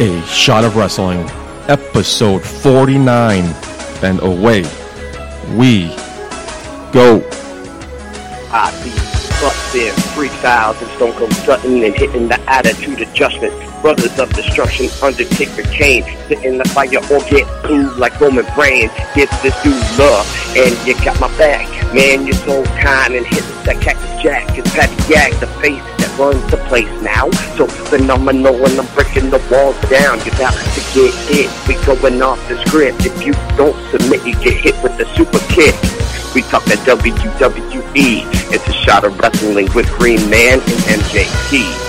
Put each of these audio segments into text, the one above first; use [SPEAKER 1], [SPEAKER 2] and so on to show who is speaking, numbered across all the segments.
[SPEAKER 1] A Shot of Wrestling, episode 49. And away we go.
[SPEAKER 2] I be busting freak styles and Stone Cold Sutton and hitting the attitude adjustment. Brothers of destruction, Undertaker Kane, hitting the fire or get cool like Roman Reigns. Give this dude love and you got my back. Man, you're so kind and hitting that Cactus Jack and Patty Yak, the face that runs the place now. So phenomenal and I'm breaking the walls down. You're about to get hit. We going off the script. If you don't submit, you get hit with the super kick. We talk at WWE. E. It's a shot of wrestling with Green Man and MJP.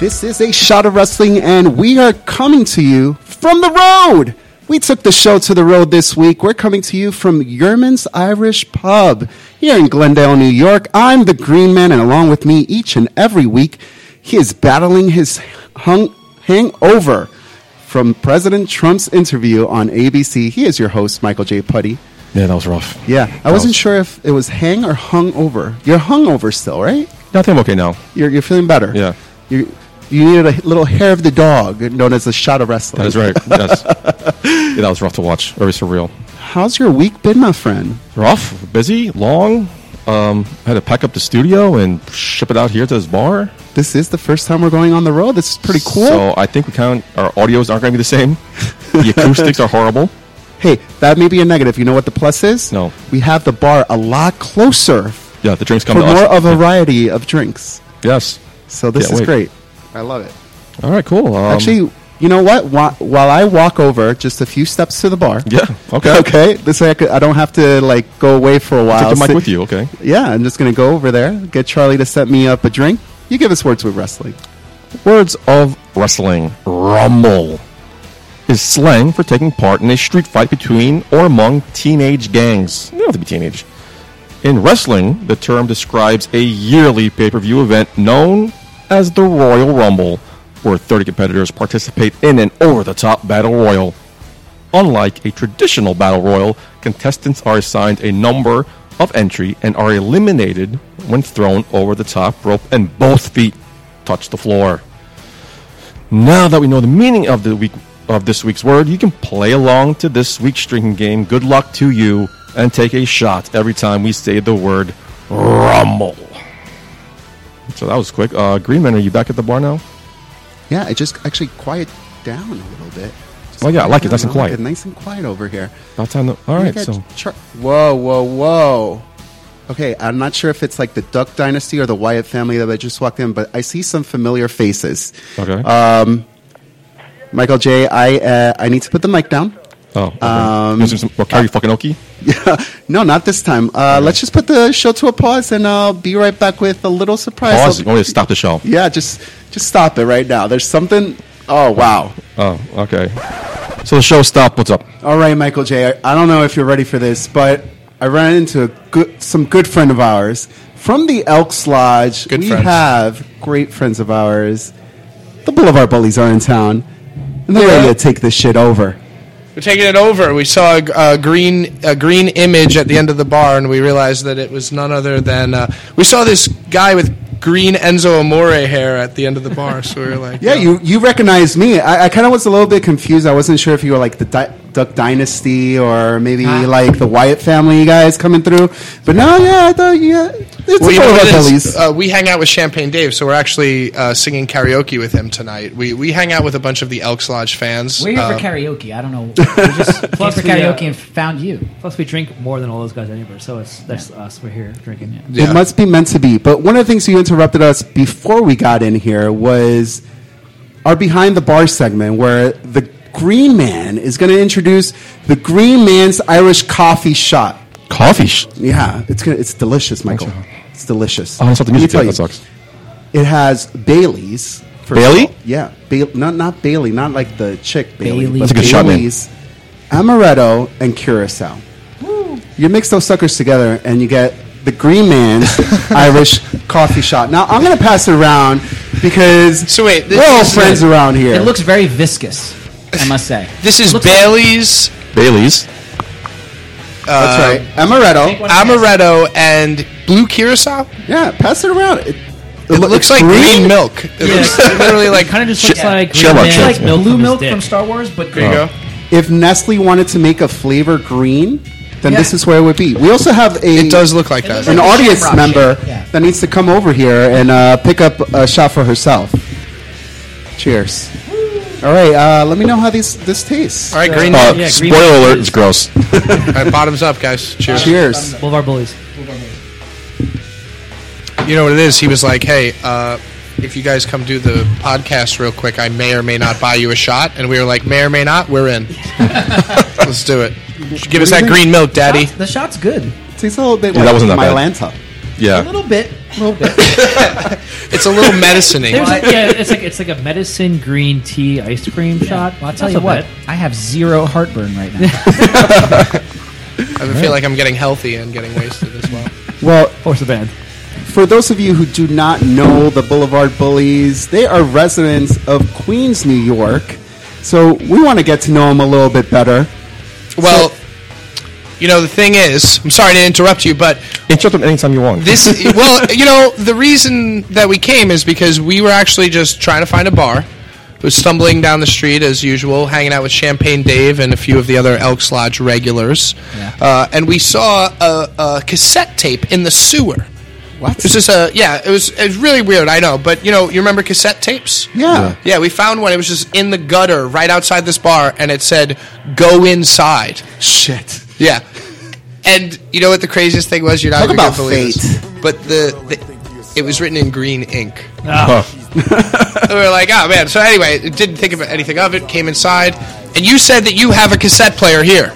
[SPEAKER 3] This is a shot of wrestling, and we are coming to you from the road. We took the show to the road this week. We're coming to you from Yerman's Irish Pub here in Glendale, New York. I'm the Green Man, and along with me each and every week, he is battling his hung- hangover from President Trump's interview on ABC. He is your host, Michael J. Putty.
[SPEAKER 1] Yeah, that was rough.
[SPEAKER 3] Yeah, I
[SPEAKER 1] That
[SPEAKER 3] wasn't
[SPEAKER 1] was-
[SPEAKER 3] sure if it was hang or hungover. You're hungover still, right?
[SPEAKER 1] No, I think I'm okay now.
[SPEAKER 3] You're, you're feeling better.
[SPEAKER 1] Yeah.
[SPEAKER 3] You you needed a little hair of the dog, known as a shot of wrestling.
[SPEAKER 1] That is right. yes. Yeah, that was rough to watch. Very surreal.
[SPEAKER 3] How's your week been, my friend?
[SPEAKER 1] Rough, busy, long. Um, had to pack up the studio and ship it out here to this bar.
[SPEAKER 3] This is the first time we're going on the road. This is pretty cool.
[SPEAKER 1] So I think we count our audios aren't going to be the same. The acoustics are horrible.
[SPEAKER 3] hey, that may be a negative. You know what the plus is?
[SPEAKER 1] No.
[SPEAKER 3] We have the bar a lot closer
[SPEAKER 1] Yeah, the drinks come
[SPEAKER 3] for
[SPEAKER 1] to
[SPEAKER 3] more
[SPEAKER 1] us.
[SPEAKER 3] of a variety of drinks.
[SPEAKER 1] yes.
[SPEAKER 3] So this
[SPEAKER 1] Can't
[SPEAKER 3] is
[SPEAKER 1] wait.
[SPEAKER 3] great. I love it.
[SPEAKER 1] All right, cool. Um,
[SPEAKER 3] Actually, you know what? Whi- While I walk over just a few steps to the bar.
[SPEAKER 1] yeah. Okay.
[SPEAKER 3] Okay. This way I, could, I don't have to like go away for a while.
[SPEAKER 1] Take the mic
[SPEAKER 3] sit-
[SPEAKER 1] with you. Okay.
[SPEAKER 3] Yeah, I'm just gonna go over there, get Charlie to set me up a drink. You give us words with wrestling.
[SPEAKER 1] Words of wrestling. Rumble is slang for taking part in a street fight between or among teenage gangs. You don't have to be teenage. In wrestling, the term describes a yearly pay per view event known as the Royal Rumble, where 30 competitors participate in an over the top battle royal. Unlike a traditional battle royal, contestants are assigned a number of entry and are eliminated when thrown over the top rope and both feet touch the floor. Now that we know the meaning of the week of this week's word, you can play along to this week's drinking game. Good luck to you and take a shot every time we say the word rumble. So that was quick. Uh, Green Man, are you back at the bar now?
[SPEAKER 3] Yeah, I just actually quiet down a little bit. Just
[SPEAKER 1] Oh, yeah, I like it. Nice and
[SPEAKER 3] down, I
[SPEAKER 1] quiet.
[SPEAKER 3] Nice and quiet over here.
[SPEAKER 1] About time. To, all
[SPEAKER 3] We
[SPEAKER 1] right.
[SPEAKER 3] got
[SPEAKER 1] So
[SPEAKER 3] Char- whoa, whoa, whoa. Okay, I'm not sure if it's like the Duck Dynasty or the Wyatt family that I just walked in, but I see some familiar faces.
[SPEAKER 1] okay.
[SPEAKER 3] Uh, Michael J, I uh, I need to put the mic down.
[SPEAKER 1] oh. Okay. Um, some, some, well, Kari fucking Oki.
[SPEAKER 3] no, not this time. Uh, Let's just put the show to a pause, and I'll be right back with a little surprise.
[SPEAKER 1] Pause.
[SPEAKER 3] I'll-
[SPEAKER 1] You want me to stop the show?
[SPEAKER 3] Yeah, just just stop it right now. There's something. Oh wow.
[SPEAKER 1] Oh, okay. So the show stopped. What's up?
[SPEAKER 3] All right, Michael J. I, I don't know if you're ready for this, but I ran into a good, some good friend of ours from the Elks Lodge.
[SPEAKER 4] Good
[SPEAKER 3] we
[SPEAKER 4] friends.
[SPEAKER 3] have great friends of ours. The Boulevard Bullies are in town, and they're
[SPEAKER 4] Yeah.
[SPEAKER 3] ready to take this shit over.
[SPEAKER 4] We're taking it over. We saw a, a green a green image at the end of the bar, and we realized that it was none other than uh, we saw this guy with green Enzo Amore hair at the end of the bar. So we were like,
[SPEAKER 3] Yeah, you you recognize me. I, I kind of was a little bit confused. I wasn't sure if you were like the Di- Duck Dynasty or maybe like the Wyatt family guys coming through. But no, yeah, I thought yeah, it's
[SPEAKER 4] Well,
[SPEAKER 3] the
[SPEAKER 4] you know
[SPEAKER 3] Boulevard
[SPEAKER 4] what it
[SPEAKER 3] Bullies.
[SPEAKER 4] is? Uh, we hang out with Champagne Dave, so we're actually uh, singing karaoke with him tonight. We we hang out with a bunch of the Elks Lodge fans.
[SPEAKER 5] We're here
[SPEAKER 4] Uh,
[SPEAKER 5] for karaoke. I don't know. We just came for
[SPEAKER 6] we, uh,
[SPEAKER 5] karaoke and found you.
[SPEAKER 6] Plus, we drink more than all those guys anywhere, so it's that's us. We're here drinking. Yeah.
[SPEAKER 4] yeah.
[SPEAKER 3] It must be meant to be. But one of the things you interrupted us before we got in here was our behind the bar segment where the Green Man is going to introduce the Green Man's Irish coffee shop.
[SPEAKER 1] Coffee. Sh-
[SPEAKER 3] Yeah, it's gonna, it's delicious, Michael. It's delicious.
[SPEAKER 1] oh, that's not the
[SPEAKER 3] Let me
[SPEAKER 1] music.
[SPEAKER 3] tell
[SPEAKER 1] That
[SPEAKER 3] you,
[SPEAKER 1] sucks.
[SPEAKER 3] It has Bailey's. first
[SPEAKER 1] Bailey?
[SPEAKER 3] of all. Yeah, ba- not not Bailey, not like the chick Bailey.
[SPEAKER 5] Bailey.
[SPEAKER 3] but
[SPEAKER 5] That's a
[SPEAKER 1] good shot, man.
[SPEAKER 3] Bailey's, amaretto, and curacao. You mix those suckers together, and you get the Green Man's Irish coffee shop. Now I'm gonna pass it around because
[SPEAKER 4] So wait, this
[SPEAKER 3] we're all
[SPEAKER 4] is-
[SPEAKER 3] friends around here.
[SPEAKER 5] It looks very viscous, I must say.
[SPEAKER 4] This is
[SPEAKER 5] Looks like-
[SPEAKER 4] Bailey's
[SPEAKER 1] Bailey's.
[SPEAKER 4] uh,
[SPEAKER 3] that's right, amaretto.
[SPEAKER 4] amaretto and blue curacao.
[SPEAKER 3] Yeah, pass it around. It,
[SPEAKER 4] It looks like green milk. It looks literally like.
[SPEAKER 6] kind of just looks
[SPEAKER 5] Yeah.
[SPEAKER 6] like
[SPEAKER 1] Chill
[SPEAKER 6] green
[SPEAKER 1] out,
[SPEAKER 6] milk,
[SPEAKER 1] chill out.
[SPEAKER 6] like milk
[SPEAKER 5] blue
[SPEAKER 6] from his
[SPEAKER 5] milk
[SPEAKER 6] dick.
[SPEAKER 5] from Star Wars, but
[SPEAKER 4] There you go.
[SPEAKER 3] If Nestle wanted to make a flavor green, then this is where it would be. We also have a
[SPEAKER 4] It does look like that.
[SPEAKER 3] an
[SPEAKER 5] like a
[SPEAKER 3] audience
[SPEAKER 5] shamrock
[SPEAKER 3] member
[SPEAKER 5] shape, yeah.
[SPEAKER 3] that needs to come over here and uh, pick up a shot for herself. Cheers. All right, uh, let me know how these this tastes.
[SPEAKER 4] All right, green
[SPEAKER 1] Uh,
[SPEAKER 4] milk.
[SPEAKER 6] yeah, green
[SPEAKER 1] spoiler
[SPEAKER 6] milk
[SPEAKER 1] alert,
[SPEAKER 6] is-
[SPEAKER 1] it's gross.
[SPEAKER 4] All right, bottoms up, guys. Cheers.
[SPEAKER 3] Cheers.
[SPEAKER 6] Boulevard Bullies.
[SPEAKER 4] You know what it is? He was like, "Hey, uh, if you guys come do the podcast real quick, I may or may not buy you a shot." And we were like, "May or may not, we're in. Let's do it. Give us that green milk, Daddy."
[SPEAKER 5] The shot's good.
[SPEAKER 3] Tastes a little bit
[SPEAKER 1] Yeah,
[SPEAKER 3] like
[SPEAKER 1] that wasn't that
[SPEAKER 3] my
[SPEAKER 1] bad.
[SPEAKER 3] Lanta.
[SPEAKER 5] A
[SPEAKER 1] Yeah.
[SPEAKER 5] little bit. A little bit.
[SPEAKER 4] It's a little medicining.
[SPEAKER 6] There's like, yeah, it's like it's like a medicine green tea ice cream shot.
[SPEAKER 5] Well, I'll
[SPEAKER 6] Not
[SPEAKER 5] tell
[SPEAKER 6] so
[SPEAKER 5] you what,
[SPEAKER 6] bad.
[SPEAKER 5] I have zero heartburn right now.
[SPEAKER 4] I feel like I'm getting healthy and getting wasted as well.
[SPEAKER 3] Well,
[SPEAKER 6] Force the band.
[SPEAKER 3] for those of you who do not know the Boulevard Bullies, they are residents of Queens, New York. So we want to get to know them a little bit better.
[SPEAKER 4] Well, you know the thing is, I'm sorry to interrupt you, but
[SPEAKER 1] Interrupt them anytime you want.
[SPEAKER 4] this well you know the reason that we came is because we were actually just trying to find a bar was stumbling down the street as usual hanging out with champagne dave and a few of the other elks lodge regulars uh, and we saw a, a cassette tape in the sewer
[SPEAKER 3] What?
[SPEAKER 4] it was just a yeah it was, it was really weird i know but you know you remember cassette tapes
[SPEAKER 3] Yeah.
[SPEAKER 4] yeah we found one it was just in the gutter right outside this bar and it said go inside
[SPEAKER 3] Shit.
[SPEAKER 4] yeah. And you know what the craziest thing was? You're not
[SPEAKER 3] Talk
[SPEAKER 4] even gonna
[SPEAKER 3] about
[SPEAKER 4] believe this. But the, the it was written in green ink. we were like, oh man. So anyway, didn't think about anything of it. Came inside, and you said that you have a cassette player here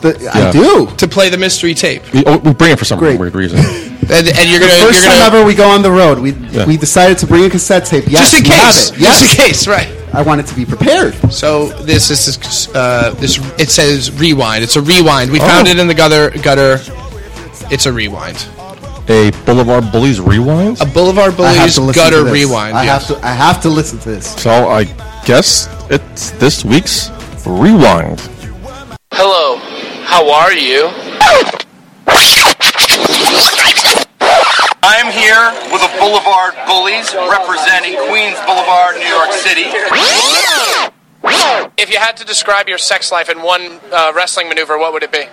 [SPEAKER 3] The, I
[SPEAKER 1] Yeah.
[SPEAKER 3] do.
[SPEAKER 4] to play the mystery tape,
[SPEAKER 1] We, oh, we bring it for some
[SPEAKER 3] Great.
[SPEAKER 1] weird reason.
[SPEAKER 4] and, and you're gonna,
[SPEAKER 3] First
[SPEAKER 4] you're gonna
[SPEAKER 3] time ever we go on the road, we we decided to bring a cassette tape. Yes,
[SPEAKER 4] just in
[SPEAKER 3] we have
[SPEAKER 4] case,
[SPEAKER 3] it. Yes,
[SPEAKER 4] just in case, right?
[SPEAKER 3] I wanted to be prepared.
[SPEAKER 4] So this this is uh, this it says rewind. It's a rewind. We
[SPEAKER 3] Oh.
[SPEAKER 4] found it in the gutter gutter. It's a rewind.
[SPEAKER 1] A Boulevard Bullies rewind?
[SPEAKER 4] A Boulevard
[SPEAKER 3] I have
[SPEAKER 4] Bullies
[SPEAKER 3] to listen
[SPEAKER 4] gutter
[SPEAKER 3] to this.
[SPEAKER 4] rewind.
[SPEAKER 3] I
[SPEAKER 4] yes.
[SPEAKER 3] have to. I have to listen to this.
[SPEAKER 1] So I guess it's this week's rewind.
[SPEAKER 7] Hello, how are you?
[SPEAKER 8] I am here with the Boulevard Bullies representing Queens Boulevard, New York City.
[SPEAKER 4] If you had to describe your sex life in one uh, wrestling maneuver, what would it be?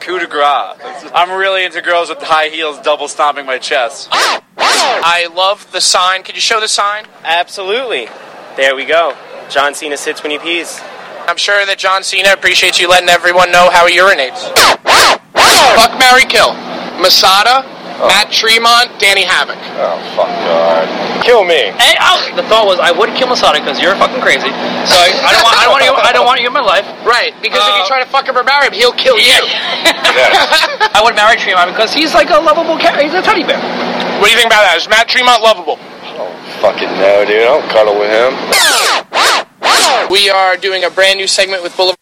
[SPEAKER 8] Coup de grace. I'm really into girls with high heels double stomping my chest.
[SPEAKER 4] I love the sign. Can you show the sign?
[SPEAKER 9] Absolutely. There we go. John Cena sits when he pees.
[SPEAKER 4] I'm sure that John Cena appreciates you letting everyone know how he urinates. Fuck Mary Kill. Masada,
[SPEAKER 8] Oh.
[SPEAKER 4] Matt Tremont, Danny Havoc.
[SPEAKER 9] And oh, the thought was, I would kill Masada because you're fucking crazy. So I, I don't want, I don't want you, I don't want you in my life.
[SPEAKER 4] Right, because if
[SPEAKER 9] Uh,
[SPEAKER 4] you try to fuck him or marry him, he'll kill you.
[SPEAKER 9] I would marry Tremont because he's like a lovable cat. He's a teddy bear.
[SPEAKER 4] What do you think about that? Is Matt Tremont lovable?
[SPEAKER 8] Oh, Fucking no, dude. I don't cuddle with him.
[SPEAKER 4] We are doing a brand new segment with Boulevard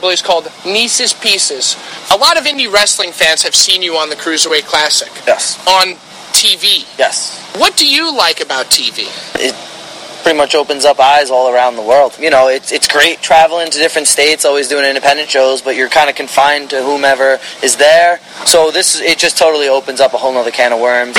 [SPEAKER 4] Bullies called Niece's Pieces. A lot of indie wrestling fans have seen you on the Cruiserweight Classic.
[SPEAKER 8] Yes.
[SPEAKER 4] On TV.
[SPEAKER 10] Yes.
[SPEAKER 4] What do you like about TV?
[SPEAKER 10] It pretty much opens up eyes all around the world. You know, it's, it's great traveling to different states, always doing independent shows, but you're kind of confined to whomever is there. So this, is- it just totally opens up a whole nother can of worms.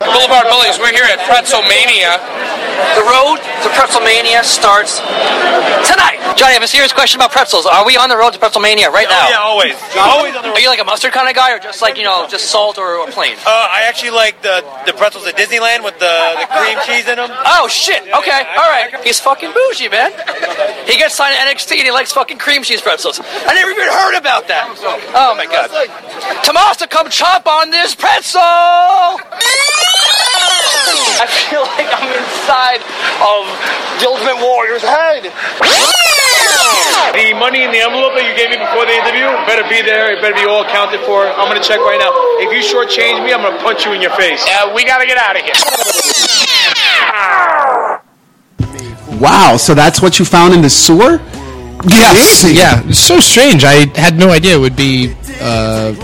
[SPEAKER 8] Boulevard Bullies, we're here at Pretzelmania.
[SPEAKER 9] The road to Pretzelmania starts tonight. Johnny, I have a serious question about pretzels. Are we on the road to Pretzelmania right now?
[SPEAKER 8] Oh, Yeah, always. Always on the
[SPEAKER 9] Are you like a mustard kind of guy, or just like you know, just salt or, or plain?
[SPEAKER 8] Uh, I actually like the, the pretzels at Disneyland with the, the cream cheese in them.
[SPEAKER 9] Oh shit! Okay, all right. He's fucking bougie, man. He gets signed to NXT and he likes fucking cream cheese pretzels. I never even heard about that. Oh my god! Tomasa, come chop on this pretzel! I feel like I'm inside of the Ultimate Warrior's head.
[SPEAKER 8] The money in the envelope that you gave me before the interview better be there. It better be all counted for. I'm going to check right now. If you shortchange me, I'm going to punch you in your face.
[SPEAKER 4] Uh, we gotta get out of here.
[SPEAKER 3] Wow. So that's what you found in the sewer.
[SPEAKER 4] Yes.
[SPEAKER 3] Crazy.
[SPEAKER 4] Yeah. It's so strange. I had no idea it would be uh,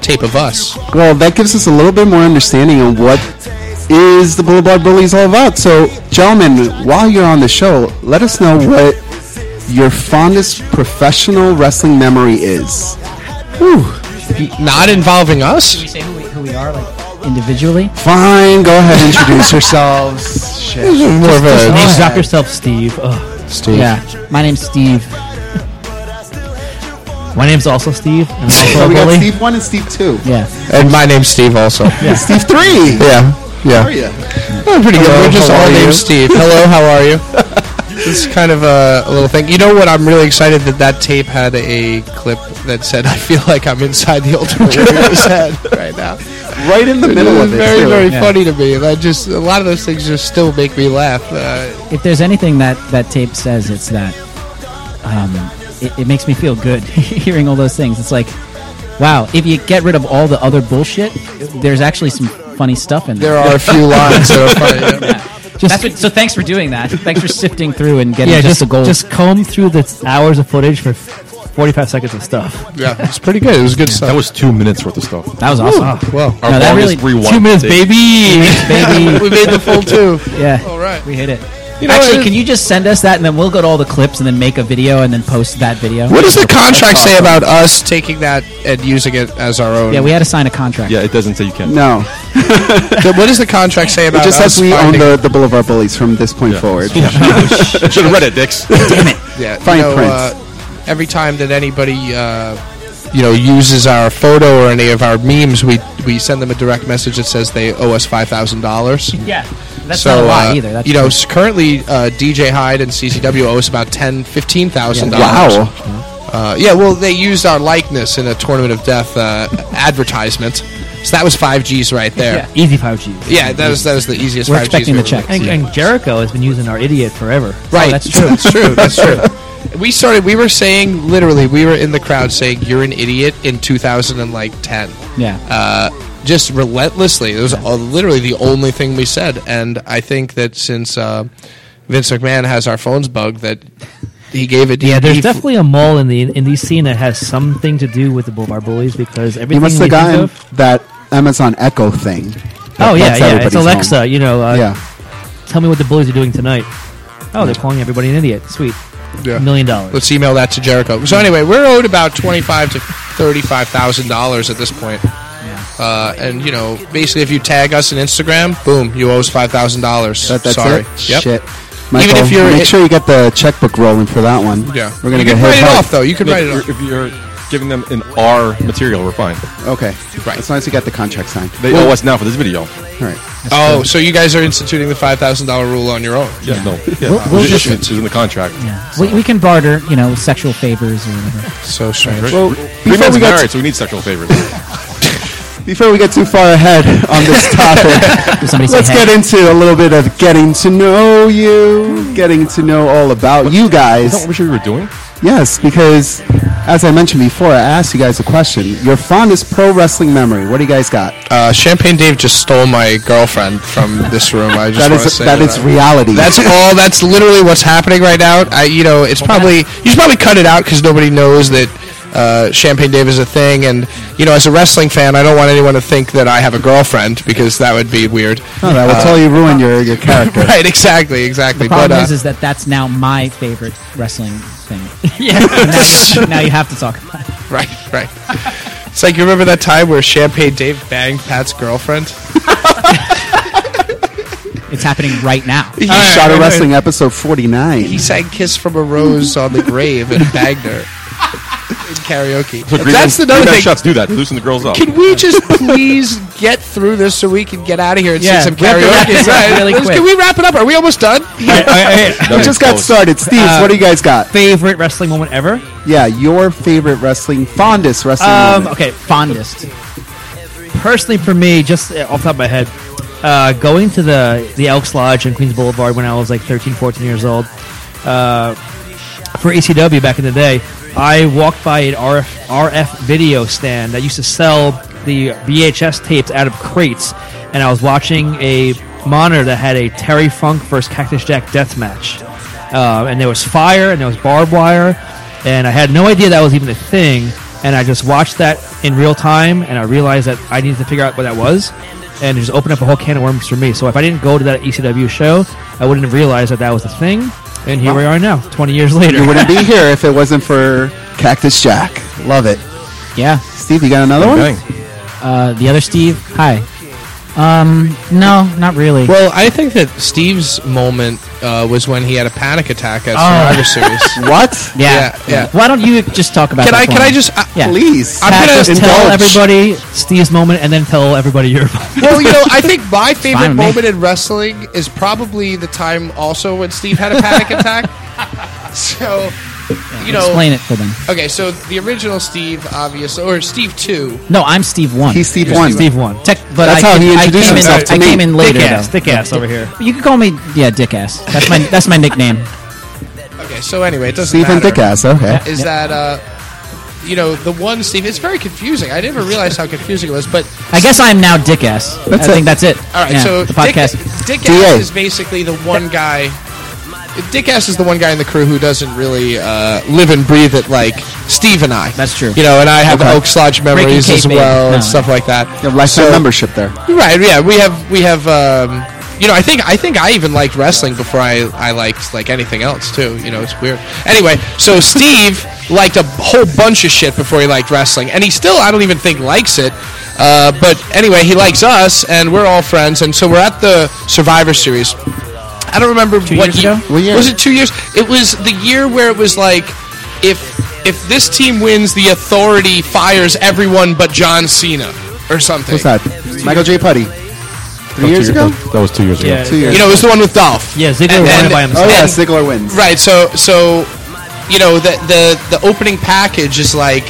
[SPEAKER 4] tape of us.
[SPEAKER 3] Well, that gives us a little bit more understanding on what is the Boulevard Bullies all about. So, gentlemen, while you're on the show, let us know what your fondest professional wrestling memory is. Whew.
[SPEAKER 4] Not involving
[SPEAKER 5] Do
[SPEAKER 4] us?
[SPEAKER 5] we say who we, who we are? Like, individually.
[SPEAKER 3] Fine, go ahead and introduce yourselves. Shit.
[SPEAKER 5] This is more of a-
[SPEAKER 3] Just go
[SPEAKER 5] Just drop
[SPEAKER 3] ahead.
[SPEAKER 5] yourself, Steve. Ugh.
[SPEAKER 3] Steve.
[SPEAKER 5] Yeah, my name's Steve. my name's also Steve. And I'm also
[SPEAKER 3] So
[SPEAKER 5] a
[SPEAKER 3] we got
[SPEAKER 5] bully.
[SPEAKER 3] Steve 1 and Steve 2.
[SPEAKER 5] Yeah.
[SPEAKER 4] And my name's Steve also.
[SPEAKER 5] Yeah.
[SPEAKER 3] Steve 3!
[SPEAKER 4] Yeah. Yeah.
[SPEAKER 3] How are you?
[SPEAKER 4] I'm pretty good.
[SPEAKER 3] Hello,
[SPEAKER 4] We're just
[SPEAKER 3] how
[SPEAKER 4] all
[SPEAKER 3] are you?
[SPEAKER 4] named Steve. Hello, how are you? It's kind of a, a little thing. You know what? I'm really excited that that tape had a clip that said, "I feel like I'm inside the Ultimate Warrior's head right now."
[SPEAKER 3] Right in the middle
[SPEAKER 4] It
[SPEAKER 3] of
[SPEAKER 4] was
[SPEAKER 3] it.
[SPEAKER 4] very,
[SPEAKER 3] too.
[SPEAKER 4] very
[SPEAKER 5] Yeah.
[SPEAKER 4] funny to me. That just a lot of those things just still make me laugh. Uh,
[SPEAKER 5] If there's anything that that tape says, it's that um, it, it makes me feel good hearing all those things. It's like, wow, if you get rid of all the other bullshit, there's actually some funny stuff in there.
[SPEAKER 4] there are a few lines that are funny. yeah.
[SPEAKER 5] That's what, so thanks for doing that. Thanks for sifting through and getting
[SPEAKER 6] yeah,
[SPEAKER 5] just,
[SPEAKER 6] just
[SPEAKER 5] the gold.
[SPEAKER 6] just comb through the hours of footage for forty-five seconds of stuff.
[SPEAKER 4] Yeah, it's pretty good. It was good stuff.
[SPEAKER 1] That was two minutes worth of stuff.
[SPEAKER 5] that was awesome.
[SPEAKER 4] well,
[SPEAKER 1] Our
[SPEAKER 5] No, that
[SPEAKER 1] longest
[SPEAKER 5] really-
[SPEAKER 1] rewind.
[SPEAKER 6] Two minutes,
[SPEAKER 1] tape.
[SPEAKER 6] baby.
[SPEAKER 5] Baby,
[SPEAKER 4] we made the full two.
[SPEAKER 5] yeah.
[SPEAKER 4] All right.
[SPEAKER 5] We hit it.
[SPEAKER 4] You know,
[SPEAKER 5] Actually,
[SPEAKER 4] it-
[SPEAKER 5] can you just send us that and then we'll go to all the clips and then make a video and then post that video?
[SPEAKER 4] What does the contract say about us taking that and using it as our own?
[SPEAKER 5] Yeah, we had to sign a contract.
[SPEAKER 1] Yeah, it doesn't say you can't.
[SPEAKER 3] No.
[SPEAKER 4] Th- what does the contract say about
[SPEAKER 3] It just
[SPEAKER 4] us
[SPEAKER 3] says we own
[SPEAKER 4] finding-
[SPEAKER 3] the, the Boulevard Bullies from this point
[SPEAKER 1] Yeah.
[SPEAKER 3] forward.
[SPEAKER 1] Should have read it, Dix.
[SPEAKER 4] yeah,
[SPEAKER 3] fine
[SPEAKER 4] you know,
[SPEAKER 3] prints.
[SPEAKER 4] Uh, every time that anybody uh, you know uses our photo or any of our memes, we we send them a direct message that says they owe us five thousand dollars.
[SPEAKER 5] Yeah, that's
[SPEAKER 4] so,
[SPEAKER 5] not a lot
[SPEAKER 4] uh,
[SPEAKER 5] either. That's
[SPEAKER 4] you know, s- currently uh, DJ Hyde and CCW owe us about ten, fifteen thousand dollars.
[SPEAKER 3] Wow.
[SPEAKER 4] Uh, yeah, well, they used our likeness in a Tournament of Death uh, advertisement, so that was five Gs right there.
[SPEAKER 6] Easy five Gs.
[SPEAKER 4] Yeah, that was that was the easiest.
[SPEAKER 5] We're
[SPEAKER 4] 5Gs
[SPEAKER 5] expecting
[SPEAKER 4] we
[SPEAKER 5] the
[SPEAKER 4] ever-
[SPEAKER 5] check.
[SPEAKER 6] And, and Jericho has been using our idiot forever.
[SPEAKER 4] Right.
[SPEAKER 5] that's true.
[SPEAKER 4] That's true. That's true. We started. We were saying literally. We were in the crowd saying "You're an idiot" in 2010.
[SPEAKER 5] yeah.
[SPEAKER 4] Uh, just relentlessly. It was all, literally the only thing we said. And I think that since uh, Vince McMahon has our phones bugged, that he gave it.
[SPEAKER 6] Yeah,
[SPEAKER 4] he-
[SPEAKER 6] there's
[SPEAKER 4] he-
[SPEAKER 6] definitely a mole in the in the scene that has something to do with the Boulevard Bullies because
[SPEAKER 3] He
[SPEAKER 6] everything
[SPEAKER 3] must
[SPEAKER 6] we
[SPEAKER 3] have
[SPEAKER 6] think
[SPEAKER 3] gotten
[SPEAKER 6] of.
[SPEAKER 3] that Amazon Echo thing.
[SPEAKER 6] Oh
[SPEAKER 3] That-
[SPEAKER 6] yeah,
[SPEAKER 3] that's
[SPEAKER 6] yeah,
[SPEAKER 3] everybody's
[SPEAKER 6] it's Alexa. You know, uh,
[SPEAKER 3] home. Yeah.
[SPEAKER 6] Tell me what the bullies are doing tonight. Oh, they're calling everybody an idiot. Sweet,
[SPEAKER 4] Yeah.
[SPEAKER 6] million dollars.
[SPEAKER 4] Let's email that to Jericho. So anyway, we're owed about twenty-five to thirty-five thousand dollars at this point. Uh, and you know, basically, if you tag us on Instagram, boom, you owe us five thousand dollars.
[SPEAKER 3] That, that's
[SPEAKER 4] Sorry.
[SPEAKER 3] it.
[SPEAKER 4] Yep.
[SPEAKER 3] Shit. Michael,
[SPEAKER 4] if you're-
[SPEAKER 3] make
[SPEAKER 4] it-
[SPEAKER 3] sure you get the checkbook rolling for that one.
[SPEAKER 4] Yeah,
[SPEAKER 3] We're gonna
[SPEAKER 4] you
[SPEAKER 3] get
[SPEAKER 4] can write
[SPEAKER 3] hit
[SPEAKER 4] it
[SPEAKER 3] hard.
[SPEAKER 4] off though. You can write it
[SPEAKER 1] If
[SPEAKER 4] off.
[SPEAKER 1] you're- if you're giving them an R material, we're fine.
[SPEAKER 3] Okay.
[SPEAKER 4] Right.
[SPEAKER 3] As long as you got the contract signed.
[SPEAKER 1] They owe us now for this video.
[SPEAKER 3] All right.
[SPEAKER 4] Oh, so you guys are instituting the five thousand dollar rule on your own?
[SPEAKER 1] Yeah, no. Yeah.
[SPEAKER 5] We'll- we'll
[SPEAKER 1] It's-
[SPEAKER 5] just-
[SPEAKER 1] it's in the contract.
[SPEAKER 5] yeah. We, we can barter, you know, sexual favors or whatever.
[SPEAKER 4] So strange.
[SPEAKER 1] Three
[SPEAKER 3] Before
[SPEAKER 1] men's
[SPEAKER 3] we got-
[SPEAKER 1] married, so we need sexual favors.
[SPEAKER 3] Before we get too far ahead on this topic,
[SPEAKER 5] If somebody say,
[SPEAKER 3] let's
[SPEAKER 5] hey,
[SPEAKER 3] get into a little bit of getting to know you, getting to know all about you
[SPEAKER 1] Is that what
[SPEAKER 3] guys.
[SPEAKER 1] we sure we were doing?
[SPEAKER 3] Yes, because as I mentioned before, I asked you guys a question. Your fondest pro wrestling memory. What do you guys got?
[SPEAKER 4] Uh, Champagne Dave just stole my girlfriend from this room. I just
[SPEAKER 3] That
[SPEAKER 4] want to
[SPEAKER 3] is
[SPEAKER 4] say
[SPEAKER 3] that is reality.
[SPEAKER 4] That's all. That's literally what's happening right now. I, you know, it's probably you should probably cut it out because nobody knows that uh, Champagne Dave is a thing. And you know, as a wrestling fan, I don't want anyone to think that I have a girlfriend because that would be weird.
[SPEAKER 5] Oh,
[SPEAKER 3] no, that will totally ruin your, your character.
[SPEAKER 4] Right? Exactly. Exactly.
[SPEAKER 5] The problem
[SPEAKER 4] but uh,
[SPEAKER 5] is, is that that's now my favorite wrestling thing. yeah. now, now you have to talk about it.
[SPEAKER 4] Right, right. It's like you remember that time where Champagne Dave banged Pat's girlfriend.
[SPEAKER 5] It's happening right now.
[SPEAKER 4] He
[SPEAKER 3] He shot a wrestling episode 49.
[SPEAKER 4] He sang "Kiss from a Rose" on the grave and banged her in karaoke.
[SPEAKER 1] So Green
[SPEAKER 4] That's
[SPEAKER 1] Man-
[SPEAKER 4] another
[SPEAKER 1] Green Man
[SPEAKER 4] thing.
[SPEAKER 1] Shots do that. Loosen the girls up.
[SPEAKER 4] Can we just please get through this so we can get out of here and
[SPEAKER 5] Yeah,
[SPEAKER 4] see some
[SPEAKER 5] we have to wrap
[SPEAKER 4] karaoke?
[SPEAKER 5] this up
[SPEAKER 4] Right.
[SPEAKER 5] really
[SPEAKER 4] Let's-
[SPEAKER 5] quick.
[SPEAKER 4] Can we wrap it up? Are we almost done?
[SPEAKER 3] We just got started. Steve, what
[SPEAKER 4] Uh,
[SPEAKER 3] do you guys got?
[SPEAKER 6] Favorite wrestling moment ever?
[SPEAKER 3] Yeah, your favorite wrestling, fondest wrestling
[SPEAKER 6] Um,
[SPEAKER 3] moment.
[SPEAKER 6] okay, fondest. Personally, for me, just uh, off the top of my head, uh, going to the the Elks Lodge on Queens Boulevard when I was like 13, 14 years old uh, for ECW back in the day, I walked by an RF, RF video stand that used to sell the VHS tapes out of crates, and I was watching a monitor that had a Terry Funk versus Cactus Jack death match, uh, and there was fire and there was barbed wire, and I had no idea that was even a thing, and I just watched that in real time, and I realized that I needed to figure out what that was. And it just opened up a whole can of worms for me. So if I didn't go to that ECW show, I wouldn't have realized that that was a thing. And here we are now, 20 years later.
[SPEAKER 3] You wouldn't be here if it wasn't for Cactus Jack. Love it.
[SPEAKER 5] Yeah.
[SPEAKER 3] Steve, you got another one?
[SPEAKER 1] Dang.
[SPEAKER 5] Uh, the other Steve, hi. Um, no, not really.
[SPEAKER 4] Well, I think that Steve's moment uh, was when he had a panic attack at
[SPEAKER 5] Oh.
[SPEAKER 4] Survivor Series.
[SPEAKER 3] What?
[SPEAKER 5] yeah.
[SPEAKER 4] yeah, yeah.
[SPEAKER 5] Why don't you just talk about?
[SPEAKER 4] Can
[SPEAKER 5] that
[SPEAKER 4] I?
[SPEAKER 5] for
[SPEAKER 4] Can I
[SPEAKER 5] me?
[SPEAKER 4] just? uh, I,
[SPEAKER 5] Yeah.
[SPEAKER 3] Please.
[SPEAKER 4] I'm
[SPEAKER 6] Pat,
[SPEAKER 4] gonna
[SPEAKER 6] just tell
[SPEAKER 4] indulge.
[SPEAKER 6] everybody Steve's moment, and then tell everybody your moment.
[SPEAKER 4] Well, you know, I think my favorite
[SPEAKER 5] fine with me.
[SPEAKER 4] moment in wrestling is probably the time also when Steve had a panic attack. so, you know,
[SPEAKER 5] explain it for them?
[SPEAKER 4] okay, so the original Steve, obvious, or Steve two.
[SPEAKER 5] No, I'm Steve One.
[SPEAKER 3] He's Steve
[SPEAKER 4] You're
[SPEAKER 3] One.
[SPEAKER 6] Steve won.
[SPEAKER 5] Tech, but
[SPEAKER 3] That's
[SPEAKER 5] I,
[SPEAKER 3] how he
[SPEAKER 5] I
[SPEAKER 3] introduced
[SPEAKER 5] came in,
[SPEAKER 3] himself to
[SPEAKER 5] I
[SPEAKER 3] me.
[SPEAKER 5] came in later.
[SPEAKER 6] Dick ass,
[SPEAKER 5] though.
[SPEAKER 6] dick ass over here.
[SPEAKER 5] You could call me yeah, dick ass. That's my that's my nickname.
[SPEAKER 4] Okay, so anyway, it doesn't
[SPEAKER 3] Steve and
[SPEAKER 4] matter.
[SPEAKER 3] Dickass. Okay.
[SPEAKER 4] is that uh, you know the one Steve. It's very confusing. I never realized how confusing it was. But
[SPEAKER 5] I guess I'm now dick ass.
[SPEAKER 3] That's
[SPEAKER 5] I
[SPEAKER 3] it.
[SPEAKER 5] think that's it.
[SPEAKER 4] all right,
[SPEAKER 5] Yeah,
[SPEAKER 4] so
[SPEAKER 5] the podcast.
[SPEAKER 4] Dick, Dick
[SPEAKER 3] DA.
[SPEAKER 4] Ass is basically the one guy. Dick Ass is the one guy in the crew who doesn't really uh, live and breathe it like Steve and I.
[SPEAKER 5] That's true.
[SPEAKER 4] You know, and I have
[SPEAKER 3] Okay.
[SPEAKER 4] Oak Slodge memories as
[SPEAKER 5] kayfabe.
[SPEAKER 4] well
[SPEAKER 5] No.
[SPEAKER 4] and stuff like that.
[SPEAKER 3] You have lifetime
[SPEAKER 4] So-
[SPEAKER 3] membership there.
[SPEAKER 4] Right. Yeah. We have. We have. Um, you know, I think I think I even liked wrestling before I, I liked like anything else too. You know, it's weird. Anyway, so Steve liked a whole bunch of shit before he liked wrestling, and he still I don't even think likes it. Uh, but anyway, he likes us, and we're all friends, and so we're at the Survivor Series. I don't remember what
[SPEAKER 5] years
[SPEAKER 4] year.
[SPEAKER 5] ago?
[SPEAKER 3] What year?
[SPEAKER 4] Was it two years? It was the year where it was like, if if this team wins, the authority fires everyone but John Cena or something.
[SPEAKER 3] What's that? Michael J. Putty. Three years ago?
[SPEAKER 1] That was two years ago.
[SPEAKER 6] Yeah.
[SPEAKER 3] Two years.
[SPEAKER 4] You know, it was the one with Dolph.
[SPEAKER 6] Yeah, Ziggler
[SPEAKER 4] And-
[SPEAKER 6] won it
[SPEAKER 4] and-
[SPEAKER 6] by himself.
[SPEAKER 3] oh, yeah,
[SPEAKER 4] and-
[SPEAKER 3] Ziggler wins.
[SPEAKER 4] Right. So so you know the the the opening package is like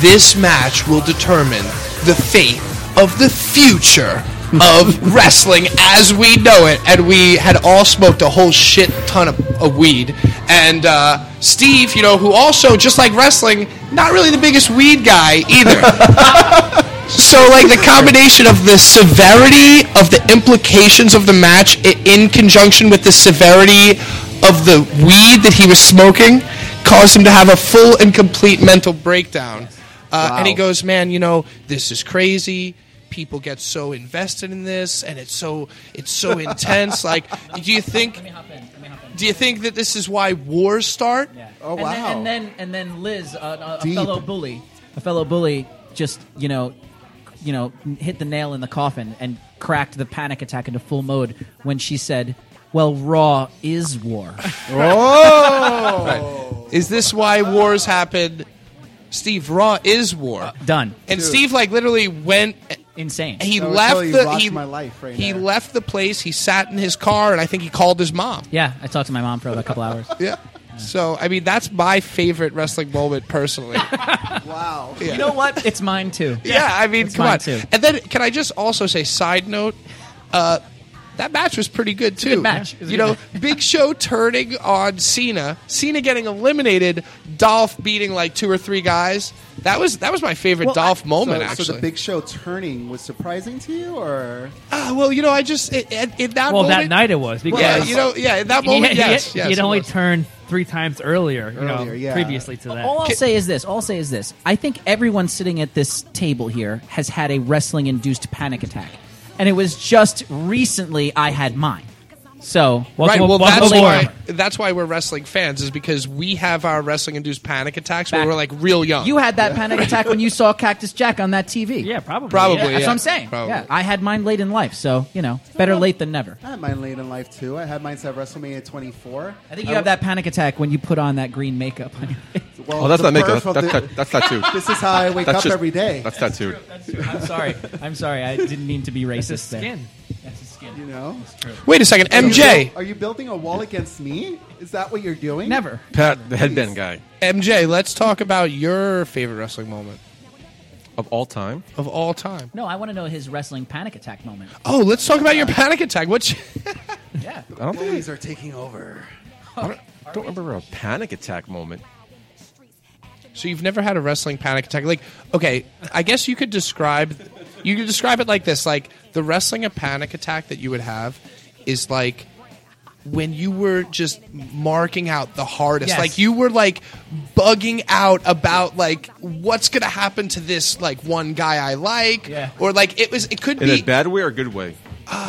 [SPEAKER 4] this match will determine the fate of the future of wrestling as we know it and we had all smoked a whole shit ton of, of weed and uh, steve you know who also just like wrestling not really the biggest weed guy either So, like the combination of the severity of the implications of the match i- in conjunction with the severity of the weed that he was smoking caused him to have a full and complete mental breakdown. Uh, And he goes, Man, you know, this is crazy. People get so invested in this, and it's so it's so intense. Like, do you think do you think that this is why wars start?
[SPEAKER 3] Oh,
[SPEAKER 5] and
[SPEAKER 3] wow.
[SPEAKER 5] Then, and then and then Liz, uh, a, a
[SPEAKER 3] Deep.
[SPEAKER 5] fellow bully, a fellow bully, just you know, you know, hit the nail in the coffin and cracked the panic attack into full mode when she said, "Well, Raw is war."
[SPEAKER 4] Is this why wars happen? Steve Raw is war.
[SPEAKER 5] Done.
[SPEAKER 4] And Steve like literally went.
[SPEAKER 5] Insane.
[SPEAKER 4] He
[SPEAKER 3] That would
[SPEAKER 4] left
[SPEAKER 3] totally
[SPEAKER 4] the
[SPEAKER 3] rock
[SPEAKER 4] he,
[SPEAKER 3] my life right
[SPEAKER 4] he
[SPEAKER 3] now.
[SPEAKER 4] left the place. He sat in his car, and I think he called his mom.
[SPEAKER 5] Yeah, I talked to my mom for about a couple hours.
[SPEAKER 4] Yeah. So I mean, that's my favorite wrestling moment personally.
[SPEAKER 3] Wow.
[SPEAKER 5] You know what? It's mine too.
[SPEAKER 4] yeah, I mean,
[SPEAKER 5] That's
[SPEAKER 4] come
[SPEAKER 5] mine
[SPEAKER 4] on.
[SPEAKER 5] too.
[SPEAKER 4] And then can I just also say, side note, uh, that match was pretty good too.
[SPEAKER 5] good match. It was a
[SPEAKER 4] You
[SPEAKER 5] good
[SPEAKER 4] know,
[SPEAKER 5] match.
[SPEAKER 4] Big Show turning on Cena, Cena getting eliminated, Dolph beating like two or three guys. That was that was my favorite
[SPEAKER 3] Well,
[SPEAKER 4] Dolph
[SPEAKER 3] I-
[SPEAKER 4] moment.
[SPEAKER 3] so,
[SPEAKER 4] actually,
[SPEAKER 3] So the big show turning was surprising to you, or
[SPEAKER 4] Ah, well, you know, I just it, it, in that
[SPEAKER 6] Well,
[SPEAKER 4] moment,
[SPEAKER 6] that night it was because
[SPEAKER 4] Yeah, you know, yeah, in that
[SPEAKER 6] he
[SPEAKER 4] moment,
[SPEAKER 6] had,
[SPEAKER 4] yes,
[SPEAKER 6] he
[SPEAKER 4] yes,
[SPEAKER 6] had, he had
[SPEAKER 4] it
[SPEAKER 6] only
[SPEAKER 4] was.
[SPEAKER 6] turned three times earlier, you know,
[SPEAKER 3] Earlier, yeah.
[SPEAKER 6] previously to that.
[SPEAKER 5] All I'll say is this. All I'll say is this. I think everyone sitting at this table here has had a wrestling induced panic attack. And it was just recently I had mine. So,
[SPEAKER 4] Right.
[SPEAKER 6] Welcome
[SPEAKER 4] Well,
[SPEAKER 6] aboard.
[SPEAKER 4] that's
[SPEAKER 5] Welcome
[SPEAKER 4] why
[SPEAKER 5] aboard.
[SPEAKER 4] that's why we're wrestling fans is because we have our wrestling-induced panic attacks
[SPEAKER 5] Back-
[SPEAKER 4] when we're like real young.
[SPEAKER 5] you had that panic attack when you saw Cactus Jack on that TV.
[SPEAKER 6] yeah, probably.
[SPEAKER 4] Probably.
[SPEAKER 6] yeah.
[SPEAKER 5] That's
[SPEAKER 4] yeah,
[SPEAKER 5] what I'm saying.
[SPEAKER 4] probably.
[SPEAKER 5] Yeah. I had mine late in life. So, you know, better late than never.
[SPEAKER 3] I had mine late in life too. I had mine at WrestleMania 24.
[SPEAKER 5] I think you have that panic attack when you put on that green makeup on your face.
[SPEAKER 3] Well,
[SPEAKER 1] Oh, that's
[SPEAKER 3] the
[SPEAKER 1] not makeup.
[SPEAKER 3] birth of
[SPEAKER 1] That's,
[SPEAKER 3] the-
[SPEAKER 1] that's, that's tattoo.
[SPEAKER 3] This is how I wake
[SPEAKER 1] That's
[SPEAKER 3] up
[SPEAKER 1] just-
[SPEAKER 3] every day.
[SPEAKER 1] That's tattooed.
[SPEAKER 5] I'm sorry. I'm sorry. I didn't mean to be racist
[SPEAKER 6] It's the skin.
[SPEAKER 5] there. That's his skin.
[SPEAKER 3] You know,
[SPEAKER 4] Wait a second,
[SPEAKER 3] Are you,
[SPEAKER 4] MJ,
[SPEAKER 3] buil- are you building a wall against me? Is that what you're doing?
[SPEAKER 5] Never.
[SPEAKER 1] Pat, the headband guy
[SPEAKER 4] MJ, let's talk about your favorite wrestling moment
[SPEAKER 1] of all time.
[SPEAKER 4] of all time.
[SPEAKER 5] No, I want to know his wrestling panic attack moment.
[SPEAKER 4] Oh, let's talk about your panic attack. What's
[SPEAKER 5] Yeah.
[SPEAKER 1] I don't think
[SPEAKER 3] Bullies are taking over.
[SPEAKER 1] I don't, I don't remember a panic attack moment.
[SPEAKER 4] so you've never had a wrestling panic attack? Like, okay, I guess you could describe you could describe it like this: like the wrestling a panic attack that you would have is like when you were just marking out the hardest
[SPEAKER 5] Yes.
[SPEAKER 4] like you were like bugging out about like what's gonna happen to this like one guy i like
[SPEAKER 5] Yeah.
[SPEAKER 4] or like it was it could
[SPEAKER 1] In
[SPEAKER 4] be
[SPEAKER 1] a bad way or a good way?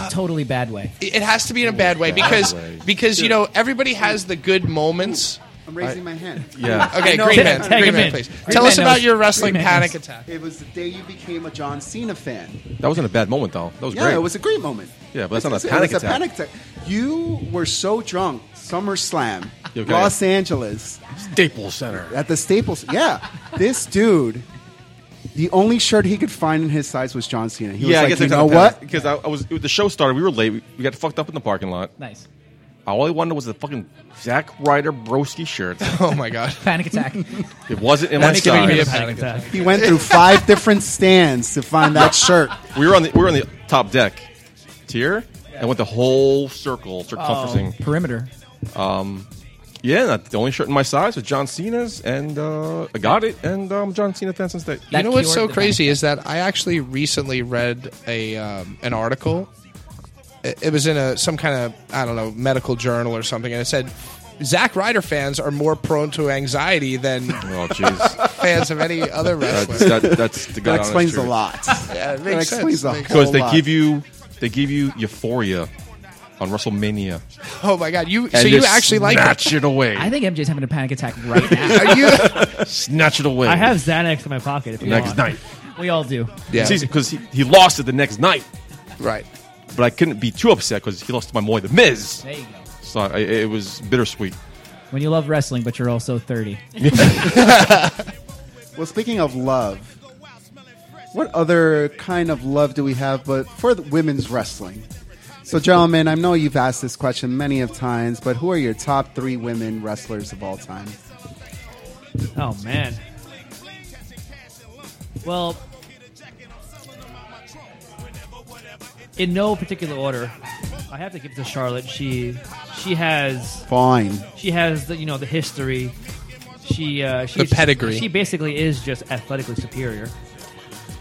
[SPEAKER 5] totally bad way.
[SPEAKER 4] it has to be in a bad way
[SPEAKER 1] Bad
[SPEAKER 4] because
[SPEAKER 1] way.
[SPEAKER 4] because you know everybody has the good moments
[SPEAKER 3] I'm raising my hand.
[SPEAKER 1] Yeah.
[SPEAKER 4] Okay,
[SPEAKER 3] I know-
[SPEAKER 4] Green Man, Tag Green him Man, in. please. Green Tell us Man about knows. your wrestling Green Man panic knows. attack.
[SPEAKER 3] It was the day you became a John Cena fan.
[SPEAKER 1] That wasn't a bad moment, though. That was
[SPEAKER 3] yeah,
[SPEAKER 1] great.
[SPEAKER 3] it was a great moment.
[SPEAKER 1] Yeah, but that's not a
[SPEAKER 3] It
[SPEAKER 1] panic
[SPEAKER 3] was
[SPEAKER 1] attack.
[SPEAKER 3] A panic attack. You were so drunk. SummerSlam,
[SPEAKER 1] You okay?
[SPEAKER 3] Los Angeles,
[SPEAKER 1] Staples Center.
[SPEAKER 3] at the Staples. Yeah, this dude. The only shirt he could find in his size was John Cena. He
[SPEAKER 1] yeah, I guess
[SPEAKER 3] was like, you
[SPEAKER 1] that's not
[SPEAKER 3] know
[SPEAKER 1] a panic-
[SPEAKER 3] what?
[SPEAKER 1] Because I, I was the show started. We were late. We, we got fucked up in the parking lot.
[SPEAKER 5] Nice.
[SPEAKER 1] All I wanted was the fucking Zack Ryder broski shirt.
[SPEAKER 4] Oh my god.
[SPEAKER 5] Panic attack.
[SPEAKER 1] It wasn't in
[SPEAKER 6] That's
[SPEAKER 1] my
[SPEAKER 6] giving me a
[SPEAKER 1] size.
[SPEAKER 6] panic attack.
[SPEAKER 3] He went through five different stands to find that shirt.
[SPEAKER 1] We were on the we were on the top deck tier. and went the whole
[SPEAKER 3] Oh.
[SPEAKER 1] circle, circumferencing.
[SPEAKER 5] Um, Perimeter.
[SPEAKER 1] Yeah, not the only shirt in my size was John Cena's, and uh, I got it. And I'm a John Cena fan since that.
[SPEAKER 5] That
[SPEAKER 4] you know what's so
[SPEAKER 5] keyword that-
[SPEAKER 4] crazy is that I actually recently read a um, an article. It, it was in a some kind of I don't know medical journal or something, and it said Zack Ryder fans are more prone to anxiety than
[SPEAKER 1] Oh jeez,
[SPEAKER 4] fans of any other
[SPEAKER 1] that's
[SPEAKER 4] wrestler.
[SPEAKER 1] that, that's the
[SPEAKER 3] That
[SPEAKER 1] God
[SPEAKER 3] explains
[SPEAKER 1] honest
[SPEAKER 3] a
[SPEAKER 1] truth.
[SPEAKER 3] lot.
[SPEAKER 4] Yeah, it
[SPEAKER 3] that
[SPEAKER 4] makes
[SPEAKER 3] explains
[SPEAKER 4] sense.
[SPEAKER 3] a
[SPEAKER 4] Makes-
[SPEAKER 1] because
[SPEAKER 3] whole
[SPEAKER 1] they
[SPEAKER 3] lot.
[SPEAKER 1] give you they give you euphoria on WrestleMania.
[SPEAKER 4] Oh my god, you so
[SPEAKER 1] And
[SPEAKER 4] you
[SPEAKER 1] just
[SPEAKER 4] actually like
[SPEAKER 1] snatch it away,
[SPEAKER 5] I think MJ's having a panic attack right now.
[SPEAKER 4] Are you?
[SPEAKER 1] snatch it away.
[SPEAKER 6] I have Xanax in my pocket. If you
[SPEAKER 1] next
[SPEAKER 6] want.
[SPEAKER 1] night
[SPEAKER 5] we all do.
[SPEAKER 4] Yeah,
[SPEAKER 1] because he, he lost it the next night,
[SPEAKER 4] right.
[SPEAKER 1] but I couldn't be too upset because he lost to my boy the Miz.
[SPEAKER 5] There you go.
[SPEAKER 1] So I, it was bittersweet.
[SPEAKER 5] When you love wrestling, but you're also 30.
[SPEAKER 3] Well, speaking of love, what other kind of love do we have but for the women's wrestling? So, gentlemen, I know you've asked this question many of times, but who are your top three women wrestlers of all time?
[SPEAKER 6] Oh man. Well, in no particular order, I have to give it to Charlotte. She she has
[SPEAKER 3] Fine.
[SPEAKER 6] she has the you know the history. She uh, she
[SPEAKER 4] pedigree.
[SPEAKER 6] She basically is just athletically superior.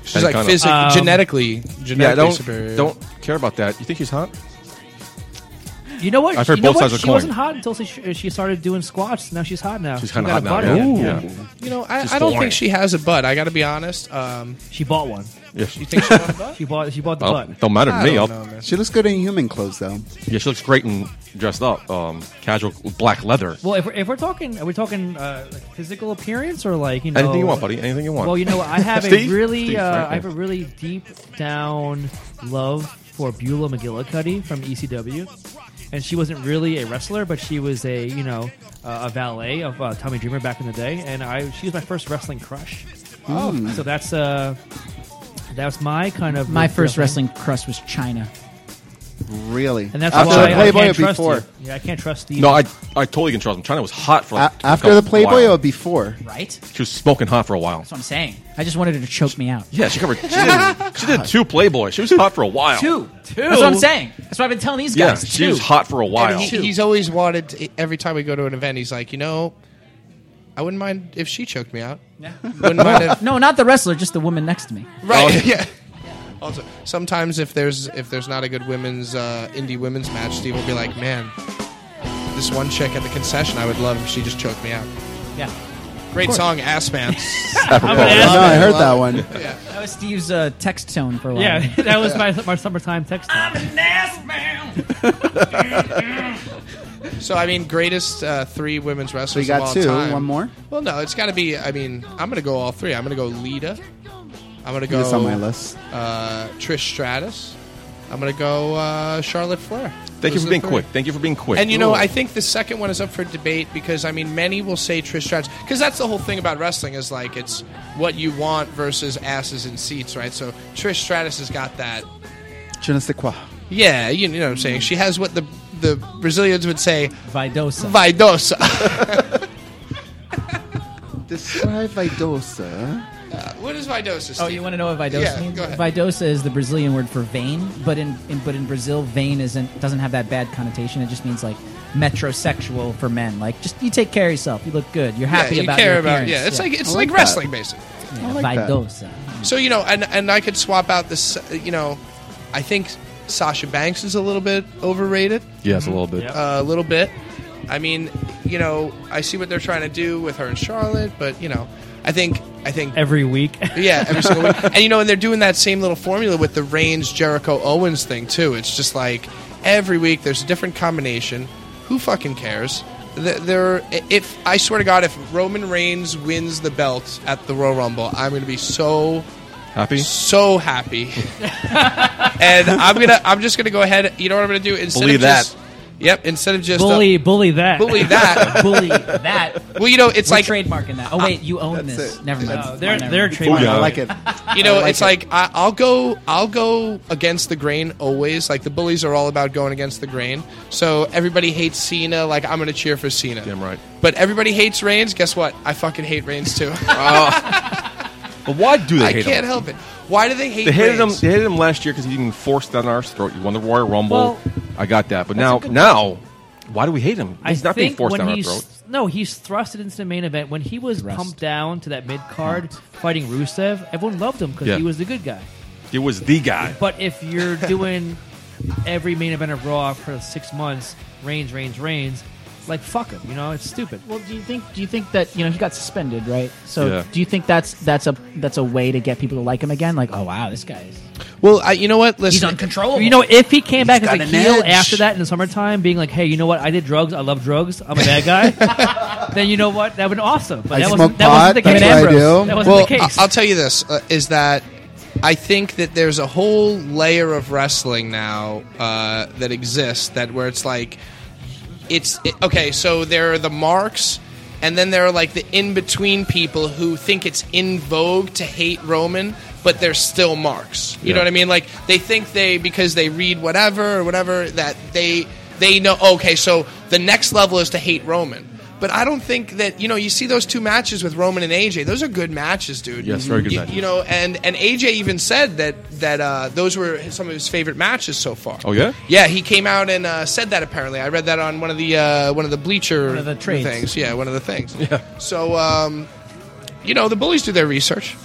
[SPEAKER 4] She's like
[SPEAKER 1] kinda-
[SPEAKER 4] physically,
[SPEAKER 6] Um,
[SPEAKER 4] genetically, genetically
[SPEAKER 1] yeah, don't
[SPEAKER 4] superior.
[SPEAKER 1] don't care about that. You think she's hot?
[SPEAKER 6] You know what?
[SPEAKER 1] I've heard
[SPEAKER 6] you know
[SPEAKER 1] both
[SPEAKER 6] what?
[SPEAKER 1] sides of the
[SPEAKER 6] She
[SPEAKER 1] coin.
[SPEAKER 6] wasn't hot until she, she started doing squats. Now she's hot now.
[SPEAKER 1] She's
[SPEAKER 6] She
[SPEAKER 1] kind of hot
[SPEAKER 6] got a
[SPEAKER 1] now.
[SPEAKER 6] butt
[SPEAKER 1] Yeah.
[SPEAKER 6] again.
[SPEAKER 1] Yeah.
[SPEAKER 4] You know, I,
[SPEAKER 1] Just
[SPEAKER 4] I don't
[SPEAKER 1] boring.
[SPEAKER 4] think she has a butt. I got to be honest. Um,
[SPEAKER 6] She bought one.
[SPEAKER 1] Yeah, she-
[SPEAKER 4] you think she has a butt?
[SPEAKER 6] She bought she bought the
[SPEAKER 1] Well,
[SPEAKER 6] butt.
[SPEAKER 1] don't matter to
[SPEAKER 4] I
[SPEAKER 1] me.
[SPEAKER 4] don't
[SPEAKER 1] I'll,
[SPEAKER 4] know, man.
[SPEAKER 3] She looks good in human clothes, though.
[SPEAKER 1] yeah, she looks great and dressed up, um, casual black leather.
[SPEAKER 6] Well, if we're, if we're talking, are we talking uh, like physical appearance or like you know
[SPEAKER 1] Anything you want, buddy. Anything you want.
[SPEAKER 6] Well, you know, I have a
[SPEAKER 1] Steve?
[SPEAKER 6] really,
[SPEAKER 1] Steve,
[SPEAKER 6] uh,
[SPEAKER 1] right
[SPEAKER 6] I have a really deep down love for Beulah McGillicuddy from ECW, and she wasn't really a wrestler, but she was a you know uh, a valet of uh, Tommy Dreamer back in the day, and I she was my first wrestling crush.
[SPEAKER 3] Mm.
[SPEAKER 6] So that's uh, that's my kind of
[SPEAKER 5] My first wrestling crush was China.
[SPEAKER 3] Really?
[SPEAKER 6] and that's
[SPEAKER 3] after
[SPEAKER 6] why
[SPEAKER 3] the
[SPEAKER 6] I
[SPEAKER 3] Playboy
[SPEAKER 6] can't
[SPEAKER 3] or
[SPEAKER 6] trust
[SPEAKER 3] before?
[SPEAKER 6] you. Yeah, I can't trust the
[SPEAKER 1] no, I I totally can trust him. China was hot for
[SPEAKER 3] A-
[SPEAKER 1] like,
[SPEAKER 3] after
[SPEAKER 1] a
[SPEAKER 3] the Playboy
[SPEAKER 1] while.
[SPEAKER 3] or before?
[SPEAKER 5] Right?
[SPEAKER 1] she was smoking hot for a while.
[SPEAKER 5] That's what I'm saying. I just wanted her to choke me out.
[SPEAKER 1] Yeah, she covered. She did, she did two Playboy. She was hot for a while.
[SPEAKER 5] Two. Two. That's what I'm saying. That's what I've been telling these
[SPEAKER 1] Yeah,
[SPEAKER 5] guys.
[SPEAKER 1] she
[SPEAKER 5] Two.
[SPEAKER 1] was hot for a while.
[SPEAKER 4] And he, he's always wanted. To, every time we go to an event, he's like, you know, I wouldn't mind if she choked me out.
[SPEAKER 5] Yeah.
[SPEAKER 4] Wouldn't mind if,
[SPEAKER 5] No, not the wrestler, just the woman next to me.
[SPEAKER 4] right? yeah. Also, sometimes if there's if there's not a good women's uh, indie women's match, Steve will be like, man, this one chick at the concession, I would love if she just choked me out.
[SPEAKER 5] Yeah.
[SPEAKER 4] Great song, Ass Man.
[SPEAKER 6] I'm gonna
[SPEAKER 3] No,
[SPEAKER 6] ask-
[SPEAKER 3] I heard that one.
[SPEAKER 5] That was Steve's uh, text tone for a while.
[SPEAKER 6] yeah, that was my, my summertime text. line.
[SPEAKER 4] so I mean, greatest uh, three women's wrestlers.
[SPEAKER 3] We got
[SPEAKER 4] of all
[SPEAKER 3] two.
[SPEAKER 4] Time.
[SPEAKER 3] One more?
[SPEAKER 4] Well, no, it's got to be. I mean, I'm gonna go all three. I'm gonna go Lita. I'm gonna go
[SPEAKER 3] It's on my list.
[SPEAKER 4] uh, Trish Stratus. I'm gonna go uh, Charlotte Flair.
[SPEAKER 1] Thank you
[SPEAKER 4] Those
[SPEAKER 1] for
[SPEAKER 4] are
[SPEAKER 1] being
[SPEAKER 4] the
[SPEAKER 1] quick.
[SPEAKER 4] three.
[SPEAKER 1] Thank you for being quick.
[SPEAKER 4] And you know, I think the second one is up for debate because I mean, many will say Trish Stratus because that's the whole thing about wrestling is like it's what you want versus asses in seats, right? So Trish Stratus has got that.
[SPEAKER 3] Je ne sais quoi.
[SPEAKER 4] Yeah, you, you know what I'm saying. She has what the the Brazilians would say,
[SPEAKER 5] Vidosa.
[SPEAKER 4] vaidosa.
[SPEAKER 3] Describe Vidosa.
[SPEAKER 4] what is vaidosa?
[SPEAKER 5] Oh,
[SPEAKER 4] Steve?
[SPEAKER 5] you want to know what Vidosa
[SPEAKER 4] Yeah,
[SPEAKER 5] means?
[SPEAKER 4] go ahead.
[SPEAKER 5] Vidosa is the Brazilian word for vein, but in, in but in Brazil, vein isn't doesn't have that bad connotation. It just means like metrosexual for men. Like just you take care of yourself, you look good, you're happy
[SPEAKER 4] yeah, you
[SPEAKER 5] about
[SPEAKER 4] care
[SPEAKER 5] your
[SPEAKER 4] about
[SPEAKER 5] appearance.
[SPEAKER 4] yeah. It's like it's
[SPEAKER 3] I
[SPEAKER 4] like,
[SPEAKER 3] like that.
[SPEAKER 4] wrestling basically.
[SPEAKER 5] Yeah,
[SPEAKER 3] like that.
[SPEAKER 5] Vidosa.
[SPEAKER 4] So you know, and and I could swap out this. uh, You know, I think Sasha Banks is a little bit overrated. uh,
[SPEAKER 1] yes, a little bit.
[SPEAKER 6] Yeah.
[SPEAKER 4] a little bit. I mean, you know, I see what they're trying to do with her and Charlotte, but you know, I think I think
[SPEAKER 6] Every week,
[SPEAKER 4] yeah, every single week. And you know, and they're doing that same little formula with the Reigns Jericho Owens thing too. It's just like every week there's a different combination. Who fucking cares? th- there, if I swear to God, if Roman Reigns wins the belt at the Royal Rumble, I'm going to be so
[SPEAKER 1] Happy?
[SPEAKER 4] so happy. and I'm gonna, I'm just gonna go ahead. You know what I'm gonna do? Instead
[SPEAKER 1] Bully
[SPEAKER 4] of just, Yep. Instead of just uh,
[SPEAKER 6] bully, bully that.
[SPEAKER 4] bully that.
[SPEAKER 5] Bully that.
[SPEAKER 4] Well, you know, it's
[SPEAKER 5] We're
[SPEAKER 4] like
[SPEAKER 5] trademarking that. Oh wait, you own this. Never mind.
[SPEAKER 6] No, they're they're
[SPEAKER 3] Ooh,
[SPEAKER 6] trademark.
[SPEAKER 3] I like it.
[SPEAKER 4] you know, it's like I, I'll go, I'll go against the grain always. Like the bullies are all about going against the grain. So everybody hates Cena. Like I'm gonna cheer for Cena.
[SPEAKER 1] Damn right.
[SPEAKER 4] But everybody hates Reigns. Guess what? I fucking hate Reigns too.
[SPEAKER 1] But why do they
[SPEAKER 4] I
[SPEAKER 1] hate him?
[SPEAKER 4] can't help it. Why do they hate?
[SPEAKER 1] They hated him.
[SPEAKER 4] Reigns?
[SPEAKER 1] They hated him last year because he didn't force down our throat. He won the Royal Rumble.
[SPEAKER 6] Well,
[SPEAKER 1] I got that. But now, now, why do we hate him? He's
[SPEAKER 6] I
[SPEAKER 1] not being
[SPEAKER 6] think
[SPEAKER 1] forced
[SPEAKER 6] when
[SPEAKER 1] down our
[SPEAKER 6] he's-
[SPEAKER 1] throat.
[SPEAKER 6] No, he's thrusted into the main event. When he was
[SPEAKER 5] Thrust.
[SPEAKER 6] pumped down to that mid card fighting Rusev, everyone loved him because
[SPEAKER 1] Yeah.
[SPEAKER 6] he was the good guy.
[SPEAKER 1] It was the guy.
[SPEAKER 6] But if you're doing every main event of Raw for six months, Reigns, Reigns, Reigns, like fuck him. You know, it's stupid.
[SPEAKER 5] Well, do you think do you think that you know he got suspended, right? So
[SPEAKER 1] Yeah.
[SPEAKER 5] do you think that's that's a that's a way to get people to like him again? Like, oh wow, this guy is
[SPEAKER 4] Well, I, you know what? Listen,
[SPEAKER 5] uncontrollable.
[SPEAKER 6] You know, if he came back as
[SPEAKER 4] got
[SPEAKER 6] a
[SPEAKER 4] an
[SPEAKER 6] heel
[SPEAKER 4] edge.
[SPEAKER 6] after that in the summertime, being like, "Hey, you know what? I did drugs. I love drugs. I'm a bad guy." then you know what? That would been awesome. But
[SPEAKER 3] I
[SPEAKER 6] that
[SPEAKER 3] smoke
[SPEAKER 6] wasn't, that wasn't the
[SPEAKER 3] pot,
[SPEAKER 6] case.
[SPEAKER 3] that's what I do.
[SPEAKER 6] That wasn't
[SPEAKER 4] well,
[SPEAKER 6] the case.
[SPEAKER 4] I- I'll tell you this: uh, is that I think that there's a whole layer of wrestling now uh, that exists that where it's like it's it, okay. So there are the marks, and then there are like the in between people who think it's in vogue to hate Roman, but they're still marks. You know
[SPEAKER 1] Yeah.
[SPEAKER 4] what I mean? Like they think they because they read whatever or whatever that they they know. Okay, so the next level is to hate Roman. But I don't think that you know. You see those two matches with Roman and AJ; those are good matches, dude.
[SPEAKER 1] Yes, very good
[SPEAKER 4] You-
[SPEAKER 1] matches.
[SPEAKER 4] You know, and and AJ even said that that uh, those were some of his favorite matches so far.
[SPEAKER 1] Oh, yeah?
[SPEAKER 4] Yeah, he came out and uh, said that. Apparently, I read that on one of the uh, one of the bleacher
[SPEAKER 5] One of the trades.
[SPEAKER 4] things. Yeah, one of the things. Yeah. So, um, you know, the bullies do their research.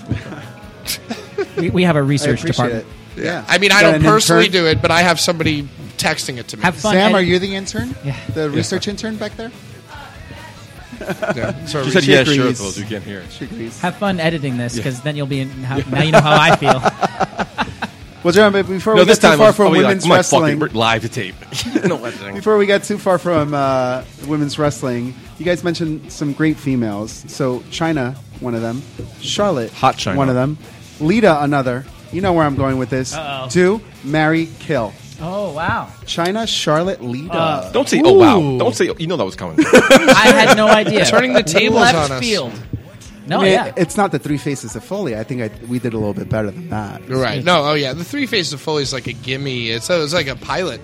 [SPEAKER 5] we, we have a
[SPEAKER 3] I
[SPEAKER 5] research
[SPEAKER 3] appreciate
[SPEAKER 5] department.
[SPEAKER 3] it. Yeah.
[SPEAKER 4] I mean,
[SPEAKER 3] You
[SPEAKER 4] I
[SPEAKER 3] got
[SPEAKER 4] don't
[SPEAKER 3] an
[SPEAKER 4] personally
[SPEAKER 3] intern?
[SPEAKER 4] do it, but I have somebody texting it to me.
[SPEAKER 5] Have fun.
[SPEAKER 3] Sam,
[SPEAKER 5] Ed-
[SPEAKER 3] are you the intern?
[SPEAKER 5] Yeah.
[SPEAKER 3] The research intern back there?
[SPEAKER 4] Yeah, so
[SPEAKER 1] She said yes, sure,
[SPEAKER 3] agrees.
[SPEAKER 1] for those who can't hear.
[SPEAKER 3] She agrees.
[SPEAKER 5] have fun editing this because then you'll be in. How, Now you know how I feel.
[SPEAKER 3] Well, Jeremy, before
[SPEAKER 1] No,
[SPEAKER 3] we
[SPEAKER 1] this
[SPEAKER 3] get too
[SPEAKER 1] time
[SPEAKER 3] far
[SPEAKER 1] I'm,
[SPEAKER 3] from
[SPEAKER 1] I'll be like,
[SPEAKER 3] women's
[SPEAKER 1] come on, fuck it,
[SPEAKER 3] wrestling,
[SPEAKER 1] we're live to tape. no editing.
[SPEAKER 3] before we got too far from uh, women's wrestling, you guys mentioned some great females. So China, one of them. Charlotte,
[SPEAKER 1] Hot China.
[SPEAKER 3] one of them. Lita, another. You know where I'm going with this.
[SPEAKER 6] Uh-oh.
[SPEAKER 3] Do marry kill.
[SPEAKER 5] Oh wow!
[SPEAKER 3] China, Charlotte, Lita.
[SPEAKER 6] Uh,
[SPEAKER 1] Don't say, oh, wow. Don't say, you know that was coming.
[SPEAKER 5] I had no idea.
[SPEAKER 4] Turning the tables
[SPEAKER 5] Left
[SPEAKER 4] on us.
[SPEAKER 5] field. No,
[SPEAKER 6] oh,
[SPEAKER 3] I mean,
[SPEAKER 5] yeah.
[SPEAKER 3] It's not the three faces of Foley. I think I, we did a little bit better than that.
[SPEAKER 4] You're right. No. Oh yeah. The three faces of Foley is like a gimme. It's it's like a pilot.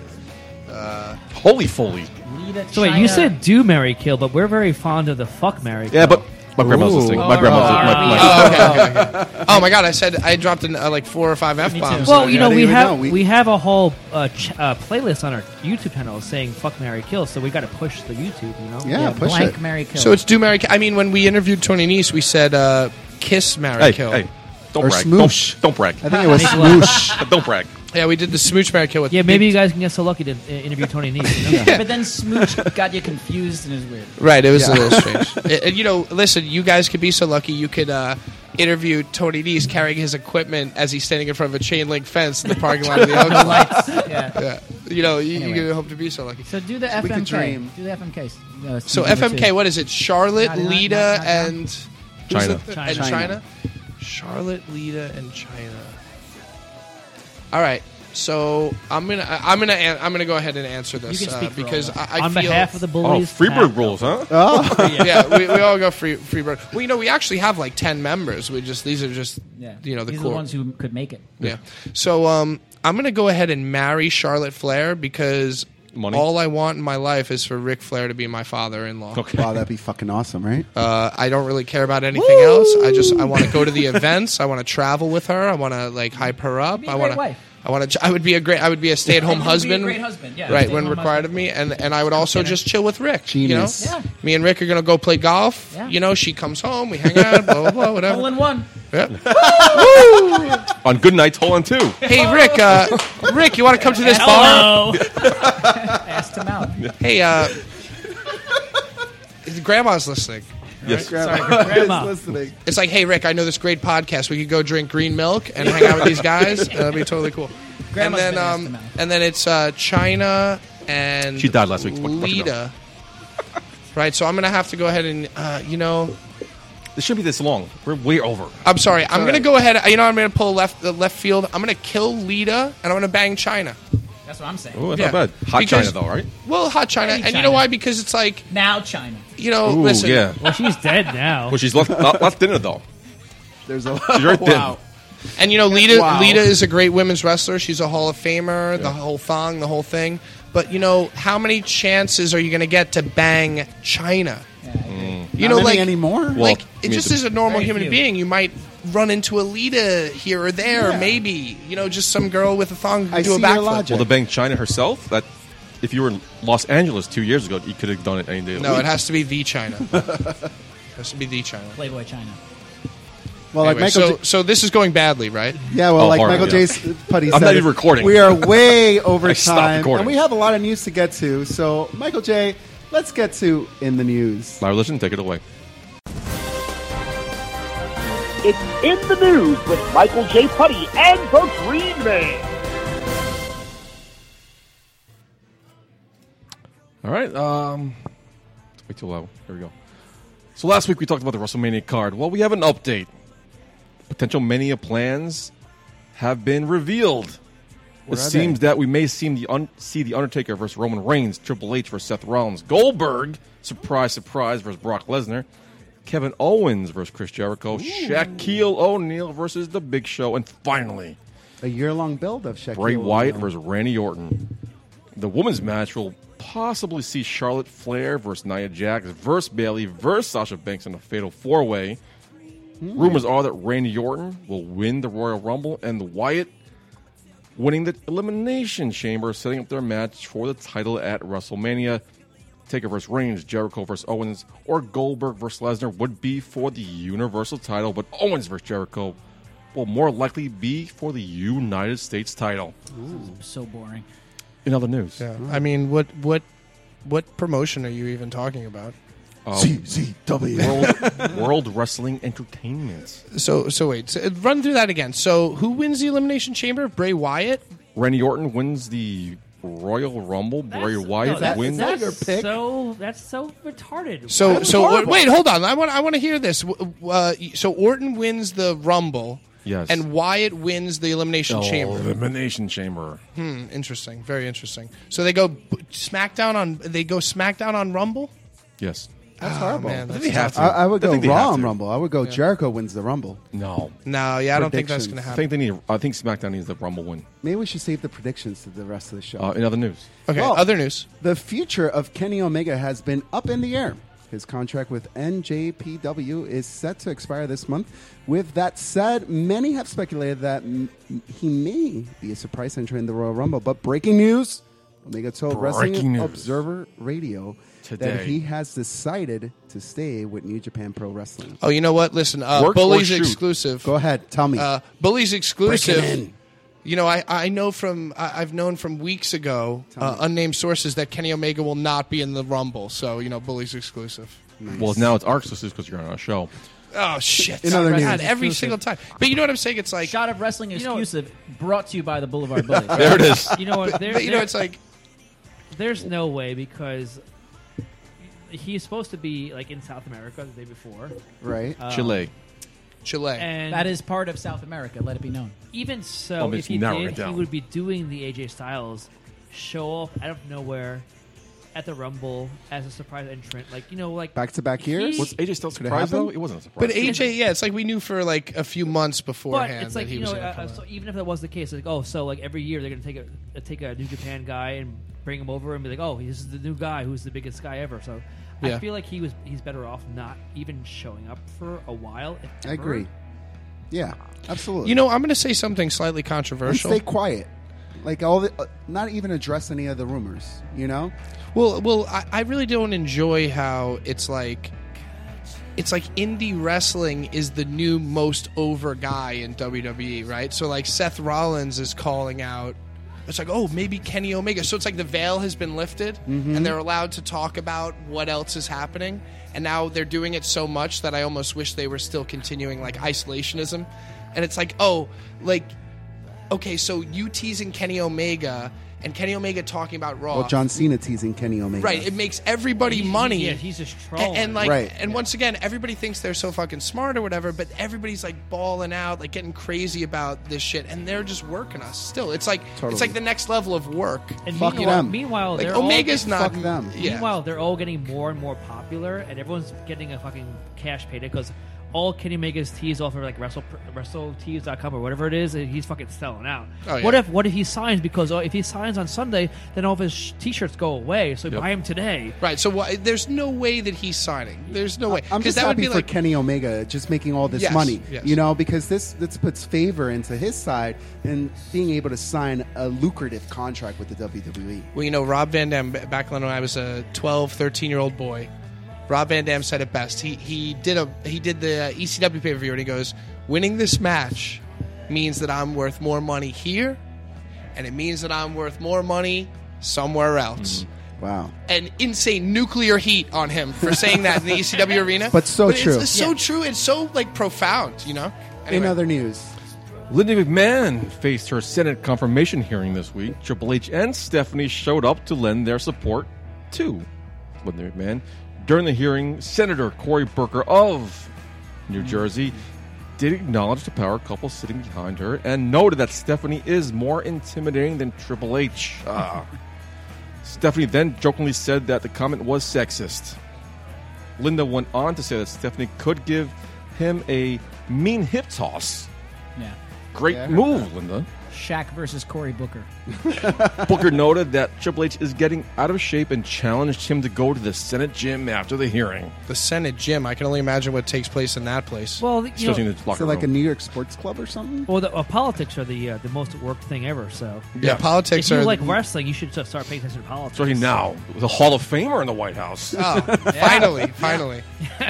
[SPEAKER 1] Holy foley.
[SPEAKER 5] Lita,
[SPEAKER 6] so wait,
[SPEAKER 5] China-
[SPEAKER 6] you said do marry kill, but we're very fond of the fuck marry.
[SPEAKER 1] Yeah,
[SPEAKER 6] kill. Um,
[SPEAKER 1] but my grandma's
[SPEAKER 3] Ooh.
[SPEAKER 1] listening.
[SPEAKER 5] Oh,
[SPEAKER 1] My grandma's listening. My,
[SPEAKER 5] RRB.
[SPEAKER 1] my,
[SPEAKER 4] Oh, okay, okay, okay. oh my god! I said I dropped in uh, like four or five f bombs.
[SPEAKER 6] Well, you know,
[SPEAKER 3] didn't
[SPEAKER 6] we
[SPEAKER 3] even
[SPEAKER 6] have
[SPEAKER 3] know. We-
[SPEAKER 6] we, have a whole uh, ch- uh, playlist on our YouTube channel saying "fuck, marry, kill," so we got to push the YouTube. You know,
[SPEAKER 3] Yeah, push
[SPEAKER 5] blank
[SPEAKER 3] it.
[SPEAKER 5] Mary Kill.
[SPEAKER 4] So it's do marry. Ki- I mean, when we interviewed Tony Nese, we said uh, kiss, marry,
[SPEAKER 1] hey,
[SPEAKER 4] kill.
[SPEAKER 1] hey. Don't
[SPEAKER 3] Or
[SPEAKER 1] brag.
[SPEAKER 3] smoosh.
[SPEAKER 1] Don't, don't brag.
[SPEAKER 3] I think it was Smoosh.
[SPEAKER 1] Don't brag.
[SPEAKER 4] Yeah, we did the smooch, marry, kill with.
[SPEAKER 6] yeah. Maybe you guys can get so lucky to uh, interview Tony Nese. You know?
[SPEAKER 5] Yeah, but then Smooch got you confused and is weird.
[SPEAKER 4] Right, it was a little strange. It- it- you know, listen, you guys could be so lucky you could uh, interview Tony Nese carrying his equipment as he's standing in front of a chain link fence in the parking lot of the Oakland.
[SPEAKER 5] Lights. Yeah.
[SPEAKER 4] Yeah. You know, you, you
[SPEAKER 5] Anyway.
[SPEAKER 4] could hope to be so lucky.
[SPEAKER 5] So do the
[SPEAKER 3] We
[SPEAKER 5] FMK.
[SPEAKER 3] can dream.
[SPEAKER 5] Do the FMK. Uh,
[SPEAKER 4] So
[SPEAKER 5] number two.
[SPEAKER 4] FMK, what is it? Charlotte,
[SPEAKER 5] Not- not-
[SPEAKER 4] Lita,
[SPEAKER 5] not- not-
[SPEAKER 4] and who's
[SPEAKER 1] China.
[SPEAKER 4] the-
[SPEAKER 6] China.
[SPEAKER 4] and China.
[SPEAKER 3] China.
[SPEAKER 4] Charlotte, Lita, and China. All right. So I'm gonna I- I'm gonna an- I'm gonna go ahead and answer this
[SPEAKER 5] You can speak
[SPEAKER 4] uh,
[SPEAKER 5] for all
[SPEAKER 4] because
[SPEAKER 5] of
[SPEAKER 4] I,
[SPEAKER 5] us.
[SPEAKER 4] I
[SPEAKER 6] on
[SPEAKER 4] feel
[SPEAKER 6] behalf of the
[SPEAKER 1] Oh,
[SPEAKER 6] bullies,
[SPEAKER 1] Freebird
[SPEAKER 6] nah.
[SPEAKER 1] rules, huh?
[SPEAKER 4] yeah, we, we all go free free bird. Well, you know, we actually have like ten members. We just these are just
[SPEAKER 5] Yeah.
[SPEAKER 4] you know the
[SPEAKER 5] These are
[SPEAKER 4] core.
[SPEAKER 5] the ones who could make it.
[SPEAKER 4] Yeah. So um, I'm gonna go ahead and marry Charlotte Flair because
[SPEAKER 1] Money?
[SPEAKER 4] all I want in my life is for Ric Flair to be my father-in-law.
[SPEAKER 3] Wow, that'd be fucking awesome, right?
[SPEAKER 4] Uh, I don't really care about anything else. I just I want to go to the events. I want to travel with her. I want to like hype her up.
[SPEAKER 5] be a
[SPEAKER 4] I
[SPEAKER 5] great
[SPEAKER 4] want
[SPEAKER 5] wife.
[SPEAKER 4] to. I want to. I would be a great. I would be a stay-at-home
[SPEAKER 5] And you'd be a
[SPEAKER 4] husband.
[SPEAKER 5] great husband, yeah,
[SPEAKER 4] Right when
[SPEAKER 5] stay-at-home
[SPEAKER 4] required
[SPEAKER 5] husband.
[SPEAKER 4] of me, and and I would also just chill with Rick.
[SPEAKER 3] Genius.
[SPEAKER 4] You know,
[SPEAKER 5] Yeah.
[SPEAKER 4] me and Rick are gonna go play golf.
[SPEAKER 5] Yeah.
[SPEAKER 4] You know, she comes home, we hang out, blah blah blah, whatever.
[SPEAKER 5] All in one.
[SPEAKER 1] On good nights, hole on two.
[SPEAKER 4] Hey Rick, uh, Rick, you want to come to this bar?
[SPEAKER 6] Hello.
[SPEAKER 5] Asked him out.
[SPEAKER 4] Hey, uh, grandma's listening.
[SPEAKER 1] Yes.
[SPEAKER 3] Grandma
[SPEAKER 6] Grandma.
[SPEAKER 3] is listening.
[SPEAKER 4] It's like, hey Rick, I know this great podcast. We could go drink green milk and hang out with these guys. That'd be totally cool.
[SPEAKER 5] Grandma's
[SPEAKER 4] and then,
[SPEAKER 5] been asked them
[SPEAKER 4] um,
[SPEAKER 5] out.
[SPEAKER 4] and then it's uh, China and
[SPEAKER 1] She died last week. Fuck- fucking
[SPEAKER 4] Lita. right? So I'm gonna have to go ahead and uh, you know.
[SPEAKER 1] This shouldn't be this long. We're way over.
[SPEAKER 4] I'm sorry. I'm
[SPEAKER 1] all
[SPEAKER 4] gonna
[SPEAKER 1] right.
[SPEAKER 4] go ahead. You know, I'm gonna pull left uh, left field. I'm gonna kill Lita, and I'm gonna bang China.
[SPEAKER 5] That's what I'm saying.
[SPEAKER 1] Oh, that's
[SPEAKER 4] Yeah.
[SPEAKER 1] not bad. Hot
[SPEAKER 4] Because-
[SPEAKER 1] China, though, right?
[SPEAKER 4] Well, hot China,
[SPEAKER 5] Hey,
[SPEAKER 4] and you
[SPEAKER 5] China.
[SPEAKER 4] know why? Because it's like
[SPEAKER 5] Now China.
[SPEAKER 4] you know.
[SPEAKER 1] Ooh,
[SPEAKER 4] listen,
[SPEAKER 1] yeah.
[SPEAKER 6] Well, she's dead now.
[SPEAKER 1] Well, she's left, not left dinner, though.
[SPEAKER 3] There's a
[SPEAKER 1] She's right
[SPEAKER 3] wow.
[SPEAKER 4] And you know, Lita
[SPEAKER 3] Wow.
[SPEAKER 4] Lita is a great women's wrestler. She's a Hall of Famer, the whole thong, the whole thing. But you know, how many chances are you going to get to bang China? You know,
[SPEAKER 3] Mm. Not many
[SPEAKER 4] like
[SPEAKER 3] anymore.
[SPEAKER 1] Well,
[SPEAKER 4] like
[SPEAKER 1] I
[SPEAKER 4] it
[SPEAKER 1] mean,
[SPEAKER 4] just
[SPEAKER 1] the-
[SPEAKER 4] is a normal
[SPEAKER 5] Very
[SPEAKER 4] human
[SPEAKER 5] few.
[SPEAKER 4] being. You might run into a Lita here or there, maybe. You know, just some girl with a thong
[SPEAKER 3] I
[SPEAKER 4] do
[SPEAKER 3] see
[SPEAKER 4] a
[SPEAKER 3] your
[SPEAKER 4] backflip.
[SPEAKER 3] logic.
[SPEAKER 1] Well, the Bang China herself, that if you were in Los Angeles two years ago, you could have done it any day. of the
[SPEAKER 4] No,
[SPEAKER 1] week.
[SPEAKER 4] it has to be the China. it has to be the China.
[SPEAKER 5] Playboy China.
[SPEAKER 3] well, like
[SPEAKER 4] Anyway,
[SPEAKER 3] Michael.
[SPEAKER 4] so,
[SPEAKER 3] J-
[SPEAKER 4] so this is going badly, right?
[SPEAKER 3] yeah, well,
[SPEAKER 1] Oh,
[SPEAKER 3] like
[SPEAKER 1] horrible,
[SPEAKER 3] Michael
[SPEAKER 1] yeah.
[SPEAKER 3] J's putty.
[SPEAKER 1] I'm
[SPEAKER 3] said
[SPEAKER 1] not
[SPEAKER 3] it,
[SPEAKER 1] even recording.
[SPEAKER 3] We are way over
[SPEAKER 1] I stopped
[SPEAKER 3] time,
[SPEAKER 1] recording.
[SPEAKER 3] and we have a lot of news to get to. So, Michael J, let's get to in the news.
[SPEAKER 1] Larry, listen, take it away.
[SPEAKER 2] It's in the news with Michael J. Putty and the Green Man.
[SPEAKER 1] All right. Um, it's way too loud. Here we go. So last week we talked about the WrestleMania card. Well, we have an update. Potential Mania plans have been revealed. it
[SPEAKER 3] are
[SPEAKER 1] seems that we may seem the un- see the Undertaker versus Roman Reigns, Triple H versus Seth Rollins, Goldberg, surprise, surprise, versus Brock Lesnar, Kevin Owens versus Chris Jericho, Shaquille O'Neal versus The Big Show, and finally
[SPEAKER 3] A year-long build of Shaquille
[SPEAKER 1] Bray
[SPEAKER 3] O'Neal.
[SPEAKER 1] Wyatt versus Randy Orton. The women's match will possibly see Charlotte Flair versus Nia Jax versus Bailey versus Sasha Banks in a fatal four way. Rumors are that Randy Orton will win the Royal Rumble and the Wyatt winning the Elimination Chamber, setting up their match for the title at WrestleMania. Taker versus Reigns, Jericho versus Owens, or Goldberg versus Lesnar would be for the Universal title, but Owens versus Jericho will more likely be for the United States title.
[SPEAKER 5] So boring.
[SPEAKER 1] In other news,
[SPEAKER 4] Yeah. I mean, what what what promotion are you even talking about?
[SPEAKER 1] World, World Wrestling Entertainment.
[SPEAKER 4] So so wait, so, uh, run through that again. So who wins the elimination chamber? Bray Wyatt.
[SPEAKER 1] Randy Orton wins the Royal Rumble. Bray Wyatt
[SPEAKER 6] that's,
[SPEAKER 1] wins.
[SPEAKER 6] that's
[SPEAKER 3] Your pick.
[SPEAKER 6] so that's so retarded.
[SPEAKER 4] So
[SPEAKER 3] That's
[SPEAKER 4] so
[SPEAKER 3] horrible.
[SPEAKER 4] wait, hold on. I want I want to hear this. W- w- Uh, so Orton wins the Rumble.
[SPEAKER 1] Yes. Oh.
[SPEAKER 4] And Wyatt wins the elimination chamber.
[SPEAKER 1] Elimination Chamber.
[SPEAKER 4] Hmm, interesting. Very interesting. So they go b- SmackDown on they go SmackDown on Rumble.
[SPEAKER 1] Yes.
[SPEAKER 3] That's horrible.
[SPEAKER 4] Ah, Man, that's
[SPEAKER 1] They have to.
[SPEAKER 3] I, I would
[SPEAKER 1] I
[SPEAKER 3] go
[SPEAKER 1] think they
[SPEAKER 3] Raw
[SPEAKER 1] have
[SPEAKER 3] on
[SPEAKER 1] to.
[SPEAKER 3] Rumble. I would go Jericho wins the Rumble.
[SPEAKER 1] No.
[SPEAKER 4] no, yeah, I don't think that's going to
[SPEAKER 1] I
[SPEAKER 4] happen.
[SPEAKER 1] think they need. I think SmackDown needs the Rumble win.
[SPEAKER 3] Maybe we should save the predictions to the rest of the show.
[SPEAKER 1] Uh, in other news,
[SPEAKER 4] okay,
[SPEAKER 3] Well-
[SPEAKER 4] other news.
[SPEAKER 3] The future of Kenny Omega has been up in the air. His contract with NJPW is set to expire this month. With that said, many have speculated that m- he may be a surprise entrant in the Royal Rumble. But breaking news Omega told
[SPEAKER 1] Breaking
[SPEAKER 3] Wrestling
[SPEAKER 1] news.
[SPEAKER 3] Observer Radio that
[SPEAKER 1] Today.
[SPEAKER 3] he has decided to stay with New Japan Pro Wrestling.
[SPEAKER 4] Oh, you know what? Listen, uh,
[SPEAKER 1] Work or
[SPEAKER 4] Bully's
[SPEAKER 1] shoot?
[SPEAKER 4] exclusive.
[SPEAKER 3] Go ahead, tell me.
[SPEAKER 4] Uh, Bully's exclusive.
[SPEAKER 3] Break it in.
[SPEAKER 4] You know, I, I know from I, I've known from weeks ago, uh, unnamed sources that Kenny Omega will not be in the Rumble. So you know, Bully's exclusive.
[SPEAKER 1] well, now it's our exclusive because you're on our show.
[SPEAKER 4] Oh shit!
[SPEAKER 3] In other
[SPEAKER 4] God,
[SPEAKER 3] news.
[SPEAKER 4] every single time. But you know what I'm saying? It's like
[SPEAKER 5] Shot of Wrestling
[SPEAKER 6] know-
[SPEAKER 5] exclusive brought to you by the Boulevard Bullies.
[SPEAKER 1] There it is.
[SPEAKER 6] You know what? There,
[SPEAKER 4] but, you know,
[SPEAKER 6] there-
[SPEAKER 4] it's like
[SPEAKER 6] there's no way because he's supposed to be like in South America the day before,
[SPEAKER 3] right?
[SPEAKER 1] Chile.
[SPEAKER 4] Chile.
[SPEAKER 6] and
[SPEAKER 5] That is part of South America. Let it be known.
[SPEAKER 6] even so,
[SPEAKER 1] Oh, but
[SPEAKER 6] if
[SPEAKER 1] it's
[SPEAKER 6] he
[SPEAKER 1] narrowing it
[SPEAKER 6] did, he
[SPEAKER 1] down.
[SPEAKER 6] would be doing the AJ Styles show up out of nowhere at the Rumble as a surprise entrant, like you know, like
[SPEAKER 3] Back to back years?
[SPEAKER 1] Was AJ still
[SPEAKER 3] it
[SPEAKER 1] surprised
[SPEAKER 3] happen?
[SPEAKER 1] though? It wasn't a surprise.
[SPEAKER 4] but AJ, yeah, it's like we knew for like a few months
[SPEAKER 6] But
[SPEAKER 4] beforehand
[SPEAKER 6] it's like
[SPEAKER 4] that he
[SPEAKER 6] you know,
[SPEAKER 4] was
[SPEAKER 6] uh,
[SPEAKER 4] going to come
[SPEAKER 6] uh,
[SPEAKER 4] out.
[SPEAKER 6] so even if that was the case, like oh, so like every year they're gonna take a uh, take a New Japan guy and bring him over and be like, oh, this is the new guy who's the biggest guy ever. So
[SPEAKER 4] Yeah.
[SPEAKER 6] I feel like he was he's better off not even showing up for a while. If
[SPEAKER 3] I
[SPEAKER 6] ever.
[SPEAKER 3] agree. Yeah, absolutely.
[SPEAKER 4] You know, I'm going to say something slightly
[SPEAKER 3] and
[SPEAKER 4] controversial.
[SPEAKER 3] stay quiet. Like all the, uh, not even address any of the rumors. You know,
[SPEAKER 4] Well, well, I, I really don't enjoy how it's like. It's like indie wrestling is the new most over guy in WWE, right? So like Seth Rollins is calling out. It's like, oh, maybe Kenny Omega. So it's like the veil has been lifted,
[SPEAKER 3] Mm-hmm.
[SPEAKER 4] and they're allowed to talk about what else is happening. And now they're doing it so much that I almost wish they were still continuing like isolationism. And it's like, oh, like okay, so you teasing Kenny Omega and Kenny Omega talking about Raw.
[SPEAKER 3] Well, John Cena teasing Kenny Omega.
[SPEAKER 4] Right, it makes everybody
[SPEAKER 6] He's-
[SPEAKER 4] money.
[SPEAKER 6] yeah, he's just
[SPEAKER 4] A-
[SPEAKER 6] trolling.
[SPEAKER 4] And, like,
[SPEAKER 3] Right.
[SPEAKER 4] and once again, everybody thinks they're so fucking smart or whatever, but everybody's like balling out, like getting crazy about this shit, and they're just working us still. It's like
[SPEAKER 3] Totally.
[SPEAKER 4] it's like the next level of work.
[SPEAKER 6] And
[SPEAKER 3] Fuck
[SPEAKER 6] meanwhile,
[SPEAKER 3] them.
[SPEAKER 6] meanwhile,
[SPEAKER 4] like
[SPEAKER 6] they're
[SPEAKER 4] Omega's not.
[SPEAKER 3] fuck them.
[SPEAKER 6] all,
[SPEAKER 4] Yeah.
[SPEAKER 6] meanwhile they're all getting more and more popular, and everyone's getting a fucking cash payday because all Kenny Omega's tees off of like Wrestle WrestleTees.com or whatever it is, and he's fucking selling out.
[SPEAKER 4] Oh, yeah.
[SPEAKER 6] What if what if he signs? Because uh, if he signs on Sunday, then all of his sh- t-shirts go away. So buy him today.
[SPEAKER 4] Right, so why, there's no way that he's signing. There's no way
[SPEAKER 3] I'm just
[SPEAKER 4] because that would
[SPEAKER 3] happy
[SPEAKER 4] be
[SPEAKER 3] for
[SPEAKER 4] like
[SPEAKER 3] Kenny Omega just making all this
[SPEAKER 4] Yes,
[SPEAKER 3] money,
[SPEAKER 4] yes.
[SPEAKER 3] you know, because this this puts favor into his side and being able to sign a lucrative contract with the E. WWE.
[SPEAKER 4] Well, you know, Rob Van Dam, b- back when I was a 12, 13 year old boy, Rob Van Dam said it best. He, he, did, a, he did the uh, ECW pay per view and he goes, Winning this match means that I'm worth more money here, and it means that I'm worth more money somewhere else.
[SPEAKER 6] Mm-hmm.
[SPEAKER 3] Wow,
[SPEAKER 4] An insane nuclear heat on him for saying that in the ECW arena.
[SPEAKER 3] But so true.
[SPEAKER 4] It's, it's so true. It's so like profound, you know?
[SPEAKER 3] In
[SPEAKER 4] Anyway.
[SPEAKER 3] other news,
[SPEAKER 1] Linda McMahon faced her Senate confirmation hearing this week. Triple H and Stephanie showed up to lend their support to Linda McMahon. During the hearing, Senator Cory Booker of New Jersey did acknowledge the power couple sitting behind her and noted that Stephanie is more intimidating than Triple H. Ah. Stephanie then jokingly said that the comment was sexist. Linda went on to say that Stephanie could give him a mean hip toss.
[SPEAKER 5] Yeah.
[SPEAKER 1] Great
[SPEAKER 3] Yeah, I heard
[SPEAKER 1] move, Linda.
[SPEAKER 5] Shaq versus Cory Booker.
[SPEAKER 1] Booker noted that Triple H is getting out of shape and challenged him to go to the Senate gym after the hearing.
[SPEAKER 4] the Senate gym, I can only imagine what takes place in that place.
[SPEAKER 6] Well, you
[SPEAKER 1] Still
[SPEAKER 6] know,
[SPEAKER 1] seeing the locker
[SPEAKER 3] so like a
[SPEAKER 1] room.
[SPEAKER 3] New York sports club or something.
[SPEAKER 6] well, the, uh, politics are the uh, the most worked thing ever. So
[SPEAKER 4] yeah, politics
[SPEAKER 6] if you
[SPEAKER 4] are
[SPEAKER 6] like wrestling, you should just start paying attention to politics.
[SPEAKER 1] Especially now, the Hall of Famer in the White House.
[SPEAKER 4] Oh, finally, finally.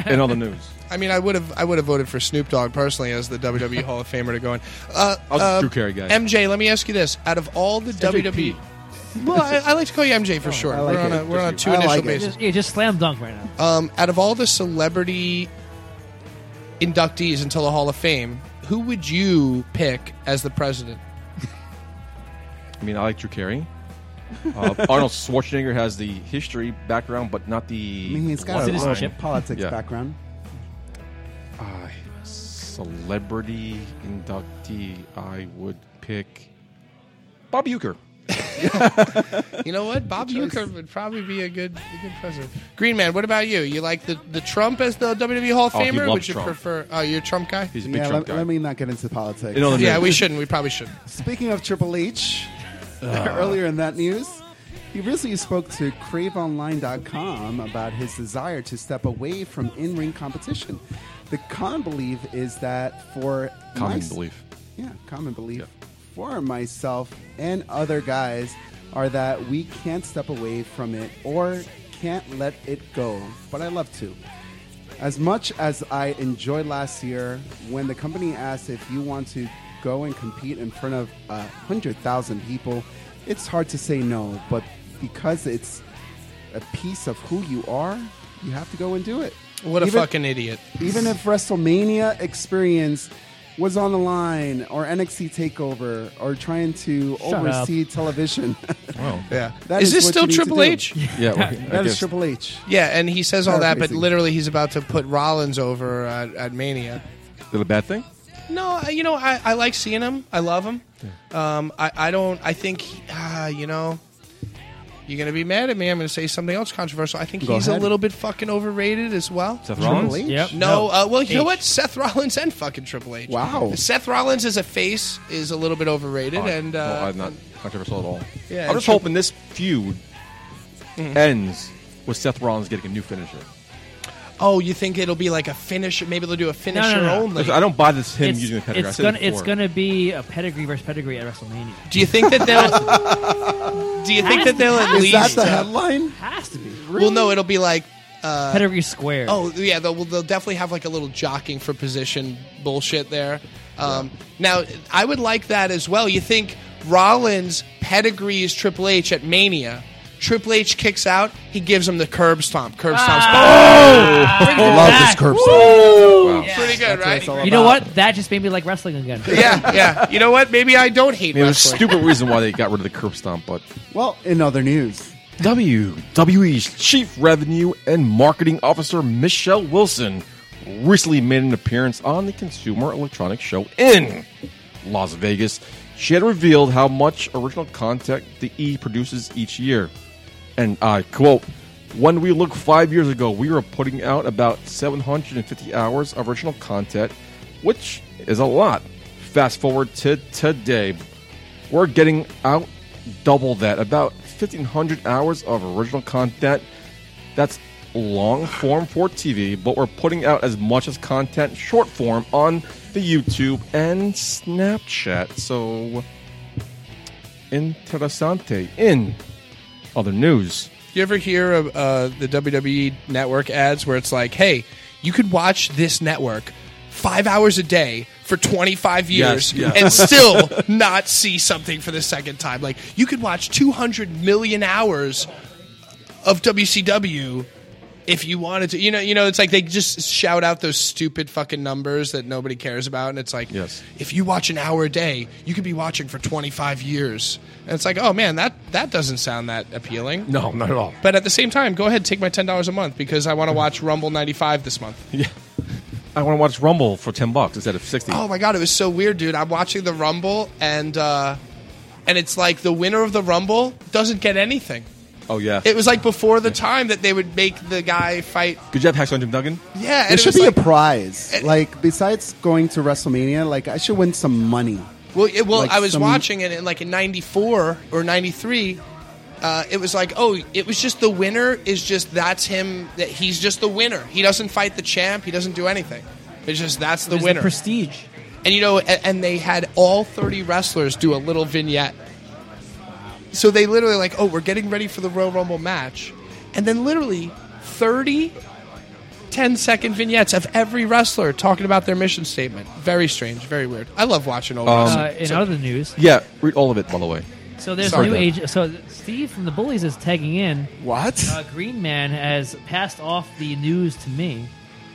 [SPEAKER 1] in all the news.
[SPEAKER 4] I mean, I would have, I would have voted for Snoop Dogg personally as the WWE Hall of Famer to go in. Uh,
[SPEAKER 1] I was a
[SPEAKER 4] uh,
[SPEAKER 1] Drew Carey guy.
[SPEAKER 4] MJ, let me ask you this: out of all the
[SPEAKER 1] MJP.
[SPEAKER 4] WWE, well, I, I like to call you MJ for sure.
[SPEAKER 3] Oh, I like
[SPEAKER 4] we're on
[SPEAKER 3] it.
[SPEAKER 4] a, we're on a two
[SPEAKER 3] I
[SPEAKER 4] initial
[SPEAKER 3] like it.
[SPEAKER 4] basis.
[SPEAKER 6] Just, yeah, just slam dunk right now.
[SPEAKER 4] Um, out of all the celebrity inductees into the Hall of Fame, who would you pick as the president?
[SPEAKER 1] I mean, I like Drew Carey. Uh, Arnold Schwarzenegger has the history background, but not the.
[SPEAKER 3] I mean, he's got a lot
[SPEAKER 5] Citizenship.
[SPEAKER 3] of politics
[SPEAKER 1] Yeah.
[SPEAKER 3] background.
[SPEAKER 1] Uh, celebrity inductee, I would pick Bob Euchre.
[SPEAKER 4] You know what, Bob Uecker would probably be a good, a good president. Green man, what about you? You like the, the Trump as the WWE Hall of
[SPEAKER 1] Oh, he
[SPEAKER 4] Famer?
[SPEAKER 1] loves
[SPEAKER 4] would you
[SPEAKER 1] Trump.
[SPEAKER 4] prefer? Oh, you're a Trump guy.
[SPEAKER 1] He's a big
[SPEAKER 3] Yeah,
[SPEAKER 1] Trump
[SPEAKER 3] let,
[SPEAKER 1] guy.
[SPEAKER 3] let me not get into politics.
[SPEAKER 1] in all the
[SPEAKER 4] Yeah,
[SPEAKER 1] news.
[SPEAKER 4] we shouldn't. We probably shouldn't.
[SPEAKER 3] Speaking of Triple H,
[SPEAKER 1] Uh.
[SPEAKER 3] earlier in that news, he recently spoke to CraveOnline.com about his desire to step away from in ring competition. The common belief is that for
[SPEAKER 1] Common
[SPEAKER 3] mys-
[SPEAKER 1] belief.
[SPEAKER 3] yeah, common belief
[SPEAKER 1] Yeah.
[SPEAKER 3] for myself and other guys are that we can't step away from it or can't let it go, but I love to. As much as I enjoyed last year, when the company asked if you want to go and compete in front of a hundred thousand people, it's hard to say no. But because it's a piece of who you are, you have to go and do it.
[SPEAKER 4] What a
[SPEAKER 3] Even-
[SPEAKER 4] fucking idiot.
[SPEAKER 3] even if WrestleMania experience was on the line, or NXT Takeover, or trying to oversee television,
[SPEAKER 4] Yeah.
[SPEAKER 3] That
[SPEAKER 4] is
[SPEAKER 3] is
[SPEAKER 4] this
[SPEAKER 3] what
[SPEAKER 4] still
[SPEAKER 3] you need to
[SPEAKER 4] Triple
[SPEAKER 3] do.
[SPEAKER 4] H?
[SPEAKER 1] Yeah, well, I
[SPEAKER 3] that is
[SPEAKER 1] guess.
[SPEAKER 3] Triple H.
[SPEAKER 4] Yeah, and he says all that, but
[SPEAKER 3] Paraphrasing.
[SPEAKER 4] literally he's about to put Rollins over uh, at, at Mania.
[SPEAKER 1] Is that a bad thing?
[SPEAKER 4] No, I- you know, I, I like seeing him. I love him. Um, I, I don't, I think, he- ah, you know, you're going to be mad at me. I'm going to say something else controversial. I think
[SPEAKER 3] Go
[SPEAKER 4] he's
[SPEAKER 3] ahead.
[SPEAKER 4] a little bit fucking overrated as well.
[SPEAKER 1] Seth
[SPEAKER 3] Triple H.
[SPEAKER 1] Rollins?
[SPEAKER 6] Yep.
[SPEAKER 4] No, uh, well, you know
[SPEAKER 6] H.
[SPEAKER 4] what? Seth Rollins and fucking Triple H.
[SPEAKER 3] Wow.
[SPEAKER 4] Seth Rollins as a face is a little bit overrated,
[SPEAKER 1] Oh,
[SPEAKER 4] and
[SPEAKER 1] no,
[SPEAKER 4] uh,
[SPEAKER 1] I'm not controversial at all.
[SPEAKER 4] Yeah,
[SPEAKER 1] I'm
[SPEAKER 4] it's
[SPEAKER 1] just
[SPEAKER 4] true.
[SPEAKER 1] hoping this feud ends with Seth Rollins getting a new finisher.
[SPEAKER 4] oh, you think it'll be like a finisher? Maybe they'll do a finisher
[SPEAKER 6] no.
[SPEAKER 4] only.
[SPEAKER 1] I don't buy this him
[SPEAKER 6] it's,
[SPEAKER 1] using the pedigree. I
[SPEAKER 6] it's
[SPEAKER 1] said it
[SPEAKER 6] gonna it's
[SPEAKER 1] before.
[SPEAKER 6] gonna be a pedigree versus pedigree at WrestleMania.
[SPEAKER 4] Do you think that they'll? do you think that they'll at
[SPEAKER 3] Is
[SPEAKER 4] least?
[SPEAKER 3] that the
[SPEAKER 4] uh,
[SPEAKER 3] headline?
[SPEAKER 6] Has to be
[SPEAKER 4] Well, no, it'll be like.
[SPEAKER 6] Uh, pedigree square.
[SPEAKER 4] Oh, yeah, they'll, they'll definitely have like a little jockeying for position bullshit there. Um, Now, I would like that as well. You think Rollins pedigrees Triple H at Mania? Triple H kicks out. He gives him the curb stomp. Curb stomp.
[SPEAKER 6] Ah.
[SPEAKER 4] Pretty good.
[SPEAKER 6] Love this curb stomp.
[SPEAKER 4] Woo.
[SPEAKER 6] Wow.
[SPEAKER 4] Pretty good, right?
[SPEAKER 6] You know what? That just made me like wrestling again.
[SPEAKER 4] yeah, yeah. You know what? Maybe I don't hate
[SPEAKER 1] I mean, it was a
[SPEAKER 4] wrestling.
[SPEAKER 1] stupid reason why they got rid of the curb stomp, but
[SPEAKER 3] well, in other news,
[SPEAKER 1] WWE's E Chief Revenue and Marketing Officer Michelle Wilson recently made an appearance on the Consumer Electronics Show in Las Vegas. She had revealed how much original content the E produces each year. And I quote, when we look five years ago, we were putting out about 750 hours of original content, which is a lot. Fast forward to today, we're getting out double that, about 1,500 hours of original content. That's long form for TV, but we're putting out as much as content short form on the YouTube and Snapchat. So, interessante. In other news,
[SPEAKER 4] You ever hear of uh, the WWE network ads where it's like, hey, you could watch this network five hours a day for 25
[SPEAKER 1] Yes,
[SPEAKER 4] years
[SPEAKER 1] yeah.
[SPEAKER 4] and still not see something for the second time? Like, you could watch 200 million hours of WCW. If you wanted to, you know, you know, it's like they just shout out those stupid fucking numbers that nobody cares about, and it's like,
[SPEAKER 1] Yes.
[SPEAKER 4] if you watch an hour a day, you could be watching for twenty five years, and it's like, oh man, that that doesn't sound that appealing.
[SPEAKER 1] no, not at all.
[SPEAKER 4] But at the same time, go ahead take my ten dollars a month because I want to watch Rumble '95 this month.
[SPEAKER 1] I want to watch Rumble for 10 bucks instead of 60.
[SPEAKER 4] Oh my god, it was so weird, dude. I'm watching the Rumble and uh, and it's like the winner of the Rumble doesn't get anything.
[SPEAKER 1] Oh, yeah.
[SPEAKER 4] It was like before the time that they would make the guy fight.
[SPEAKER 1] Good job, Hacksaw Jim Duggan.
[SPEAKER 4] Yeah, and
[SPEAKER 3] There
[SPEAKER 4] it
[SPEAKER 3] should
[SPEAKER 4] was
[SPEAKER 3] be
[SPEAKER 4] like, Eh.
[SPEAKER 3] a prize.
[SPEAKER 4] it-
[SPEAKER 3] like besides going to WrestleMania, like I should win some money.
[SPEAKER 4] Well, it, well,
[SPEAKER 3] like
[SPEAKER 4] I was
[SPEAKER 3] some-
[SPEAKER 4] watching it in like in '94 or '93. Uh, it was like, oh, it was just the winner is just that's him. That he's just the winner. He doesn't fight the champ. He doesn't do anything. It's just that's the
[SPEAKER 5] There's
[SPEAKER 4] winner.
[SPEAKER 5] prestige.
[SPEAKER 4] and you know, and, and they had all 30 wrestlers do a little vignette. So they literally like, oh, we're getting ready for the Royal Rumble match, and then literally 30 10 second vignettes of every wrestler talking about their mission statement. Very strange, very weird. I love watching old wrestling.
[SPEAKER 6] Uh, in other news,
[SPEAKER 1] Yeah, read all of it, by the way.
[SPEAKER 6] so there's
[SPEAKER 1] Sorry,
[SPEAKER 6] new
[SPEAKER 1] Dan.
[SPEAKER 6] age. So Steve from the Bullies is tagging in.
[SPEAKER 3] What?
[SPEAKER 6] Uh, Green Man has passed off the news to me.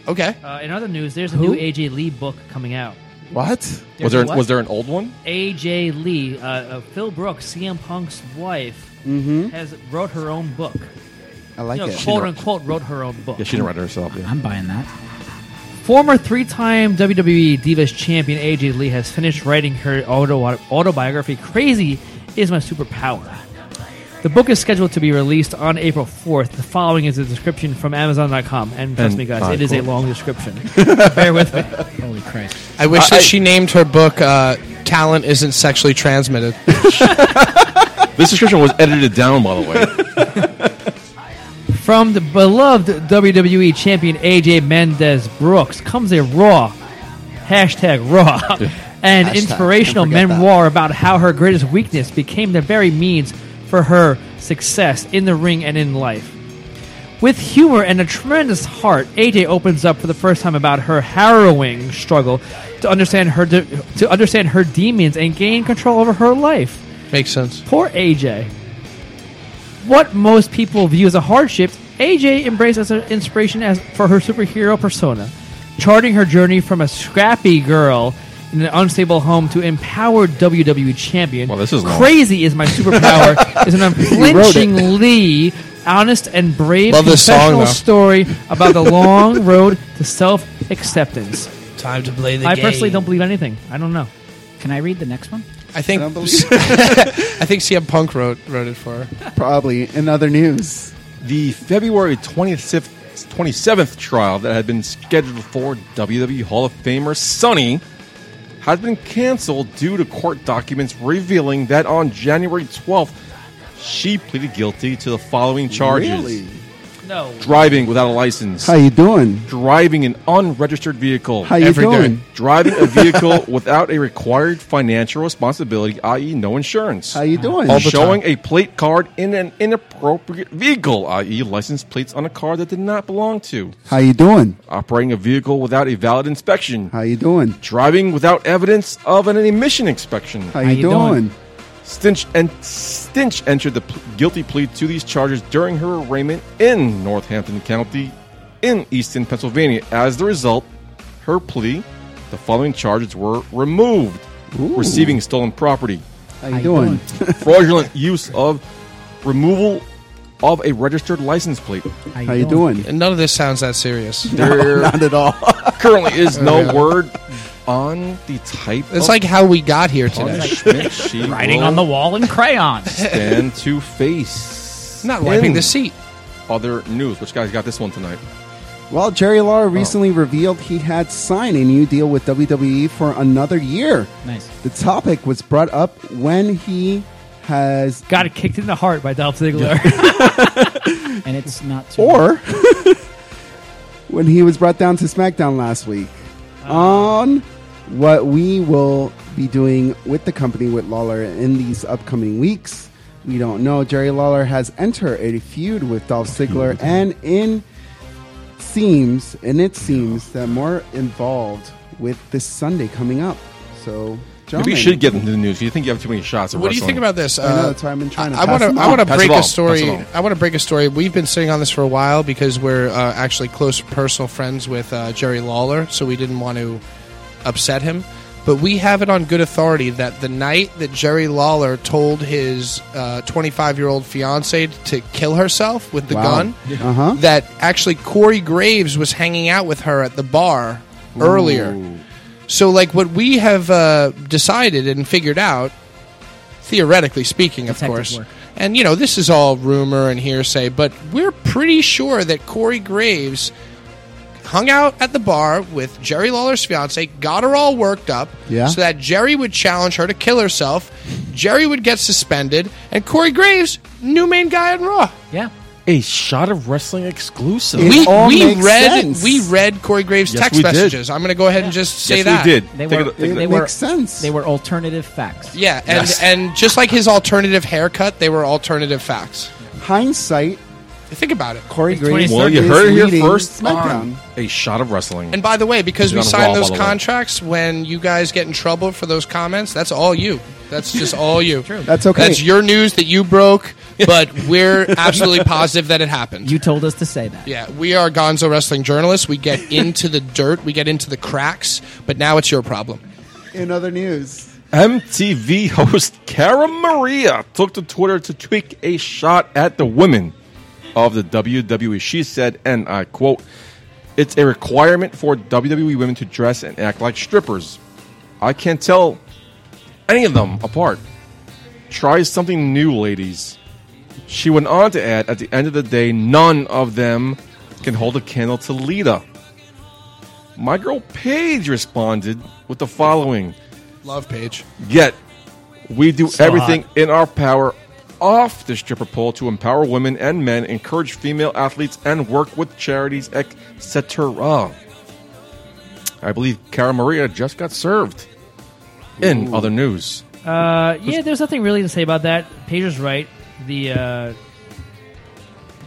[SPEAKER 4] Okay.
[SPEAKER 6] Uh, in other news, there's a
[SPEAKER 5] Who?
[SPEAKER 6] new AJ Lee book coming out.
[SPEAKER 3] What?
[SPEAKER 1] Was there,
[SPEAKER 6] a what?
[SPEAKER 1] was there an old one?
[SPEAKER 6] AJ Lee, uh, uh, Phil Brooks, CM Punk's wife, has wrote her own book.
[SPEAKER 3] I like
[SPEAKER 6] you know,
[SPEAKER 3] it.
[SPEAKER 6] quote unquote, wrote her own book.
[SPEAKER 1] Yeah, she didn't write it herself. Yeah.
[SPEAKER 5] I'm buying that.
[SPEAKER 6] Former three-time WWE Divas Champion AJ Lee has finished writing her auto- autobiography. Crazy is my superpower. The book is scheduled to be released on April 4th. The following is a description from Amazon.com, and trust
[SPEAKER 1] And
[SPEAKER 6] me, guys,
[SPEAKER 1] fine,
[SPEAKER 6] it is a
[SPEAKER 1] cool.
[SPEAKER 6] long description. Bear with me.
[SPEAKER 5] Holy Christ!
[SPEAKER 4] I wish that she named her book uh, "Talent Isn't Sexually Transmitted."
[SPEAKER 1] This description was edited down, by the way.
[SPEAKER 6] From the beloved WWE champion AJ Mendez Brooks comes a raw hashtag raw and
[SPEAKER 3] Hashtag,
[SPEAKER 6] inspirational
[SPEAKER 3] don't forget
[SPEAKER 6] memoir about how her greatest weakness became the very means for her success in the ring and in life. With humor and a tremendous heart, AJ opens up for the first time about her harrowing struggle to understand her de- to understand her demons and gain control over her life.
[SPEAKER 4] Makes sense.
[SPEAKER 6] Poor AJ. What most people view as a hardship, AJ embraced as an inspiration as for her superhero persona, charting her journey from a scrappy girl in an unstable home to empowered WWE champion.
[SPEAKER 1] Well, this is long.
[SPEAKER 6] crazy. Is my superpower is an unflinchingly honest and brave
[SPEAKER 4] Love this song,
[SPEAKER 6] confessional
[SPEAKER 4] though.
[SPEAKER 6] story about the long road to self acceptance.
[SPEAKER 4] Time to play the
[SPEAKER 6] I personally don't believe anything. I don't know.
[SPEAKER 5] Can I read the next one?
[SPEAKER 4] I think. I,
[SPEAKER 3] don't believe
[SPEAKER 4] think CM Punk wrote wrote it for her.
[SPEAKER 3] Probably in other news.
[SPEAKER 1] the February 27th, 27th trial that had been scheduled for WWE Hall of Famer Sonny has been canceled due to court documents revealing that on January 12th, she pleaded guilty to the following charges
[SPEAKER 3] Really?
[SPEAKER 6] No.
[SPEAKER 1] driving without a license,
[SPEAKER 3] How you doing?
[SPEAKER 1] driving an unregistered vehicle,
[SPEAKER 3] How you
[SPEAKER 4] Every day.
[SPEAKER 3] doing?
[SPEAKER 1] driving a vehicle without a required financial responsibility, i.e., no insurance
[SPEAKER 3] How you doing?
[SPEAKER 1] all showing a plate card in an inappropriate vehicle, i.e., license plates on a car that did not belong to,
[SPEAKER 3] How you doing?
[SPEAKER 1] operating a vehicle without a valid inspection,
[SPEAKER 3] How you doing?
[SPEAKER 1] driving without evidence of an emission inspection,
[SPEAKER 3] How you
[SPEAKER 5] you doing?
[SPEAKER 3] doing?
[SPEAKER 1] Stinch and Stinch entered the pl- guilty plea to these charges during her arraignment in Northampton County, in Easton, Pennsylvania. As the result, her plea, the following charges were removed: receiving stolen property,
[SPEAKER 3] How you doing?
[SPEAKER 1] fraudulent use of removal of a registered license plate.
[SPEAKER 3] How you doing?
[SPEAKER 4] And none of this sounds that serious.
[SPEAKER 1] There
[SPEAKER 3] Not at all.
[SPEAKER 1] currently is no
[SPEAKER 4] Yeah.
[SPEAKER 1] word on the type.
[SPEAKER 4] It's
[SPEAKER 3] Oh.
[SPEAKER 1] of
[SPEAKER 4] like how we got here today.
[SPEAKER 1] punishment she
[SPEAKER 5] Writing
[SPEAKER 1] will
[SPEAKER 5] on the wall in crayon.
[SPEAKER 1] stand to face.
[SPEAKER 4] Not wiping
[SPEAKER 1] In
[SPEAKER 4] the seat.
[SPEAKER 1] Other news. Which guy's got this one tonight?
[SPEAKER 3] Well, Jerry Lawler recently revealed he had signed a new deal with WWE for another year.
[SPEAKER 5] Nice.
[SPEAKER 3] The topic was brought up when he has,
[SPEAKER 6] Got kicked in the heart by Dolph Ziggler.
[SPEAKER 5] And it's not too
[SPEAKER 3] or when he was brought down to SmackDown last week
[SPEAKER 4] Uh-huh.
[SPEAKER 3] on what we will be doing with the company with Lawler in these upcoming weeks. We don't know. Jerry Lawler has entered a feud with Dolph Ziggler, and in seems, and it seems that more involved with this Sunday coming up. So, John,
[SPEAKER 1] Maybe you should get into the news. You think you have too many shots? Of
[SPEAKER 4] What do you
[SPEAKER 1] wrestling.
[SPEAKER 4] think about this? Uh,
[SPEAKER 3] I know, that's why I've been trying to
[SPEAKER 4] I
[SPEAKER 3] pass
[SPEAKER 4] want to.
[SPEAKER 3] them
[SPEAKER 4] I
[SPEAKER 3] on.
[SPEAKER 4] want to
[SPEAKER 1] Pass it
[SPEAKER 4] break
[SPEAKER 1] on,
[SPEAKER 4] a
[SPEAKER 1] pass it
[SPEAKER 4] story.
[SPEAKER 1] on.
[SPEAKER 4] I want to break a story. We've been sitting on this for a while because we're uh, actually close personal friends with uh, Jerry Lawler, so we didn't want to upset him. But we have it on good authority that the night that Jerry Lawler told his 25 year old fiance to kill herself with the
[SPEAKER 3] Wow.
[SPEAKER 4] gun,
[SPEAKER 3] Uh
[SPEAKER 1] Uh-huh.
[SPEAKER 3] huh.
[SPEAKER 4] that actually Corey Graves was hanging out with her at the bar earlier. So, like, what we have uh, decided and figured out, theoretically speaking, of
[SPEAKER 5] Detective
[SPEAKER 4] course,
[SPEAKER 5] work.
[SPEAKER 4] and you know, this is all rumor and hearsay, but we're pretty sure that Corey Graves hung out at the bar with Jerry Lawler's fiance, got her all worked up,
[SPEAKER 3] Yeah.
[SPEAKER 4] so that Jerry would challenge her to kill herself. Jerry would get suspended, and Corey Graves, new main guy on Raw.
[SPEAKER 5] Yeah.
[SPEAKER 1] a shot of wrestling exclusive?
[SPEAKER 3] It
[SPEAKER 4] We,
[SPEAKER 3] all
[SPEAKER 4] we
[SPEAKER 3] makes
[SPEAKER 4] read
[SPEAKER 3] sense.
[SPEAKER 4] we read Corey Graves'
[SPEAKER 1] Yes, we
[SPEAKER 4] text
[SPEAKER 1] did.
[SPEAKER 4] messages. I'm going to go ahead and just say
[SPEAKER 1] yes,
[SPEAKER 4] that
[SPEAKER 1] we did.
[SPEAKER 5] They
[SPEAKER 1] Take a
[SPEAKER 5] were,
[SPEAKER 1] look- take a
[SPEAKER 5] they
[SPEAKER 1] look.
[SPEAKER 5] were,
[SPEAKER 3] Makes sense.
[SPEAKER 5] They were alternative facts.
[SPEAKER 4] Yeah, and
[SPEAKER 1] Yes.
[SPEAKER 4] and just like his alternative haircut, they were alternative facts.
[SPEAKER 3] Hindsight,
[SPEAKER 4] Think about it.
[SPEAKER 3] Corey
[SPEAKER 6] It's
[SPEAKER 3] Graves.
[SPEAKER 6] 23rd
[SPEAKER 1] well, you
[SPEAKER 3] is
[SPEAKER 1] heard it here
[SPEAKER 3] leading
[SPEAKER 1] first
[SPEAKER 3] SmackDown.
[SPEAKER 1] on a shot of wrestling.
[SPEAKER 4] And by the way, because
[SPEAKER 1] He's
[SPEAKER 4] we
[SPEAKER 1] on a
[SPEAKER 4] signed
[SPEAKER 1] wall,
[SPEAKER 4] those
[SPEAKER 1] by the way.
[SPEAKER 4] contracts, when you guys get in trouble for those comments, that's all you. That's just all you. True.
[SPEAKER 3] That's okay.
[SPEAKER 4] That's your news that you broke, but we're absolutely positive that it happened.
[SPEAKER 5] You told us to say that.
[SPEAKER 4] yeah, we are Gonzo wrestling journalists. We get into the dirt, we get into the cracks, but now it's your problem.
[SPEAKER 3] In other news,
[SPEAKER 1] MTV host Cara Maria took to Twitter to tweak a shot at the women of the WWE. She said, and I quote, It's a requirement for WWE women to dress and act like strippers. I can't tell any of them apart. Try something new, ladies. She went on to add, At the end of the day, none of them can hold a candle to Lita. My girl Paige responded with the following.
[SPEAKER 4] Love page.
[SPEAKER 1] Yet, we do
[SPEAKER 6] So
[SPEAKER 1] everything
[SPEAKER 6] hot.
[SPEAKER 1] in our power off the stripper pole to empower women and men, encourage female athletes, and work with charities, etc. I believe Cara Maria just got served. In other news,
[SPEAKER 6] Uh, yeah, there's nothing really to say about that. Paige is right. The uh,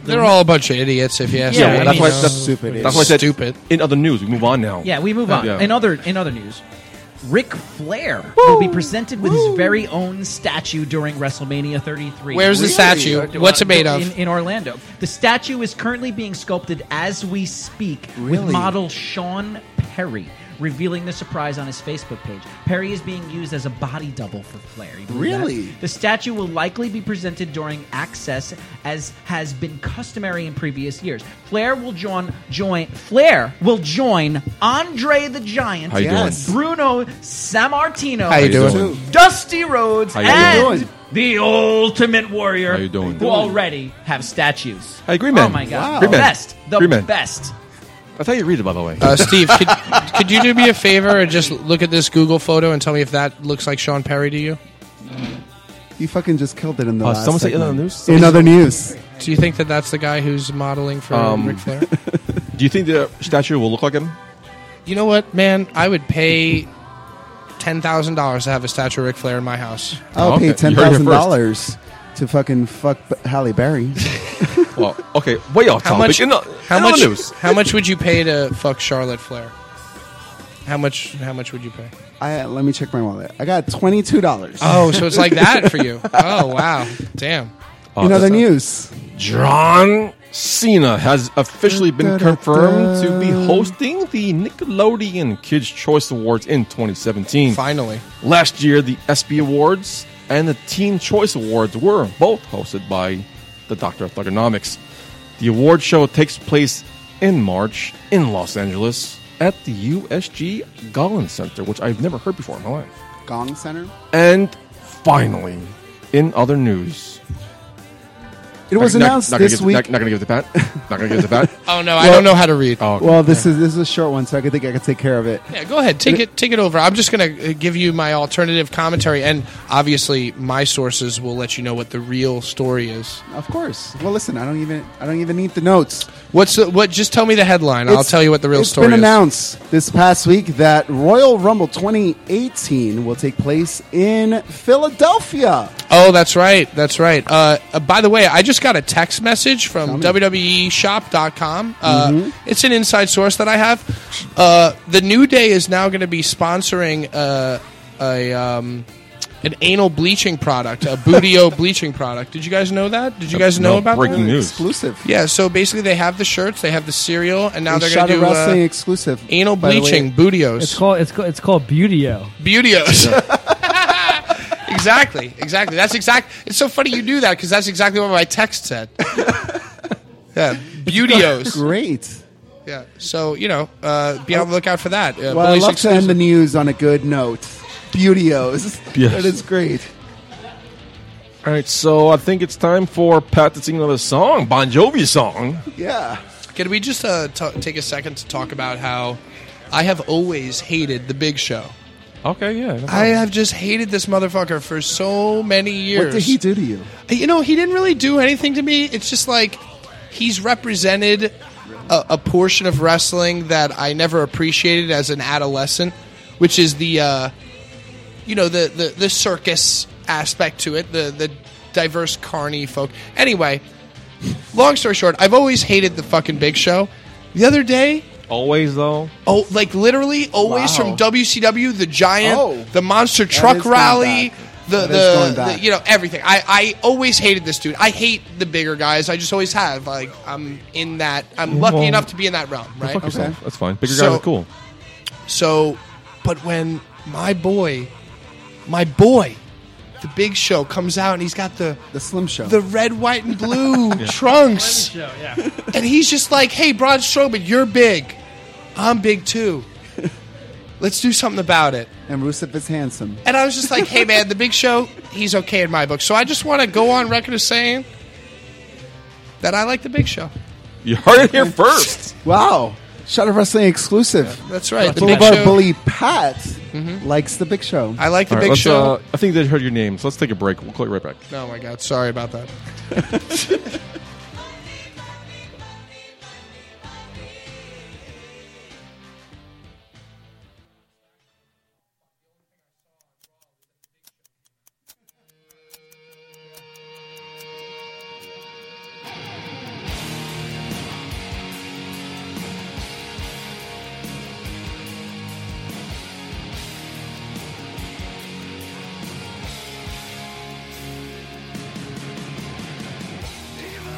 [SPEAKER 4] They're all a bunch of idiots, if you ask
[SPEAKER 6] Yeah,
[SPEAKER 4] me.
[SPEAKER 6] I
[SPEAKER 1] that's
[SPEAKER 6] mean,
[SPEAKER 1] why
[SPEAKER 6] no.
[SPEAKER 1] that's,
[SPEAKER 3] stupid.
[SPEAKER 1] that's why I said
[SPEAKER 4] Stupid.
[SPEAKER 1] In other news, we move on now.
[SPEAKER 5] Yeah, we move on.
[SPEAKER 1] Yeah.
[SPEAKER 5] In other in other news, Ric Flair will be presented with his very own statue during WrestleMania 33.
[SPEAKER 4] Where's the statue? What's it made
[SPEAKER 5] In,
[SPEAKER 4] of?
[SPEAKER 5] in Orlando, the statue is currently being sculpted as we speak with
[SPEAKER 3] Really?
[SPEAKER 5] model Sean Perry. Revealing the surprise on his Facebook page, Perry is being used as a body double for Flair. You believe that?
[SPEAKER 3] Really?
[SPEAKER 5] the statue will likely be presented during Access, as has been customary in previous years. Flair will join. Join Flair will join Andre the Giant.
[SPEAKER 1] How you
[SPEAKER 3] Yes.
[SPEAKER 1] doing?
[SPEAKER 5] Bruno Sammartino,
[SPEAKER 4] How you
[SPEAKER 1] How you
[SPEAKER 4] doing?
[SPEAKER 1] doing?
[SPEAKER 5] Dusty Rhodes,
[SPEAKER 1] How you
[SPEAKER 5] and
[SPEAKER 3] doing?
[SPEAKER 5] the Ultimate Warrior,
[SPEAKER 1] How you doing?
[SPEAKER 5] who already have statues.
[SPEAKER 1] Hey, Green Man.
[SPEAKER 5] Oh my
[SPEAKER 1] Wow.
[SPEAKER 5] god,
[SPEAKER 1] Green
[SPEAKER 5] the
[SPEAKER 1] Man.
[SPEAKER 5] best, the
[SPEAKER 1] Green Man.
[SPEAKER 5] best.
[SPEAKER 1] That's how you read it, by the way.
[SPEAKER 4] Uh, Steve, could, could you do me a favor and just look at this Google photo and tell me if that looks like Sean Perry to you?
[SPEAKER 3] You fucking just killed it in the
[SPEAKER 1] Uh,
[SPEAKER 3] last
[SPEAKER 1] someone say in
[SPEAKER 3] segment.
[SPEAKER 1] other news?
[SPEAKER 3] In other news,
[SPEAKER 4] Do you think that that's the guy who's modeling for
[SPEAKER 1] Um,
[SPEAKER 4] Ric Flair?
[SPEAKER 1] do you think the statue will look like him?
[SPEAKER 4] You know what, man? I would pay ten thousand dollars to have a statue of Ric Flair in my house.
[SPEAKER 1] Oh,
[SPEAKER 3] I'll
[SPEAKER 1] Okay,
[SPEAKER 3] pay ten
[SPEAKER 1] you heard it
[SPEAKER 3] thousand dollars to fucking fuck B- Halle Berry.
[SPEAKER 1] Well, okay, way off
[SPEAKER 4] How
[SPEAKER 1] topic.
[SPEAKER 4] much?
[SPEAKER 1] In the-
[SPEAKER 4] how
[SPEAKER 1] in other
[SPEAKER 4] much?
[SPEAKER 1] news?
[SPEAKER 4] How much would you pay to fuck Charlotte Flair? How much? How much would you pay?
[SPEAKER 3] I let me check my wallet. I got twenty two dollars.
[SPEAKER 4] Oh, so it's like that for you. Oh wow, damn.
[SPEAKER 1] Oh,
[SPEAKER 3] In other news,
[SPEAKER 1] John Cena has officially been confirmed to be hosting the Nickelodeon Kids' Choice Awards in 2017.
[SPEAKER 4] Finally,
[SPEAKER 1] Last year, the ESPY Awards and the Teen Choice Awards were both hosted by the Doctor of Thugonomics. The award show takes place in March in Los Angeles at the USG Gollin Center, which I've never heard before in my life.
[SPEAKER 3] Gong Center.
[SPEAKER 1] And finally, in other news,
[SPEAKER 3] It was
[SPEAKER 1] not,
[SPEAKER 3] announced
[SPEAKER 1] not,
[SPEAKER 3] this
[SPEAKER 1] gonna
[SPEAKER 3] week.
[SPEAKER 1] give, Not, not gonna give the pat. Not gonna give the pat.
[SPEAKER 4] Oh no, I don't know how to read.
[SPEAKER 1] Oh, okay.
[SPEAKER 3] well, this is this is a short one, so I could think I could take care of it.
[SPEAKER 4] Yeah, go ahead. Take it. Take it over. I'm just going to give you my alternative commentary, and obviously, my sources will let you know what the real story is.
[SPEAKER 3] Of course. Well, listen, I don't even I don't even need the notes.
[SPEAKER 4] What's the, what? Just tell me the headline. I'll
[SPEAKER 3] It's-
[SPEAKER 4] tell you what the real story
[SPEAKER 3] It's been
[SPEAKER 4] is.
[SPEAKER 3] announced this past week that Royal Rumble 2018 will take place in Philadelphia.
[SPEAKER 4] Oh, that's right. That's right. Uh, uh, by the way, I just got a text message from E WWEshop.com. Uh,
[SPEAKER 3] Mm-hmm.
[SPEAKER 4] It's an inside source that I have. Uh, the New Day is now going to be sponsoring uh, a. Um, an anal bleaching product, a bootio bleaching product. Did you guys know that? Did you guys know
[SPEAKER 1] No,
[SPEAKER 4] about that?
[SPEAKER 1] breaking news.
[SPEAKER 3] Exclusive.
[SPEAKER 4] Yeah, so basically they have the shirts, they have the cereal, and now
[SPEAKER 3] They
[SPEAKER 4] they are
[SPEAKER 3] shot a
[SPEAKER 4] going to do
[SPEAKER 3] wrestling
[SPEAKER 4] uh,
[SPEAKER 3] exclusive.
[SPEAKER 4] anal
[SPEAKER 3] by the way.
[SPEAKER 4] bleaching,
[SPEAKER 6] It's
[SPEAKER 4] bootios,
[SPEAKER 6] called it's called, it's called Beautyo.
[SPEAKER 4] beautios. exactly, exactly. That's exact. It's so funny you do that because that's exactly what my text said. yeah, beautios.
[SPEAKER 3] Great.
[SPEAKER 4] Yeah. So you know, uh, be on the lookout for that. Uh,
[SPEAKER 3] Well, I
[SPEAKER 4] Bully's
[SPEAKER 3] love to end
[SPEAKER 4] exclusive.
[SPEAKER 3] the news on a good note. Beautios.
[SPEAKER 1] Yes.
[SPEAKER 3] That is great.
[SPEAKER 1] All right, so I think it's time for Pat to sing another song, Bon Jovi song.
[SPEAKER 3] Yeah.
[SPEAKER 4] Can we just uh, t- take a second to talk about how I have always hated the Big Show.
[SPEAKER 3] Oh.
[SPEAKER 1] Okay, yeah.
[SPEAKER 4] I
[SPEAKER 3] uh,
[SPEAKER 4] have just hated this motherfucker for so many years.
[SPEAKER 3] What did he do to you?
[SPEAKER 4] You know, he didn't really do anything to me. It's just like he's represented a, a portion of wrestling that I never appreciated as an adolescent, which is the, uh, you know, the, the, the circus aspect to it, the, the diverse carny folk. Anyway, long story short, I've always hated the fucking Big Show. The other day,
[SPEAKER 1] Always though.
[SPEAKER 4] Oh, like literally always
[SPEAKER 3] Wow.
[SPEAKER 4] from WCW, the Giant,
[SPEAKER 3] Oh.
[SPEAKER 4] the Monster
[SPEAKER 3] is
[SPEAKER 4] Truck
[SPEAKER 3] going
[SPEAKER 4] Rally,
[SPEAKER 3] back.
[SPEAKER 4] the,
[SPEAKER 3] That is going
[SPEAKER 4] the, the
[SPEAKER 3] back.
[SPEAKER 4] you know everything. I, I always hated this dude. I hate the bigger guys. I just always have. Like I'm in that. I'm lucky
[SPEAKER 1] Well,
[SPEAKER 4] enough to be in that realm, right?
[SPEAKER 1] Fuck yourself. That's fine. Bigger
[SPEAKER 4] So-
[SPEAKER 1] guys are cool.
[SPEAKER 4] So, but when my boy, my boy, the Big Show comes out and he's got the
[SPEAKER 3] The Slim Show.
[SPEAKER 4] the red, white, and blue trunks. And he's just like, hey, Braun Strowman, you're big. I'm big too. Let's do something about it.
[SPEAKER 3] and Rusev is handsome.
[SPEAKER 4] And I was just like, hey, man, the big show, he's okay in my book. So I just want to go on record as saying that I like the big show.
[SPEAKER 1] You heard it here first.
[SPEAKER 3] Wow. Shot of wrestling exclusive.
[SPEAKER 4] That's right. The big
[SPEAKER 3] Boulevard
[SPEAKER 4] show. Mm-hmm.
[SPEAKER 3] Bully Pat likes the Big Show.
[SPEAKER 4] I like the
[SPEAKER 1] All right,
[SPEAKER 4] big
[SPEAKER 1] let's,
[SPEAKER 4] show.
[SPEAKER 1] uh, I think they heard your name, so let's take a break. We'll call you right back.
[SPEAKER 4] Oh my god, sorry about that.
[SPEAKER 11] Even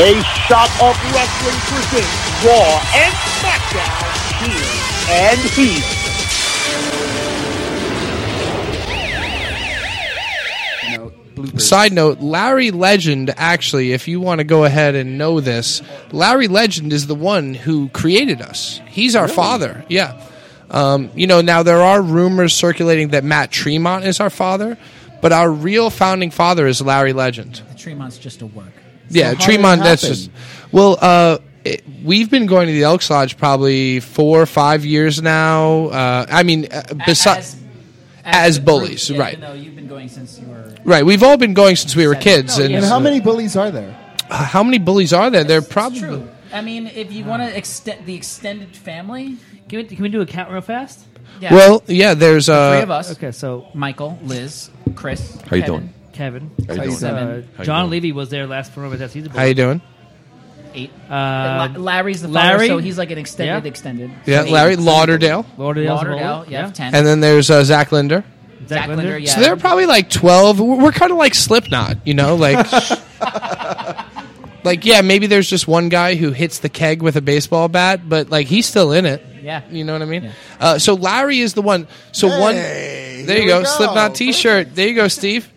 [SPEAKER 2] A shot of wrestling presents Raw and SmackDown here and here.
[SPEAKER 4] Side note, Larry Legend, actually, if you want to go ahead and know this, Larry Legend is the one who created us. He's our father. Yeah. Um, you know, now there are rumors circulating that Matt Tremont is our father, but our real founding father is Larry Legend.
[SPEAKER 5] The Tremont's just a work.
[SPEAKER 4] yeah,
[SPEAKER 5] how did it
[SPEAKER 4] Tremont, that's
[SPEAKER 5] happen?
[SPEAKER 4] just. Well, uh, it, we've been going to the Elks Lodge probably four or five years now. Uh, I mean, uh, besides. As
[SPEAKER 5] a
[SPEAKER 4] bullies,
[SPEAKER 5] group, yeah,
[SPEAKER 4] right.
[SPEAKER 5] Even though you've been going since you were.
[SPEAKER 4] Right, we've all been going since we were kids. And,
[SPEAKER 11] And how many bullies are there?
[SPEAKER 4] Uh, how many bullies are there? They're probably
[SPEAKER 5] True. I mean, if you want to extend the extended family,
[SPEAKER 6] Can we, can we do a count real fast?
[SPEAKER 5] yeah.
[SPEAKER 4] well, yeah. There's
[SPEAKER 5] three of
[SPEAKER 4] uh,
[SPEAKER 5] us:
[SPEAKER 6] Okay, so
[SPEAKER 5] Michael, Liz, Chris.
[SPEAKER 1] How you
[SPEAKER 5] Kevin,
[SPEAKER 1] doing?
[SPEAKER 6] Kevin,
[SPEAKER 1] How you doing?
[SPEAKER 6] uh,
[SPEAKER 1] How you
[SPEAKER 6] John
[SPEAKER 1] doing?
[SPEAKER 6] Levy was there last performance at Season
[SPEAKER 4] how you doing?
[SPEAKER 5] Eight.
[SPEAKER 6] Uh,
[SPEAKER 5] La- Larry's the
[SPEAKER 6] Larry?
[SPEAKER 5] father, so he's like an extended,
[SPEAKER 6] Yeah.
[SPEAKER 5] extended.
[SPEAKER 4] Yeah,
[SPEAKER 5] Eight.
[SPEAKER 4] Larry Lauderdale,
[SPEAKER 6] Lauderdale's
[SPEAKER 5] Lauderdale,
[SPEAKER 6] Bowl,
[SPEAKER 5] yeah, ten.
[SPEAKER 4] and then there's uh, Zach Linder.
[SPEAKER 6] Zach
[SPEAKER 5] Zach Linder,
[SPEAKER 6] Linder,
[SPEAKER 5] yeah.
[SPEAKER 4] So they're probably like twelve. We're, we're kind of like Slipknot, you know, like. Like yeah, maybe there's just one guy who hits the keg with a baseball bat, but like he's still in it.
[SPEAKER 5] Yeah.
[SPEAKER 4] you know what I mean. Uh, so Larry is the one. So one, there
[SPEAKER 11] here
[SPEAKER 4] you
[SPEAKER 11] we
[SPEAKER 4] go,
[SPEAKER 11] go.
[SPEAKER 4] Slipknot T-shirt. There you go, Steve.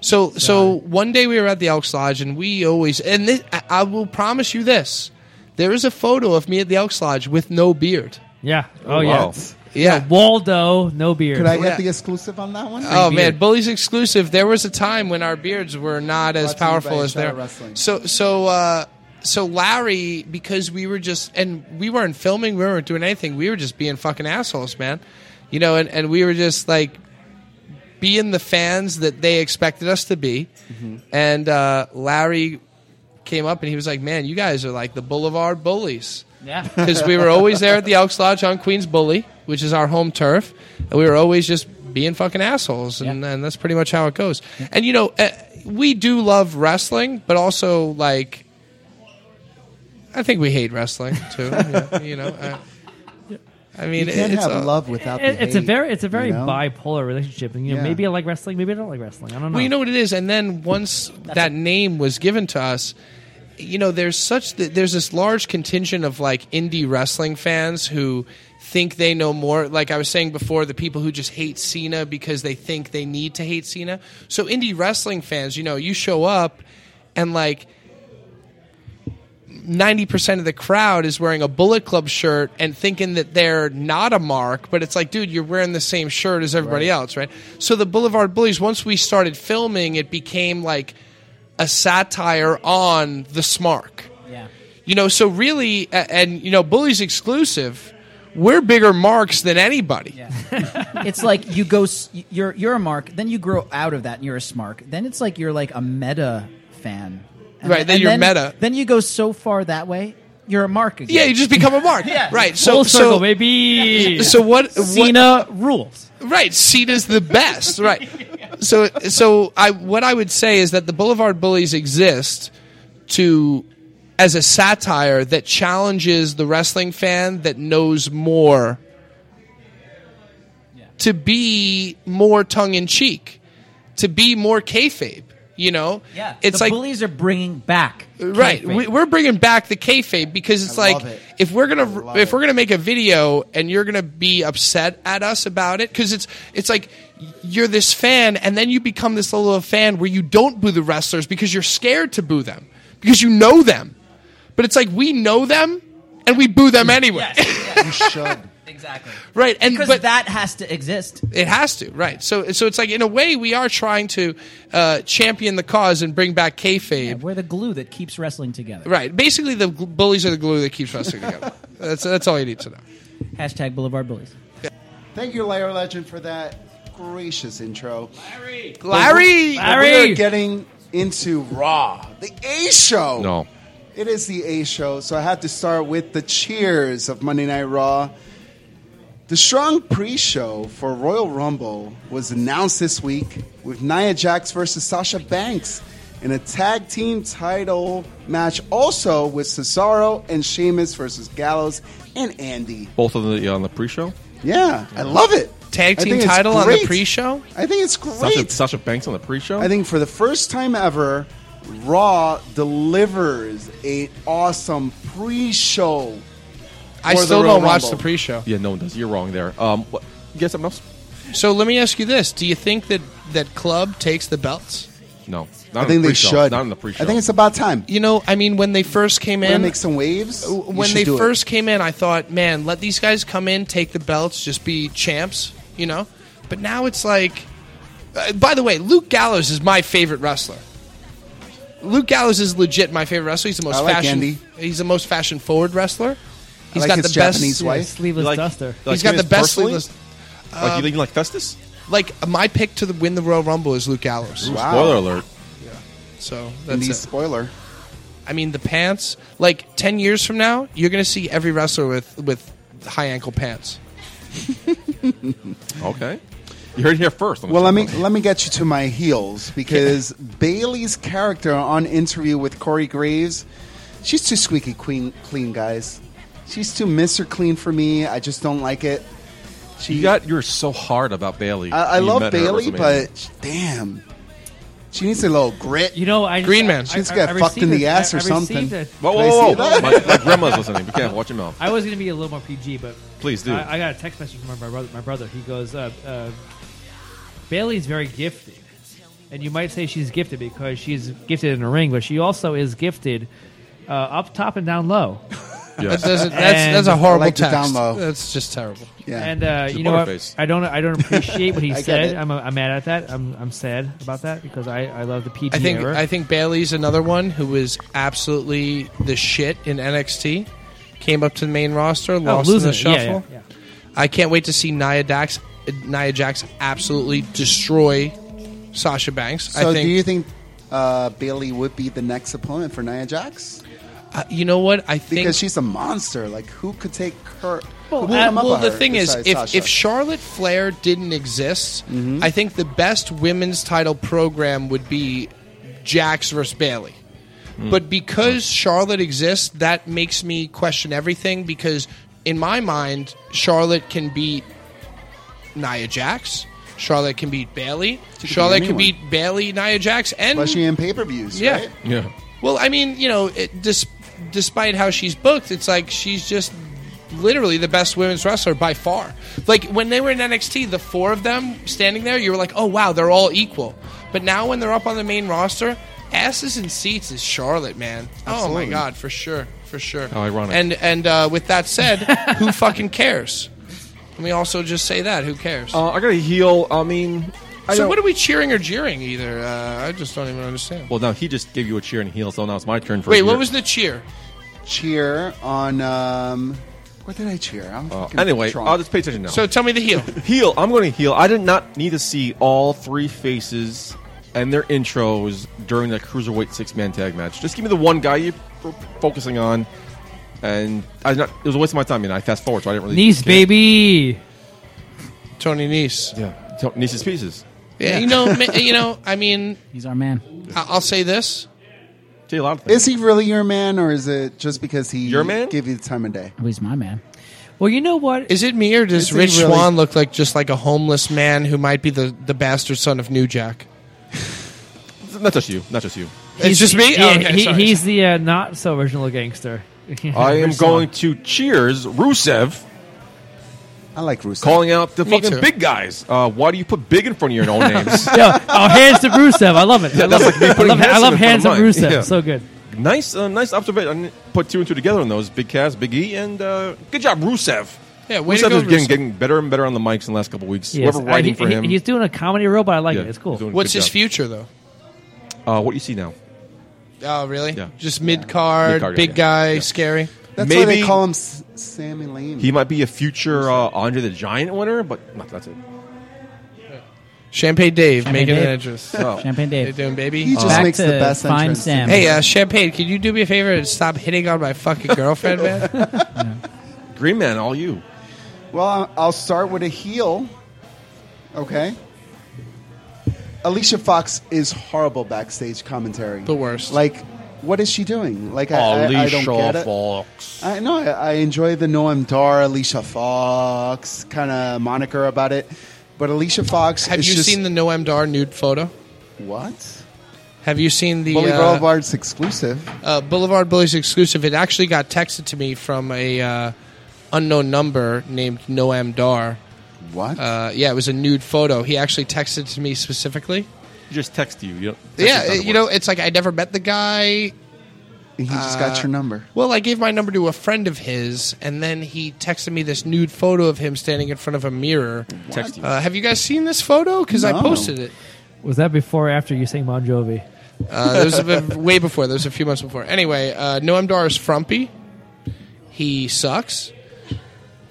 [SPEAKER 4] So so one day we were at the Elks Lodge, and we always and this, I, I will promise you this: there is a photo of me at the Elks Lodge with no beard.
[SPEAKER 6] Yeah. Oh, yeah.
[SPEAKER 4] Yeah.
[SPEAKER 6] Waldo, no beard.
[SPEAKER 11] Could I get
[SPEAKER 4] Yeah.
[SPEAKER 11] the exclusive on that one?
[SPEAKER 4] Oh man,
[SPEAKER 6] beard.
[SPEAKER 4] Bullies exclusive. There was a time when our beards were not as
[SPEAKER 11] Brought to you
[SPEAKER 4] powerful
[SPEAKER 11] by
[SPEAKER 4] as
[SPEAKER 11] Shadow
[SPEAKER 4] they're.
[SPEAKER 11] Wrestling.
[SPEAKER 4] So so uh, so Larry, because we were just and we weren't filming, we weren't doing anything. We were just being fucking assholes, man. You know, and, and we were just like being the fans that they expected us to be.
[SPEAKER 11] Mm-hmm.
[SPEAKER 4] And uh, Larry came up and he was like, "Man, you guys are like the Boulevard Bullies."
[SPEAKER 5] Yeah.
[SPEAKER 4] because we were always there at the Elks Lodge on Queens Bully, which is our home turf, and we were always just being fucking assholes, and, and that's pretty much how it goes. And you know, uh, we do love wrestling, but also like, I think we hate wrestling too. yeah, you know, uh, I mean,
[SPEAKER 11] You can't
[SPEAKER 4] it's
[SPEAKER 11] have
[SPEAKER 4] a-
[SPEAKER 11] love without
[SPEAKER 6] It-
[SPEAKER 11] the
[SPEAKER 6] it's a
[SPEAKER 11] hate,
[SPEAKER 6] very it's a very
[SPEAKER 11] you know?
[SPEAKER 6] bipolar relationship, and you know
[SPEAKER 11] Yeah.
[SPEAKER 6] maybe I like wrestling, maybe I don't like wrestling. I don't know.
[SPEAKER 4] Well, you know what it is, and then once that name was given to us, you know, there's such th- there's this large contingent of like indie wrestling fans who think they know more. Like I was saying before, the people who just hate Cena because they think they need to hate Cena. So indie wrestling fans, you know, you show up and like. 90% of the crowd is wearing a Bullet Club shirt and thinking that they're not a mark, but it's like, dude, you're wearing the same shirt as everybody else, right? So the Boulevard Bullies, once we started filming, it became like a satire on the smark.
[SPEAKER 5] yeah.
[SPEAKER 4] You know, so really, a- and, you know, Bullies exclusive, we're bigger marks than anybody.
[SPEAKER 5] it's like you go s- you're you're a mark then you grow out of that and you're a smark then it's like you're like a meta fan And
[SPEAKER 4] Right, then you're
[SPEAKER 5] and
[SPEAKER 4] meta.
[SPEAKER 5] then you go so far that way you're a mark again
[SPEAKER 4] Yeah, you just become a mark.
[SPEAKER 5] Yeah.
[SPEAKER 4] Right. So,
[SPEAKER 6] full circle,
[SPEAKER 4] so,
[SPEAKER 6] maybe.
[SPEAKER 4] so what, what
[SPEAKER 6] Cena rules.
[SPEAKER 4] Right, Cena's the best. Right. So so I what I would say is that the Boulevard Bullies exist to as a satire that challenges the wrestling fan that knows more to be more tongue in cheek, to be more kayfabe. You know,
[SPEAKER 5] yeah
[SPEAKER 4] it's
[SPEAKER 5] the
[SPEAKER 4] like
[SPEAKER 5] bullies are bringing back
[SPEAKER 4] right.
[SPEAKER 5] kayfabe.
[SPEAKER 4] We, we're bringing back the kayfabe because it's
[SPEAKER 11] I
[SPEAKER 4] like
[SPEAKER 11] love it.
[SPEAKER 4] if we're
[SPEAKER 11] I
[SPEAKER 4] gonna
[SPEAKER 11] love
[SPEAKER 4] if we're
[SPEAKER 11] it.
[SPEAKER 4] gonna make a video and you're gonna be upset at us about it because it's it's like you're this fan and then you become this level of fan where you don't boo the wrestlers because you're scared to boo them because you know them, but it's like we know them and we boo them anyway,
[SPEAKER 11] You should.
[SPEAKER 5] exactly
[SPEAKER 4] right? And
[SPEAKER 5] because
[SPEAKER 4] but
[SPEAKER 5] that has to exist
[SPEAKER 4] it has to, right? So so it's like in a way we are trying to uh, champion the cause and bring back kayfabe.
[SPEAKER 5] Yeah, we're the glue that keeps wrestling together
[SPEAKER 4] Right. Basically, the gl- bullies are the glue that keeps wrestling together. That's that's all you need to know.
[SPEAKER 5] hashtag boulevard bullies
[SPEAKER 3] Thank you, Larry Legend, for that gracious intro.
[SPEAKER 4] Larry.
[SPEAKER 3] We
[SPEAKER 6] Larry!
[SPEAKER 3] are getting into Raw, the A show.
[SPEAKER 1] No.
[SPEAKER 3] It is the A show, so I have to start with the cheers of Monday Night Raw. The strong pre show for Royal Rumble was announced this week with Nia Jax versus Sasha Banks in a tag team title match, also with Cesaro and Sheamus versus Gallows and Andy.
[SPEAKER 1] Both of the uh, on the pre-show.
[SPEAKER 3] Yeah, I love it.
[SPEAKER 4] Tag
[SPEAKER 3] I
[SPEAKER 4] team
[SPEAKER 3] think it's
[SPEAKER 4] title on the
[SPEAKER 3] great.
[SPEAKER 4] pre-show?
[SPEAKER 3] I think it's great.
[SPEAKER 1] Sasha, Sasha Banks on the pre-show.
[SPEAKER 3] I think for the first time ever, Raw delivers a awesome pre-show.
[SPEAKER 4] I
[SPEAKER 3] for the
[SPEAKER 4] still
[SPEAKER 3] Royal
[SPEAKER 4] don't watch
[SPEAKER 3] Rumble.
[SPEAKER 4] the pre-show.
[SPEAKER 1] Yeah, no one does. You're wrong there. Um, what, you got something else?
[SPEAKER 4] So let me ask you this: Do you think that that club takes the belts?
[SPEAKER 1] No.
[SPEAKER 3] I think they should.
[SPEAKER 1] Not in the pre-show.
[SPEAKER 3] I think it's about time.
[SPEAKER 4] You know, I mean, when they first came
[SPEAKER 3] Wanna
[SPEAKER 4] in,
[SPEAKER 3] make some waves. You
[SPEAKER 4] when
[SPEAKER 3] should
[SPEAKER 4] they
[SPEAKER 3] do it.
[SPEAKER 4] first came in, I thought, man, let these guys come in, take the belts, just be champs, you know. But now it's like, uh, by the way, Luke Gallows is my favorite wrestler. Luke Gallows is legit my favorite wrestler. He's the most
[SPEAKER 3] I like
[SPEAKER 4] fashion.
[SPEAKER 3] Andy.
[SPEAKER 4] He's the most fashion forward wrestler. He's
[SPEAKER 3] like
[SPEAKER 4] got
[SPEAKER 3] his
[SPEAKER 4] the best
[SPEAKER 3] Japanese wife.
[SPEAKER 6] Sleeveless
[SPEAKER 1] Like-
[SPEAKER 6] duster.
[SPEAKER 1] like
[SPEAKER 4] He's got
[SPEAKER 1] him
[SPEAKER 4] the best
[SPEAKER 1] personally?
[SPEAKER 4] sleeveless-
[SPEAKER 1] like,
[SPEAKER 3] Um,
[SPEAKER 1] you think you like Festus?
[SPEAKER 4] Like uh, my pick to the, win the Royal Rumble is Luke Gallows.
[SPEAKER 3] Wow.
[SPEAKER 1] Spoiler alert.
[SPEAKER 4] So that's
[SPEAKER 3] Andy,
[SPEAKER 4] it.
[SPEAKER 3] spoiler.
[SPEAKER 4] I mean, the pants. Like ten years from now, you're gonna see every wrestler with with high ankle pants.
[SPEAKER 1] Okay. You heard it here first. on the
[SPEAKER 3] Well, let me
[SPEAKER 1] Showdown.
[SPEAKER 3] let me get you to my heels because Bailey's character on interview with Corey Graves, she's too squeaky clean, clean guys. She's too Mister Clean for me. I just don't like it. She,
[SPEAKER 1] You got. You're so hard about Bailey.
[SPEAKER 3] I, I
[SPEAKER 1] You
[SPEAKER 3] love
[SPEAKER 1] met her at
[SPEAKER 3] Bailey,
[SPEAKER 1] WrestleMania.
[SPEAKER 3] but sh- damn, she needs a little grit.
[SPEAKER 6] You know, I
[SPEAKER 4] Green Man.
[SPEAKER 6] I-
[SPEAKER 4] She's
[SPEAKER 6] I-
[SPEAKER 3] got
[SPEAKER 6] I
[SPEAKER 3] fucked in
[SPEAKER 6] received
[SPEAKER 3] the
[SPEAKER 6] it.
[SPEAKER 3] ass
[SPEAKER 6] I-
[SPEAKER 3] or
[SPEAKER 6] I received
[SPEAKER 3] something.
[SPEAKER 6] it.
[SPEAKER 1] Whoa,
[SPEAKER 3] Did I
[SPEAKER 1] whoa, whoa!
[SPEAKER 3] see that?
[SPEAKER 1] My, my grandma's listening. We can't watch your mouth.
[SPEAKER 6] I was going to be a little more PG, but
[SPEAKER 1] Please do.
[SPEAKER 6] I, I got a text message from my brother. My brother, he goes, uh, uh, "Bailey's very gifted, and you might say she's gifted because she's gifted in the ring, but she also is gifted uh, up top and down low."
[SPEAKER 1] Yes.
[SPEAKER 4] That doesn't, that's,
[SPEAKER 6] And-
[SPEAKER 4] that's a horrible
[SPEAKER 3] I like the
[SPEAKER 4] text.
[SPEAKER 3] down low.
[SPEAKER 4] That's just terrible.
[SPEAKER 3] Yeah,
[SPEAKER 6] And uh,
[SPEAKER 1] She's
[SPEAKER 6] you know, what?
[SPEAKER 1] butterface.
[SPEAKER 6] I don't, I don't appreciate what he
[SPEAKER 3] I get
[SPEAKER 6] said.
[SPEAKER 3] it.
[SPEAKER 6] I'm, I'm mad at that. I'm, I'm sad about that because I, I love the PG
[SPEAKER 4] I think
[SPEAKER 6] era.
[SPEAKER 4] I think Bailey's another one who was absolutely the shit in NXT. Came up to the main roster,
[SPEAKER 6] oh,
[SPEAKER 4] lost in
[SPEAKER 6] losing
[SPEAKER 4] the
[SPEAKER 6] it. Yeah,
[SPEAKER 4] shuffle.
[SPEAKER 6] yeah, yeah.
[SPEAKER 4] I can't wait to see Nia Dax, Nia Jax absolutely destroy Sasha Banks.
[SPEAKER 3] so
[SPEAKER 4] I think
[SPEAKER 3] do you think uh, Bailey would be the next opponent for Nia Jax?
[SPEAKER 4] uh, you know what I think.
[SPEAKER 3] Because she's a monster. Like who could take her? who
[SPEAKER 4] well, uh,
[SPEAKER 3] would come up
[SPEAKER 4] well,
[SPEAKER 3] on
[SPEAKER 4] the
[SPEAKER 3] her
[SPEAKER 4] thing is,
[SPEAKER 3] besides
[SPEAKER 4] if,
[SPEAKER 3] Sasha? Mm-hmm.
[SPEAKER 4] if Charlotte Flair didn't exist, I think the best women's title program would be Jax versus Bailey. But because Charlotte exists, that makes me question everything because in my mind, Charlotte can beat Nia Jax. Charlotte can beat Bailey. Charlotte can
[SPEAKER 3] anyone.
[SPEAKER 4] beat Bailey, Nia Jax, and
[SPEAKER 3] especially in pay per views,
[SPEAKER 4] Yeah.
[SPEAKER 3] right?
[SPEAKER 1] yeah.
[SPEAKER 4] well, I mean, you know, it, dis- despite how she's booked, it's like she's just literally the best women's wrestler by far. Like when they were in NXT, the four of them standing there, you were like, oh wow, they're all equal. But now when they're up on the main roster, asses and seats is Charlotte, man. Oh my god, for sure, for sure.
[SPEAKER 1] How ironic.
[SPEAKER 4] And and uh, with that said, who fucking cares? Let me also just say that. Who cares?
[SPEAKER 1] Uh, I got a heel. I mean, I
[SPEAKER 4] so
[SPEAKER 1] don't-
[SPEAKER 4] what are we cheering or jeering? Either uh, I just don't even understand.
[SPEAKER 1] Well, now he just gave you a cheer and heel, so now it's my turn for. a
[SPEAKER 4] Wait, what
[SPEAKER 1] year.
[SPEAKER 4] was the cheer?
[SPEAKER 3] cheer on. Um, what did I cheer? I'm
[SPEAKER 1] Uh,
[SPEAKER 3] fucking
[SPEAKER 1] anyway,
[SPEAKER 3] drunk.
[SPEAKER 1] I'll just pay attention now.
[SPEAKER 4] So tell me the heel.
[SPEAKER 1] heel. I'm going to heel. I did not need to see all three faces and their intros during that cruiserweight six man tag match. Just give me the one guy you're f- focusing on, and I did not. It was a waste of my time. And I fast forward, so I didn't really.
[SPEAKER 6] Niece,
[SPEAKER 1] care.
[SPEAKER 6] baby.
[SPEAKER 4] Tony Nese.
[SPEAKER 1] Yeah, so, Niece's pieces.
[SPEAKER 4] Yeah, you know, ma- you know. I mean,
[SPEAKER 5] He's our man.
[SPEAKER 4] I- I'll say this.
[SPEAKER 1] See a lot of things.
[SPEAKER 3] is he really your man, or is it just because he
[SPEAKER 1] Your man?
[SPEAKER 3] gave you the time of day?
[SPEAKER 5] Oh, he's my man.
[SPEAKER 6] Well, you know what?
[SPEAKER 4] Is it me or does
[SPEAKER 3] Is he
[SPEAKER 4] Rich
[SPEAKER 3] really-
[SPEAKER 4] Swan look like just like a homeless man who might be the, the bastard son of New Jack?
[SPEAKER 1] not just you. Not just you.
[SPEAKER 4] It's just me.
[SPEAKER 6] Yeah,
[SPEAKER 4] Oh, okay,
[SPEAKER 6] he,
[SPEAKER 4] sorry.
[SPEAKER 6] he's the uh, not so original gangster.
[SPEAKER 1] I am
[SPEAKER 6] Rich
[SPEAKER 1] going to
[SPEAKER 6] Swan.
[SPEAKER 1] cheers Rusev
[SPEAKER 3] I like Rusev.
[SPEAKER 1] calling out the
[SPEAKER 4] Me
[SPEAKER 1] fucking
[SPEAKER 4] too.
[SPEAKER 1] big guys. Uh, why do you put big in front of your own names?
[SPEAKER 6] Yo, oh, hands to Rusev. I love it. I love,
[SPEAKER 1] that's like me
[SPEAKER 6] it. I
[SPEAKER 1] putting
[SPEAKER 6] love, I love
[SPEAKER 1] hands
[SPEAKER 6] hands to
[SPEAKER 1] in front of
[SPEAKER 6] Rusev.
[SPEAKER 1] mine. Yeah.
[SPEAKER 6] So good.
[SPEAKER 1] Nice, uh, nice observation. I didn't put two and two together on those. Big Cass, Big E, and uh, good job, Rusev.
[SPEAKER 4] Yeah, way
[SPEAKER 1] Rusev
[SPEAKER 4] to go,
[SPEAKER 1] is getting,
[SPEAKER 4] Rusev.
[SPEAKER 1] getting better and better on the mics in the last couple weeks.
[SPEAKER 6] Yes.
[SPEAKER 1] Whoever
[SPEAKER 6] Uh,
[SPEAKER 1] writing
[SPEAKER 6] he-
[SPEAKER 1] for
[SPEAKER 6] he-
[SPEAKER 1] him,
[SPEAKER 6] he's doing a comedy role, but I like
[SPEAKER 1] yeah,
[SPEAKER 6] it. It's
[SPEAKER 1] he's doing
[SPEAKER 6] cool.
[SPEAKER 1] a
[SPEAKER 4] What's
[SPEAKER 1] good
[SPEAKER 4] his
[SPEAKER 1] job.
[SPEAKER 4] future though?
[SPEAKER 1] Uh, what do you see now?
[SPEAKER 4] Oh, really?
[SPEAKER 1] Yeah.
[SPEAKER 4] Just mid card,
[SPEAKER 1] Mid-card,
[SPEAKER 4] big
[SPEAKER 1] yeah,
[SPEAKER 4] guy,
[SPEAKER 1] yeah.
[SPEAKER 4] scary.
[SPEAKER 3] That's why
[SPEAKER 1] Maybe
[SPEAKER 3] they call him S- Sammy Lane.
[SPEAKER 1] he might be a future uh, Andre the Giant winner, but no, that's it.
[SPEAKER 4] Champagne Dave making
[SPEAKER 5] Dave.
[SPEAKER 4] an entrance. How
[SPEAKER 1] So,
[SPEAKER 5] Champagne
[SPEAKER 4] you
[SPEAKER 5] Dave.
[SPEAKER 4] doing,
[SPEAKER 3] he
[SPEAKER 4] baby? Uh,
[SPEAKER 3] just
[SPEAKER 1] Uh,
[SPEAKER 5] Back
[SPEAKER 3] makes the
[SPEAKER 5] to
[SPEAKER 3] best
[SPEAKER 5] Fine
[SPEAKER 3] entrance.
[SPEAKER 5] Sam.
[SPEAKER 4] Hey, uh, Champagne, could you do me a favor and stop hitting on my fucking girlfriend, man?
[SPEAKER 1] Green Man, all you.
[SPEAKER 3] Well, I- I'll start with a heel. Okay. Alicia Fox is horrible backstage commentary.
[SPEAKER 4] The worst.
[SPEAKER 3] Like, what is she doing? Like, I, I, I don't get it.
[SPEAKER 1] Fox.
[SPEAKER 3] I know. I, I enjoy the Noam Dar, Alicia Fox kind of moniker about it. But Alicia Fox.
[SPEAKER 4] Have
[SPEAKER 3] is
[SPEAKER 4] you
[SPEAKER 3] just-
[SPEAKER 4] seen the Noam Dar nude photo?
[SPEAKER 3] what?
[SPEAKER 4] Have you seen the
[SPEAKER 11] Bully
[SPEAKER 4] uh,
[SPEAKER 11] Boulevard's exclusive.
[SPEAKER 4] uh, Boulevard Bullies exclusive. It actually got texted to me from a uh, unknown number named Noam Dar.
[SPEAKER 3] What?
[SPEAKER 4] Uh, yeah, it was a nude photo. He actually texted to me specifically.
[SPEAKER 1] Just text you. you don't,
[SPEAKER 4] yeah, you know, it's like I never met the guy.
[SPEAKER 11] He just got
[SPEAKER 4] Uh,
[SPEAKER 11] your number.
[SPEAKER 4] Well, I gave my number to a friend of his, and then he texted me this nude photo of him standing in front of a mirror.
[SPEAKER 1] Text you.
[SPEAKER 4] Uh, have you guys seen this photo? Because I
[SPEAKER 6] No.
[SPEAKER 4] posted it.
[SPEAKER 6] Was that before or after you sang Bon Jovi?
[SPEAKER 4] Uh, there was a bit- way before. There was a few months before. Anyway, uh, Noam Dar is frumpy. He sucks,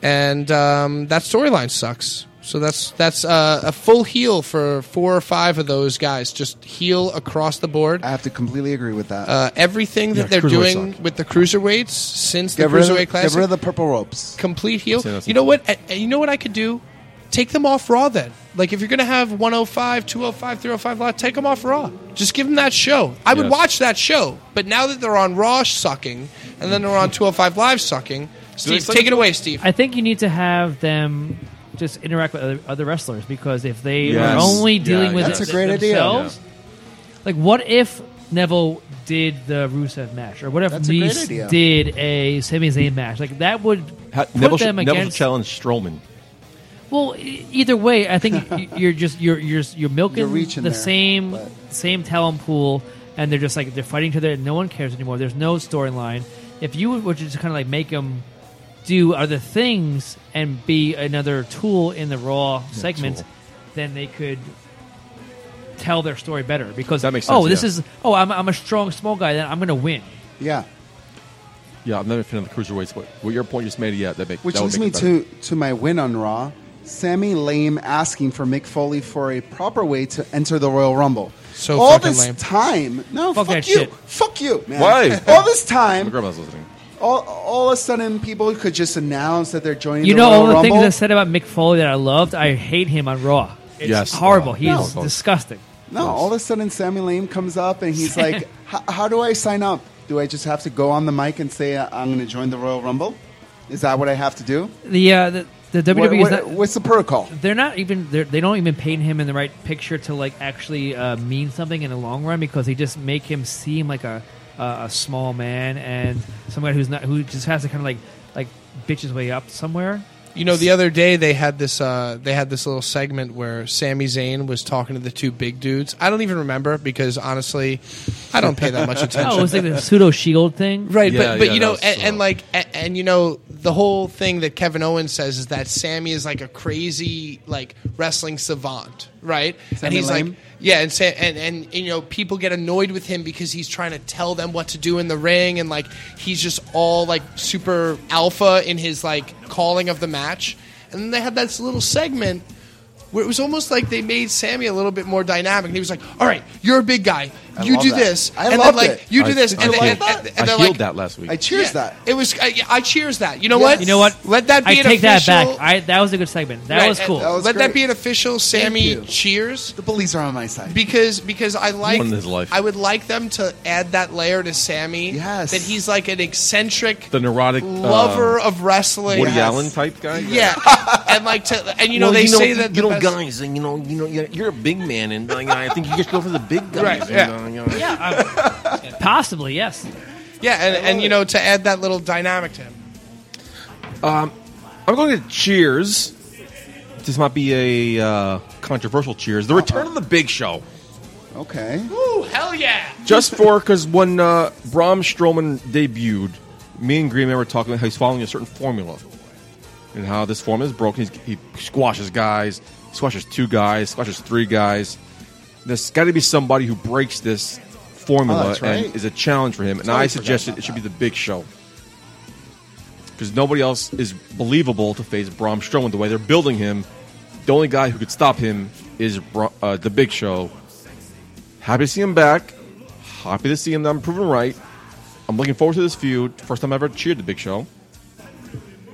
[SPEAKER 4] and um, that storyline sucks. So that's that's uh, a full heel for four or five of those guys. Just heel across the board.
[SPEAKER 11] I have to completely agree with that.
[SPEAKER 4] Uh, everything that
[SPEAKER 11] Uh, Yeah,
[SPEAKER 4] they're
[SPEAKER 11] cruiserweights
[SPEAKER 4] doing with the cruiserweights since
[SPEAKER 11] Get
[SPEAKER 4] the
[SPEAKER 11] rid, of,
[SPEAKER 4] cruiserweight
[SPEAKER 11] get
[SPEAKER 4] class,
[SPEAKER 11] rid of the purple ropes.
[SPEAKER 4] complete heel.
[SPEAKER 11] Say that's
[SPEAKER 4] You know what? and- and You know what I could do? Take them off Raw then. Like if you're gonna have 105, 205, 305 lot, take them off Raw. Just give them that show. I would
[SPEAKER 12] Yes.
[SPEAKER 4] watch that show. But now that they're on Raw sucking, and then they're on 205 Live sucking, Steve,
[SPEAKER 6] suck?
[SPEAKER 4] take it away, Steve.
[SPEAKER 6] I think you need to have them just interact with other, other wrestlers because if they are
[SPEAKER 4] Yes.
[SPEAKER 6] only
[SPEAKER 4] Yeah,
[SPEAKER 6] dealing with
[SPEAKER 4] that's
[SPEAKER 6] it
[SPEAKER 4] a great idea.
[SPEAKER 6] themselves, like what if Neville did the Rusev match, or what if
[SPEAKER 1] a great
[SPEAKER 6] Nice
[SPEAKER 1] idea.
[SPEAKER 6] did a Sami Zayn match? Like that would
[SPEAKER 1] Ha-
[SPEAKER 6] put
[SPEAKER 1] Neville, should,
[SPEAKER 6] them
[SPEAKER 1] Neville should
[SPEAKER 6] against.
[SPEAKER 1] challenge Strowman.
[SPEAKER 6] Well, e- either way, I think y- you're just you're you're you're milking
[SPEAKER 11] You're reaching
[SPEAKER 6] the
[SPEAKER 11] there,
[SPEAKER 6] same same talent pool, and they're just like they're fighting each other, and no one cares anymore. There's no storyline. If you were to just kind of like make them do other things and be another tool in the Raw segment,
[SPEAKER 5] tool.
[SPEAKER 6] then they could tell their story better. Because
[SPEAKER 1] That makes
[SPEAKER 6] oh,
[SPEAKER 1] sense,
[SPEAKER 6] this
[SPEAKER 1] yeah.
[SPEAKER 6] is oh, I'm I'm a strong small guy, then I'm going to win.
[SPEAKER 11] Yeah.
[SPEAKER 1] Yeah, I've never been on the cruiserweights, but what your point you just made, yeah, that make,
[SPEAKER 11] Which
[SPEAKER 1] that would
[SPEAKER 11] leads
[SPEAKER 1] make
[SPEAKER 11] me
[SPEAKER 1] it better.
[SPEAKER 11] to, to my win on Raw. Sammy Lame asking for Mick Foley for a proper way to enter the Royal Rumble.
[SPEAKER 1] So
[SPEAKER 11] all
[SPEAKER 1] fucking
[SPEAKER 11] this
[SPEAKER 1] lame.
[SPEAKER 11] time, no, fuck,
[SPEAKER 1] that
[SPEAKER 11] you,
[SPEAKER 1] shit.
[SPEAKER 11] fuck you, man.
[SPEAKER 1] Why?
[SPEAKER 11] All this
[SPEAKER 1] My
[SPEAKER 11] time,
[SPEAKER 1] grandma's listening.
[SPEAKER 11] all, all of a sudden, people could just announce that they're joining.
[SPEAKER 6] You
[SPEAKER 11] the
[SPEAKER 6] know
[SPEAKER 11] Royal
[SPEAKER 6] all the
[SPEAKER 11] Rumble.
[SPEAKER 6] things I said about Mick Foley that I loved. I hate him on Raw. It's
[SPEAKER 11] Yes.
[SPEAKER 6] horrible.
[SPEAKER 11] Wow.
[SPEAKER 6] He's
[SPEAKER 11] No.
[SPEAKER 6] disgusting.
[SPEAKER 11] No, all of a sudden Sammy Lame comes up and he's
[SPEAKER 6] Sam-
[SPEAKER 11] like, "H- "How do I sign up? Do I just have to go on the mic and say uh, I'm going to join the Royal Rumble? Is that what I have to do?"
[SPEAKER 6] The uh, the, the WWE
[SPEAKER 11] What-
[SPEAKER 6] is
[SPEAKER 11] what-
[SPEAKER 6] not-
[SPEAKER 11] what's the protocol?
[SPEAKER 6] They're not even they're, they don't even paint him in the right picture to like actually uh, mean something in the long run because they just make him seem like a uh, a small man and somebody who's not who just has to kind of like like bitch his way up somewhere.
[SPEAKER 4] You know, the other day they had this uh, they had this little segment where Sami Zayn was talking to the two big dudes. I don't even remember because honestly, I don't pay that much attention.
[SPEAKER 6] Oh, it was like the pseudo shield thing,
[SPEAKER 4] Right, but but you know, and, and like, and, and you know, the whole thing that Kevin Owens says is that Sammy is like a crazy like wrestling savant, right? and
[SPEAKER 11] Sammy
[SPEAKER 4] he's
[SPEAKER 11] Lame?
[SPEAKER 4] like, yeah, and, Sa- and and and, you know, people get annoyed with him because he's trying to tell them what to do in the ring, and like he's just all like super alpha in his like calling of the match. And then they had this little segment where it was almost like they made Sammy a little bit more dynamic. And he was like, "All right, you're a big guy.
[SPEAKER 11] I
[SPEAKER 4] you
[SPEAKER 11] love
[SPEAKER 4] do
[SPEAKER 11] that.
[SPEAKER 4] this,
[SPEAKER 11] I
[SPEAKER 4] and then
[SPEAKER 11] loved
[SPEAKER 4] like
[SPEAKER 11] it.
[SPEAKER 4] you do
[SPEAKER 1] I-
[SPEAKER 4] this,
[SPEAKER 1] I
[SPEAKER 4] and then
[SPEAKER 1] healed
[SPEAKER 4] and, and,
[SPEAKER 1] that.
[SPEAKER 4] and
[SPEAKER 1] I
[SPEAKER 4] they're
[SPEAKER 1] healed
[SPEAKER 4] like,
[SPEAKER 1] that last week. I
[SPEAKER 11] cheers
[SPEAKER 4] Yeah.
[SPEAKER 11] that.
[SPEAKER 4] It was I, I cheers that. You know
[SPEAKER 6] Yes.
[SPEAKER 4] what?
[SPEAKER 6] You know what?
[SPEAKER 4] Let that be
[SPEAKER 6] I
[SPEAKER 4] an
[SPEAKER 6] take that
[SPEAKER 4] official.
[SPEAKER 6] back. I, that was a good segment. That
[SPEAKER 4] Right,
[SPEAKER 6] was
[SPEAKER 4] and
[SPEAKER 6] cool.
[SPEAKER 4] let that be an official Sammy
[SPEAKER 11] you.
[SPEAKER 4] cheers.
[SPEAKER 11] The bullies are on my side
[SPEAKER 4] because because I like
[SPEAKER 1] One in his life.
[SPEAKER 4] I would like them to add that layer to Sammy. Yes, that he's like an eccentric
[SPEAKER 1] The neurotic
[SPEAKER 4] lover
[SPEAKER 1] um,
[SPEAKER 4] of wrestling.
[SPEAKER 1] Woody Allen type guy.
[SPEAKER 4] Yeah, and like to and you know
[SPEAKER 13] Well,
[SPEAKER 4] they say that
[SPEAKER 13] you
[SPEAKER 4] the
[SPEAKER 13] know
[SPEAKER 4] best-
[SPEAKER 13] guys, and you know you know you're, you're a big man, and like, I think you just go for the big guys.
[SPEAKER 4] Right,
[SPEAKER 13] and,
[SPEAKER 4] yeah.
[SPEAKER 13] uh, you know.
[SPEAKER 6] Possibly, yes.
[SPEAKER 4] Yeah, and, and you know to add that little dynamic to him.
[SPEAKER 1] Um, I'm going to Cheers. This might be a uh, controversial Cheers. The return of the Big Show.
[SPEAKER 11] Okay.
[SPEAKER 4] Ooh, hell yeah!
[SPEAKER 1] Just for because when uh, Braun Strowman debuted, me and Green Man were talking about how he's following a certain formula and how this formula is broken. He's, he squashes guys, squashes two guys, squashes three guys. There's got to be somebody who breaks this
[SPEAKER 11] Oh,
[SPEAKER 1] formula
[SPEAKER 11] that's right.
[SPEAKER 1] and is a challenge for him. And
[SPEAKER 11] Totally
[SPEAKER 1] I
[SPEAKER 11] forgot
[SPEAKER 1] suggested it should be the Big Show because nobody else is believable to face Braun Strowman the way they're building him. The only guy who could stop him is Bra- uh, the Big Show. Happy to see him back. Happy to see him. that I'm proven right. I'm looking forward to this feud. First time I ever cheered the Big Show,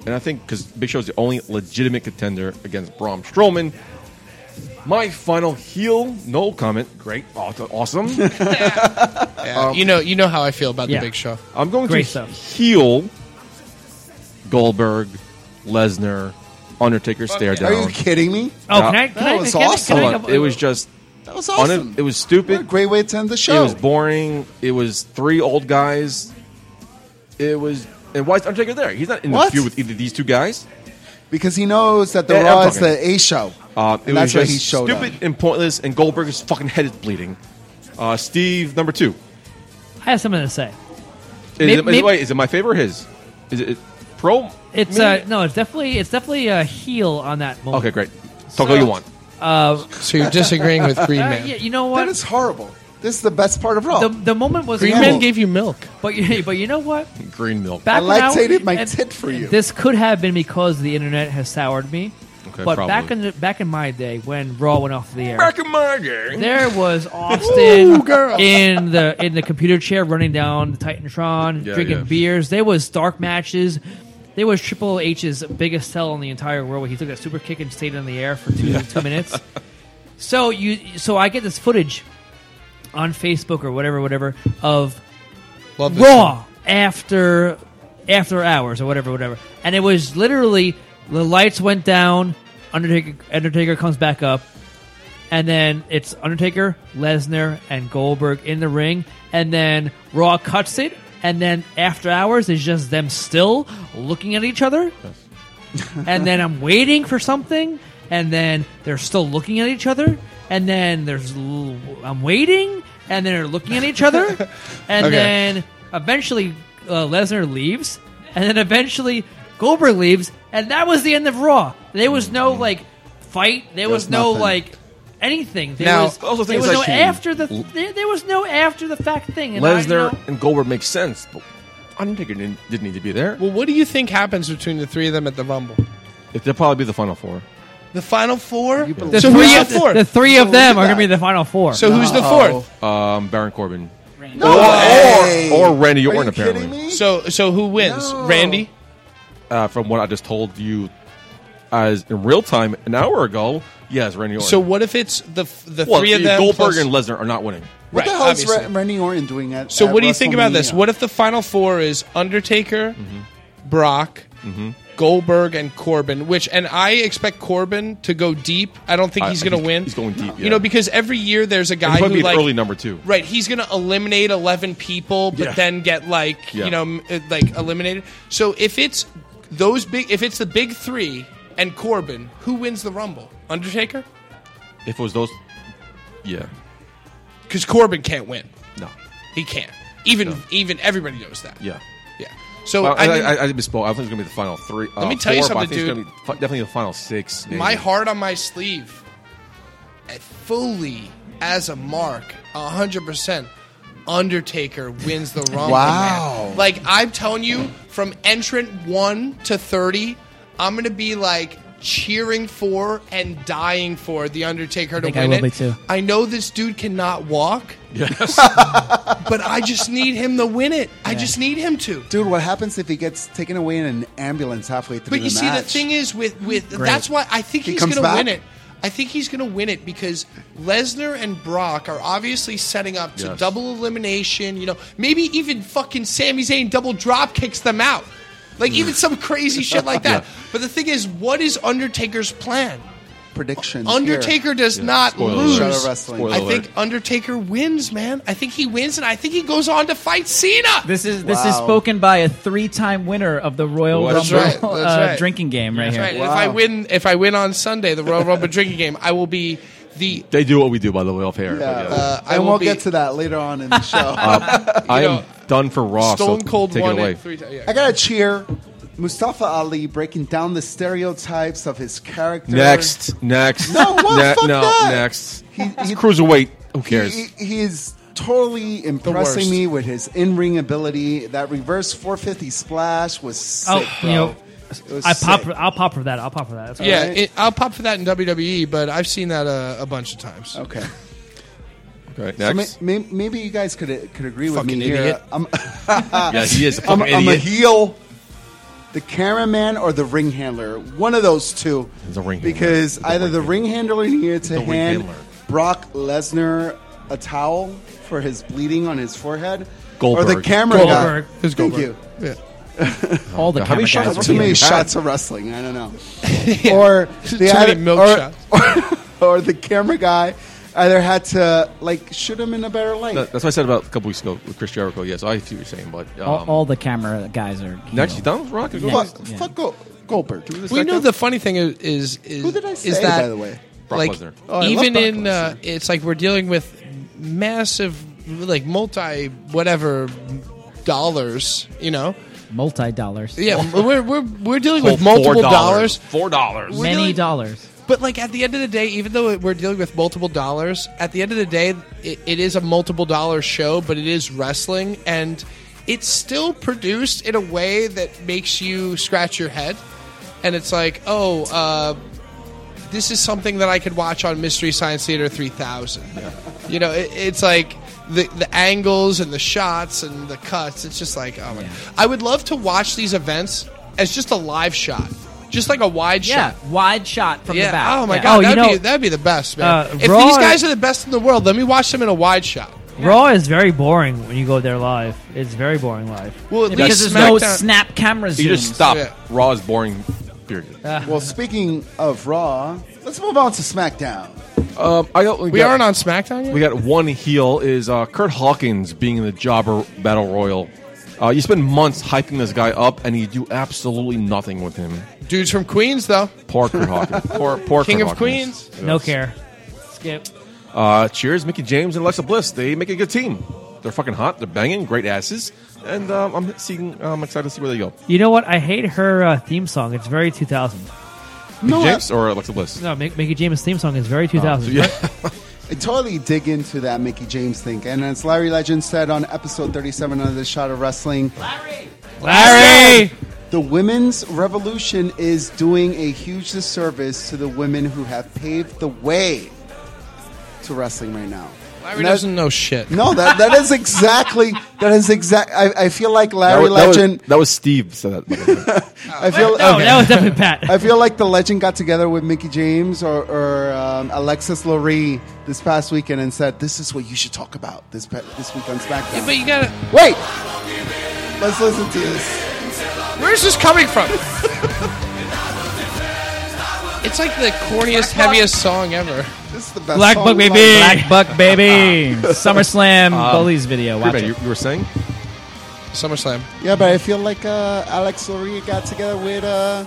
[SPEAKER 1] and I think because Big Show is the only legitimate contender against Braun Strowman. My final heel, no comment. Great, aw- awesome.
[SPEAKER 4] Yeah, you know you know how I feel about
[SPEAKER 1] Yeah.
[SPEAKER 4] the Big Show.
[SPEAKER 1] I'm going
[SPEAKER 4] Great
[SPEAKER 1] to
[SPEAKER 4] stuff.
[SPEAKER 1] heel Goldberg, Lesnar, Undertaker stare
[SPEAKER 11] Are
[SPEAKER 1] down.
[SPEAKER 11] you kidding me?
[SPEAKER 1] Oh, can
[SPEAKER 11] that was awesome.
[SPEAKER 1] Hold on. It was just
[SPEAKER 3] That was awesome.
[SPEAKER 1] Unin- it was stupid.
[SPEAKER 3] great way to end the show.
[SPEAKER 1] It was boring. It was three old guys. It was. And why is Undertaker there? He's not in the
[SPEAKER 3] What?
[SPEAKER 1] feud with either of these two guys.
[SPEAKER 3] because he knows that the
[SPEAKER 1] Yeah, I'm
[SPEAKER 3] Raw is
[SPEAKER 1] talking.
[SPEAKER 3] the A show.
[SPEAKER 1] Uh, it was
[SPEAKER 3] And that's why
[SPEAKER 1] just
[SPEAKER 3] he showed up.
[SPEAKER 1] stupid and pointless. And Goldberg's fucking head is bleeding. Uh, Steve number two.
[SPEAKER 6] I have something to say.
[SPEAKER 1] Is,
[SPEAKER 6] Maybe-
[SPEAKER 1] it, by the
[SPEAKER 6] maybe-
[SPEAKER 1] way, is it my favorite or his? Is it, it pro?
[SPEAKER 6] It's
[SPEAKER 1] me?
[SPEAKER 6] uh, no, it's definitely it's definitely a heel on that moment.
[SPEAKER 1] okay, great. Talk all you want.
[SPEAKER 6] Uh,
[SPEAKER 4] So you're disagreeing with Green
[SPEAKER 6] Uh,
[SPEAKER 4] Man.
[SPEAKER 6] yeah, you know what?
[SPEAKER 3] That is horrible. This is the best part of Raw.
[SPEAKER 6] The, the moment was
[SPEAKER 4] Green
[SPEAKER 6] horrible.
[SPEAKER 4] Man gave you milk.
[SPEAKER 6] but you, but you know what?
[SPEAKER 1] Green milk.
[SPEAKER 6] Back
[SPEAKER 3] I
[SPEAKER 6] when
[SPEAKER 3] lactated my
[SPEAKER 6] and
[SPEAKER 3] tit for you.
[SPEAKER 6] This could have been because the internet has soured me.
[SPEAKER 1] Okay,
[SPEAKER 6] but
[SPEAKER 1] probably.
[SPEAKER 6] back in the, back in my day when Raw went off the air,
[SPEAKER 1] in my day.
[SPEAKER 6] There was Austin
[SPEAKER 1] Ooh, girl.
[SPEAKER 6] in the in the computer chair running down the Titantron,
[SPEAKER 1] Yeah,
[SPEAKER 6] drinking
[SPEAKER 1] yeah.
[SPEAKER 6] beers. There was dark matches. There was Triple H's biggest sell in the entire world where he took a super kick and stayed in the air for two two minutes. So you so I get this footage on Facebook or whatever, whatever of
[SPEAKER 4] Love this
[SPEAKER 6] Raw after after hours or whatever, whatever. And it was literally the lights went down, Undertaker Undertaker comes back up, and then it's Undertaker, Lesnar, and Goldberg in the ring, and then Raw cuts it, and then after hours is just them still looking at each other. and then I'm waiting for something, and then they're still looking at each other, and then there's l- I'm waiting, and then they're looking at each other, and
[SPEAKER 4] Okay.
[SPEAKER 6] then eventually uh, Lesnar leaves, and then eventually Goldberg leaves, and that was the end of Raw. There was no like fight. There was,
[SPEAKER 4] was
[SPEAKER 6] no
[SPEAKER 4] nothing.
[SPEAKER 6] like anything. There
[SPEAKER 4] Now,
[SPEAKER 6] was,
[SPEAKER 1] also
[SPEAKER 6] there
[SPEAKER 1] things
[SPEAKER 6] was
[SPEAKER 1] I
[SPEAKER 6] no
[SPEAKER 1] should-
[SPEAKER 6] after the there, there was no after the fact thing. And I, you
[SPEAKER 1] Lesnar
[SPEAKER 6] know,
[SPEAKER 1] and Goldberg makes sense, but Undertaker didn't, didn't need to be there.
[SPEAKER 4] Well, what do you think happens between the three of them at the Rumble?
[SPEAKER 1] It- They'll probably be the final four.
[SPEAKER 4] The final four.
[SPEAKER 6] the
[SPEAKER 4] So
[SPEAKER 6] three,
[SPEAKER 4] who's the
[SPEAKER 6] of,
[SPEAKER 4] fourth?
[SPEAKER 6] the three of them are
[SPEAKER 4] that.
[SPEAKER 6] going to be the final four.
[SPEAKER 4] So who's the fourth?
[SPEAKER 1] Um, Baron Corbin.
[SPEAKER 3] No way.
[SPEAKER 1] Or, or Randy
[SPEAKER 3] Are you
[SPEAKER 1] Orton,
[SPEAKER 3] kidding
[SPEAKER 1] apparently.
[SPEAKER 3] me?
[SPEAKER 4] So so who wins?
[SPEAKER 3] No.
[SPEAKER 4] Randy.
[SPEAKER 1] Uh, from what I just told you as in real time an hour ago, yes, Randy Orton.
[SPEAKER 4] So what if it's the f- the
[SPEAKER 1] well,
[SPEAKER 4] three of
[SPEAKER 1] see,
[SPEAKER 4] them?
[SPEAKER 1] Goldberg
[SPEAKER 4] plus-
[SPEAKER 1] and Lesnar are not winning.
[SPEAKER 3] What
[SPEAKER 4] right,
[SPEAKER 3] the hell is
[SPEAKER 4] obviously.
[SPEAKER 3] Re- Randy Orton doing at
[SPEAKER 4] So
[SPEAKER 3] at
[SPEAKER 4] what do you think about this?
[SPEAKER 3] WrestleMania?
[SPEAKER 4] What if the final four is Undertaker,
[SPEAKER 1] Mm-hmm.
[SPEAKER 4] Brock, Goldberg, and Corbin? Which and I expect Corbin to go deep. I don't think
[SPEAKER 1] I-
[SPEAKER 4] he's
[SPEAKER 1] I
[SPEAKER 4] going to
[SPEAKER 1] think
[SPEAKER 4] win.
[SPEAKER 1] he's going deep,
[SPEAKER 4] You
[SPEAKER 1] yeah.
[SPEAKER 4] know, because every year there's a guy
[SPEAKER 1] He's
[SPEAKER 4] who
[SPEAKER 1] going to be
[SPEAKER 4] like
[SPEAKER 1] an early number two.
[SPEAKER 4] Right, he's going to eliminate 11 people, but
[SPEAKER 1] Yeah.
[SPEAKER 4] then get like,
[SPEAKER 1] Yeah.
[SPEAKER 4] you know, m- uh, like eliminated. So if it's those big, if it's the big three and Corbin, who wins the Rumble? Undertaker?
[SPEAKER 1] If it was those, yeah,
[SPEAKER 4] Because Corbin can't win.
[SPEAKER 1] no,
[SPEAKER 4] He can't. Even
[SPEAKER 1] No.
[SPEAKER 4] even everybody knows that.
[SPEAKER 1] yeah.
[SPEAKER 4] Yeah. So
[SPEAKER 1] Well,
[SPEAKER 4] Oh, I,
[SPEAKER 1] I,
[SPEAKER 4] mean,
[SPEAKER 1] I, I misspoke. I think it's going to be the final three. uh,
[SPEAKER 4] Let me tell you
[SPEAKER 1] four, but I
[SPEAKER 4] something,
[SPEAKER 1] think It's gonna be fi- definitely the final six. maybe.
[SPEAKER 4] my heart on my sleeve, at fully as a mark, hundred percent. Undertaker wins the Rumble.
[SPEAKER 3] Wow.
[SPEAKER 4] man. Like I'm telling you, from entrant one to thirty, I'm gonna be like cheering for and dying for the Undertaker to
[SPEAKER 5] think I
[SPEAKER 4] win
[SPEAKER 5] will
[SPEAKER 4] it.
[SPEAKER 5] be too.
[SPEAKER 4] I know this dude cannot walk,
[SPEAKER 1] Yes.
[SPEAKER 4] but I just need him to win it. I just need him to.
[SPEAKER 3] dude? What happens if he gets taken away in an ambulance halfway through
[SPEAKER 4] But
[SPEAKER 3] the
[SPEAKER 4] you see, the
[SPEAKER 3] match?
[SPEAKER 4] thing is, with with that's why I think
[SPEAKER 3] He
[SPEAKER 4] he's
[SPEAKER 3] comes
[SPEAKER 4] going to
[SPEAKER 3] back?
[SPEAKER 4] win it. I think he's going to win it because Lesnar and Brock are obviously setting up to
[SPEAKER 1] Yes.
[SPEAKER 4] double elimination. You know, maybe even fucking Sami Zayn double drop kicks them out, like even some crazy shit like that. But the thing is, what is Undertaker's plan?
[SPEAKER 3] predictions.
[SPEAKER 4] Undertaker does not
[SPEAKER 1] Spoiler
[SPEAKER 4] lose.
[SPEAKER 3] alert. Shadow wrestling.
[SPEAKER 1] Spoiler
[SPEAKER 4] I think
[SPEAKER 1] alert.
[SPEAKER 4] Undertaker wins, man. I think he wins, and I think he goes on to fight Cena.
[SPEAKER 5] This is this is
[SPEAKER 3] Wow.
[SPEAKER 5] spoken by a three-time winner of the Royal
[SPEAKER 1] Well, that's
[SPEAKER 5] Rumble
[SPEAKER 4] right, Oh, that's
[SPEAKER 5] uh,
[SPEAKER 4] right.
[SPEAKER 5] drinking game right
[SPEAKER 4] That's
[SPEAKER 5] here.
[SPEAKER 4] right. If I win, if I win on Sunday the Royal Rumble drinking game, I will be the
[SPEAKER 1] they do what we do by the way off air.
[SPEAKER 3] Yeah.
[SPEAKER 1] but
[SPEAKER 4] Uh, I
[SPEAKER 3] and
[SPEAKER 4] will
[SPEAKER 3] we'll
[SPEAKER 4] be-
[SPEAKER 3] get to that later on in the show.
[SPEAKER 1] I
[SPEAKER 4] you
[SPEAKER 1] am
[SPEAKER 4] know,
[SPEAKER 1] done for Raw.
[SPEAKER 4] Stone
[SPEAKER 1] so
[SPEAKER 4] Cold
[SPEAKER 1] take
[SPEAKER 4] won
[SPEAKER 1] it away.
[SPEAKER 4] it three times.
[SPEAKER 3] I gotta cheer Mustafa Ali breaking down the stereotypes of his character.
[SPEAKER 1] Next, next,
[SPEAKER 3] No, what? Fuck
[SPEAKER 1] no,
[SPEAKER 3] that.
[SPEAKER 1] next.
[SPEAKER 3] He-
[SPEAKER 1] It's
[SPEAKER 3] he-
[SPEAKER 1] cruiserweight. Who
[SPEAKER 3] He-
[SPEAKER 1] cares?
[SPEAKER 3] He, he is totally impressing
[SPEAKER 4] worst.
[SPEAKER 3] me with his in-ring ability. That reverse 450 splash was sick,
[SPEAKER 6] Oh,
[SPEAKER 3] bro.
[SPEAKER 6] you know,
[SPEAKER 3] It was
[SPEAKER 6] I pop.
[SPEAKER 3] sick.
[SPEAKER 6] I'll pop for that. I'll pop for that. That's all
[SPEAKER 4] Yeah,
[SPEAKER 3] Alright.
[SPEAKER 4] it, I'll pop for that in WWE, but I've seen that uh, a bunch of times.
[SPEAKER 3] Okay.
[SPEAKER 1] okay,
[SPEAKER 3] So
[SPEAKER 1] next.
[SPEAKER 3] may, may, maybe you guys could could agree
[SPEAKER 4] Fucking
[SPEAKER 3] with me
[SPEAKER 4] idiot.
[SPEAKER 3] here. I'm,
[SPEAKER 1] yeah, he is a
[SPEAKER 3] I'm,
[SPEAKER 1] fucking
[SPEAKER 3] I'm a
[SPEAKER 1] idiot.
[SPEAKER 3] heel, the cameraman or the ring handler. One of those two.
[SPEAKER 1] The ring handler.
[SPEAKER 3] Because
[SPEAKER 1] The
[SPEAKER 3] either
[SPEAKER 1] ring
[SPEAKER 3] the
[SPEAKER 1] handler.
[SPEAKER 3] ring handler needed to
[SPEAKER 1] The ring
[SPEAKER 3] hand
[SPEAKER 1] handler.
[SPEAKER 3] Brock Lesnar a towel for his bleeding on his forehead, or the
[SPEAKER 1] Goldberg.
[SPEAKER 3] camera
[SPEAKER 6] Goldberg.
[SPEAKER 3] guy.
[SPEAKER 6] It
[SPEAKER 4] was
[SPEAKER 3] Thank
[SPEAKER 4] Goldberg.
[SPEAKER 3] you.
[SPEAKER 5] All the
[SPEAKER 1] How many
[SPEAKER 5] camera
[SPEAKER 1] shots
[SPEAKER 5] guys
[SPEAKER 1] were
[SPEAKER 5] are
[SPEAKER 3] Too many
[SPEAKER 5] being-
[SPEAKER 3] shots of wrestling. I don't know. Or
[SPEAKER 4] Too
[SPEAKER 3] the
[SPEAKER 4] many
[SPEAKER 3] either-
[SPEAKER 4] milk
[SPEAKER 3] or,
[SPEAKER 4] shots.
[SPEAKER 3] Or, or the camera guy either had to like shoot him in a better light.
[SPEAKER 1] That- that's what I said about a couple weeks ago with Chris Jericho. Yes, I see what you're saying, but um,
[SPEAKER 5] all, all the camera guys are.
[SPEAKER 1] next,
[SPEAKER 5] healed.
[SPEAKER 1] Donald Rock is
[SPEAKER 5] Next,
[SPEAKER 3] fuck,
[SPEAKER 5] yeah.
[SPEAKER 3] fuck Gol- Goldberg. Do we
[SPEAKER 4] Well, you
[SPEAKER 3] respect
[SPEAKER 4] know
[SPEAKER 3] him?
[SPEAKER 4] the funny thing is is, is
[SPEAKER 3] Who did I say,
[SPEAKER 4] is that
[SPEAKER 3] by the way? Brock
[SPEAKER 4] like
[SPEAKER 3] Lesnar. Oh, I love
[SPEAKER 4] even
[SPEAKER 3] Brock
[SPEAKER 4] in uh, it's like we're dealing with massive like multi whatever dollars, you know.
[SPEAKER 5] Multi dollars.
[SPEAKER 4] Yeah, we're we're we're dealing with multiple dollars.
[SPEAKER 1] Four dollars.
[SPEAKER 4] We're
[SPEAKER 5] Many
[SPEAKER 4] dealing-
[SPEAKER 5] dollars.
[SPEAKER 4] But like at the end of the day, even though we're dealing with multiple dollars, at the end of the day, it, it is a multiple dollar show, but it is wrestling, and it's still produced in a way that makes you scratch your head, and it's like, oh, uh, this is something that I could watch on Mystery Science Theater three thousand. You know, it, it's like. The, the angles and the shots and the cuts it's just like oh my i would love to watch these events as just a live shot just like a wide
[SPEAKER 5] Yeah,
[SPEAKER 4] shot
[SPEAKER 5] wide shot from
[SPEAKER 4] yeah.
[SPEAKER 5] the back.
[SPEAKER 4] Oh my
[SPEAKER 5] Yeah.
[SPEAKER 4] god,
[SPEAKER 6] Oh, you
[SPEAKER 4] that'd,
[SPEAKER 6] know-
[SPEAKER 4] be, that'd be the best, man.
[SPEAKER 6] Uh,
[SPEAKER 4] if
[SPEAKER 6] Raw-
[SPEAKER 4] these guys are the best in the world, let me watch them in a wide shot.
[SPEAKER 6] Raw is very boring when you go there live. It's very boring live.
[SPEAKER 4] Well, at
[SPEAKER 5] Yeah, because
[SPEAKER 4] least
[SPEAKER 5] there's no
[SPEAKER 4] SmackDown-
[SPEAKER 5] snap camera zooms.
[SPEAKER 1] You just stop.
[SPEAKER 4] Yeah.
[SPEAKER 1] Raw is boring. Period.
[SPEAKER 3] well, speaking of Raw, let's move on to SmackDown.
[SPEAKER 1] Um, I got,
[SPEAKER 4] We aren't on SmackDown yet.
[SPEAKER 1] We got one heel is uh, Kurt Hawkins being in the Jobber Battle Royal. Uh, you spend months hyping this guy up, and you do absolutely nothing with him.
[SPEAKER 4] Dudes from Queens, though.
[SPEAKER 1] Poor Kurt Hawkins. Poor, poor
[SPEAKER 4] King
[SPEAKER 1] Kurt
[SPEAKER 4] of
[SPEAKER 1] Hawkins.
[SPEAKER 4] Queens.
[SPEAKER 6] No care. Skip.
[SPEAKER 1] Uh, cheers, Mickey James and Alexa Bliss. They make a good team. They're fucking hot. They're banging. Great asses. And um, I'm seeing. I'm excited to see where they go.
[SPEAKER 6] You know what? I hate her uh, theme song. It's very 2000.
[SPEAKER 1] Mickey
[SPEAKER 3] No, I,
[SPEAKER 1] James or Alexa Bliss.
[SPEAKER 6] No, Mick- Mickey James' theme song is very
[SPEAKER 1] Uh, so
[SPEAKER 6] 2000.
[SPEAKER 1] yeah.
[SPEAKER 3] I totally dig into that Mickey James thing, and as Larry Legend said on episode 37 of the Shot of Wrestling,
[SPEAKER 6] Larry!
[SPEAKER 3] The women's revolution is doing a huge disservice to the women who have paved the way to wrestling right now.
[SPEAKER 4] Larry
[SPEAKER 3] And that-
[SPEAKER 4] doesn't know shit.
[SPEAKER 3] No, that, that is exactly that is exact. I, I feel like
[SPEAKER 1] That
[SPEAKER 3] Larry
[SPEAKER 1] was, that was-
[SPEAKER 3] Legend.
[SPEAKER 1] that was Steve said that.
[SPEAKER 3] I feel
[SPEAKER 6] No,
[SPEAKER 3] okay.
[SPEAKER 6] that was definitely Pat.
[SPEAKER 3] I feel like the legend got together with Mickey James or, or um, Alexis Lurie this past weekend and said, "This is what you should talk about this pe- this week on SmackDown."
[SPEAKER 4] But you gotta.
[SPEAKER 3] Wait, let's listen to this.
[SPEAKER 4] Where's this coming from? it's like the corniest, heaviest song ever.
[SPEAKER 3] This is the best.
[SPEAKER 6] Black
[SPEAKER 3] song
[SPEAKER 6] Buck
[SPEAKER 3] in my
[SPEAKER 6] Baby.
[SPEAKER 3] life.
[SPEAKER 5] Black Buck baby. SummerSlam Bullies video. Watch
[SPEAKER 1] Pretty bad.
[SPEAKER 5] it.
[SPEAKER 1] You, you were saying
[SPEAKER 4] SummerSlam.
[SPEAKER 3] Yeah, but I feel like uh, Alex Lurie got together with. Uh,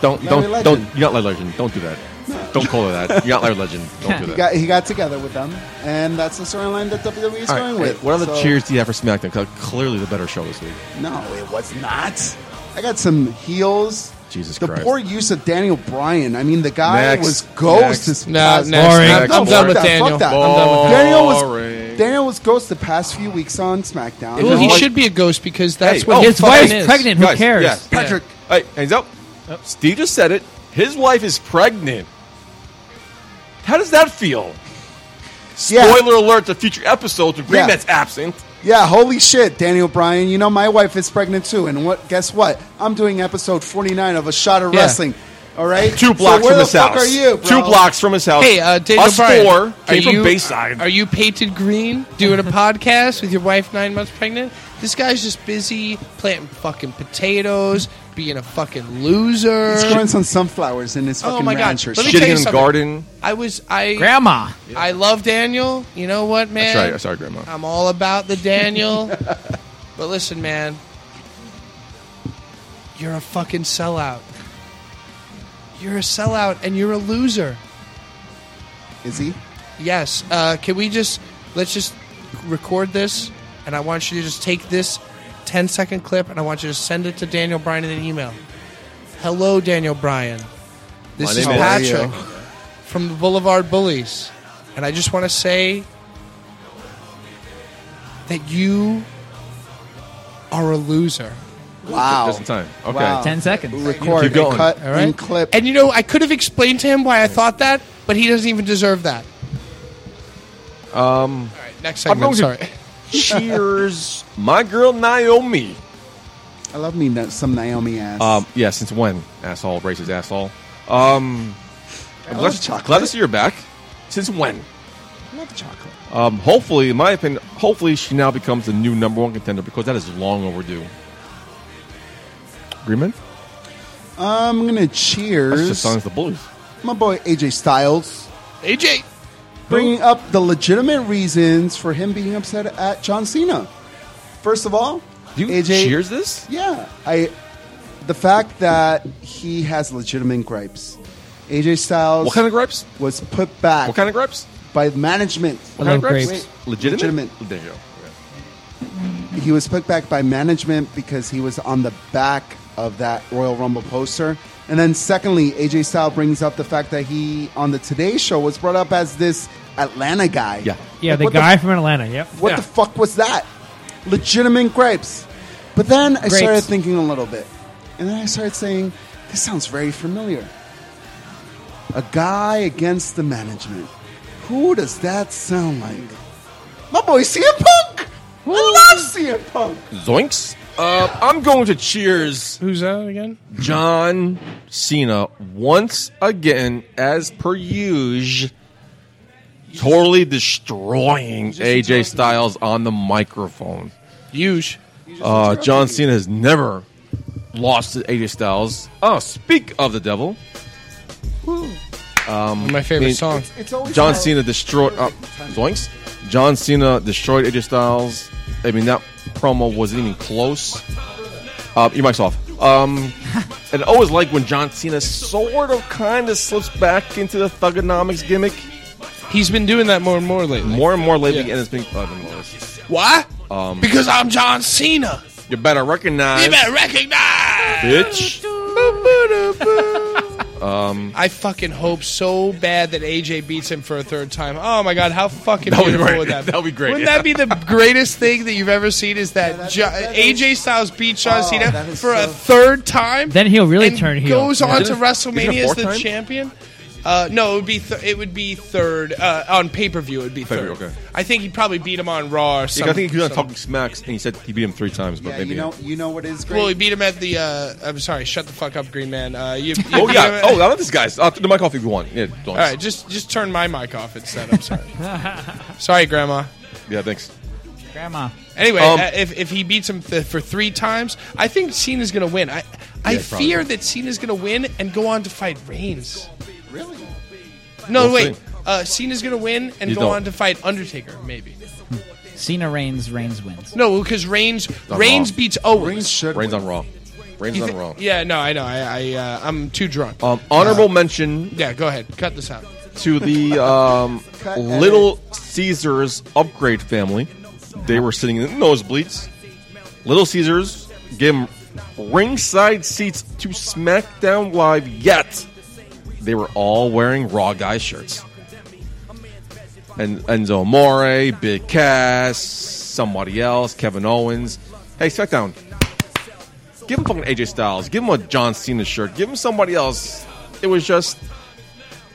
[SPEAKER 1] don't
[SPEAKER 3] Larry
[SPEAKER 1] don't
[SPEAKER 3] Legend.
[SPEAKER 1] don't you're not Larry Legend. Don't do that. Don't call her that. You're not Larry Legend. Don't do
[SPEAKER 3] he
[SPEAKER 1] that.
[SPEAKER 3] got he got together with them, and that's the storyline that WWE is
[SPEAKER 1] All
[SPEAKER 3] going
[SPEAKER 1] right,
[SPEAKER 3] with.
[SPEAKER 1] What other
[SPEAKER 3] So-
[SPEAKER 1] cheers do you have for SmackDown? 'Cause Clearly, the better show this week.
[SPEAKER 3] No, it was not. I got some heels.
[SPEAKER 1] Jesus
[SPEAKER 3] the
[SPEAKER 1] Christ.
[SPEAKER 3] poor use of Daniel Bryan. I mean, the guy
[SPEAKER 1] Next,
[SPEAKER 3] was ghost.
[SPEAKER 1] next.
[SPEAKER 3] This
[SPEAKER 4] No,
[SPEAKER 3] past-
[SPEAKER 4] next, Boring. next,
[SPEAKER 3] No,
[SPEAKER 4] I'm
[SPEAKER 3] fuck
[SPEAKER 4] done with
[SPEAKER 3] that, fuck
[SPEAKER 4] Daniel.
[SPEAKER 3] that. I'm done with-
[SPEAKER 1] Boring.
[SPEAKER 3] Daniel was Daniel was ghost the past few weeks on SmackDown.
[SPEAKER 4] Well, he
[SPEAKER 1] Like-
[SPEAKER 4] should be a ghost because that's
[SPEAKER 1] Hey,
[SPEAKER 4] what
[SPEAKER 1] oh,
[SPEAKER 6] His
[SPEAKER 4] fucking
[SPEAKER 6] wife's
[SPEAKER 4] is.
[SPEAKER 6] pregnant. Who
[SPEAKER 1] Guys,
[SPEAKER 6] cares?
[SPEAKER 1] yeah.
[SPEAKER 3] Patrick.
[SPEAKER 1] Hey, hands up. Steve just said it. His wife is pregnant. How does that feel?
[SPEAKER 3] Yeah.
[SPEAKER 1] Spoiler alert to future episodes. Agreed
[SPEAKER 3] Yeah.
[SPEAKER 1] that's absent.
[SPEAKER 3] Yeah, holy shit, Daniel Bryan. You know my wife is pregnant too, and what? Guess what? I'm doing episode 49 of a shot of
[SPEAKER 4] Yeah.
[SPEAKER 3] wrestling. All right,
[SPEAKER 1] Two blocks
[SPEAKER 3] so where
[SPEAKER 1] from
[SPEAKER 3] the
[SPEAKER 1] his
[SPEAKER 3] fuck
[SPEAKER 1] house.
[SPEAKER 3] Are you bro?
[SPEAKER 1] Two blocks from his house.
[SPEAKER 4] Hey, uh, Daniel
[SPEAKER 1] Us
[SPEAKER 4] Bryan,
[SPEAKER 1] four came
[SPEAKER 4] are
[SPEAKER 1] from
[SPEAKER 4] you,
[SPEAKER 1] Bayside.
[SPEAKER 4] Are you painted green doing a podcast with your wife nine months pregnant? This guy's just busy planting fucking potatoes, being a fucking loser.
[SPEAKER 3] He's growing some sunflowers in his fucking
[SPEAKER 4] oh my god!
[SPEAKER 3] ranch or
[SPEAKER 4] Let
[SPEAKER 3] something.
[SPEAKER 4] me
[SPEAKER 1] shit.
[SPEAKER 4] tell you
[SPEAKER 1] Shitting in the
[SPEAKER 4] something.
[SPEAKER 1] garden.
[SPEAKER 4] I was I.
[SPEAKER 5] Grandma.
[SPEAKER 4] I love Daniel. You know what, man?
[SPEAKER 1] That's right. Sorry, Grandma.
[SPEAKER 4] I'm all about the Daniel. but listen, man, you're a fucking sellout. You're a sellout, and you're a loser.
[SPEAKER 3] Is he?
[SPEAKER 4] Yes. Uh, can we just let's just record this, and I want you to just take this 10 second clip, and I want you to send it to Daniel Bryan in an email. Hello, Daniel Bryan. This
[SPEAKER 1] My
[SPEAKER 4] is
[SPEAKER 1] name is-
[SPEAKER 4] Patrick from the Boulevard Bullies, and I just want to say that you are a loser.
[SPEAKER 3] Wow.
[SPEAKER 1] Just in time. Okay.
[SPEAKER 3] Wow.
[SPEAKER 5] Ten seconds.
[SPEAKER 3] Record,
[SPEAKER 1] Keep going.
[SPEAKER 3] cut,
[SPEAKER 4] All right.
[SPEAKER 3] and clip.
[SPEAKER 4] And you know, I could have explained to him why I thought that, but he doesn't even deserve that.
[SPEAKER 1] Um,
[SPEAKER 4] All right, next
[SPEAKER 1] I'm
[SPEAKER 4] segment.
[SPEAKER 1] going
[SPEAKER 4] Sorry.
[SPEAKER 1] to- cheers. My girl Naomi.
[SPEAKER 3] I love me no- some Naomi ass.
[SPEAKER 1] Um, yeah, since when? Asshole, racist asshole. Um, I'm glad,
[SPEAKER 3] love Oh, chocolate.
[SPEAKER 1] glad to see you're back. Since when?
[SPEAKER 3] I love chocolate.
[SPEAKER 1] Um, hopefully, in my opinion, hopefully she now becomes the new number one contender because that is long overdue. Agreement?
[SPEAKER 3] I'm gonna
[SPEAKER 1] That's
[SPEAKER 3] cheers
[SPEAKER 1] just songs the bullies.
[SPEAKER 3] my boy AJ Styles.
[SPEAKER 4] AJ.
[SPEAKER 3] bringing up the legitimate reasons for him being upset at John Cena. First of all,
[SPEAKER 14] Do you
[SPEAKER 3] AJ
[SPEAKER 14] cheers this?
[SPEAKER 3] Yeah, I. The fact that he has legitimate gripes. AJ Styles.
[SPEAKER 14] What kind of gripes?
[SPEAKER 3] Was put back. What kind
[SPEAKER 14] of gripes?
[SPEAKER 3] By management.
[SPEAKER 14] What kind of grapes? Legitimate?
[SPEAKER 3] Legitimate.
[SPEAKER 14] There you go.
[SPEAKER 3] He was put back by management because he was on the back of that Royal Rumble poster. And then, secondly, AJ Styles brings up the fact that he on the Today Show was brought up as this Atlanta guy. Yeah,
[SPEAKER 6] Yeah, the guy from Atlanta. Yep.
[SPEAKER 3] what the fuck was that? Legitimate grapes. But then I
[SPEAKER 6] Grapes.
[SPEAKER 3] started thinking a little bit. And then I started saying, this sounds very familiar. A guy against the management. Who does that sound like? My boy CM Punk! I love CM Punk!
[SPEAKER 1] Zoinks. Uh, I'm going to cheers.
[SPEAKER 4] Who's that again?
[SPEAKER 1] John Cena once again, as per usual, totally destroying AJ Styles on the microphone.
[SPEAKER 4] Huge.
[SPEAKER 1] Uh, John Cena has never lost to AJ Styles. Oh, speak of the devil. Um,
[SPEAKER 4] My favorite song.
[SPEAKER 3] It's- it's always
[SPEAKER 1] John
[SPEAKER 3] how-
[SPEAKER 1] Cena destroyed. Uh, zoinks. John Cena destroyed AJ Styles. I mean, that promo wasn't even close. Uh, your mic's off. Um, and I always like when John Cena sort of kind of slips back into the thugonomics gimmick.
[SPEAKER 4] He's been doing that more and more lately.
[SPEAKER 1] More and more lately, and it's been fucking worse.
[SPEAKER 4] Why?
[SPEAKER 1] Um,
[SPEAKER 4] Because I'm John Cena.
[SPEAKER 1] you better recognize,
[SPEAKER 4] You better recognize.
[SPEAKER 1] bitch. Um,
[SPEAKER 4] I fucking hope so bad that AJ beats him for a third time. Oh my god, how fucking
[SPEAKER 1] That would be
[SPEAKER 4] beautiful
[SPEAKER 1] great.
[SPEAKER 4] would that be?
[SPEAKER 1] That would be great,
[SPEAKER 4] Wouldn't
[SPEAKER 1] yeah.
[SPEAKER 4] that be the greatest thing that you've ever seen? Is that Jo- AJ Styles beat John
[SPEAKER 3] Oh,
[SPEAKER 4] Cena
[SPEAKER 3] that is
[SPEAKER 4] for a
[SPEAKER 3] so-
[SPEAKER 4] third time?
[SPEAKER 6] Then he'll really
[SPEAKER 4] and
[SPEAKER 6] turn heel.
[SPEAKER 4] Goes
[SPEAKER 6] Yeah.
[SPEAKER 4] on to
[SPEAKER 6] Isn't it-
[SPEAKER 1] isn't it
[SPEAKER 4] WrestleMania as
[SPEAKER 1] fourth
[SPEAKER 4] the
[SPEAKER 1] time?
[SPEAKER 4] champion. Uh, no, it would be th- it would be third uh, on pay per view. It would be
[SPEAKER 1] Pay-per-view,
[SPEAKER 4] third.
[SPEAKER 1] okay.
[SPEAKER 4] I think he probably beat him on Raw or
[SPEAKER 1] yeah,
[SPEAKER 4] something.
[SPEAKER 1] I think he was on Talking Smacks, and he said he beat him three times, but
[SPEAKER 3] Yeah,
[SPEAKER 1] maybe.
[SPEAKER 3] you know, you know what is great?
[SPEAKER 4] Well, he beat him at the. Uh, I'm sorry, shut the fuck up, Green Man. Uh, you, you
[SPEAKER 1] Oh
[SPEAKER 4] beat him
[SPEAKER 1] yeah!
[SPEAKER 4] at-
[SPEAKER 1] Oh, I love this guy's. I'll turn the mic off if you want. Yeah,
[SPEAKER 4] All right, just just turn my mic off instead. I'm sorry. sorry, Grandma.
[SPEAKER 1] yeah, thanks.
[SPEAKER 5] Grandma.
[SPEAKER 4] Anyway,
[SPEAKER 1] Um,
[SPEAKER 4] uh, if, if he beats him th- for three times, I think Cena's going to win. I I
[SPEAKER 1] Yeah, probably.
[SPEAKER 4] fear that Cena's going to win and go on to fight Reigns.
[SPEAKER 3] Really?
[SPEAKER 4] No,
[SPEAKER 1] We'll
[SPEAKER 4] wait.
[SPEAKER 1] see.
[SPEAKER 4] Uh, Cena's going to win and
[SPEAKER 1] You
[SPEAKER 4] go
[SPEAKER 1] don't.
[SPEAKER 4] on to fight Undertaker, maybe.
[SPEAKER 5] Cena reigns, Reigns wins.
[SPEAKER 4] No, because Reigns
[SPEAKER 1] Not
[SPEAKER 4] Reigns
[SPEAKER 1] wrong.
[SPEAKER 4] beats Owens.
[SPEAKER 3] Reigns should
[SPEAKER 1] Reigns
[SPEAKER 3] win.
[SPEAKER 1] on Raw. Reigns
[SPEAKER 4] You
[SPEAKER 1] on
[SPEAKER 4] thi-
[SPEAKER 1] Raw.
[SPEAKER 4] Yeah, no, I know. I, I uh, I'm too drunk.
[SPEAKER 1] Um, honorable mention
[SPEAKER 4] yeah, go ahead. Cut this out.
[SPEAKER 1] to the um,
[SPEAKER 3] Cut edit.
[SPEAKER 1] Little Caesars upgrade family. They were sitting in the nosebleeds. Little Caesars gave 'em ringside seats to SmackDown Live, yet they were all wearing Raw Guy shirts. And Enzo Amore, Big Cass, somebody else, Kevin Owens. Hey, SmackDown. Give him fucking AJ Styles. Give him a John Cena shirt. Give him somebody else. It was just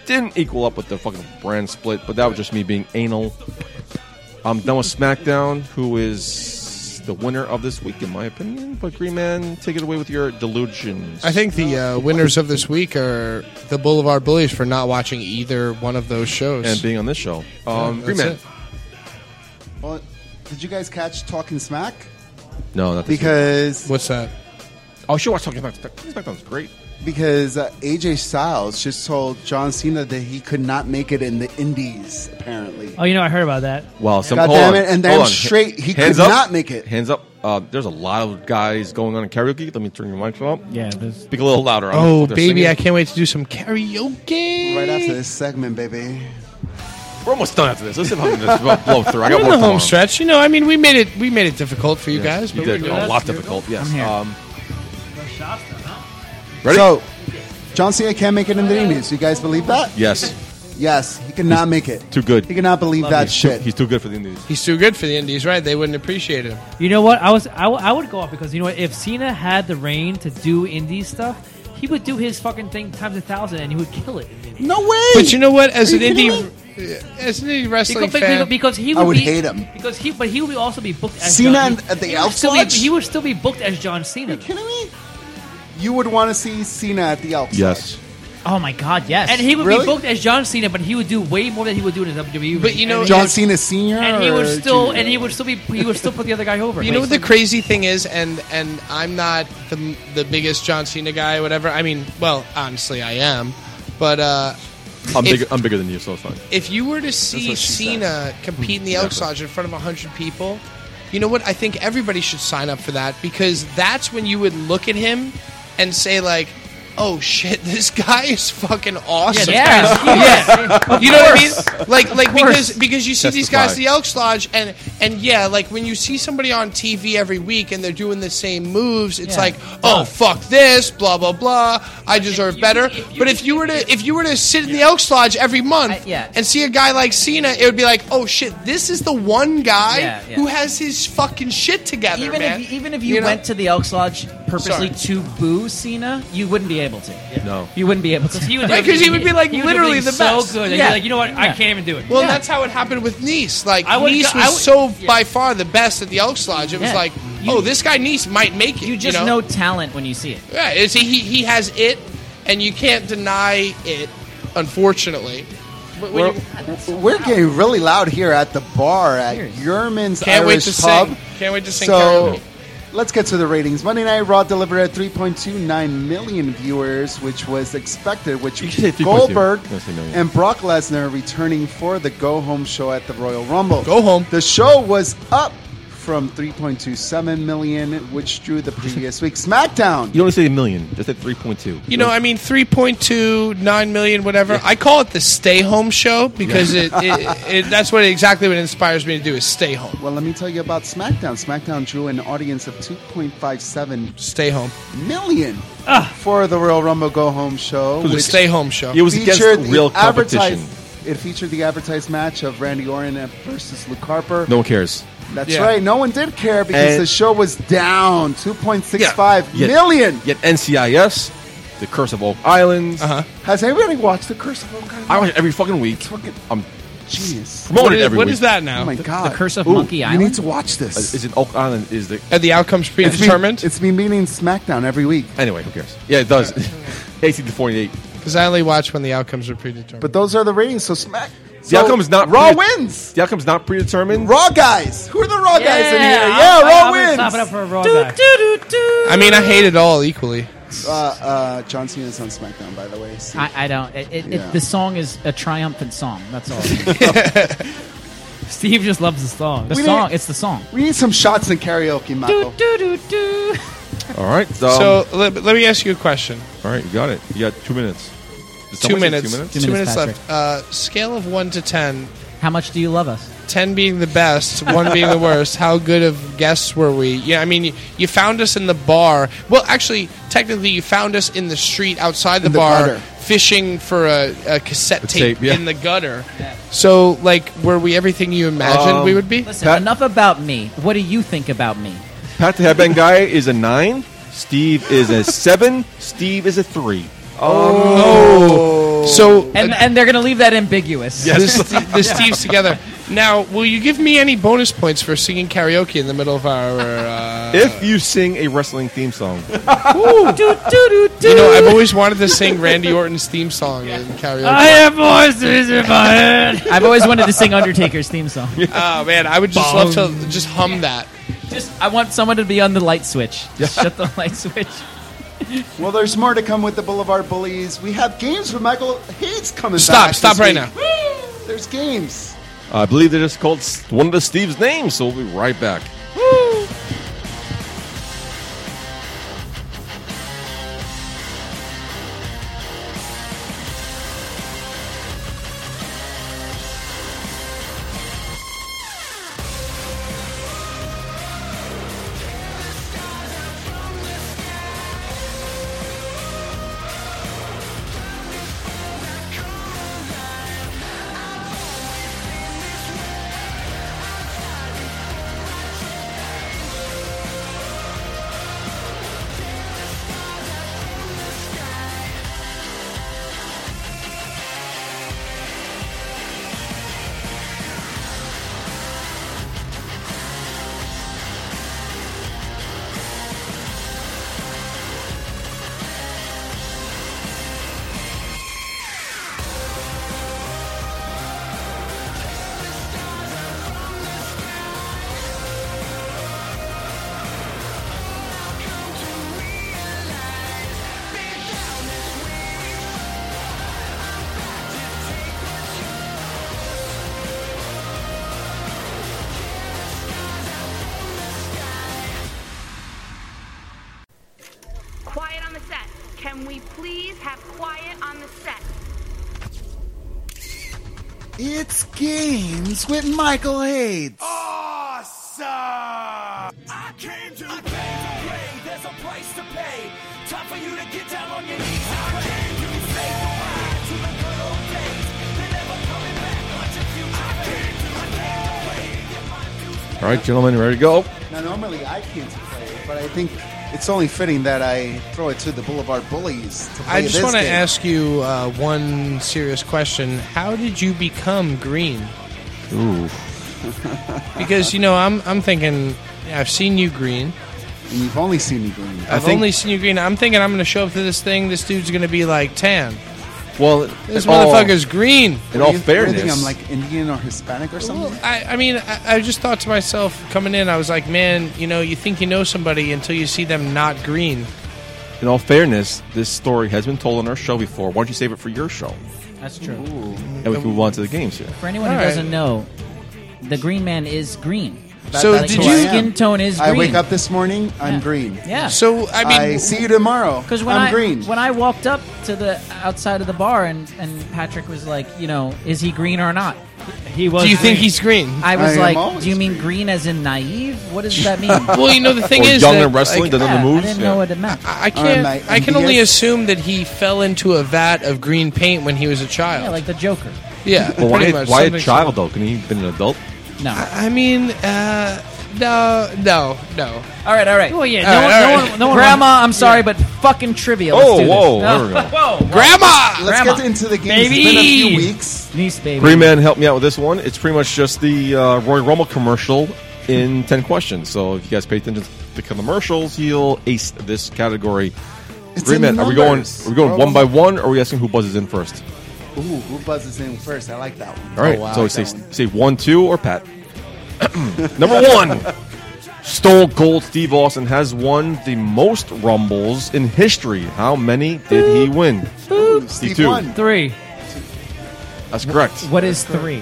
[SPEAKER 1] didn't equal up with the fucking brand split, but that was just me being anal. I'm done with SmackDown, who is the winner of this week, in my opinion. But Green Man, take it away with your delusions.
[SPEAKER 4] I think the uh, winners of this week are the Boulevard Bullies for not watching either one of those shows.
[SPEAKER 1] and being on this show, um,
[SPEAKER 4] Yeah,
[SPEAKER 1] Green Man.
[SPEAKER 4] that's
[SPEAKER 3] Well, did you guys catch Talking Smack?
[SPEAKER 1] No, not this week.
[SPEAKER 3] Because
[SPEAKER 4] What's that?
[SPEAKER 1] oh, sure, I was talking about SmackDown's great.
[SPEAKER 3] because uh, AJ Styles just told John Cena that he could not make it in the Indies. Apparently,
[SPEAKER 6] Oh, you know, I heard about that.
[SPEAKER 1] Wow, some
[SPEAKER 3] God
[SPEAKER 1] hold
[SPEAKER 3] damn
[SPEAKER 1] on,
[SPEAKER 3] it, and
[SPEAKER 1] hold
[SPEAKER 3] damn
[SPEAKER 1] on.
[SPEAKER 3] straight, he
[SPEAKER 1] Hands
[SPEAKER 3] could
[SPEAKER 1] up.
[SPEAKER 3] not make it.
[SPEAKER 1] Hands up. Uh, there's a lot of guys going on in karaoke. Let me turn your mic up.
[SPEAKER 5] Yeah, there's
[SPEAKER 1] Speak a little louder. I don't know
[SPEAKER 4] Oh,
[SPEAKER 1] if they're
[SPEAKER 4] baby,
[SPEAKER 1] singing.
[SPEAKER 4] I can't wait to do some karaoke.
[SPEAKER 3] Right after this segment, baby.
[SPEAKER 1] We're almost done after this. Let's see if I can just blow through. I got work
[SPEAKER 4] We're in the home
[SPEAKER 1] tomorrow.
[SPEAKER 4] stretch. You know, I mean, we made it. We made it difficult for you
[SPEAKER 1] Yes,
[SPEAKER 4] guys,
[SPEAKER 1] you
[SPEAKER 4] but
[SPEAKER 1] did
[SPEAKER 4] we're
[SPEAKER 1] a
[SPEAKER 4] good.
[SPEAKER 1] lot difficult. Yes.
[SPEAKER 5] I'm here.
[SPEAKER 1] Um, Ready?
[SPEAKER 3] So, John Cena can't make it in the Indies. You guys believe that?
[SPEAKER 1] yes.
[SPEAKER 3] Yes, he cannot make it.
[SPEAKER 1] Too good.
[SPEAKER 3] He cannot believe that shit.
[SPEAKER 1] He's too good for the Indies.
[SPEAKER 4] He's too good for the Indies, right? They wouldn't appreciate him.
[SPEAKER 6] You know what? I was I, w- I would go off because you know what? If Cena had the reign to do indie stuff, he would do his fucking thing times a thousand, and he would kill it. in indie.
[SPEAKER 3] no way.
[SPEAKER 4] But you know what? As
[SPEAKER 3] Are
[SPEAKER 4] an
[SPEAKER 3] you
[SPEAKER 4] indie,
[SPEAKER 3] kidding
[SPEAKER 4] as an indie
[SPEAKER 6] Because,
[SPEAKER 4] wrestling
[SPEAKER 6] because-
[SPEAKER 4] fan,
[SPEAKER 6] because he
[SPEAKER 3] I
[SPEAKER 6] would
[SPEAKER 3] would
[SPEAKER 6] be-
[SPEAKER 3] hate him.
[SPEAKER 6] Because he, but he would also be booked as
[SPEAKER 3] Cena
[SPEAKER 6] John,
[SPEAKER 3] and- at the
[SPEAKER 6] he would still be-
[SPEAKER 3] Outlodge?
[SPEAKER 6] He would still be booked as John Cena.
[SPEAKER 3] Are you kidding me? You would want to see Cena at the Elks.
[SPEAKER 1] Yes.
[SPEAKER 5] Oh my God, yes.
[SPEAKER 6] And he would
[SPEAKER 3] Really?
[SPEAKER 6] be booked as John Cena, but he would do way more than he would do in the WWE.
[SPEAKER 4] But you know-
[SPEAKER 6] and,
[SPEAKER 3] John Cena Senior.
[SPEAKER 6] E and he
[SPEAKER 3] or
[SPEAKER 6] would still,
[SPEAKER 3] Junior?
[SPEAKER 6] and he would still be, he would still put the other guy over.
[SPEAKER 4] you know what the crazy thing is, and and I'm not the the biggest John Cena guy, whatever. I mean, well, honestly, I am, but uh,
[SPEAKER 1] I'm,
[SPEAKER 4] If-
[SPEAKER 1] bigger, I'm bigger than you, so it's fine.
[SPEAKER 4] If you were to see
[SPEAKER 1] what she
[SPEAKER 4] Cena compete in the Elks
[SPEAKER 1] Exactly.
[SPEAKER 4] Lodge in front of 100 people, you know what? I think everybody should sign up for that because that's when you would look at him and say, like, oh shit, this guy is fucking awesome.
[SPEAKER 15] Yeah, yes, yes. Of
[SPEAKER 4] you know what I
[SPEAKER 15] course.
[SPEAKER 4] mean? Like, like
[SPEAKER 15] Of course.
[SPEAKER 4] because because you see these guys at
[SPEAKER 15] Testify.
[SPEAKER 4] the Elks Lodge and and yeah, like when you see somebody on TV every week and they're doing the same moves, it's
[SPEAKER 15] Yeah.
[SPEAKER 4] like, oh fuck this, blah blah blah. I deserve better. but if you were to if you were to sit in the Elks Lodge every month and see a guy like Cena, it would be like, oh shit, this is the one guy
[SPEAKER 6] Yeah, yeah.
[SPEAKER 4] who has his fucking shit together,
[SPEAKER 6] Even
[SPEAKER 4] man.
[SPEAKER 6] if even if you,
[SPEAKER 4] know?
[SPEAKER 6] went to the Elks Lodge
[SPEAKER 4] Sorry.
[SPEAKER 6] purposely to boo Cena, you wouldn't be able to.
[SPEAKER 1] No,
[SPEAKER 6] you wouldn't be able to.
[SPEAKER 4] would Right, 'cause he would be, like,
[SPEAKER 6] He
[SPEAKER 4] literally
[SPEAKER 6] doing
[SPEAKER 4] the
[SPEAKER 6] so
[SPEAKER 4] best.
[SPEAKER 6] good.
[SPEAKER 15] You'd be
[SPEAKER 4] Yeah.
[SPEAKER 15] like, you know what? I
[SPEAKER 4] Yeah.
[SPEAKER 15] can't even do it.
[SPEAKER 4] Well,
[SPEAKER 15] Yeah.
[SPEAKER 4] that's how it happened with Nice. Like
[SPEAKER 15] I would
[SPEAKER 4] Nice
[SPEAKER 15] go-
[SPEAKER 4] was
[SPEAKER 15] I would-
[SPEAKER 4] so by far the best at the Elks Lodge. It was
[SPEAKER 6] Yeah.
[SPEAKER 4] like, oh, this guy Nice might make it.
[SPEAKER 6] You just
[SPEAKER 4] know?
[SPEAKER 6] know? talent when you see it.
[SPEAKER 4] Yeah, it's, he he has it, and you can't deny it. Unfortunately, But when
[SPEAKER 3] We're,
[SPEAKER 4] you-
[SPEAKER 3] we're getting really loud here at the bar at Yerman's
[SPEAKER 4] Can't wait
[SPEAKER 3] Irish
[SPEAKER 4] to
[SPEAKER 3] Pub.
[SPEAKER 4] sing. Can't wait to sing
[SPEAKER 3] So
[SPEAKER 4] karaoke.
[SPEAKER 3] let's get to the ratings. Monday Night Raw delivered at 3.29 million viewers, which was expected. Which
[SPEAKER 1] should say 3.2.
[SPEAKER 3] Goldberg
[SPEAKER 1] No, say million.
[SPEAKER 3] and Brock Lesnar returning for the Go Home show at the Royal Rumble.
[SPEAKER 4] Go home.
[SPEAKER 3] The show was up from 3.27 million, which drew the previous week. SmackDown.
[SPEAKER 1] You don't say a million. Just at 3.2.
[SPEAKER 4] you know, I mean, 3.2, 9 million, whatever. I call it the stay home show because
[SPEAKER 3] Yeah.
[SPEAKER 4] it, it, it that's what exactly what inspires me to do is stay home.
[SPEAKER 3] Well, let me tell you about SmackDown. SmackDown drew an audience of 2.57
[SPEAKER 4] stay home
[SPEAKER 3] million
[SPEAKER 1] Ah.
[SPEAKER 3] for the Royal Rumble Go Home show.
[SPEAKER 4] For the
[SPEAKER 3] which
[SPEAKER 4] stay home show.
[SPEAKER 1] It was against
[SPEAKER 3] featured the
[SPEAKER 1] real
[SPEAKER 3] advertised-
[SPEAKER 1] competition.
[SPEAKER 3] It featured the advertised match of Randy Orton versus Luke Harper.
[SPEAKER 1] No one cares.
[SPEAKER 3] That's
[SPEAKER 1] Yeah.
[SPEAKER 3] right. No one did care because
[SPEAKER 1] And-
[SPEAKER 3] the show was down 2.65 million.
[SPEAKER 1] Yet NCIS, The Curse of Oak Islands. Uh-huh.
[SPEAKER 3] Has anybody watched The Curse of Oak Island?
[SPEAKER 1] I watch it every fucking week. I'm
[SPEAKER 3] Genius.
[SPEAKER 1] promoted every week.
[SPEAKER 3] Oh my god!
[SPEAKER 1] Ooh,
[SPEAKER 3] You need to watch this.
[SPEAKER 1] Uh, Is it Oak Island? Is the
[SPEAKER 4] Are the outcomes predetermined?
[SPEAKER 3] It's me, it's me meeting SmackDown every week.
[SPEAKER 1] anyway? Who cares? Yeah, it does. 18 to 48.
[SPEAKER 4] Because I only watch when the outcomes are predetermined.
[SPEAKER 3] But those are the ratings. So Smack.
[SPEAKER 1] The
[SPEAKER 3] so
[SPEAKER 1] outcome is not
[SPEAKER 3] Raw
[SPEAKER 1] predet-
[SPEAKER 3] wins.
[SPEAKER 1] The outcome's not predetermined.
[SPEAKER 3] Raw guys. Who are the Raw guys in here?
[SPEAKER 15] Yeah,
[SPEAKER 3] Yeah,
[SPEAKER 15] I'm-
[SPEAKER 3] Raw
[SPEAKER 15] I'm gonna
[SPEAKER 3] wins.
[SPEAKER 15] clap it up for a Raw guy.
[SPEAKER 4] I mean, I hate it all equally.
[SPEAKER 3] Uh, uh, John Cena's on SmackDown, by the way. So-
[SPEAKER 6] I, I don't. It, it,
[SPEAKER 3] Yeah.
[SPEAKER 6] it, the song is a triumphant song. That's all.
[SPEAKER 15] Steve just loves the song.
[SPEAKER 6] The
[SPEAKER 3] We
[SPEAKER 6] song.
[SPEAKER 3] didn't-
[SPEAKER 6] It's the song.
[SPEAKER 3] we need some shots in karaoke, Michael.
[SPEAKER 1] All right. So,
[SPEAKER 4] So let, let me ask you a question.
[SPEAKER 1] all right, you got it. You got two minutes. Does
[SPEAKER 4] Two
[SPEAKER 1] someone say
[SPEAKER 4] minutes, two minutes. left. Uh, scale of one to ten.
[SPEAKER 6] How much do you love us?
[SPEAKER 4] Ten being the best, one being the worst. How good of guests were we? Yeah, I mean, you, you found us in the bar. Well, actually, technically, you found us in the street outside the,
[SPEAKER 3] In the
[SPEAKER 4] bar,
[SPEAKER 3] gutter.
[SPEAKER 4] fishing for a, a cassette tape,
[SPEAKER 1] tape, yeah.
[SPEAKER 4] in the gutter. So, like, were we everything you imagined we would be?
[SPEAKER 6] Listen, enough about me. What do you think about me?
[SPEAKER 1] Pat the Headband Guy is a nine. Steve is a seven. Steve is a three.
[SPEAKER 4] Oh, so
[SPEAKER 6] And and they're gonna leave that ambiguous.
[SPEAKER 4] the, Ste- the Steve's together. Now, will you give me any bonus points for singing karaoke in the middle of our? Uh,
[SPEAKER 1] If you sing a wrestling theme song,
[SPEAKER 4] You know, I've always wanted to sing Randy Orton's theme song in karaoke.
[SPEAKER 15] I have voices in my head.
[SPEAKER 6] I've always wanted to sing Undertaker's theme song.
[SPEAKER 4] Oh man, I would just love to just hum that.
[SPEAKER 6] Just I want someone to be on the light switch. Just shut the light switch.
[SPEAKER 3] Well, there's more to come with the Boulevard Bullies. We have games with Michael Hayes coming
[SPEAKER 4] Stop,
[SPEAKER 3] back.
[SPEAKER 4] stop
[SPEAKER 3] this
[SPEAKER 4] right
[SPEAKER 3] week. There's games.
[SPEAKER 1] I believe they just called S- one of the Steve's names. So we'll be right back.
[SPEAKER 16] Thank
[SPEAKER 9] we please have quiet on the set?
[SPEAKER 3] It's games with Michael Hayes.
[SPEAKER 17] Awesome! I came to play. There's a price to pay. Time for you to get down on your knees. I came to say goodbye to the good old days. They're never coming back. Watch your future. I came to
[SPEAKER 1] All right, gentlemen, ready to go?
[SPEAKER 3] Now, normally I can't play, but I think it's only fitting that I throw it to the Boulevard Bullies to play
[SPEAKER 4] I just
[SPEAKER 3] this
[SPEAKER 4] want to
[SPEAKER 3] game.
[SPEAKER 4] ask you uh, one serious question. How did you become green?
[SPEAKER 1] Ooh.
[SPEAKER 4] Because you know, I'm I'm thinking I've seen you green.
[SPEAKER 3] And you've only seen me green.
[SPEAKER 4] I've only seen you green. I'm thinking I'm going to show up to this thing. This dude's going to be like tan.
[SPEAKER 1] Well,
[SPEAKER 4] this
[SPEAKER 3] in all-
[SPEAKER 4] motherfucker's green.
[SPEAKER 3] What do you- what do you think I'm like Indian or Hispanic or something.
[SPEAKER 4] I, I mean, I, I just thought to myself coming in, I was like, man, you know, you think you know somebody until you see them not green.
[SPEAKER 1] In all fairness, this story has been told on our show before. Why don't you save it for your show?
[SPEAKER 6] That's true.
[SPEAKER 1] And we can move on to the games here.
[SPEAKER 6] For anyone who
[SPEAKER 4] Alright.
[SPEAKER 6] doesn't know, the Green Man is green.
[SPEAKER 3] So
[SPEAKER 6] Like,
[SPEAKER 3] did
[SPEAKER 6] his
[SPEAKER 3] you-
[SPEAKER 6] skin tone is green?
[SPEAKER 3] I wake up this morning, I'm green.
[SPEAKER 6] Yeah. So, I mean-
[SPEAKER 3] I see you tomorrow.
[SPEAKER 6] Because when
[SPEAKER 3] I'm
[SPEAKER 6] I-
[SPEAKER 3] green.
[SPEAKER 6] when I walked up to the outside of the bar and, and Patrick was like, you know, is he green or not? He
[SPEAKER 4] was Do you think green. he's green?
[SPEAKER 6] I
[SPEAKER 4] I
[SPEAKER 6] was
[SPEAKER 4] am
[SPEAKER 6] like,
[SPEAKER 4] always
[SPEAKER 6] do you mean green. as in naive? What does that mean?
[SPEAKER 4] well, you know, the thing
[SPEAKER 1] Or
[SPEAKER 4] is
[SPEAKER 1] young
[SPEAKER 4] that,
[SPEAKER 1] and wrestling,
[SPEAKER 4] like,
[SPEAKER 1] doesn't know the
[SPEAKER 6] I
[SPEAKER 1] moves.
[SPEAKER 6] didn't
[SPEAKER 1] Yeah.
[SPEAKER 6] know what it meant.
[SPEAKER 4] I can't.
[SPEAKER 1] Alright,
[SPEAKER 4] I can
[SPEAKER 1] MBS.
[SPEAKER 4] only assume that he fell into a vat of green paint when he was a child.
[SPEAKER 6] Yeah, like the Joker.
[SPEAKER 4] Yeah,
[SPEAKER 1] Well, why,
[SPEAKER 4] pretty
[SPEAKER 1] a-
[SPEAKER 4] much,
[SPEAKER 1] why a
[SPEAKER 4] something-
[SPEAKER 1] child, though? Can he have been an adult?
[SPEAKER 6] No.
[SPEAKER 4] I mean, uh, no, no, no.
[SPEAKER 6] All right, all right. Well, yeah, no one- no one- no one- Grandma, I'm sorry, but fucking trivia.
[SPEAKER 4] Oh,
[SPEAKER 6] Let's do
[SPEAKER 1] whoa,
[SPEAKER 6] this. No.
[SPEAKER 1] there we go.
[SPEAKER 6] whoa, whoa.
[SPEAKER 3] Grandma! Let's
[SPEAKER 6] Grandma.
[SPEAKER 3] get into the game. It's been a few weeks.
[SPEAKER 6] Niece, baby.
[SPEAKER 1] Green Man helped me out with this one. It's pretty much just the uh, Roy Rummel commercial in 10 questions. So if you guys pay attention to the commercials, you'll ace this category.
[SPEAKER 3] It's
[SPEAKER 1] Green
[SPEAKER 3] in
[SPEAKER 1] Man, are we going,
[SPEAKER 3] numbers.
[SPEAKER 1] are we going
[SPEAKER 3] Roy
[SPEAKER 1] one by one, or are we asking who buzzes in first?
[SPEAKER 3] Ooh, who buzzes in first? I like that one.
[SPEAKER 1] All right.
[SPEAKER 3] Oh, wow.
[SPEAKER 1] so we
[SPEAKER 3] I like
[SPEAKER 1] say,
[SPEAKER 3] that one.
[SPEAKER 1] say one, two, or Pat. Number one, Stone Cold Steve Austin has won the most Rumbles in history. How many did he win?
[SPEAKER 3] Steve
[SPEAKER 1] two.
[SPEAKER 3] won.
[SPEAKER 6] Three.
[SPEAKER 1] That's correct.
[SPEAKER 6] What is three?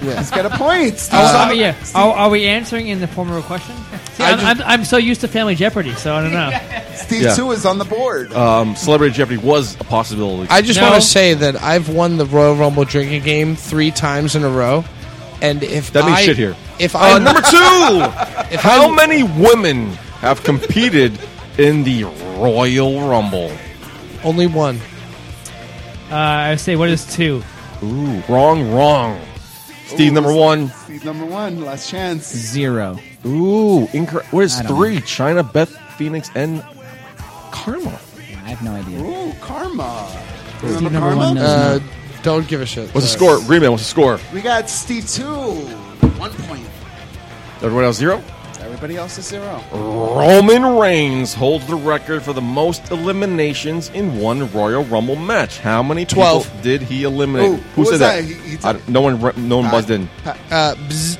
[SPEAKER 3] He's got a point. Uh, Steve.
[SPEAKER 18] Oh,
[SPEAKER 1] Uh,
[SPEAKER 18] I mean, yeah. Are, are we answering in the form of a question? See,
[SPEAKER 3] I
[SPEAKER 18] I'm,
[SPEAKER 3] just-
[SPEAKER 18] I'm, I'm so used to Family Jeopardy, so I don't know.
[SPEAKER 3] Steve
[SPEAKER 1] Yeah.
[SPEAKER 3] two is on the board.
[SPEAKER 1] Um, Celebrity Jeopardy was a possibility.
[SPEAKER 4] I just want to say that I've won the Royal Rumble drinking game three times in a row, and if
[SPEAKER 1] That means
[SPEAKER 4] I-
[SPEAKER 1] shit here.
[SPEAKER 4] If
[SPEAKER 1] Uh,
[SPEAKER 4] I
[SPEAKER 1] number two,
[SPEAKER 4] If
[SPEAKER 1] how
[SPEAKER 4] I-
[SPEAKER 1] many women have competed in the Royal Rumble?
[SPEAKER 4] Only one.
[SPEAKER 18] Uh, I say, what is two?
[SPEAKER 1] Ooh, wrong, wrong. Steve,
[SPEAKER 3] Ooh,
[SPEAKER 1] number one.
[SPEAKER 3] Steve number one. Last chance.
[SPEAKER 6] Zero.
[SPEAKER 1] Ooh, incorrect. What is
[SPEAKER 3] I don't
[SPEAKER 1] three? China, Beth, Phoenix, and Karma.
[SPEAKER 6] I have no idea.
[SPEAKER 3] Ooh, karma.
[SPEAKER 1] Ooh.
[SPEAKER 3] Remember
[SPEAKER 1] Steve number
[SPEAKER 3] karma?
[SPEAKER 1] one knows
[SPEAKER 4] Uh, don't give a shit.
[SPEAKER 1] Mm-hmm. What's the
[SPEAKER 4] Uh,
[SPEAKER 1] score? Green Man, what's the score?
[SPEAKER 3] we got Steve two. One point.
[SPEAKER 1] Everyone else zero?
[SPEAKER 3] Everybody else is zero.
[SPEAKER 1] Roman Reigns holds the record for the most eliminations in one Royal Rumble match. How many people
[SPEAKER 4] Twelve.
[SPEAKER 1] did he eliminate?
[SPEAKER 4] Ooh,
[SPEAKER 1] Who
[SPEAKER 4] who
[SPEAKER 1] said
[SPEAKER 4] was
[SPEAKER 1] that?
[SPEAKER 4] that? He- he
[SPEAKER 1] I don't- no one. re- No one buzzed in.
[SPEAKER 4] Uh, bzz,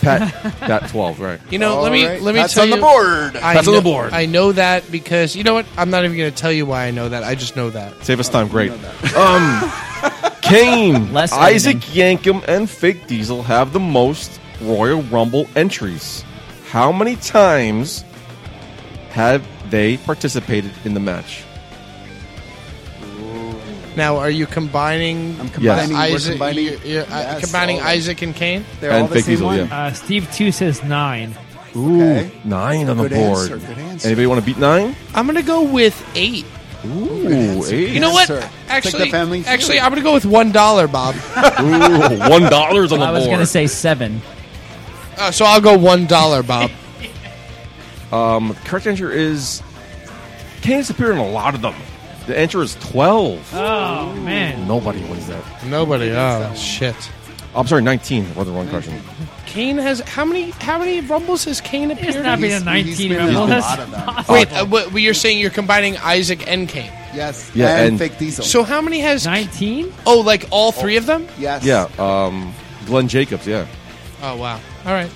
[SPEAKER 1] Pat, that twelve, right?
[SPEAKER 4] You know, let me
[SPEAKER 3] Alright,
[SPEAKER 4] let me
[SPEAKER 3] that's
[SPEAKER 4] tell
[SPEAKER 3] on the
[SPEAKER 4] you-
[SPEAKER 3] board.
[SPEAKER 4] I
[SPEAKER 1] That's on the
[SPEAKER 4] know-
[SPEAKER 1] board.
[SPEAKER 4] I know that because you know what? I'm not even going to tell you why I know that. I just know that.
[SPEAKER 1] Save us time. Great. Um, Kane,
[SPEAKER 4] Less
[SPEAKER 1] Isaac Yankum, and Fake Diesel have the most Royal Rumble entries. How many times have they participated in the match?
[SPEAKER 4] Now, are you combining? I'm
[SPEAKER 1] combining-
[SPEAKER 18] we're
[SPEAKER 4] Isaac,
[SPEAKER 18] combining-
[SPEAKER 4] you're- you're, uh,
[SPEAKER 18] Yes,
[SPEAKER 4] combining
[SPEAKER 18] all of them.
[SPEAKER 4] Isaac and Kane.
[SPEAKER 1] They're And all the Fake same Diesel, one? yeah.
[SPEAKER 18] Uh, Steve two says nine.
[SPEAKER 1] Ooh, nine on the
[SPEAKER 18] Good
[SPEAKER 1] board.
[SPEAKER 18] answer, good answer.
[SPEAKER 1] Anybody want to beat nine?
[SPEAKER 4] I'm going to go with eight.
[SPEAKER 1] Ooh, eight.
[SPEAKER 4] You know what?
[SPEAKER 3] It's like
[SPEAKER 4] Actually,
[SPEAKER 3] the family feud.
[SPEAKER 4] actually, I'm going to go with one dollar, Bob.
[SPEAKER 1] Ooh, one dollar's on the
[SPEAKER 6] I was
[SPEAKER 1] board.
[SPEAKER 6] gonna say seven.
[SPEAKER 4] Uh, so I'll go one dollar, Bob.
[SPEAKER 1] Um, correct answer is Kane's appeared in a lot of them. The answer is twelve.
[SPEAKER 6] Uh,
[SPEAKER 18] Oh man,
[SPEAKER 1] Nobody wins that.
[SPEAKER 4] Nobody. Oh shit.
[SPEAKER 1] I'm sorry, nineteen. I the wrong question.
[SPEAKER 4] Kane has how many? How many rumbles has Kane appeared?
[SPEAKER 18] not
[SPEAKER 4] in?
[SPEAKER 18] been a He's- 19 he's been in rumble. a That's lot of them. impossible.
[SPEAKER 4] Wait,
[SPEAKER 6] oh.
[SPEAKER 4] uh, what, you're saying you're combining Isaac and Kane?
[SPEAKER 3] Yes.
[SPEAKER 1] Yeah, and and- Fake
[SPEAKER 3] Diesel.
[SPEAKER 4] So how many has
[SPEAKER 18] nineteen?
[SPEAKER 4] Oh, like all three of them?
[SPEAKER 3] Yes.
[SPEAKER 1] Yeah. Um, Glenn Jacobs. Yeah.
[SPEAKER 4] Oh wow. All right.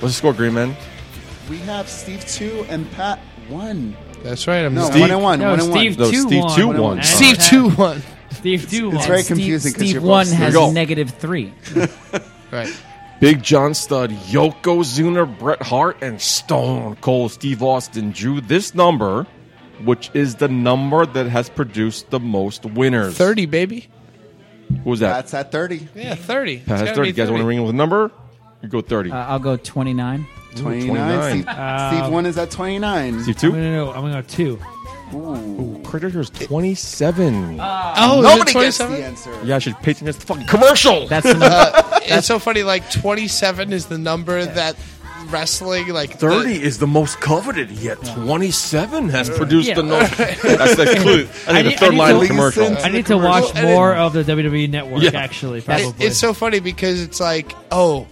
[SPEAKER 1] What's the score, Green Man?
[SPEAKER 3] We have Steve two and Pat one.
[SPEAKER 4] That's right. I'm
[SPEAKER 3] no,
[SPEAKER 1] Steve-
[SPEAKER 3] one and one.
[SPEAKER 1] No,
[SPEAKER 3] one and
[SPEAKER 1] Steve
[SPEAKER 3] one.
[SPEAKER 1] No, two Steve won. two won. won.
[SPEAKER 4] Steve two one.
[SPEAKER 18] Steve two
[SPEAKER 3] It's
[SPEAKER 18] won.
[SPEAKER 3] very
[SPEAKER 18] And Steve-
[SPEAKER 3] confusing because
[SPEAKER 6] Steve
[SPEAKER 3] you're
[SPEAKER 6] one
[SPEAKER 3] both
[SPEAKER 6] has
[SPEAKER 1] There you go.
[SPEAKER 6] negative three.
[SPEAKER 4] right.
[SPEAKER 1] Big John Studd, Yokozuna, Bret Hart, and Stone Cold Steve Austin drew this number which is the number that has produced the most winners.
[SPEAKER 4] 30, baby.
[SPEAKER 1] What was that?
[SPEAKER 11] That's at 30.
[SPEAKER 4] Yeah, 30. It's
[SPEAKER 1] Pat has
[SPEAKER 4] gotta
[SPEAKER 1] 30.
[SPEAKER 4] be
[SPEAKER 1] You guys want to
[SPEAKER 4] 30.
[SPEAKER 1] ring in with a number? You go 30.
[SPEAKER 5] Uh, I'll go 29.
[SPEAKER 1] 29.
[SPEAKER 11] 29. Steve, Steve 1 is at 29.
[SPEAKER 1] Steve 2?
[SPEAKER 6] No, no, I'm going to go two.
[SPEAKER 1] Ooh, Critter here is 27.
[SPEAKER 4] Oh,
[SPEAKER 11] Nobody
[SPEAKER 4] nobody
[SPEAKER 11] gets
[SPEAKER 4] gets
[SPEAKER 11] the answer.
[SPEAKER 1] yeah, I should patron this fucking commercial.
[SPEAKER 5] That's
[SPEAKER 4] It's so funny. Like 27 is the number that wrestling, like the-
[SPEAKER 1] 30 is the most coveted, yet 27 has produced
[SPEAKER 4] Yeah.
[SPEAKER 1] the most. that's that's clue. I think the
[SPEAKER 6] need-
[SPEAKER 1] third
[SPEAKER 6] need
[SPEAKER 1] line
[SPEAKER 6] to-
[SPEAKER 1] of the commercial.
[SPEAKER 6] I need to watch
[SPEAKER 4] commercial.
[SPEAKER 6] more of the WWE Network.
[SPEAKER 1] Yeah.
[SPEAKER 6] Actually,
[SPEAKER 4] It-
[SPEAKER 6] probably.
[SPEAKER 4] it's so funny because it's like, oh,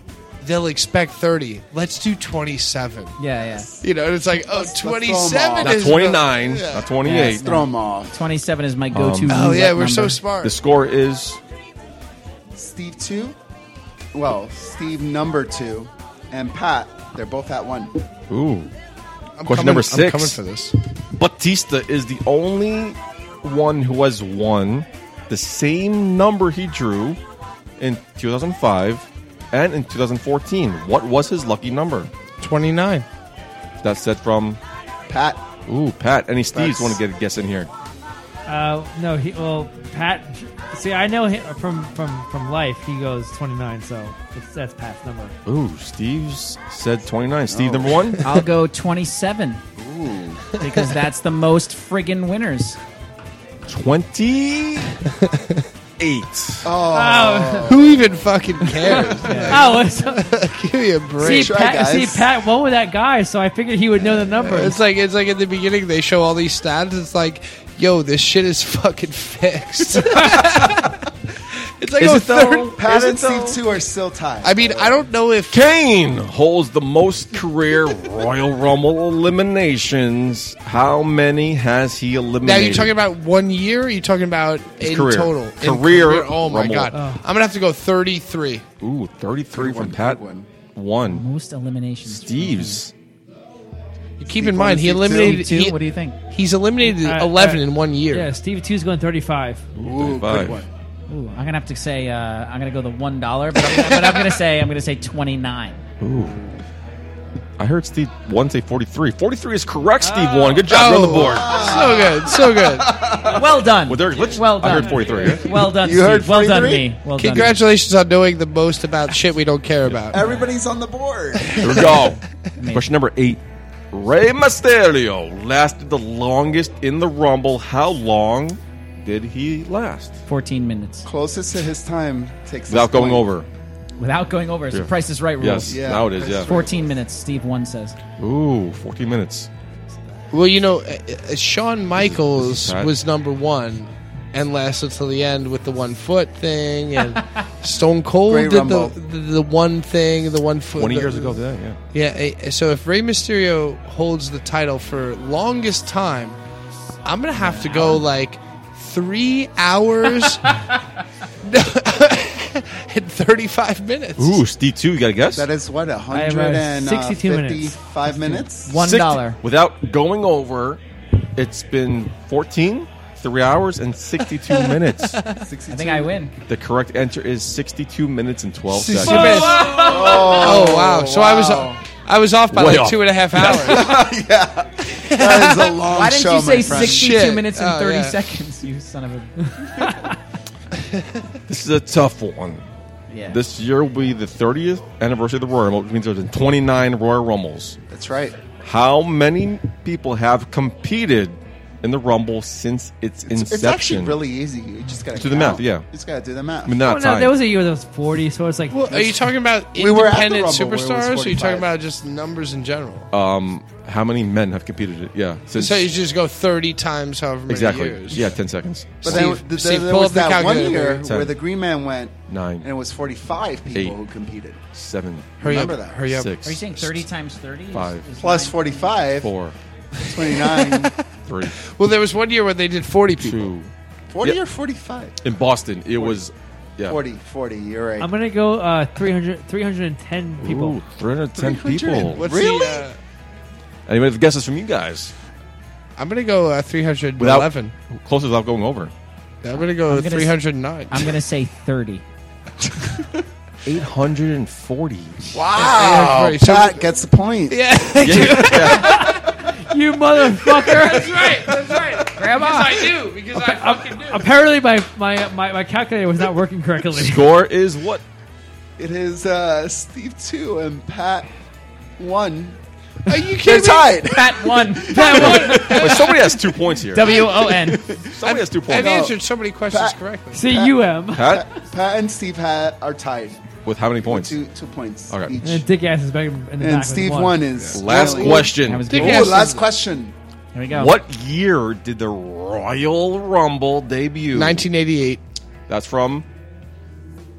[SPEAKER 4] they'll expect 30. Let's do 27.
[SPEAKER 5] Yeah, yeah.
[SPEAKER 4] You know, and it's like, oh,
[SPEAKER 5] throw 'em
[SPEAKER 4] 27
[SPEAKER 1] Not
[SPEAKER 4] is
[SPEAKER 1] 29,
[SPEAKER 4] Yeah.
[SPEAKER 1] not 28.
[SPEAKER 5] Yeah, throw 'em
[SPEAKER 11] off.
[SPEAKER 5] 27 is my go-to.
[SPEAKER 1] Um,
[SPEAKER 4] Oh, yeah,
[SPEAKER 5] roulette
[SPEAKER 4] we're so
[SPEAKER 5] number.
[SPEAKER 4] smart.
[SPEAKER 1] The score is
[SPEAKER 11] Steve 2. Well, Steve number 2 and Pat, they're both at 1.
[SPEAKER 1] Ooh.
[SPEAKER 11] I'm
[SPEAKER 1] Question
[SPEAKER 11] coming-
[SPEAKER 1] number
[SPEAKER 11] I'm
[SPEAKER 1] 6
[SPEAKER 11] coming for
[SPEAKER 4] this.
[SPEAKER 1] Batista is the only one who has won the same number he drew in 2005 and in 2014. What was his lucky number?
[SPEAKER 4] 29.
[SPEAKER 1] That's said from
[SPEAKER 11] Pat.
[SPEAKER 1] Ooh, Pat. Any Steves want to get a guess in here?
[SPEAKER 6] Uh, no, he, well, Pat. See, I know him from from from life. He goes 29, so it's, that's Pat's number.
[SPEAKER 1] Ooh, Steve's said 29. Steve, number one?
[SPEAKER 5] I'll go 27. Ooh. Because that's the most friggin' winners.
[SPEAKER 1] 28.
[SPEAKER 5] Oh.
[SPEAKER 4] Who even fucking cares?
[SPEAKER 6] Oh, it's-
[SPEAKER 4] Give me a break.
[SPEAKER 6] see, Pat, see, Pat won with that guy, so I figured he would know the number.
[SPEAKER 4] It's like it's like at the beginning they show all these stats. It's like, yo, this shit is fucking fixed. it's like
[SPEAKER 1] Is
[SPEAKER 4] oh,
[SPEAKER 1] it though?
[SPEAKER 4] third-
[SPEAKER 11] Pat
[SPEAKER 4] is it
[SPEAKER 11] and Steve 2
[SPEAKER 4] though?
[SPEAKER 11] are still tied.
[SPEAKER 4] I mean, I don't know if
[SPEAKER 1] Kane holds the most career Royal Rumble eliminations. How many has he eliminated?
[SPEAKER 4] now you're talking about one year. Or are you talking about
[SPEAKER 1] His
[SPEAKER 4] in
[SPEAKER 1] career.
[SPEAKER 4] total In
[SPEAKER 1] Career
[SPEAKER 4] Oh my
[SPEAKER 1] Rumble.
[SPEAKER 4] god,
[SPEAKER 1] Ugh.
[SPEAKER 4] I'm gonna have to go 33.
[SPEAKER 1] Ooh, 33 from Pat. One.
[SPEAKER 5] Most eliminations.
[SPEAKER 1] Steve's.
[SPEAKER 4] You keep in mind he eliminated.
[SPEAKER 5] Two?
[SPEAKER 4] he-
[SPEAKER 5] what do you think?
[SPEAKER 4] He's eliminated
[SPEAKER 6] Uh,
[SPEAKER 4] 11
[SPEAKER 6] uh,
[SPEAKER 4] in one year.
[SPEAKER 6] Yeah, Steve Two's going 35.
[SPEAKER 1] Ooh, 35. good one.
[SPEAKER 5] Ooh, I'm gonna have to say uh, I'm gonna go the one dollar, but, I'm- but I'm gonna say
[SPEAKER 6] um,
[SPEAKER 5] I'm gonna say 29.
[SPEAKER 1] Ooh. I heard Steve 1 say 43. 43 is correct, Steve 1. Good job. You're on the board.
[SPEAKER 4] So good, so good.
[SPEAKER 5] Well done.
[SPEAKER 1] Well, there, well I heard 43. yeah?
[SPEAKER 5] Well done,
[SPEAKER 4] You
[SPEAKER 5] Steve.
[SPEAKER 4] heard
[SPEAKER 5] well done,
[SPEAKER 4] 43?
[SPEAKER 5] me. Well done.
[SPEAKER 4] Congratulations on knowing the most about shit we don't care about.
[SPEAKER 11] Everybody's on the board.
[SPEAKER 1] Here we go. Question number eight. Rey Mysterio lasted the longest in the Rumble. How long did he last?
[SPEAKER 5] 14 minutes.
[SPEAKER 11] Closest to his time takes
[SPEAKER 1] Without
[SPEAKER 11] his
[SPEAKER 1] going
[SPEAKER 11] point.
[SPEAKER 1] over.
[SPEAKER 5] Without going over, it's the
[SPEAKER 1] Yeah.
[SPEAKER 5] Price is Right rules.
[SPEAKER 1] Yes, Yeah, now it is, Price yeah. is Right
[SPEAKER 5] 14 minutes. Steve one says.
[SPEAKER 1] Ooh, 14 minutes.
[SPEAKER 4] Well, you know, uh, uh, Shawn Michaels
[SPEAKER 1] Pat?
[SPEAKER 4] was number one and lasted till the end with the one foot thing, and Stone Cold
[SPEAKER 1] Great
[SPEAKER 4] did
[SPEAKER 1] Rumble.
[SPEAKER 4] the, the the one thing, the one foot.
[SPEAKER 1] 20
[SPEAKER 4] the-
[SPEAKER 1] years ago today, yeah.
[SPEAKER 4] Yeah. uh, So if Rey Mysterio holds the title for longest time, I'm gonna have to go like three hours and 35 minutes.
[SPEAKER 1] Ooh, Steve 2, you got to guess?
[SPEAKER 11] That is what,
[SPEAKER 4] I was 62 minutes.
[SPEAKER 11] 155 uh, minutes?
[SPEAKER 1] Sixty- Without going over, it's been 14, 3 hours, and 62 minutes.
[SPEAKER 5] I think I win.
[SPEAKER 1] The correct answer is 62 minutes and 12
[SPEAKER 4] Sixty
[SPEAKER 1] seconds.
[SPEAKER 4] minutes. Oh, wow! So I was I was off by
[SPEAKER 1] Way
[SPEAKER 4] like
[SPEAKER 1] off.
[SPEAKER 4] two and a half hours.
[SPEAKER 11] That is a long
[SPEAKER 5] Why didn't
[SPEAKER 11] show,
[SPEAKER 5] you say
[SPEAKER 11] my friend.
[SPEAKER 5] 62
[SPEAKER 4] Shit.
[SPEAKER 5] minutes and
[SPEAKER 4] Oh,
[SPEAKER 5] 30
[SPEAKER 4] yeah.
[SPEAKER 5] seconds? You son of a.
[SPEAKER 1] This is a tough one.
[SPEAKER 5] Yeah.
[SPEAKER 1] This year will be the 30th anniversary of the Royal Rumble, which means there's been 29 Royal Rumbles.
[SPEAKER 11] That's right.
[SPEAKER 1] How many people have competed in the Rumble since its
[SPEAKER 11] It's,
[SPEAKER 1] inception?
[SPEAKER 11] it's actually really easy. You just got to
[SPEAKER 1] Do the math, yeah.
[SPEAKER 11] You just got to do the
[SPEAKER 1] I
[SPEAKER 11] math.
[SPEAKER 1] mean, not
[SPEAKER 6] Oh, no,
[SPEAKER 1] time.
[SPEAKER 6] there was a year that was 40, so it's like.
[SPEAKER 4] Are you talking about
[SPEAKER 11] We were at the
[SPEAKER 4] independent
[SPEAKER 11] Rumble where it was
[SPEAKER 4] superstars? Or are you
[SPEAKER 11] 45.
[SPEAKER 4] talking about just numbers in general?
[SPEAKER 1] um, how many men have competed? It? Yeah, since
[SPEAKER 4] so you just go 30 times however many
[SPEAKER 1] exactly.
[SPEAKER 4] years.
[SPEAKER 1] Yeah, 10 seconds.
[SPEAKER 11] But
[SPEAKER 4] Steve-
[SPEAKER 11] then th- th-
[SPEAKER 4] Steve,
[SPEAKER 11] there
[SPEAKER 4] pull
[SPEAKER 11] was
[SPEAKER 4] up the
[SPEAKER 11] that one
[SPEAKER 4] calculator.
[SPEAKER 11] year
[SPEAKER 1] Ten.
[SPEAKER 11] where the Green Man went
[SPEAKER 1] Nine.
[SPEAKER 11] and it was 45 people
[SPEAKER 1] Eight.
[SPEAKER 11] who competed.
[SPEAKER 1] Seven.
[SPEAKER 4] Hurry
[SPEAKER 11] Remember
[SPEAKER 4] up,
[SPEAKER 11] that.
[SPEAKER 4] hurry up.
[SPEAKER 1] Six.
[SPEAKER 5] Are you saying 30 times 30? is-
[SPEAKER 1] Five.
[SPEAKER 5] is
[SPEAKER 11] Plus
[SPEAKER 5] nine?
[SPEAKER 11] 45,
[SPEAKER 1] Four.
[SPEAKER 11] 29.
[SPEAKER 1] Three.
[SPEAKER 4] Well, there was one year where they did 40 people.
[SPEAKER 1] Two.
[SPEAKER 11] 40
[SPEAKER 1] Yeah.
[SPEAKER 11] or 45?
[SPEAKER 1] In Boston, it was. Yeah.
[SPEAKER 11] 40, 40, you're right.
[SPEAKER 6] I'm going to go uh, 300, 310 people.
[SPEAKER 1] Ooh, 310 people.
[SPEAKER 4] What's
[SPEAKER 11] Really?
[SPEAKER 4] The, uh,
[SPEAKER 1] Anybody have guesses from you guys?
[SPEAKER 4] I'm going to go uh, 311.
[SPEAKER 1] Without, Close without going over.
[SPEAKER 4] I'm going to go
[SPEAKER 5] I'm gonna s-
[SPEAKER 4] 309.
[SPEAKER 5] I'm going to say 30.
[SPEAKER 1] 840.
[SPEAKER 11] Wow.
[SPEAKER 4] Everybody- so-
[SPEAKER 11] Pat gets the point.
[SPEAKER 4] yeah.
[SPEAKER 1] Yeah, yeah.
[SPEAKER 6] you motherfucker.
[SPEAKER 19] That's right. That's right.
[SPEAKER 6] Grandma.
[SPEAKER 19] Because I do. Because I fucking do.
[SPEAKER 6] Apparently, my, my, my, my calculator was not working correctly.
[SPEAKER 1] Score is what?
[SPEAKER 3] It is uh, Steve two and Pat one. Are you
[SPEAKER 1] kidding
[SPEAKER 3] They're
[SPEAKER 1] me?
[SPEAKER 3] tied.
[SPEAKER 6] Pat one.
[SPEAKER 1] Wait, somebody has two points here.
[SPEAKER 6] W O N.
[SPEAKER 1] Somebody has two points.
[SPEAKER 4] I've answered so many questions correctly.
[SPEAKER 6] C U M.
[SPEAKER 1] Pat?
[SPEAKER 3] Pat and Steve Pat are tied.
[SPEAKER 1] With how many points?
[SPEAKER 3] Two two points.
[SPEAKER 1] Okay.
[SPEAKER 3] Each.
[SPEAKER 6] And Dick Ass is back in the back
[SPEAKER 3] And
[SPEAKER 6] with
[SPEAKER 3] Steve
[SPEAKER 6] one.
[SPEAKER 3] one is
[SPEAKER 1] Last
[SPEAKER 3] really-
[SPEAKER 1] question.
[SPEAKER 3] Ooh,
[SPEAKER 1] Dick
[SPEAKER 6] ass
[SPEAKER 3] last
[SPEAKER 6] is-
[SPEAKER 3] question.
[SPEAKER 6] There we go.
[SPEAKER 1] What year did the Royal Rumble debut?
[SPEAKER 4] 1988.
[SPEAKER 1] That's from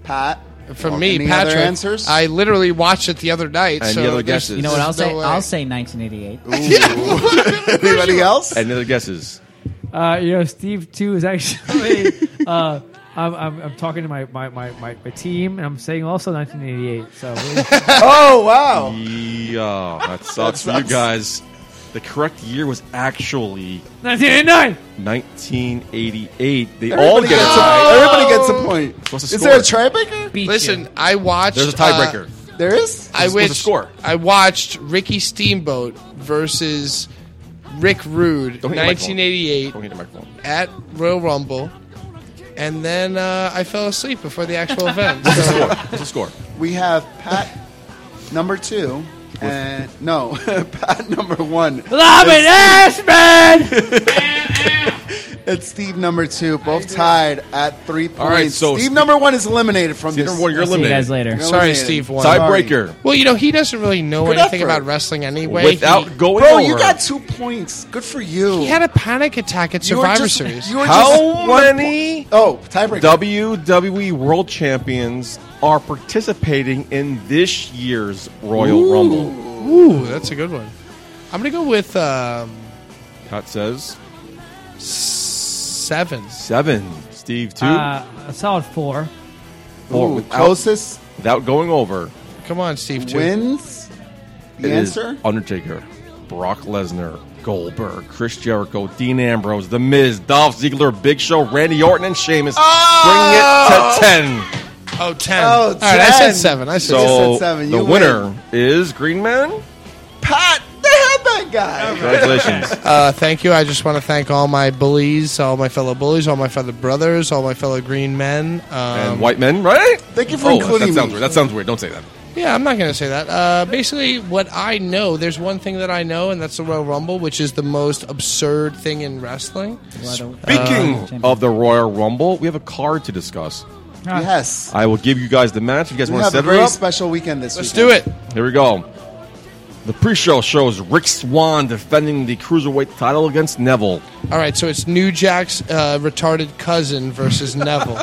[SPEAKER 3] Pat.
[SPEAKER 4] From
[SPEAKER 3] Or
[SPEAKER 4] me,
[SPEAKER 3] any other
[SPEAKER 4] Patrick.
[SPEAKER 3] answers?
[SPEAKER 4] I literally watched it the other night.
[SPEAKER 1] Any
[SPEAKER 4] so
[SPEAKER 1] other
[SPEAKER 4] there's-
[SPEAKER 1] guesses?
[SPEAKER 5] You know what I'll
[SPEAKER 4] there's no
[SPEAKER 5] say?
[SPEAKER 4] way.
[SPEAKER 5] I'll say 1988.
[SPEAKER 3] Anybody else?
[SPEAKER 1] Any other guesses?
[SPEAKER 6] Uh, you know, Steve too is actually. uh, I'm, I'm, I'm talking to my, my, my, my, my team, and I'm saying also 1988. So
[SPEAKER 3] oh wow!
[SPEAKER 1] Yeah, that sucks for you
[SPEAKER 6] sucks.
[SPEAKER 1] guys. The correct year was actually
[SPEAKER 6] 1989.
[SPEAKER 1] 1988. They all
[SPEAKER 3] Everybody
[SPEAKER 1] get a
[SPEAKER 3] gets a-
[SPEAKER 1] tie.
[SPEAKER 3] everybody gets a point.
[SPEAKER 1] What's the
[SPEAKER 3] Is
[SPEAKER 1] score?
[SPEAKER 3] there a tiebreaker?
[SPEAKER 4] Listen, I watched.
[SPEAKER 1] There's a tiebreaker.
[SPEAKER 4] uh,
[SPEAKER 3] there is.
[SPEAKER 4] I
[SPEAKER 1] What's the
[SPEAKER 4] wish,
[SPEAKER 1] score?
[SPEAKER 4] I watched Ricky Steamboat versus Rick Rude,
[SPEAKER 1] Don't hit the microphone.
[SPEAKER 4] 1988,
[SPEAKER 1] Don't hit the microphone.
[SPEAKER 4] at Royal Rumble, and then uh, I fell asleep before the actual event.
[SPEAKER 1] What's the
[SPEAKER 4] So-
[SPEAKER 1] score? What's the score?
[SPEAKER 3] We have Pat number two. And no, Pat number one.
[SPEAKER 6] Robin Ashman.
[SPEAKER 3] It's Steve number two, both tied at three points.
[SPEAKER 1] All right, so
[SPEAKER 3] Steve
[SPEAKER 1] Steve-
[SPEAKER 3] number one is eliminated from
[SPEAKER 1] Steve
[SPEAKER 3] this.
[SPEAKER 1] number one,
[SPEAKER 6] eh?
[SPEAKER 1] you're I'll see you eliminated. guys later.
[SPEAKER 3] You're
[SPEAKER 4] Sorry,
[SPEAKER 3] eliminated.
[SPEAKER 4] Steve won.
[SPEAKER 1] Tiebreaker.
[SPEAKER 4] Well, you know he doesn't really know
[SPEAKER 3] Good
[SPEAKER 4] anything
[SPEAKER 3] effort.
[SPEAKER 4] about wrestling anyway.
[SPEAKER 1] Without
[SPEAKER 4] he,
[SPEAKER 1] going
[SPEAKER 3] Bro,
[SPEAKER 1] over.
[SPEAKER 3] you got two points. Good for you.
[SPEAKER 4] he had a panic attack at
[SPEAKER 3] You were
[SPEAKER 4] Survivor
[SPEAKER 3] just-
[SPEAKER 4] Series.
[SPEAKER 3] you were
[SPEAKER 1] How
[SPEAKER 3] just one
[SPEAKER 1] many
[SPEAKER 3] po- oh, tiebreaker.
[SPEAKER 1] WWE World Champions are participating in this year's Royal Rumble?
[SPEAKER 4] Ooh, that's a good one. I'm gonna go with um,
[SPEAKER 1] Pat says
[SPEAKER 4] seven.
[SPEAKER 1] seven. Steve two.
[SPEAKER 6] Uh, a solid four.
[SPEAKER 1] Four.
[SPEAKER 3] Ooh,
[SPEAKER 1] Without-
[SPEAKER 3] closest
[SPEAKER 1] without going over.
[SPEAKER 4] Come on, Steve. Two.
[SPEAKER 3] wins. The
[SPEAKER 1] It is
[SPEAKER 3] answer?
[SPEAKER 1] Undertaker, Brock Lesnar, Goldberg, Chris Jericho, Dean Ambrose, The Miz, Dolph Ziggler, Big Show, Randy Orton, and Sheamus. Bring it to ten.
[SPEAKER 4] Oh, ten.
[SPEAKER 3] Oh,
[SPEAKER 4] All right, I said
[SPEAKER 3] 10.
[SPEAKER 4] seven. I said
[SPEAKER 3] You
[SPEAKER 1] So
[SPEAKER 3] said seven.
[SPEAKER 1] the
[SPEAKER 3] You
[SPEAKER 1] winner
[SPEAKER 3] win.
[SPEAKER 1] is Green Man.
[SPEAKER 3] Pat, they had that guy.
[SPEAKER 1] Congratulations.
[SPEAKER 4] Uh, thank you. I just want to thank all my bullies, all my fellow bullies, all my fellow brothers, all my fellow green men. Um,
[SPEAKER 1] and white men, right?
[SPEAKER 3] Thank you for
[SPEAKER 1] Oh,
[SPEAKER 3] including
[SPEAKER 1] that sounds
[SPEAKER 3] me. Um,
[SPEAKER 1] weird. That sounds weird. Don't say that.
[SPEAKER 4] Yeah, I'm not going to say that. Uh, basically, what I know, there's one thing that I know, and that's the Royal Rumble, which is the most absurd thing in wrestling.
[SPEAKER 1] Speaking
[SPEAKER 6] Uh,
[SPEAKER 1] of the Royal Rumble, we have a card to discuss.
[SPEAKER 3] Yes.
[SPEAKER 1] I will give you guys the match. If you guys
[SPEAKER 3] We
[SPEAKER 1] want to
[SPEAKER 3] have a
[SPEAKER 1] set it
[SPEAKER 3] very
[SPEAKER 1] up,
[SPEAKER 3] special weekend this
[SPEAKER 4] Let's
[SPEAKER 3] weekend.
[SPEAKER 4] do it.
[SPEAKER 1] Here we go. The pre-show shows Rick Swan defending the cruiserweight title against Neville.
[SPEAKER 4] All right, so it's New Jack's uh, retarded cousin versus Neville.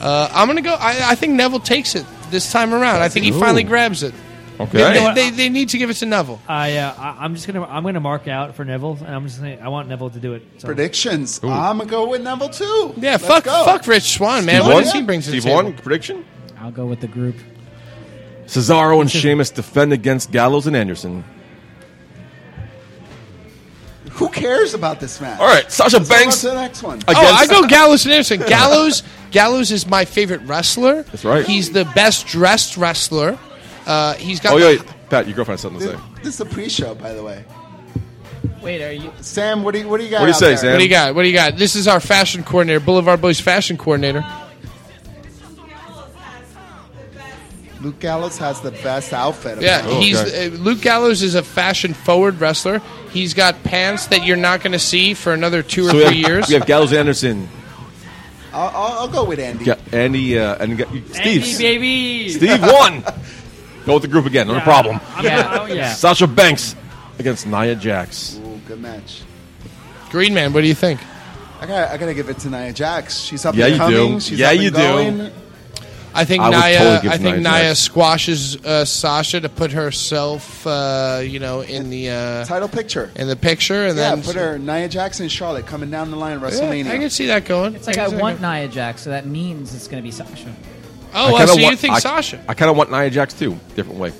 [SPEAKER 4] Uh, I'm going to go. I, I think Neville takes it this time around. I think he finally
[SPEAKER 1] Ooh.
[SPEAKER 4] grabs it.
[SPEAKER 1] Okay.
[SPEAKER 4] They, they, they need to give it to Neville.
[SPEAKER 6] I, uh, I I'm just gonna I'm gonna mark out for Neville, and I'm just saying I want Neville to do it. So.
[SPEAKER 3] Predictions. I'm gonna go with Neville too.
[SPEAKER 4] Yeah,
[SPEAKER 3] Let's
[SPEAKER 4] fuck,
[SPEAKER 3] go.
[SPEAKER 4] fuck Rich Swan, man.
[SPEAKER 1] Steve
[SPEAKER 4] What
[SPEAKER 1] one?
[SPEAKER 4] does he bring to the
[SPEAKER 1] Steve
[SPEAKER 4] table?
[SPEAKER 1] one prediction.
[SPEAKER 5] I'll go with the group.
[SPEAKER 1] Cesaro and Sheamus defend against Gallows and Anderson.
[SPEAKER 3] Who cares about this match?
[SPEAKER 1] All right, Sasha
[SPEAKER 3] Let's go on
[SPEAKER 1] Banks.
[SPEAKER 3] to the next one.
[SPEAKER 1] I-
[SPEAKER 4] Oh,
[SPEAKER 1] against-
[SPEAKER 4] I go Gallows and Anderson. Gallows, Gallows is my favorite wrestler. That's
[SPEAKER 1] right.
[SPEAKER 4] He's the best dressed wrestler. Uh, he's got.
[SPEAKER 1] Oh, yeah,
[SPEAKER 4] the-
[SPEAKER 1] wait. Pat, your girlfriend has something to
[SPEAKER 3] This,
[SPEAKER 1] say.
[SPEAKER 3] this is a pre-show, by the way.
[SPEAKER 5] Wait, are you?
[SPEAKER 3] Sam, what do you what do you got?
[SPEAKER 1] What do you
[SPEAKER 3] out
[SPEAKER 1] say,
[SPEAKER 3] there?
[SPEAKER 1] Sam?
[SPEAKER 4] What do you got? What do you got? This is our fashion coordinator, Boulevard Boys fashion coordinator.
[SPEAKER 3] Luke Gallows has the best outfit.
[SPEAKER 4] Yeah,
[SPEAKER 1] Oh,
[SPEAKER 3] apparently.
[SPEAKER 4] he's uh, Luke Gallows is a fashion forward wrestler. He's got pants that you're not going to see for another two or
[SPEAKER 1] So we
[SPEAKER 4] three
[SPEAKER 1] have,
[SPEAKER 4] years.
[SPEAKER 1] we have Gallows and Anderson.
[SPEAKER 3] I'll, I'll, I'll go with Andy.
[SPEAKER 1] Ga- Andy uh, and Ga- Steve.
[SPEAKER 6] Andy, baby.
[SPEAKER 1] Steve won. Go with the group again. Not a problem.
[SPEAKER 6] Yeah, oh, yeah.
[SPEAKER 1] Sasha Banks against Nia Jax.
[SPEAKER 3] Ooh, good match.
[SPEAKER 4] Green man, what do you think?
[SPEAKER 3] I gotta, I gotta give it to Nia Jax. She's up
[SPEAKER 1] Yeah,
[SPEAKER 3] and
[SPEAKER 1] you
[SPEAKER 3] coming.
[SPEAKER 1] do.
[SPEAKER 3] She's
[SPEAKER 1] Yeah,
[SPEAKER 3] up and
[SPEAKER 1] you do. Uh,
[SPEAKER 3] going.
[SPEAKER 4] I think
[SPEAKER 1] I would
[SPEAKER 4] Naya.
[SPEAKER 1] totally give
[SPEAKER 4] I think
[SPEAKER 1] Nia
[SPEAKER 4] Naya
[SPEAKER 1] Jax.
[SPEAKER 4] squashes uh, Sasha to put herself, uh, you know, in the uh,
[SPEAKER 3] Title picture.
[SPEAKER 4] in the picture, and
[SPEAKER 3] yeah,
[SPEAKER 4] then
[SPEAKER 3] put her Nia Jax and Charlotte coming down the line at
[SPEAKER 4] Yeah,
[SPEAKER 3] WrestleMania.
[SPEAKER 4] I can see that going.
[SPEAKER 5] It's like I want Nia Jax, so that means it's going to be Sasha.
[SPEAKER 4] Oh,
[SPEAKER 1] I
[SPEAKER 4] well,
[SPEAKER 1] kinda
[SPEAKER 4] so
[SPEAKER 1] want,
[SPEAKER 4] you think
[SPEAKER 1] I,
[SPEAKER 4] Sasha?
[SPEAKER 1] I kind of want Nia Jax too. Different way.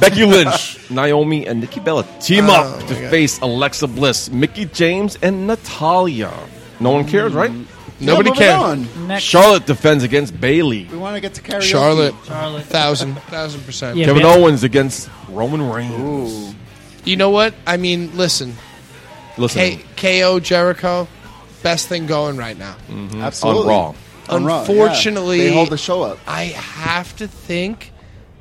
[SPEAKER 1] Becky Lynch, Naomi, and Nikki Bella team
[SPEAKER 4] Oh,
[SPEAKER 1] up to
[SPEAKER 4] my God.
[SPEAKER 1] face Alexa Bliss, Mickey James, and Natalia. No one cares, right?
[SPEAKER 4] Nobody
[SPEAKER 3] moving
[SPEAKER 4] cares.
[SPEAKER 3] on.
[SPEAKER 5] Next,
[SPEAKER 1] Charlotte defends against Bailey.
[SPEAKER 3] We want to get to karaoke. Mm,
[SPEAKER 4] Charlotte,
[SPEAKER 6] Charlotte.
[SPEAKER 4] thousand, thousand percent.
[SPEAKER 6] Yeah.
[SPEAKER 1] Kevin
[SPEAKER 6] Bailey.
[SPEAKER 1] Owens against Roman Reigns.
[SPEAKER 3] Ooh.
[SPEAKER 4] You know what? I mean, listen.
[SPEAKER 1] Listen.
[SPEAKER 4] K- KO Jericho, best thing going right now.
[SPEAKER 1] Mhm. Absolutely. On Raw.
[SPEAKER 3] On Raw, Mm. yeah.
[SPEAKER 4] Unfortunately,
[SPEAKER 3] They hold the show up.
[SPEAKER 4] I have to think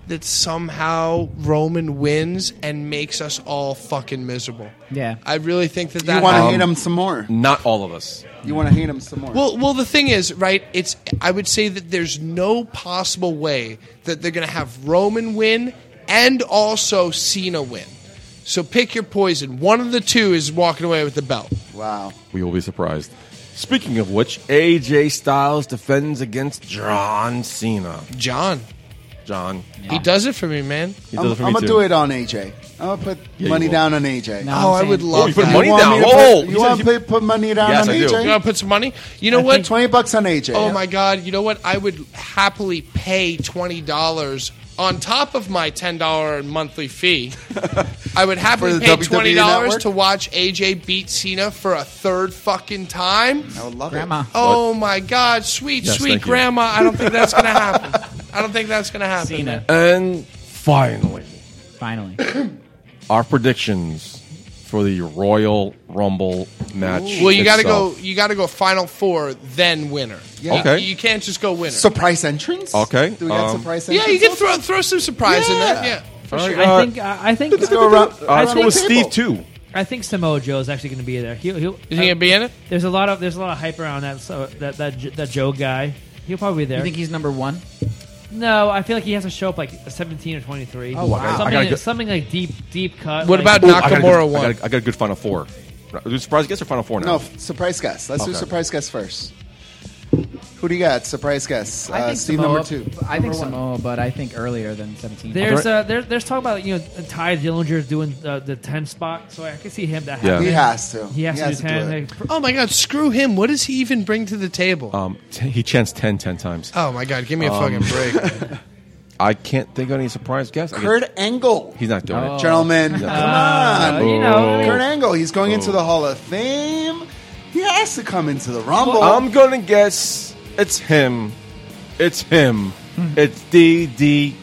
[SPEAKER 4] that somehow Roman wins and makes us all fucking miserable.
[SPEAKER 5] Yeah.
[SPEAKER 4] I really think that that
[SPEAKER 3] You want to
[SPEAKER 4] happens.
[SPEAKER 3] hate him some more.
[SPEAKER 1] Not all of us.
[SPEAKER 3] You want to hate him some more.
[SPEAKER 4] Well, well, the thing is, right? It's I would say that there's no possible way that they're going to have Roman win and also Cena win. So pick your poison. One of the two is walking away with the belt.
[SPEAKER 3] Wow.
[SPEAKER 1] We will be surprised. Speaking of which, AJ Styles defends against John Cena.
[SPEAKER 4] John.
[SPEAKER 1] John.
[SPEAKER 4] He does it for me, man.
[SPEAKER 1] He does
[SPEAKER 3] I'm,
[SPEAKER 1] it for me
[SPEAKER 3] I'm gonna
[SPEAKER 1] too.
[SPEAKER 3] do it on AJ. I'm gonna put
[SPEAKER 1] Yeah, you
[SPEAKER 3] money
[SPEAKER 1] will.
[SPEAKER 3] down on AJ.
[SPEAKER 4] No, Oh, I'm I saying- would love
[SPEAKER 1] Oh, you put
[SPEAKER 4] that.
[SPEAKER 1] money
[SPEAKER 4] You want
[SPEAKER 1] down.
[SPEAKER 4] me to put-
[SPEAKER 1] Oh,
[SPEAKER 4] you
[SPEAKER 1] he
[SPEAKER 3] You want
[SPEAKER 1] said
[SPEAKER 3] to
[SPEAKER 1] he-
[SPEAKER 3] put, put money down
[SPEAKER 1] Yes,
[SPEAKER 3] on
[SPEAKER 1] I do.
[SPEAKER 3] AJ?
[SPEAKER 4] You want to put some money? You know
[SPEAKER 3] I
[SPEAKER 4] what?
[SPEAKER 3] think Twenty bucks on AJ.
[SPEAKER 4] Oh
[SPEAKER 3] yeah.
[SPEAKER 4] my God! You know what? I would happily pay twenty dollars on top of my ten dollar monthly fee. I would happily
[SPEAKER 3] For the
[SPEAKER 4] pay
[SPEAKER 3] WWE
[SPEAKER 4] twenty dollars
[SPEAKER 3] Network?
[SPEAKER 4] to watch AJ beat Cena for a third fucking time.
[SPEAKER 3] I would love it.
[SPEAKER 4] Oh my God! Sweet,
[SPEAKER 1] Yes,
[SPEAKER 4] sweet
[SPEAKER 1] thank you.
[SPEAKER 4] grandma. I don't think that's gonna happen. I don't think that's gonna happen. man.
[SPEAKER 1] And finally,
[SPEAKER 5] Finally.
[SPEAKER 1] our predictions for the Royal Rumble match.
[SPEAKER 4] Well, you got to
[SPEAKER 1] itself.
[SPEAKER 4] go. You got to go final four, then winner.
[SPEAKER 1] Yeah. Okay.
[SPEAKER 4] You, you can't just go winner.
[SPEAKER 3] Surprise entrance?
[SPEAKER 1] Okay,
[SPEAKER 3] Do we got
[SPEAKER 1] um,
[SPEAKER 3] surprise
[SPEAKER 4] yeah,
[SPEAKER 3] entrance?
[SPEAKER 4] you can throw throw some surprise in there. Yeah.
[SPEAKER 1] All right,
[SPEAKER 6] I
[SPEAKER 1] uh,
[SPEAKER 6] think. I think.
[SPEAKER 3] Let's go around.
[SPEAKER 1] Uh, let's
[SPEAKER 6] I
[SPEAKER 1] go
[SPEAKER 6] think-
[SPEAKER 1] with Steve too.
[SPEAKER 6] I think Samoa Joe is actually going to be there. He'll, he'll,
[SPEAKER 4] Is he gonna be in it?
[SPEAKER 6] There's a lot of there's a lot of hype around that so that that J- that Joe guy. He'll probably be there.
[SPEAKER 5] You think he's number one?
[SPEAKER 4] Uh,
[SPEAKER 6] no, I feel like he has to show up like 17 or 23.
[SPEAKER 5] Oh, wow. I gotta- I
[SPEAKER 6] Something,
[SPEAKER 1] gotta go-
[SPEAKER 6] something like deep deep cut.
[SPEAKER 4] What
[SPEAKER 6] like-
[SPEAKER 4] about
[SPEAKER 1] I got a good-
[SPEAKER 4] Nakamura one?
[SPEAKER 1] I got, a- I got a good final four. Do surprise guess or final four now?
[SPEAKER 3] No, f- surprise guess. Let's do
[SPEAKER 1] Okay.
[SPEAKER 3] surprise guess first. Who do you got? Surprise guess.
[SPEAKER 5] I
[SPEAKER 3] Uh,
[SPEAKER 5] think
[SPEAKER 3] Steve
[SPEAKER 5] Samoa,
[SPEAKER 3] number two.
[SPEAKER 5] I think
[SPEAKER 6] Number one.
[SPEAKER 5] Samoa, but I think earlier than 17.
[SPEAKER 6] There's uh, there, there's talk about you know Ty Dillinger doing uh, the 10 spot, so I can see him that.
[SPEAKER 1] Yeah.
[SPEAKER 6] happening.
[SPEAKER 3] He has to.
[SPEAKER 6] He has,
[SPEAKER 3] He
[SPEAKER 6] to,
[SPEAKER 3] has to
[SPEAKER 6] do
[SPEAKER 3] do
[SPEAKER 6] 10.
[SPEAKER 3] it.
[SPEAKER 6] Like,
[SPEAKER 4] Oh my God! Screw him. What does he even bring to the table?
[SPEAKER 1] Um, t- he chants 10, 10 times.
[SPEAKER 4] Oh my God! Give me a
[SPEAKER 1] Um,
[SPEAKER 4] fucking break.
[SPEAKER 1] I can't think of any surprise guess. I guess-
[SPEAKER 3] Kurt Angle.
[SPEAKER 1] he's not doing it.
[SPEAKER 3] Gentlemen, come on.
[SPEAKER 6] Oh. Uh, you know,
[SPEAKER 3] Kurt Angle. He's going into
[SPEAKER 1] Oh.
[SPEAKER 3] the Hall of Fame. He has to come into the Rumble.
[SPEAKER 1] I'm gonna guess it's him. It's him. it's DD.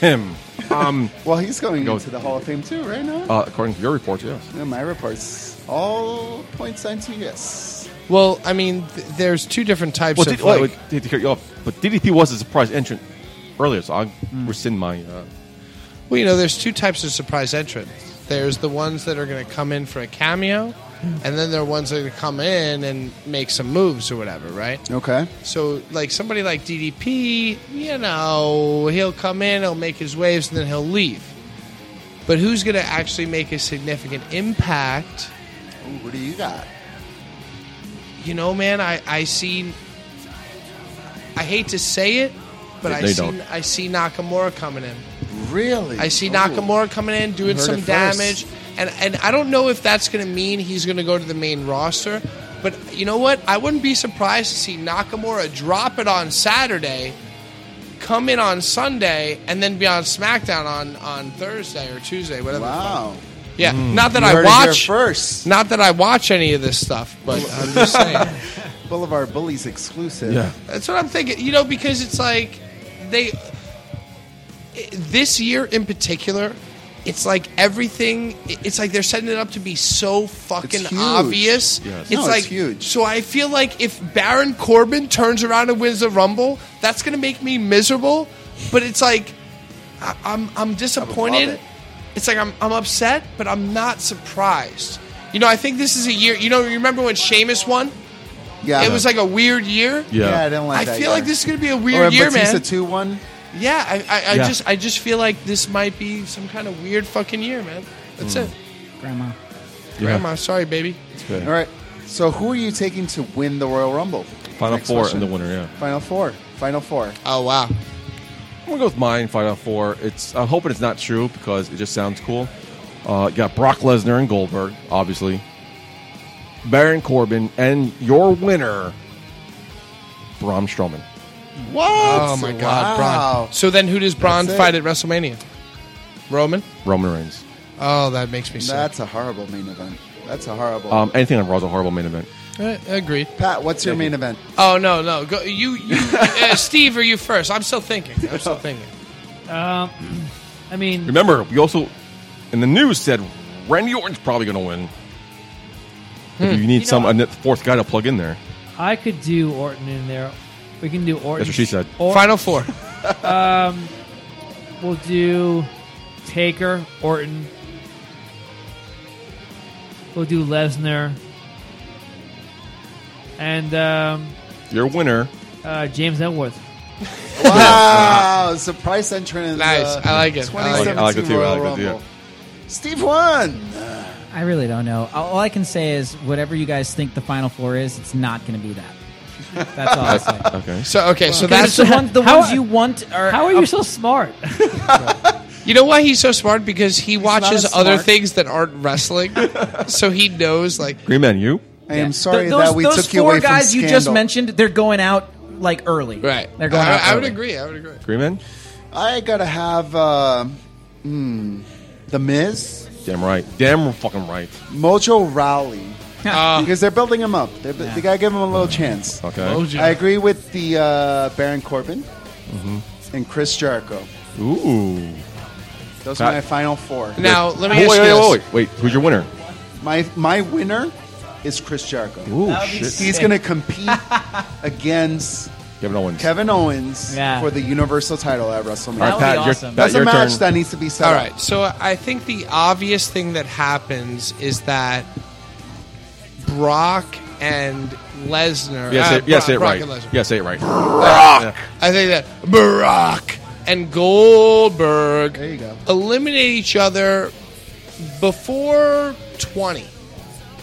[SPEAKER 1] Him. Um,
[SPEAKER 3] well, he's going
[SPEAKER 1] Go-
[SPEAKER 3] into the Hall of Fame too, right now.
[SPEAKER 1] uh, according to your reports, yes.
[SPEAKER 3] Yeah, my reports all point sign to yes.
[SPEAKER 4] well, I mean, th- there's two different types
[SPEAKER 1] Well,
[SPEAKER 4] of
[SPEAKER 1] did,
[SPEAKER 4] like,
[SPEAKER 1] wait, wait, to cut you off, but DDP was a surprise entrant earlier, so I rescind my. Uh,
[SPEAKER 4] Well, you know, there's two types of surprise entrants. There's the ones that are going to come in for a cameo, and then there are ones that are going to come in and make some moves or whatever, right?
[SPEAKER 3] Okay.
[SPEAKER 4] So, like somebody like DDP, you know, he'll come in, he'll make his waves, and then he'll leave. But who's going to actually make a significant impact?
[SPEAKER 3] Ooh, what do you got?
[SPEAKER 4] You know, man, I I see. I hate to say it, but
[SPEAKER 1] They-
[SPEAKER 4] I
[SPEAKER 1] they
[SPEAKER 4] see
[SPEAKER 1] don't.
[SPEAKER 4] I see Nakamura coming in.
[SPEAKER 3] Really?
[SPEAKER 4] I see
[SPEAKER 3] Ooh.
[SPEAKER 4] Nakamura coming in doing
[SPEAKER 3] Oh. Heard
[SPEAKER 4] some
[SPEAKER 3] it first.
[SPEAKER 4] damage, and and I don't know if that's going to mean he's going to go to the main roster. But you know what? I wouldn't be surprised to see Nakamura drop it on Saturday, come in on Sunday, and then be on SmackDown on, on Thursday or Tuesday, whatever. the fuck.
[SPEAKER 3] Wow.
[SPEAKER 4] Yeah. Not that
[SPEAKER 3] You
[SPEAKER 4] I
[SPEAKER 3] heard it here
[SPEAKER 4] watch.
[SPEAKER 3] first.
[SPEAKER 4] Not that I watch any of this stuff, but I'm just saying.
[SPEAKER 3] Boulevard Bullies exclusive.
[SPEAKER 1] yeah.
[SPEAKER 4] That's what I'm thinking. You know, because it's like they this year in particular, it's like everything. It's like they're setting it up to be so fucking
[SPEAKER 3] It's huge.
[SPEAKER 4] obvious.
[SPEAKER 1] Yes.
[SPEAKER 4] It's
[SPEAKER 3] No, it's
[SPEAKER 4] like
[SPEAKER 3] huge.
[SPEAKER 4] So I feel like if Baron Corbin turns around and wins the Rumble, that's gonna make me miserable. But it's like I, I'm I'm disappointed.
[SPEAKER 3] it.
[SPEAKER 4] It's like I'm I'm upset, but I'm not surprised. You know, I think this is a year. You know, you remember when Sheamus won?
[SPEAKER 3] Yeah.
[SPEAKER 4] It was like a weird year.
[SPEAKER 1] Yeah.
[SPEAKER 3] Uh-huh. Yeah, I don't like
[SPEAKER 4] I
[SPEAKER 3] that.
[SPEAKER 4] feel like this is gonna be a
[SPEAKER 3] year.
[SPEAKER 4] weird
[SPEAKER 3] or
[SPEAKER 4] year,
[SPEAKER 3] Batista
[SPEAKER 4] man.
[SPEAKER 3] two one.
[SPEAKER 4] Yeah, I, I, I
[SPEAKER 1] Yeah.
[SPEAKER 4] just I just feel like this might be some kind of weird fucking year, man. That's it.
[SPEAKER 5] Grandma.
[SPEAKER 4] Grandma, sorry, baby.
[SPEAKER 3] All right. So who are you taking to win the Royal Rumble?
[SPEAKER 1] Final
[SPEAKER 3] Next
[SPEAKER 1] four
[SPEAKER 3] question.
[SPEAKER 1] and the winner, yeah.
[SPEAKER 3] Final four. Final four.
[SPEAKER 4] Oh wow.
[SPEAKER 1] I'm gonna go with mine. Final four. It's. I'm hoping it's not true because it just sounds cool. Uh, you got Brock Lesnar and Goldberg, obviously. Baron Corbin and your winner, Braun Strowman.
[SPEAKER 3] What?
[SPEAKER 4] Oh my God,
[SPEAKER 3] wow.
[SPEAKER 4] Braun. So then, who does Braun
[SPEAKER 3] That's it.
[SPEAKER 4] fight at WrestleMania? Roman.
[SPEAKER 1] Roman Reigns.
[SPEAKER 4] Oh, that makes me sad.
[SPEAKER 3] That's a horrible main event. That's a horrible.
[SPEAKER 1] Um, anything on Raw's a horrible main event.
[SPEAKER 4] Uh, agreed.
[SPEAKER 3] Pat, what's your main event?
[SPEAKER 4] Oh no, no. Go, you, you uh, Steve, are you first? I'm still thinking. I'm still thinking.
[SPEAKER 6] um, I mean,
[SPEAKER 1] Remember, we also in the news said Randy Orton's probably gonna win. If Hmm. you need some a fourth guy to plug in there.
[SPEAKER 6] I could do Orton in there. We can do Orton.
[SPEAKER 1] That's what she said.
[SPEAKER 4] Final four.
[SPEAKER 6] um, we'll do Taker, Orton. We'll do Lesnar. And um,
[SPEAKER 1] Your winner.
[SPEAKER 6] uh, James Ellsworth.
[SPEAKER 3] Wow, surprise entrant in
[SPEAKER 4] Nice.
[SPEAKER 3] the
[SPEAKER 4] I like it.
[SPEAKER 5] I like it.
[SPEAKER 3] 2017
[SPEAKER 5] I like it too. I
[SPEAKER 3] Royal
[SPEAKER 5] like it too.
[SPEAKER 3] Rumble. Steve won.
[SPEAKER 5] I really don't know. All all I can say is whatever you guys think the final four is, it's not going to be that. That's all I say.
[SPEAKER 1] okay.
[SPEAKER 4] So okay, so
[SPEAKER 5] Okay,
[SPEAKER 4] that's
[SPEAKER 5] so one- the ones you want are.
[SPEAKER 6] How are you so smart?
[SPEAKER 4] You know why he's so smart? Because he watches
[SPEAKER 6] as
[SPEAKER 4] other
[SPEAKER 6] smart.
[SPEAKER 4] things that aren't wrestling, so he knows. Like,
[SPEAKER 1] Green Man, you?
[SPEAKER 3] I am sorry
[SPEAKER 5] Th- those,
[SPEAKER 3] that we
[SPEAKER 5] those
[SPEAKER 3] took you
[SPEAKER 5] four
[SPEAKER 3] away from
[SPEAKER 5] guys you just
[SPEAKER 3] Scandal.
[SPEAKER 5] mentioned, they're going out like early. Right. They're going
[SPEAKER 3] I-
[SPEAKER 5] out.
[SPEAKER 3] I would
[SPEAKER 5] early.
[SPEAKER 4] agree. I would agree.
[SPEAKER 1] Green Man?
[SPEAKER 3] I gotta have uh, hmm, the Miz,
[SPEAKER 1] Damn right. Damn fucking right.
[SPEAKER 3] Mojo Rowley,
[SPEAKER 4] Uh,
[SPEAKER 3] because they're building him up. They're, bu- They gotta give him a little chance.
[SPEAKER 1] Okay.
[SPEAKER 4] Oh,
[SPEAKER 3] I agree with the uh, Baron Corbin
[SPEAKER 1] Mm-hmm.
[SPEAKER 3] and Chris Jericho.
[SPEAKER 1] Ooh.
[SPEAKER 3] Those
[SPEAKER 1] That-
[SPEAKER 3] are my final four.
[SPEAKER 4] Now, let me
[SPEAKER 1] Oh, wait,
[SPEAKER 4] ask you
[SPEAKER 1] wait,
[SPEAKER 4] this.
[SPEAKER 1] wait, wait, wait. Who's your winner?
[SPEAKER 3] My my winner is Chris Jericho.
[SPEAKER 1] Ooh, That would be shit.
[SPEAKER 3] He's
[SPEAKER 1] sick.
[SPEAKER 3] going to compete against
[SPEAKER 1] Kevin Owens.
[SPEAKER 3] Kevin Owens
[SPEAKER 1] Yeah.
[SPEAKER 3] for the Universal title at WrestleMania.
[SPEAKER 1] All right, That would Pat, be your- awesome. Pat,
[SPEAKER 3] That's
[SPEAKER 1] your
[SPEAKER 3] a match
[SPEAKER 1] turn.
[SPEAKER 3] that needs to be set.
[SPEAKER 4] All
[SPEAKER 3] up.
[SPEAKER 4] right. So I think the obvious thing that happens is that Brock and Lesnar.
[SPEAKER 1] Yeah,
[SPEAKER 4] uh,
[SPEAKER 1] say, yeah,
[SPEAKER 4] Brock-
[SPEAKER 1] say it
[SPEAKER 4] Brock
[SPEAKER 1] right.
[SPEAKER 4] and Lesnar.
[SPEAKER 1] Yeah, say it right.
[SPEAKER 4] Brock. I think that Brock and Goldberg eliminate each other before twenty.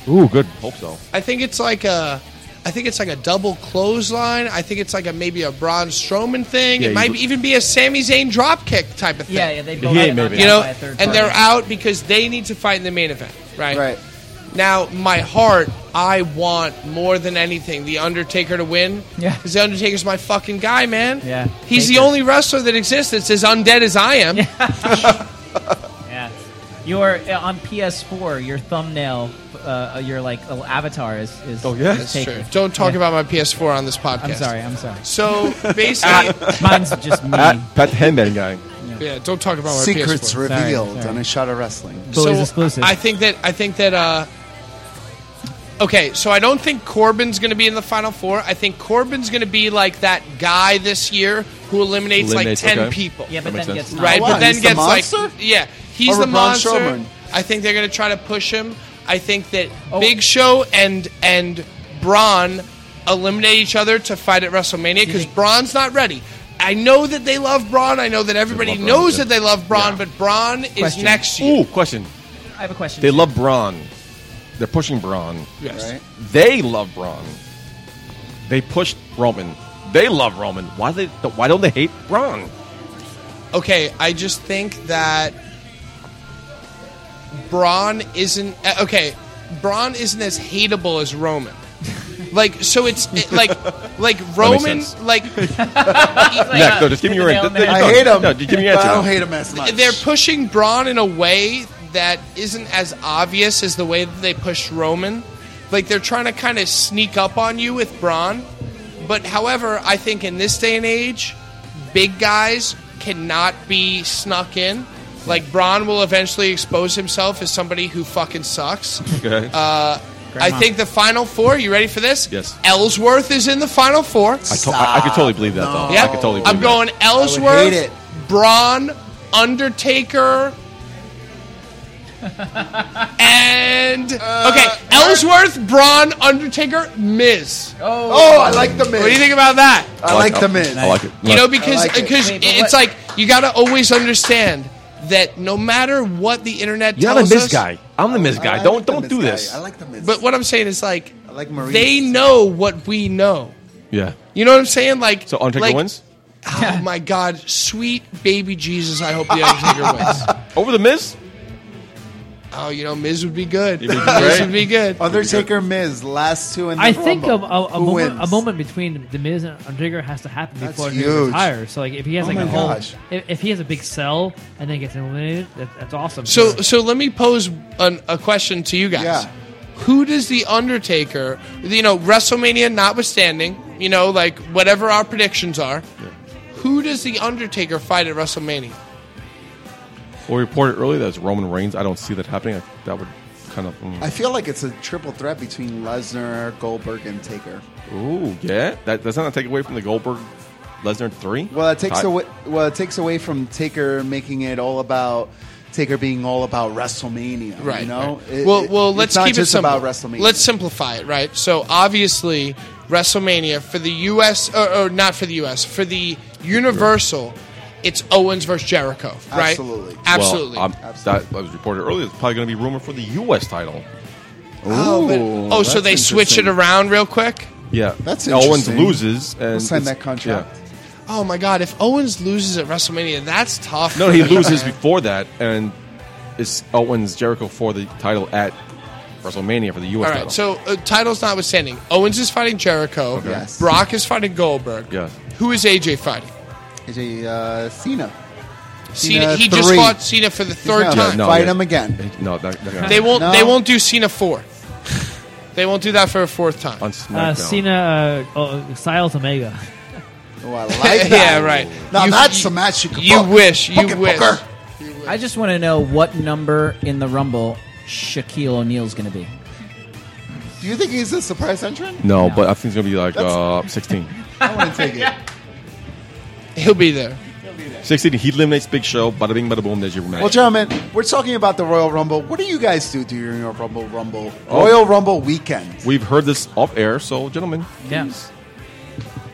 [SPEAKER 1] Ooh, good. Hope so.
[SPEAKER 4] I think it's like a. I think it's like a double clothesline. I think it's like a maybe a Braun Strowman thing.
[SPEAKER 1] Yeah,
[SPEAKER 4] it
[SPEAKER 1] you-
[SPEAKER 4] might even be a Sami Zayn dropkick type of thing.
[SPEAKER 5] Yeah, yeah, they
[SPEAKER 1] both Yeah, get maybe. knocked
[SPEAKER 4] You know,
[SPEAKER 1] out by a third
[SPEAKER 4] and
[SPEAKER 1] party.
[SPEAKER 4] they're out because they need to fight in the main event, right? Right. Now, my heart, I want more than anything the Undertaker to win. Yeah, because the Undertaker's my fucking guy, man.
[SPEAKER 5] Yeah.
[SPEAKER 4] He's the
[SPEAKER 5] Taker.
[SPEAKER 4] only wrestler that exists that's as undead as I am.
[SPEAKER 5] Yeah. Your uh, on PS4, your thumbnail, uh, your like little avatar is is. Oh
[SPEAKER 1] yeah,
[SPEAKER 4] That's true. Don't talk about my PS4 on this podcast.
[SPEAKER 5] I'm sorry. I'm sorry.
[SPEAKER 4] So basically,
[SPEAKER 5] mine's just me.
[SPEAKER 1] Pat,
[SPEAKER 3] Mm.
[SPEAKER 1] Pat the Handman guy.
[SPEAKER 4] yeah, don't talk
[SPEAKER 1] Oh,
[SPEAKER 4] about my
[SPEAKER 3] Secrets
[SPEAKER 4] PS4.
[SPEAKER 3] revealed on a shot of wrestling.
[SPEAKER 4] I think that I think that uh Okay, so I don't think Corbin's going to be in the final four. I think Corbin's going to be like that guy this year who eliminates,
[SPEAKER 1] Eliminates,
[SPEAKER 4] like 10
[SPEAKER 1] okay.
[SPEAKER 4] people.
[SPEAKER 1] Yeah, but That then makes gets sense.
[SPEAKER 4] right,
[SPEAKER 1] knocked
[SPEAKER 4] but
[SPEAKER 1] out.
[SPEAKER 4] then
[SPEAKER 1] He's the
[SPEAKER 4] gets like
[SPEAKER 1] monster?
[SPEAKER 4] yeah, he's
[SPEAKER 1] Or
[SPEAKER 4] the
[SPEAKER 1] Braun
[SPEAKER 4] monster.
[SPEAKER 1] Strowman? Oh.
[SPEAKER 4] I think they're going to try to push him. I think that Big Show and and Braun eliminate each other to fight at WrestleMania because Braun's not ready. I know that they love Braun. I know that everybody
[SPEAKER 1] Braun,
[SPEAKER 4] knows
[SPEAKER 1] yeah.
[SPEAKER 4] that they love Braun, but Braun is
[SPEAKER 1] Question.
[SPEAKER 4] next
[SPEAKER 1] Ooh, question.
[SPEAKER 5] I have a question.
[SPEAKER 1] They love Braun. They're pushing Braun.
[SPEAKER 4] Yes. Right.
[SPEAKER 1] They love Braun. They pushed Roman. They love Roman. Why they? Why don't they hate Braun?
[SPEAKER 4] Okay, I just think that Braun isn't uh, okay. Braun isn't as hateable as Roman. Like so, it's it- like like Roman
[SPEAKER 1] sense.
[SPEAKER 4] like.
[SPEAKER 5] uh,
[SPEAKER 1] Next, no, just give me your answer.
[SPEAKER 3] I hate him.
[SPEAKER 1] No, just give me your
[SPEAKER 3] but
[SPEAKER 1] answer.
[SPEAKER 3] I don't hate him as much.
[SPEAKER 4] They're pushing Braun in a way that isn't as obvious as the way that they push Roman. Like they're trying to kind of sneak up on you with Braun. But however, I think in this day and age, big guys cannot be snuck in. Like Braun will eventually expose himself as somebody who fucking sucks.
[SPEAKER 1] Okay.
[SPEAKER 4] Uh, I
[SPEAKER 1] Grandma.
[SPEAKER 4] think the final four. You ready for this?
[SPEAKER 1] Yes.
[SPEAKER 4] Ellsworth is in the final four.
[SPEAKER 1] I, to- I, I could totally believe that though.
[SPEAKER 4] Yeah,
[SPEAKER 1] Oh, I could totally. Believe
[SPEAKER 4] am going
[SPEAKER 1] That.
[SPEAKER 4] Ellsworth, Braun, Undertaker, and
[SPEAKER 1] Uh,
[SPEAKER 4] okay, Ellsworth, Braun, Undertaker, Miz.
[SPEAKER 3] Oh. Oh, I like the Miz.
[SPEAKER 4] What do you think about that?
[SPEAKER 3] I I like like the it. Miz. I like it.
[SPEAKER 4] You know,
[SPEAKER 3] Look.
[SPEAKER 4] because
[SPEAKER 3] I like it.
[SPEAKER 4] because
[SPEAKER 3] Wait, but
[SPEAKER 4] it's
[SPEAKER 3] what-
[SPEAKER 4] like you got to always understand that no matter what the internet
[SPEAKER 1] You're not a
[SPEAKER 4] tells
[SPEAKER 1] Miz
[SPEAKER 4] us,
[SPEAKER 1] guy. I'm the Miz guy.
[SPEAKER 4] like
[SPEAKER 1] don't
[SPEAKER 4] the
[SPEAKER 1] don't
[SPEAKER 4] Miz
[SPEAKER 1] do
[SPEAKER 4] guy.
[SPEAKER 1] this.
[SPEAKER 4] I
[SPEAKER 3] like the Miz.
[SPEAKER 4] But what I'm saying is like, I
[SPEAKER 3] like Maurice.
[SPEAKER 4] they know what we know.
[SPEAKER 1] Yeah.
[SPEAKER 4] You know what I'm saying? Like
[SPEAKER 1] So Undertaker
[SPEAKER 4] like,
[SPEAKER 1] wins
[SPEAKER 4] Oh my God, sweet baby Jesus! I hope the Undertaker wins.
[SPEAKER 1] over the Miz.
[SPEAKER 4] Oh, you know Miz would be good.
[SPEAKER 1] would be
[SPEAKER 4] Miz
[SPEAKER 1] great.
[SPEAKER 4] would be good.
[SPEAKER 3] Undertaker, Miz, last two in the
[SPEAKER 6] I think um, a, a,
[SPEAKER 3] Rumble.
[SPEAKER 6] a,
[SPEAKER 3] Who
[SPEAKER 6] moment, a
[SPEAKER 3] wins?
[SPEAKER 6] moment between the Miz and Undertaker has to happen
[SPEAKER 3] That's
[SPEAKER 6] before he
[SPEAKER 3] huge.
[SPEAKER 6] retires. So like, if he has
[SPEAKER 3] Oh
[SPEAKER 6] like
[SPEAKER 3] my
[SPEAKER 6] a whole,
[SPEAKER 3] gosh.
[SPEAKER 6] if, if he has a big sell and then gets eliminated, that, that's awesome.
[SPEAKER 4] So, so let me pose an, a question to you guys. Who does the Undertaker? You know, WrestleMania notwithstanding, you know, like whatever our predictions are, who does the Undertaker fight at WrestleMania?
[SPEAKER 1] Well, we reported earlier that it's Roman Reigns. I don't see that happening. I, that would kind of. mm.
[SPEAKER 11] I feel like it's a triple threat between Lesnar, Goldberg, and Taker.
[SPEAKER 1] Ooh, yeah. That doesn't that take away from the Goldberg Lesnar three?
[SPEAKER 11] Well, it takes
[SPEAKER 1] Ti-
[SPEAKER 11] away. Well, it takes away from Taker making it all about Taker being all about WrestleMania.
[SPEAKER 4] Right.
[SPEAKER 11] You know.
[SPEAKER 4] right.
[SPEAKER 11] It-
[SPEAKER 4] well,
[SPEAKER 11] it-
[SPEAKER 4] well,
[SPEAKER 11] it's
[SPEAKER 4] let's
[SPEAKER 11] not
[SPEAKER 4] keep
[SPEAKER 11] just
[SPEAKER 4] it simple.
[SPEAKER 11] about WrestleMania.
[SPEAKER 4] Let's simplify it, right? So obviously, WrestleMania for the U.S. or, or not for the U.S. for the Universal, it's Owens versus Jericho, right?
[SPEAKER 1] Absolutely.
[SPEAKER 4] absolutely.
[SPEAKER 1] Well, um, That was reported earlier. It's probably going to be rumored for the U.S. title.
[SPEAKER 4] Oh, but-
[SPEAKER 1] Ooh,
[SPEAKER 4] oh, so
[SPEAKER 1] that's
[SPEAKER 4] they switch
[SPEAKER 1] interesting.
[SPEAKER 4] it around real quick.
[SPEAKER 1] Yeah,
[SPEAKER 11] That's
[SPEAKER 1] Owens
[SPEAKER 11] interesting.
[SPEAKER 1] loses. And
[SPEAKER 11] We'll sign
[SPEAKER 1] it's-
[SPEAKER 11] that contract.
[SPEAKER 1] yeah.
[SPEAKER 4] Oh my God! If Owens loses at WrestleMania, that's tough.
[SPEAKER 1] No, he loses
[SPEAKER 4] Man.
[SPEAKER 1] before that, and it's Owens Jericho for the title at WrestleMania for the U.S.
[SPEAKER 4] All
[SPEAKER 1] title.
[SPEAKER 4] right. So uh, titles notwithstanding, Owens is fighting Jericho.
[SPEAKER 1] Okay. Yes.
[SPEAKER 4] Brock is fighting Goldberg.
[SPEAKER 1] yeah,
[SPEAKER 4] Who is AJ fighting?
[SPEAKER 11] AJ uh, Cena.
[SPEAKER 4] Cena. He just
[SPEAKER 11] three.
[SPEAKER 4] fought Cena for the
[SPEAKER 11] He's
[SPEAKER 4] third
[SPEAKER 11] gonna
[SPEAKER 1] Uh,
[SPEAKER 4] time.
[SPEAKER 11] fight him again.
[SPEAKER 1] No, that, that,
[SPEAKER 4] They won't.
[SPEAKER 20] No.
[SPEAKER 4] They won't do Cena four. They won't do that for a fourth time.
[SPEAKER 1] On
[SPEAKER 20] Uh, Cena, uh, oh, Siles Omega.
[SPEAKER 11] Oh, I
[SPEAKER 4] like Yeah, that. right. Now You- that's
[SPEAKER 11] a match you
[SPEAKER 4] could you book. wish, you Book it, wish. Booker.
[SPEAKER 5] I just want to know what number in the Rumble Shaquille O'Neal's going to be.
[SPEAKER 11] Do you think he's a surprise entrant?
[SPEAKER 1] no, but I think it's going to be like uh, 16.
[SPEAKER 11] I want to take it.
[SPEAKER 4] He'll be there.
[SPEAKER 1] 16. He eliminates Big Show. Bada bing, bada boom. There's your match.
[SPEAKER 11] Well, gentlemen, we're talking about the Royal Rumble. What do you guys do during your Rumble Rumble?
[SPEAKER 1] Oh.
[SPEAKER 11] Royal Rumble weekend.
[SPEAKER 1] We've heard this off air, so gentlemen.
[SPEAKER 5] Yes.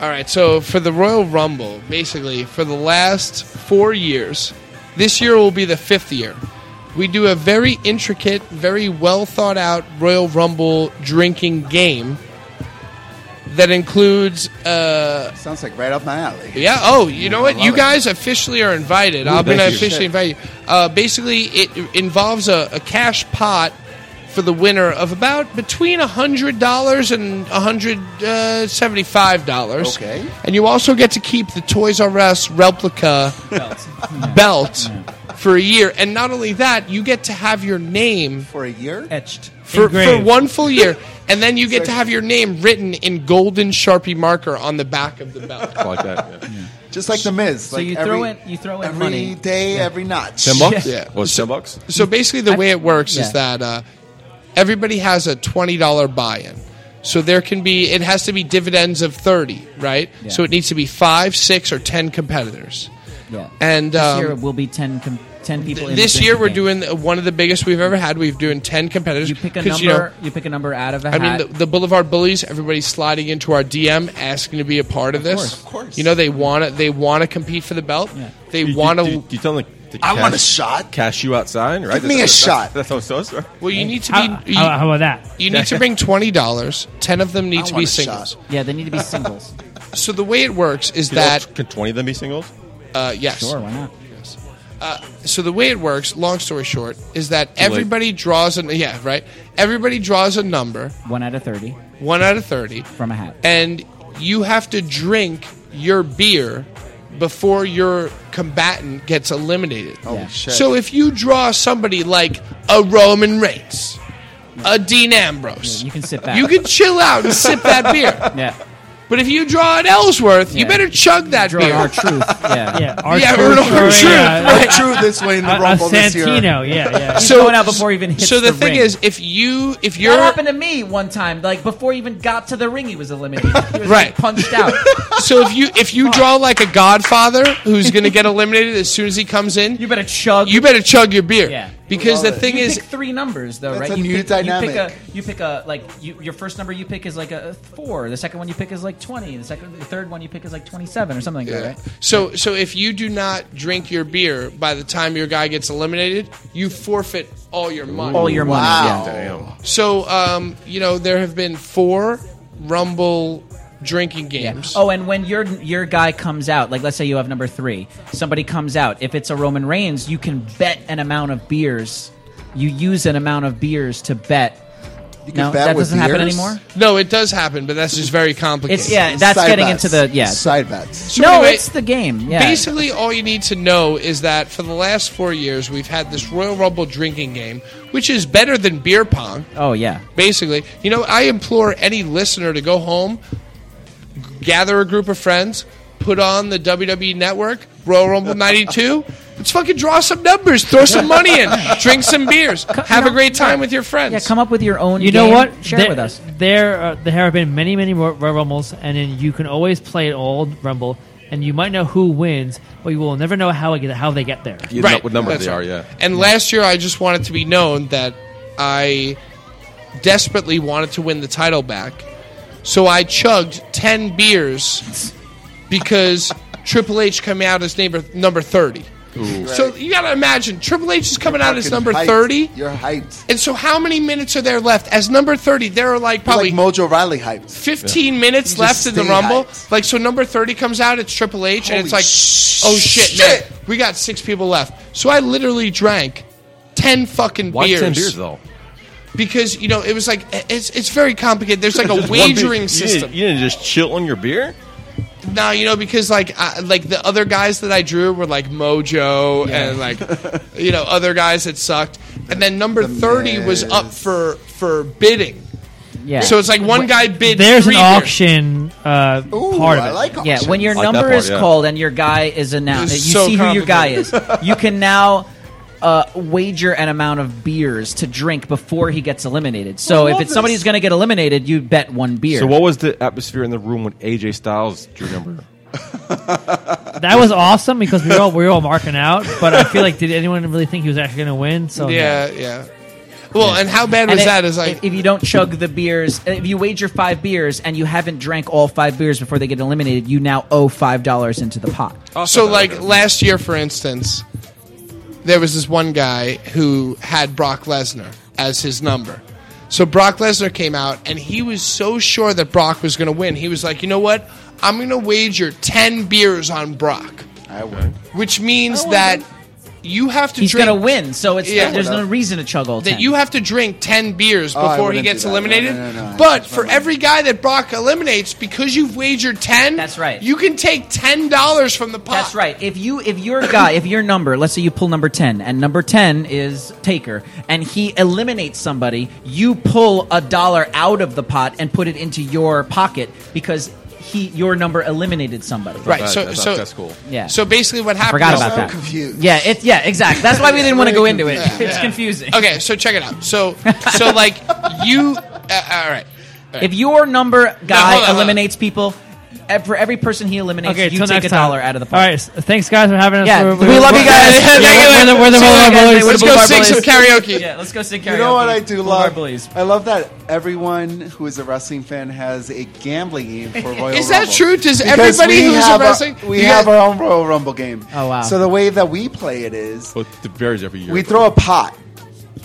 [SPEAKER 4] All right. So for the Royal Rumble, basically for the last four years, this year will be the fifth year. We do a very intricate, very well thought out Royal Rumble drinking game that includes. Uh,
[SPEAKER 11] Sounds like right up my alley.
[SPEAKER 4] Yeah. Oh, you know
[SPEAKER 11] I
[SPEAKER 4] what?
[SPEAKER 11] love
[SPEAKER 4] You
[SPEAKER 11] it.
[SPEAKER 4] guys officially are invited.
[SPEAKER 11] Ooh,
[SPEAKER 4] I'm going to
[SPEAKER 11] thank you.
[SPEAKER 4] officially invite you. Uh, basically, it involves a, a cash pot for the winner of about between hundred dollars and hundred uh, seventy-five dollars.
[SPEAKER 11] Okay.
[SPEAKER 4] And you also get to keep the Toys R Us replica belt, for a year. And not only that, you get to have your name
[SPEAKER 11] for a year
[SPEAKER 4] etched for, for
[SPEAKER 6] Engraved.
[SPEAKER 4] one full year. And then you get to have your name written in golden sharpie marker on the back of the belt.
[SPEAKER 1] like that. Yeah.
[SPEAKER 11] Just like the Miz.
[SPEAKER 4] So
[SPEAKER 11] like
[SPEAKER 4] you
[SPEAKER 11] every,
[SPEAKER 4] throw
[SPEAKER 5] in- you throw in
[SPEAKER 11] every
[SPEAKER 4] money.
[SPEAKER 11] day, every notch.
[SPEAKER 1] 10 bucks?
[SPEAKER 4] Yeah.
[SPEAKER 1] Was it 10 bucks?
[SPEAKER 4] So basically, the way it works
[SPEAKER 1] yeah.
[SPEAKER 4] is that uh, everybody has a twenty dollar buy in. So there can be it has to be dividends of thirty, right?
[SPEAKER 5] Yeah.
[SPEAKER 4] So it needs to be five, six, or ten competitors.
[SPEAKER 5] Yeah.
[SPEAKER 4] And
[SPEAKER 5] this
[SPEAKER 4] um,
[SPEAKER 5] year will be 10, com- 10 people. in the
[SPEAKER 4] this year
[SPEAKER 5] drinking
[SPEAKER 4] we're
[SPEAKER 5] game.
[SPEAKER 4] doing the- one of the biggest we've ever had. We've doing ten competitors. You
[SPEAKER 5] pick a number. You, pick a number out of a
[SPEAKER 4] I
[SPEAKER 5] hat.
[SPEAKER 4] mean, the, the Boulevard Bullies. Everybody's sliding into our DM, asking to be a part of, this.
[SPEAKER 5] course.
[SPEAKER 4] Of course, you know they want to. They want to compete for the belt. They want
[SPEAKER 1] You,
[SPEAKER 4] to.
[SPEAKER 1] you tell them to
[SPEAKER 4] I want a
[SPEAKER 11] shot.
[SPEAKER 1] Cash you outside, right?
[SPEAKER 4] Give me a
[SPEAKER 1] That's- that's-
[SPEAKER 4] shot.
[SPEAKER 1] That's how it's supposed to
[SPEAKER 4] Well, you need to
[SPEAKER 1] How-
[SPEAKER 4] be.
[SPEAKER 1] how- how
[SPEAKER 4] about
[SPEAKER 20] that?
[SPEAKER 4] You need to bring twenty dollars. Ten of them need to be singles.
[SPEAKER 5] Yeah, they need to be singles.
[SPEAKER 4] So the way it works is
[SPEAKER 1] Can all-
[SPEAKER 4] that
[SPEAKER 1] can twenty of them be singles?
[SPEAKER 4] Uh, yes.
[SPEAKER 5] Sure, why not?
[SPEAKER 4] Yes. Uh, so the way it works, long story short, is that
[SPEAKER 5] Too late.
[SPEAKER 4] everybody draws a yeah right. Everybody draws a number,
[SPEAKER 5] One out of 30
[SPEAKER 4] one out of thirty,
[SPEAKER 5] from a hat.
[SPEAKER 4] and you have to drink your beer before your combatant gets eliminated.
[SPEAKER 5] Oh,
[SPEAKER 11] Holy Yeah. shit.
[SPEAKER 4] So if you draw somebody like a Roman Reigns, a Dean Ambrose,
[SPEAKER 5] You can sit back.
[SPEAKER 4] you can chill out and sip that beer.
[SPEAKER 5] Yeah.
[SPEAKER 4] But if you draw an Ellsworth, you better chug that
[SPEAKER 5] Draw
[SPEAKER 4] beer.
[SPEAKER 5] our truth. Yeah.
[SPEAKER 20] Yeah.
[SPEAKER 4] Our Yeah, truth our or a, truth, uh, right.
[SPEAKER 11] True this way in the
[SPEAKER 20] A- a
[SPEAKER 11] Rumble this year.
[SPEAKER 20] Santino, yeah, yeah.
[SPEAKER 5] He's going out before he even hits
[SPEAKER 4] So the,
[SPEAKER 5] the
[SPEAKER 4] thing
[SPEAKER 5] ring.
[SPEAKER 4] is, if you if
[SPEAKER 5] That
[SPEAKER 4] you're
[SPEAKER 5] happened to me one time. Like before he even got to the ring, he was eliminated. He was
[SPEAKER 4] Right.
[SPEAKER 5] like, punched out.
[SPEAKER 4] so if you if you draw like a Godfather who's going to get eliminated as soon as he comes in, you
[SPEAKER 5] better chug.
[SPEAKER 4] You better chug your beer.
[SPEAKER 5] Yeah.
[SPEAKER 4] Because the thing
[SPEAKER 5] You
[SPEAKER 4] is,
[SPEAKER 5] pick three numbers though,
[SPEAKER 11] That's
[SPEAKER 5] right?
[SPEAKER 11] a
[SPEAKER 5] you
[SPEAKER 11] new
[SPEAKER 5] pick, You
[SPEAKER 11] dynamic.
[SPEAKER 5] pick a, you pick a like you, your first number you pick is like a four. The second one you pick is like twenty. The second, the third one you pick is like twenty-seven or something like
[SPEAKER 4] Yeah.
[SPEAKER 5] that, right?
[SPEAKER 4] So so if you do not drink your beer by the time your guy gets eliminated, you forfeit all your money.
[SPEAKER 5] All your money, Wow. yeah.
[SPEAKER 4] So um, you know there have been four Rumble drinking games.
[SPEAKER 5] Oh, and when your your guy comes out, like let's say you have number three, somebody comes out. If it's a Roman Reigns, you can bet an amount of beers. You use an amount of beers to bet.
[SPEAKER 4] can
[SPEAKER 5] no,
[SPEAKER 4] bet
[SPEAKER 5] that
[SPEAKER 4] with
[SPEAKER 5] doesn't happen
[SPEAKER 4] beers?
[SPEAKER 5] anymore.
[SPEAKER 4] No, it does happen, but that's just very complicated.
[SPEAKER 5] It's yeah, that's getting into the yeah
[SPEAKER 11] side bets.
[SPEAKER 4] So
[SPEAKER 5] no,
[SPEAKER 4] anyway-
[SPEAKER 5] it's the game. Yeah,
[SPEAKER 4] Basically, all you need to know is that for the last four years, we've had this Royal Rumble drinking game, which is better than beer pong.
[SPEAKER 5] Oh yeah.
[SPEAKER 4] Basically, you know, I implore any listener to go home, g- gather a group of friends, put on the WWE E Network, Royal Rumble 92. Let's fucking draw some numbers, throw some money in, drink some beers, have a great time with your friends.
[SPEAKER 5] Yeah, come up with your own.
[SPEAKER 6] You know
[SPEAKER 5] game,
[SPEAKER 6] what?
[SPEAKER 5] Share
[SPEAKER 6] there,
[SPEAKER 5] with us.
[SPEAKER 6] There, uh, there have been many, many Royal Rumbles, and then you can always play an old Rumble, and you might know who wins, but you will never know how, it get, how they get there.
[SPEAKER 1] You know what numbers
[SPEAKER 4] that's
[SPEAKER 1] they
[SPEAKER 4] right.
[SPEAKER 1] are, yeah.
[SPEAKER 4] And last year, I just wanted to be known that I desperately wanted to win the title back. So I chugged 10 beers because Triple H came out as number, number 30.
[SPEAKER 3] Ooh.
[SPEAKER 4] So you got to imagine Triple H is coming out as
[SPEAKER 3] Fucking
[SPEAKER 4] number
[SPEAKER 3] hyped.
[SPEAKER 4] 30.
[SPEAKER 3] You're hyped.
[SPEAKER 4] And so how many minutes are there left? As number 30, there are like probably
[SPEAKER 3] Mojo Riley hyped.
[SPEAKER 4] 15 minutes
[SPEAKER 3] Just
[SPEAKER 4] left in the
[SPEAKER 3] stay
[SPEAKER 4] Rumble. Like, so number 30 comes out, it's Triple H, and it's like, oh shit, man, we got six people left. So I literally drank 10 fucking
[SPEAKER 1] Why
[SPEAKER 4] beers.
[SPEAKER 1] 10 beers, though?
[SPEAKER 4] Because, you know, it was like, eh, it's, it's very complicated. There's like a
[SPEAKER 1] Just one beer.
[SPEAKER 4] wagering
[SPEAKER 1] You
[SPEAKER 4] system.
[SPEAKER 1] didn't- You didn't just chill on your beer?
[SPEAKER 4] No, you know because like I, like the other guys that I drew were like Mojo and like you know other guys that sucked, and then number thirty was up for for bidding.
[SPEAKER 5] Yeah.
[SPEAKER 4] So it's like one guy bid.
[SPEAKER 6] There's an
[SPEAKER 4] three beers.
[SPEAKER 6] auction uh, part of it.
[SPEAKER 5] yeah, when your
[SPEAKER 6] I like that
[SPEAKER 5] number
[SPEAKER 6] part,
[SPEAKER 5] is
[SPEAKER 6] yeah.
[SPEAKER 5] called and your guy is announced,
[SPEAKER 6] It's
[SPEAKER 5] you
[SPEAKER 6] so
[SPEAKER 5] see who your guy is.
[SPEAKER 6] complicated.
[SPEAKER 5] You can now uh, wager an amount of beers to drink before he gets eliminated. So
[SPEAKER 1] I
[SPEAKER 5] if
[SPEAKER 1] love
[SPEAKER 5] it's somebody
[SPEAKER 1] this.
[SPEAKER 5] who's going to get eliminated, you bet one beer.
[SPEAKER 1] So what was the atmosphere in the room when AJ Styles drew number?
[SPEAKER 6] That was awesome because we were all we were all marking out, but I feel like did anyone really think he was actually going to win? So no.
[SPEAKER 4] yeah, yeah. Well, and how bad
[SPEAKER 5] And
[SPEAKER 4] was
[SPEAKER 5] it-
[SPEAKER 4] that? Is like
[SPEAKER 5] if, if you don't chug the beers, if you wager five beers and you haven't drank all five beers before they get eliminated, you now owe five dollars into the pot.
[SPEAKER 4] so like last year, for instance, there was this one guy who had Brock Lesnar as his number. So Brock Lesnar came out, and he was so sure that Brock was going to win. He was like, you know what? I'm going to wager ten beers on Brock,
[SPEAKER 3] I would.
[SPEAKER 4] which means that you have to.
[SPEAKER 5] He's
[SPEAKER 4] drink-
[SPEAKER 5] gonna win, so it's
[SPEAKER 4] Yeah.
[SPEAKER 5] there's no reason to chug all
[SPEAKER 4] that
[SPEAKER 5] ten.
[SPEAKER 4] you have to drink 10 beers
[SPEAKER 5] Oh, I
[SPEAKER 4] before he
[SPEAKER 5] wouldn't do
[SPEAKER 4] gets
[SPEAKER 5] that. No,
[SPEAKER 4] eliminated.
[SPEAKER 5] no, no, no.
[SPEAKER 4] But for every guy that Brock eliminates, because you've wagered 10, that's right. You can take $10 from the pot. That's
[SPEAKER 5] right. If you if your guy, if your number, let's say you pull number 10, and number 10 is Taker, and he eliminates somebody, you pull a dollar out of the pot and put it into your pocket because he your number eliminated somebody.
[SPEAKER 4] Right. So so
[SPEAKER 5] Yeah.
[SPEAKER 4] So basically, what happened?
[SPEAKER 5] forgot
[SPEAKER 4] is-
[SPEAKER 5] about that. Yeah, it, yeah, exactly. That's why we didn't want to go into it. It's confusing.
[SPEAKER 4] Okay, so check it out. So so like you. Uh, all right.
[SPEAKER 5] If your number guy
[SPEAKER 4] hold on, hold on.
[SPEAKER 5] eliminates people, eh, for every person he eliminates,
[SPEAKER 6] Okay,
[SPEAKER 5] you
[SPEAKER 6] till
[SPEAKER 5] take
[SPEAKER 6] next
[SPEAKER 5] a
[SPEAKER 6] time.
[SPEAKER 5] dollar out of the pot.
[SPEAKER 6] All right, s- thanks guys for having us.
[SPEAKER 5] Yeah,
[SPEAKER 6] We're-
[SPEAKER 5] we
[SPEAKER 6] we're-
[SPEAKER 5] love you guys.
[SPEAKER 6] Yeah,
[SPEAKER 5] Thank you.
[SPEAKER 6] we're the- we're the
[SPEAKER 5] See you
[SPEAKER 6] Royal
[SPEAKER 5] guys.
[SPEAKER 6] Rumblers.
[SPEAKER 5] Let's go sing some
[SPEAKER 4] karaoke.
[SPEAKER 5] Yeah, let's go sing
[SPEAKER 3] You know what I do
[SPEAKER 5] Boulevard
[SPEAKER 3] love?
[SPEAKER 5] Bullies.
[SPEAKER 3] I love that everyone who is a wrestling fan has a gambling game for Royal Rumble.
[SPEAKER 4] Is that true? Does
[SPEAKER 3] Because
[SPEAKER 4] everybody
[SPEAKER 3] we
[SPEAKER 4] who's a
[SPEAKER 3] have our-
[SPEAKER 4] wrestling-
[SPEAKER 3] we
[SPEAKER 4] you
[SPEAKER 3] have
[SPEAKER 4] guys-
[SPEAKER 3] our own Royal Rumble game.
[SPEAKER 1] Oh, wow.
[SPEAKER 3] So the way that we play it is
[SPEAKER 1] Well, it varies
[SPEAKER 21] Oh,
[SPEAKER 1] every year.
[SPEAKER 3] we throw a pot.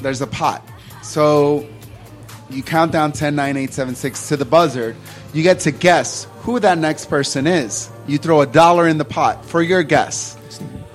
[SPEAKER 3] There's a pot. So you count down 10, 9, 8, 7, 6 to the buzzer. You get to guess who that next person is. You throw a dollar in the pot for your guess.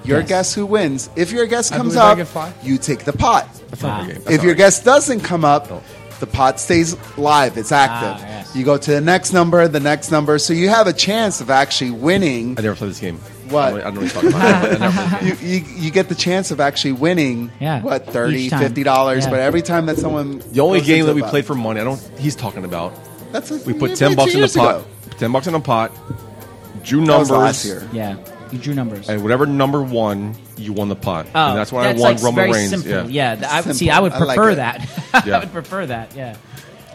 [SPEAKER 3] Your
[SPEAKER 21] Yes.
[SPEAKER 3] guess who wins. If your guess
[SPEAKER 21] I
[SPEAKER 3] comes
[SPEAKER 21] believe I
[SPEAKER 3] up,
[SPEAKER 21] get five.
[SPEAKER 3] you take the pot.
[SPEAKER 21] not my game. That's
[SPEAKER 3] If
[SPEAKER 21] not
[SPEAKER 3] your
[SPEAKER 21] my
[SPEAKER 3] guess doesn't come up, the pot stays live.
[SPEAKER 1] Ah,
[SPEAKER 3] It's active. You go to the next number, the next number. So you have a chance of actually winning.
[SPEAKER 1] I never played this game.
[SPEAKER 3] What?
[SPEAKER 1] I don't know what you're talking about. I never played
[SPEAKER 3] you, you, you get the chance of actually winning
[SPEAKER 1] Yeah.
[SPEAKER 3] what 30
[SPEAKER 1] Each time.
[SPEAKER 3] 50 dollars
[SPEAKER 1] Yeah.
[SPEAKER 3] but every time that someone
[SPEAKER 1] The only
[SPEAKER 3] goes
[SPEAKER 1] game
[SPEAKER 3] into
[SPEAKER 1] that
[SPEAKER 3] a
[SPEAKER 1] we
[SPEAKER 3] bot-
[SPEAKER 1] played for money, I don't. He's talking about.
[SPEAKER 3] That's like-
[SPEAKER 1] we
[SPEAKER 3] we
[SPEAKER 1] put ten
[SPEAKER 3] played
[SPEAKER 1] bucks
[SPEAKER 3] two
[SPEAKER 1] in the
[SPEAKER 3] years
[SPEAKER 1] pot.
[SPEAKER 3] ago.
[SPEAKER 1] Ten bucks in a pot. Drew
[SPEAKER 5] That was
[SPEAKER 1] numbers
[SPEAKER 5] last year. Yeah, you drew numbers.
[SPEAKER 1] and whatever number one, you won the pot.
[SPEAKER 5] Oh,
[SPEAKER 1] and that's when I
[SPEAKER 5] that's,
[SPEAKER 1] won
[SPEAKER 5] like,
[SPEAKER 1] Roman
[SPEAKER 5] very
[SPEAKER 1] Reigns.
[SPEAKER 5] simple.
[SPEAKER 1] Yeah,
[SPEAKER 5] Yeah, th- I would- see, I would
[SPEAKER 3] Simple. I like
[SPEAKER 5] prefer
[SPEAKER 3] it.
[SPEAKER 5] that.
[SPEAKER 1] Yeah.
[SPEAKER 5] I would prefer that. Yeah.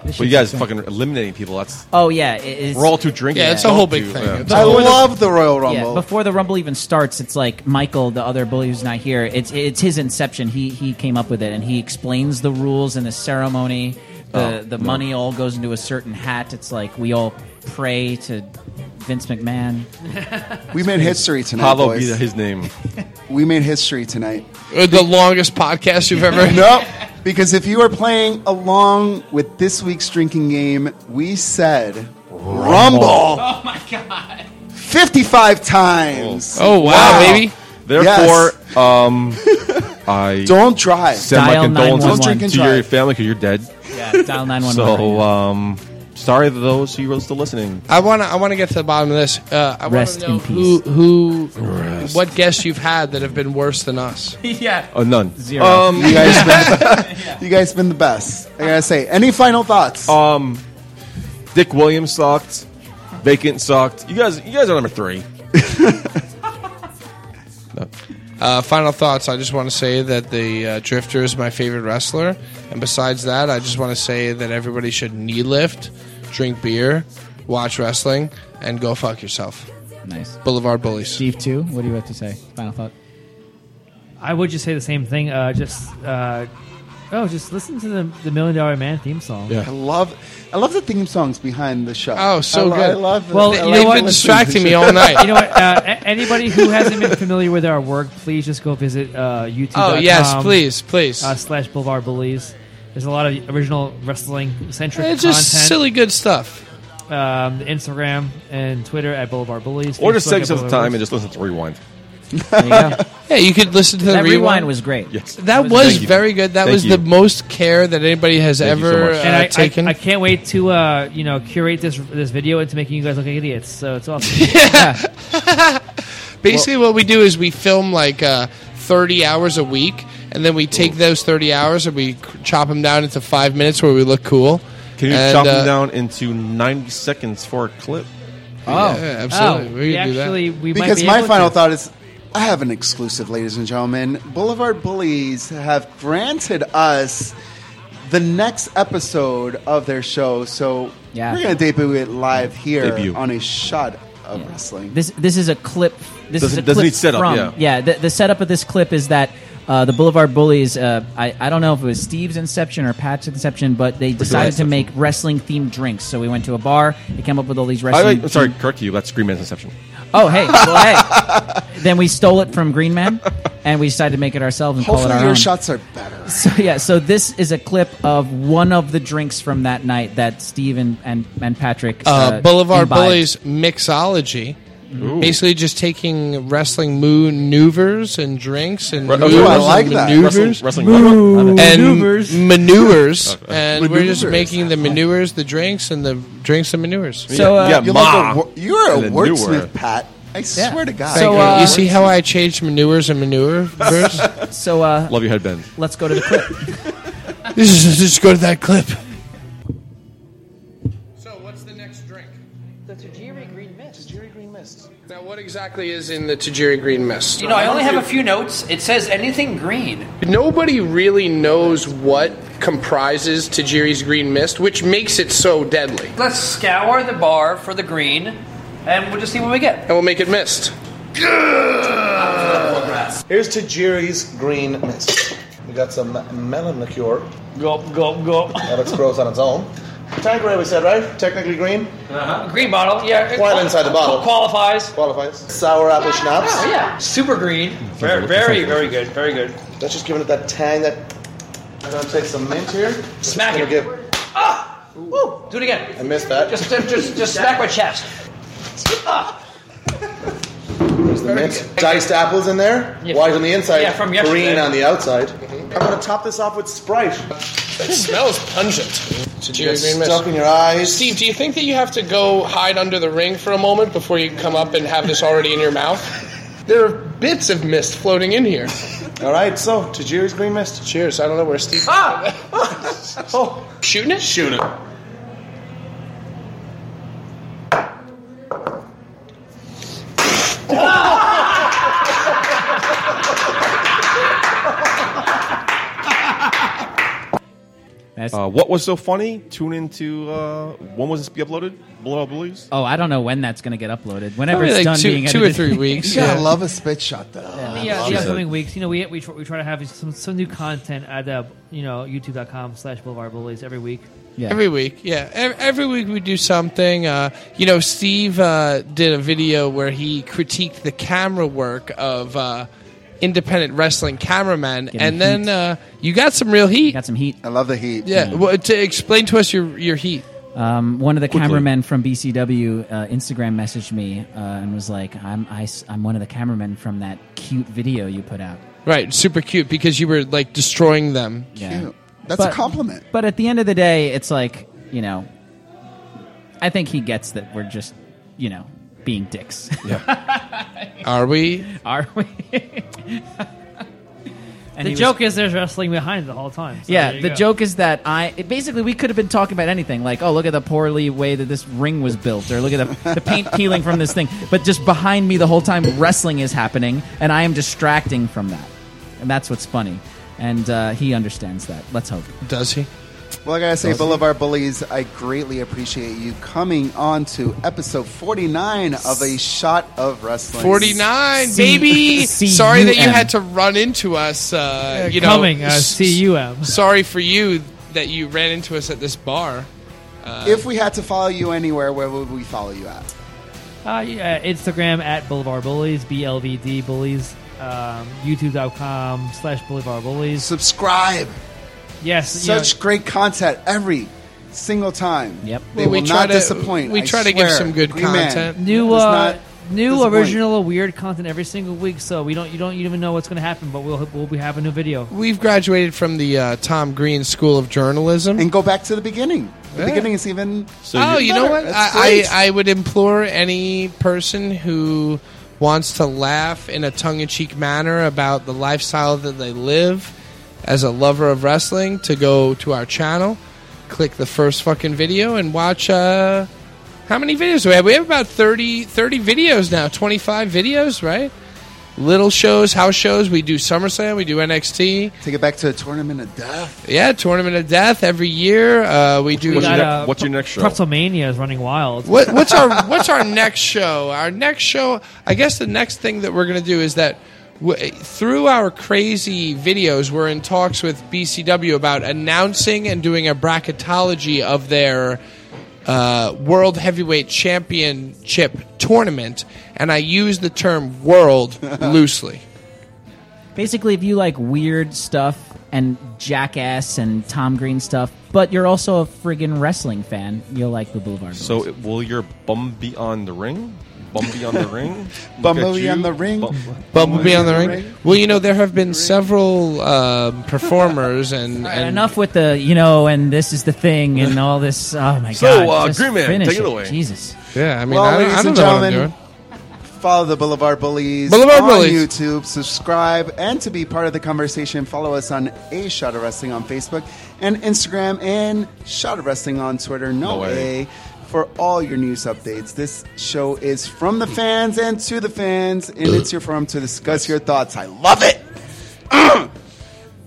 [SPEAKER 1] But you guys fucking eliminating people. That's
[SPEAKER 5] Oh yeah, it is.
[SPEAKER 1] We're all too drinking.
[SPEAKER 5] Yeah,
[SPEAKER 1] Yeah,
[SPEAKER 5] it's a whole
[SPEAKER 1] big thing. Yeah. It's a
[SPEAKER 3] I
[SPEAKER 1] whole-
[SPEAKER 3] love the Royal Rumble.
[SPEAKER 5] Yeah, before the rumble even starts, it's like Michael, the other bully who's not here. It's it's his inception. He he came up with it, and he explains the rules and the ceremony. The
[SPEAKER 1] Oh,
[SPEAKER 5] the
[SPEAKER 1] no.
[SPEAKER 5] money all goes into a certain hat. It's like we all pray to Vince McMahon.
[SPEAKER 3] we made history tonight.
[SPEAKER 1] Hollow
[SPEAKER 3] boys.
[SPEAKER 1] be his name.
[SPEAKER 3] We made history tonight.
[SPEAKER 4] The longest podcast you've ever.
[SPEAKER 3] nope. Because if you are playing along with this week's drinking game, we said Rumble.
[SPEAKER 22] Oh
[SPEAKER 3] my god. 55 times.
[SPEAKER 1] Oh, wow,
[SPEAKER 3] baby.
[SPEAKER 1] Therefore, um, I
[SPEAKER 3] Don't drive.
[SPEAKER 1] Send
[SPEAKER 3] Dial
[SPEAKER 1] my condolences
[SPEAKER 3] 911. Don't drink and
[SPEAKER 1] to your
[SPEAKER 3] drive.
[SPEAKER 1] family because you're dead.
[SPEAKER 5] Yeah, dial 911 right
[SPEAKER 1] So, um, sorry to those who are still listening.
[SPEAKER 4] I want to. I want to get to the bottom of this. Uh, I want
[SPEAKER 1] Rest
[SPEAKER 4] to
[SPEAKER 1] in
[SPEAKER 4] know
[SPEAKER 1] peace.
[SPEAKER 4] who who what guests you've had that have been worse than us.
[SPEAKER 5] yeah.
[SPEAKER 1] Oh, none.
[SPEAKER 3] Zero. you guys been the, you guys been the best. I gotta say. Any final thoughts?
[SPEAKER 1] Um, Dick Williams sucked. Vacant sucked. You guys, you guys are number three. that.
[SPEAKER 4] Uh, final thoughts. I just want to say that the uh, Drifter is my favorite wrestler, and besides that, I just want to say that everybody should knee lift, drink beer, watch wrestling, and go fuck yourself.
[SPEAKER 5] Nice.
[SPEAKER 4] Boulevard bullies.
[SPEAKER 5] Steve, too. What do you have to say? Final thought.
[SPEAKER 20] I would just say the same thing. Uh, just uh, oh, just listen to the, the Million Dollar Man theme song.
[SPEAKER 3] I love, I love the theme songs behind the show.
[SPEAKER 4] Oh, so
[SPEAKER 3] I lo-
[SPEAKER 4] good.
[SPEAKER 3] I love.
[SPEAKER 20] Well,
[SPEAKER 3] I
[SPEAKER 20] you
[SPEAKER 3] love
[SPEAKER 20] know what?
[SPEAKER 3] listening to the show.
[SPEAKER 20] You know what? Uh, a- anybody who hasn't been familiar with our work, please just go visit uh, YouTube.
[SPEAKER 4] Oh, yes, please, please.
[SPEAKER 20] Uh, slash Boulevard Bullies. There's a lot of original wrestling centric.
[SPEAKER 4] It's just silly good stuff.
[SPEAKER 20] Um, Instagram and Twitter at Boulevard Bullies.
[SPEAKER 1] Or
[SPEAKER 20] Facebook
[SPEAKER 1] just
[SPEAKER 20] at
[SPEAKER 1] take some
[SPEAKER 20] Boulevard
[SPEAKER 1] time and
[SPEAKER 20] Bullies.
[SPEAKER 1] just listen to Rewind.
[SPEAKER 4] Yeah, you could listen to the
[SPEAKER 5] That rewind
[SPEAKER 4] rewind.
[SPEAKER 5] was great.
[SPEAKER 1] Yes.
[SPEAKER 4] That
[SPEAKER 1] Thank
[SPEAKER 4] was
[SPEAKER 1] you.
[SPEAKER 4] very good. That
[SPEAKER 1] Thank
[SPEAKER 4] was
[SPEAKER 1] you.
[SPEAKER 4] the most care that anybody has
[SPEAKER 1] Thank you so
[SPEAKER 4] ever
[SPEAKER 1] much.
[SPEAKER 4] uh,
[SPEAKER 20] And I, I-
[SPEAKER 4] taken.
[SPEAKER 20] I, can't wait to uh, you know curate this this video into making you guys look like idiots. So it's awesome.
[SPEAKER 4] Basically, what we do is we film like uh, 30 hours a week, and then we take those 30 hours and we c- chop them down into five minutes where we look cool.
[SPEAKER 1] Can you
[SPEAKER 4] And,
[SPEAKER 1] chop
[SPEAKER 4] uh,
[SPEAKER 1] them down into 90 seconds for a clip?
[SPEAKER 4] Oh. Yeah, absolutely.
[SPEAKER 20] Oh, We we could do that. actually- we might
[SPEAKER 3] because
[SPEAKER 20] be
[SPEAKER 3] my
[SPEAKER 20] able
[SPEAKER 3] final
[SPEAKER 20] to.
[SPEAKER 3] thought is, I have an exclusive, ladies and gentlemen. Boulevard Bullies have granted us the next episode of their show, so
[SPEAKER 5] Yeah.
[SPEAKER 3] we're going to debut it live here
[SPEAKER 5] Debut.
[SPEAKER 3] on a shot of wrestling.
[SPEAKER 5] This this is a clip. This is
[SPEAKER 3] Doesn't-
[SPEAKER 5] a
[SPEAKER 3] doesn't
[SPEAKER 5] clip
[SPEAKER 3] need setup,
[SPEAKER 5] From,
[SPEAKER 3] yeah.
[SPEAKER 5] the, the setup of this clip is that uh, the Boulevard Bullies. Uh, I I don't know if it was Steve's inception or Pat's inception, but they decided to
[SPEAKER 1] inception.
[SPEAKER 5] make wrestling themed drinks. So we went to a bar. They came up with all these
[SPEAKER 1] I,
[SPEAKER 5] wrestling.
[SPEAKER 1] am sorry, correct you. That's Green Man's Inception.
[SPEAKER 5] Oh hey, well, hey. Then we stole it from Green Man, and we decided to make it ourselves and call
[SPEAKER 3] Hopefully,
[SPEAKER 5] it our
[SPEAKER 3] your
[SPEAKER 5] own.
[SPEAKER 3] shots are better.
[SPEAKER 5] So yeah, so this is a clip of one of the drinks from that night that Steve and and, and Patrick
[SPEAKER 4] uh, Boulevard
[SPEAKER 5] imbibed.
[SPEAKER 4] Bullies mixology.
[SPEAKER 5] Ooh.
[SPEAKER 4] Basically, just taking wrestling maneuvers and drinks and
[SPEAKER 1] Re- Ooh,
[SPEAKER 4] maneuvers
[SPEAKER 1] I like
[SPEAKER 4] and
[SPEAKER 1] that.
[SPEAKER 4] maneuvers
[SPEAKER 1] Wrestling- wrestling- Love it.
[SPEAKER 4] and
[SPEAKER 1] Maneuvers.
[SPEAKER 4] maneuvers,
[SPEAKER 1] Okay.
[SPEAKER 4] and we're just
[SPEAKER 1] Maneuvers.
[SPEAKER 4] making the maneuvers, the drinks, and the drinks and maneuvers.
[SPEAKER 5] So, uh, Yeah,
[SPEAKER 3] You're, like a, wor- you're a
[SPEAKER 4] And the newer.
[SPEAKER 3] wordsmith, Pat. I swear to God.
[SPEAKER 4] Thank you. uh,
[SPEAKER 1] uh,
[SPEAKER 4] you see how I changed maneuvers and manure?
[SPEAKER 5] so uh,
[SPEAKER 1] Love your headband.
[SPEAKER 5] let's go to the clip.
[SPEAKER 4] Just, just go to that clip. So, what's the next drink?
[SPEAKER 23] The Tajiri Green Mist. Tajiri Green Mist.
[SPEAKER 4] Now, what exactly is in the Tajiri Green Mist?
[SPEAKER 9] You know, I only have a few notes. It says anything green.
[SPEAKER 4] Nobody really knows what comprises Tajiri's Green Mist, which makes it so deadly.
[SPEAKER 9] Let's scour the bar for the green, and we'll just see what we get. And
[SPEAKER 4] we'll make it mist.
[SPEAKER 23] Here's Tajiri's Green Mist. We got some melon liqueur. Gulp, gulp, gulp. That explodes on its own. Tanqueray, we said, right? Technically green?
[SPEAKER 9] Uh-huh. Green bottle, yeah. it
[SPEAKER 23] Quite
[SPEAKER 9] qual-
[SPEAKER 23] inside the bottle.
[SPEAKER 9] Qualifies.
[SPEAKER 23] Qualifies. Sour apple schnapps.
[SPEAKER 9] Oh, yeah. Super green. Very, very, very good. Very good.
[SPEAKER 23] That's just giving it that tang. That I'm gonna take some mint here.
[SPEAKER 9] Smack
[SPEAKER 23] Gonna
[SPEAKER 9] it. Ah!
[SPEAKER 23] Give,
[SPEAKER 9] Woo! Do it again.
[SPEAKER 23] I missed that.
[SPEAKER 9] Just, just, just, just smack my chest. Ah,
[SPEAKER 23] There's the mint. Diced apples in there. White on the inside.
[SPEAKER 9] yeah, from
[SPEAKER 23] green
[SPEAKER 9] yesterday.
[SPEAKER 23] on the outside. I'm gonna top this off with Sprite.
[SPEAKER 4] It smells pungent.
[SPEAKER 23] You get stuck in your eyes.
[SPEAKER 4] Steve, do you think that you have to go hide under the ring for a moment before you come up and have this already in your mouth? There are bits of mist floating in here.
[SPEAKER 23] All right, so Tajiri's green mist.
[SPEAKER 4] Cheers. I don't know where Steve.
[SPEAKER 9] Ah!
[SPEAKER 23] oh,
[SPEAKER 4] shooting it.
[SPEAKER 23] Shooting it.
[SPEAKER 1] Uh, what was so funny? Tune into uh, when was this be uploaded? Blah, please.
[SPEAKER 5] Oh, I don't know when that's going to get uploaded. Whenever
[SPEAKER 1] Probably
[SPEAKER 5] it's
[SPEAKER 1] like
[SPEAKER 5] done
[SPEAKER 1] two-
[SPEAKER 5] being
[SPEAKER 1] two or
[SPEAKER 5] edited.
[SPEAKER 1] three weeks.
[SPEAKER 3] You gotta love a spit shot, though.
[SPEAKER 20] yeah,
[SPEAKER 3] Love
[SPEAKER 20] the
[SPEAKER 3] it.
[SPEAKER 20] upcoming weeks, you know, we we try, we try to have some, some new content at uh, you know youtube.com slash boulevard bullies every week.
[SPEAKER 4] Every week, yeah. Every, every week we do something. Uh, you know, Steve uh, did a video where he critiqued the camera work of uh, independent wrestling cameramen, and then uh, you got some real heat. Got
[SPEAKER 5] some heat.
[SPEAKER 3] I love the heat.
[SPEAKER 4] Yeah. Well, to explain to us your your heat.
[SPEAKER 5] Um, one of the
[SPEAKER 4] Quickly.
[SPEAKER 5] cameramen from BCW uh, Instagram messaged me uh, and was like, "I'm I, am i am one of the cameramen from that cute video you put out."
[SPEAKER 4] Right, super cute because you were like destroying them.
[SPEAKER 5] Yeah. Cute.
[SPEAKER 3] That's
[SPEAKER 5] But-
[SPEAKER 3] a compliment.
[SPEAKER 5] But at the end of the day, it's like you know, I think he gets that we're just you know being dicks.
[SPEAKER 4] Are we?
[SPEAKER 5] Are we? And
[SPEAKER 6] the
[SPEAKER 5] he was-
[SPEAKER 6] joke is there's wrestling behind it the whole time. So there
[SPEAKER 5] yeah,
[SPEAKER 6] you
[SPEAKER 5] the
[SPEAKER 6] go.
[SPEAKER 5] joke is that I it, basically we could have been talking about anything like, oh, look at the poorly way that this ring was built, or look at the, the paint peeling from this thing. But just behind me the whole time, wrestling is happening, and I am distracting from that, and that's what's funny. And uh, he understands that. Let's hope.
[SPEAKER 4] Does he?
[SPEAKER 3] Well, I gotta say,
[SPEAKER 5] Doesn't-
[SPEAKER 3] Boulevard Bullies, I greatly appreciate you coming on to episode 49 of A Shot of Wrestling.
[SPEAKER 4] 49, baby. Sorry that you
[SPEAKER 3] C-U-M.
[SPEAKER 4] had to run into us. Uh, you know,
[SPEAKER 6] coming, uh,
[SPEAKER 4] s-
[SPEAKER 6] C-U-M.
[SPEAKER 4] Sorry for you that you ran into us at this bar. Uh,
[SPEAKER 3] If we had to follow you anywhere, where would we follow you at?
[SPEAKER 6] Uh, yeah, Instagram at Boulevard Bullies, BLVD Bullies, um, YouTube.com slash Boulevard Bullies.
[SPEAKER 3] Subscribe.
[SPEAKER 6] Yes. you know-
[SPEAKER 3] Such great content every single time. Yep. They
[SPEAKER 4] We
[SPEAKER 3] will
[SPEAKER 4] try
[SPEAKER 3] not
[SPEAKER 4] to-
[SPEAKER 3] disappoint.
[SPEAKER 4] we
[SPEAKER 3] I
[SPEAKER 4] try to give
[SPEAKER 3] swear.
[SPEAKER 4] some good
[SPEAKER 3] Green Man
[SPEAKER 6] New,
[SPEAKER 3] does
[SPEAKER 6] uh,
[SPEAKER 3] not
[SPEAKER 6] new
[SPEAKER 3] disappoint.
[SPEAKER 6] original weird content every single week. So we don't, you don't even know what's going to happen, but we'll we'll be having a new video.
[SPEAKER 4] We've graduated from the uh, Tom Green School of Journalism.
[SPEAKER 3] And go back to the beginning. The
[SPEAKER 4] Yeah.
[SPEAKER 3] beginning is even.
[SPEAKER 4] oh, you know
[SPEAKER 3] better.
[SPEAKER 4] what?
[SPEAKER 3] That's
[SPEAKER 4] I,
[SPEAKER 3] great.
[SPEAKER 4] I, I would implore any person who wants to laugh in a tongue in cheek manner about the lifestyle that they live as a lover of wrestling to go to our channel, click the first fucking video, and watch. Uh, how many videos do we have? We have about 30, 30 videos now, 25 videos, right? Little shows, house shows. We do SummerSlam, we do NXT.
[SPEAKER 3] Take it back to a tournament of death.
[SPEAKER 4] Yeah, Tournament of Death every year. Uh, we do.
[SPEAKER 6] We got, uh,
[SPEAKER 4] show?
[SPEAKER 6] Pretzelmania is running wild.
[SPEAKER 4] What, what's our What's our next show? Our next show, I guess, the next thing that we're going to do is that w- through our crazy videos, we're in talks with BCW about announcing and doing a bracketology of their uh, World Heavyweight Championship tournament, and I use the term "world" loosely.
[SPEAKER 5] Basically, if you like weird stuff and jackass and Tom Green stuff, but you're also a friggin' wrestling fan, you'll like the Boulevard. Bullies.
[SPEAKER 1] So it, will your bum be on the ring? Bum be on the ring? Look
[SPEAKER 3] Bum
[SPEAKER 1] at
[SPEAKER 3] will be
[SPEAKER 1] you.
[SPEAKER 3] on the ring.
[SPEAKER 1] Bum-
[SPEAKER 4] Bumblebee on the ring. Well, you know there have been several um, performers and,
[SPEAKER 5] And
[SPEAKER 4] and
[SPEAKER 5] enough with the you know, and this is the thing, and all this. Oh my
[SPEAKER 4] So,
[SPEAKER 5] god!
[SPEAKER 4] uh,
[SPEAKER 5] just
[SPEAKER 4] Green Man,
[SPEAKER 5] finish
[SPEAKER 4] take it away.
[SPEAKER 5] Jesus.
[SPEAKER 4] Yeah, I mean,
[SPEAKER 3] well,
[SPEAKER 4] I,
[SPEAKER 3] ladies
[SPEAKER 4] I don't
[SPEAKER 3] and
[SPEAKER 4] know what I'm
[SPEAKER 3] gentlemen,
[SPEAKER 4] doing.
[SPEAKER 3] follow the Boulevard Bullies
[SPEAKER 4] Boulevard
[SPEAKER 3] on
[SPEAKER 4] Bullies.
[SPEAKER 3] YouTube, subscribe, and to be part of the conversation, follow us on A Shot of Wrestling on Facebook and Instagram, and Shot of Wrestling on Twitter. No,
[SPEAKER 1] No
[SPEAKER 3] way.
[SPEAKER 1] way.
[SPEAKER 3] For all your news updates, this show is from the fans and to the fans, and it's your forum to discuss your thoughts. I love it.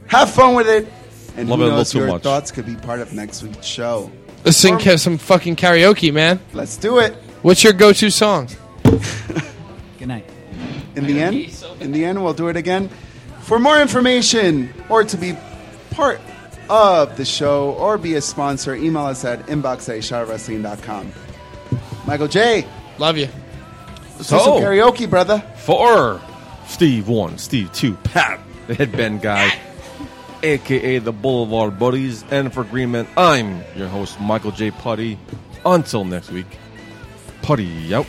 [SPEAKER 3] Have fun with it, and
[SPEAKER 4] Love
[SPEAKER 3] who
[SPEAKER 4] it a little
[SPEAKER 3] knows
[SPEAKER 4] too
[SPEAKER 3] your
[SPEAKER 4] much.
[SPEAKER 3] thoughts could be part of next week's show.
[SPEAKER 4] Let's sing ca- some fucking karaoke, man.
[SPEAKER 3] Let's do it.
[SPEAKER 4] What's your go-to song?
[SPEAKER 5] Good night.
[SPEAKER 3] in the end in the end we'll do it again for more information or to be part of the show or be a sponsor email us at inbox michael j
[SPEAKER 4] love you
[SPEAKER 3] Let's do
[SPEAKER 1] Oh.
[SPEAKER 3] some karaoke brother
[SPEAKER 1] Four. Steve one, Steve two, Pat, the headband guy, aka the Boulevard Buddies, and for Green Man, I'm your host, Michael J. Putty. Until next week, Putty out.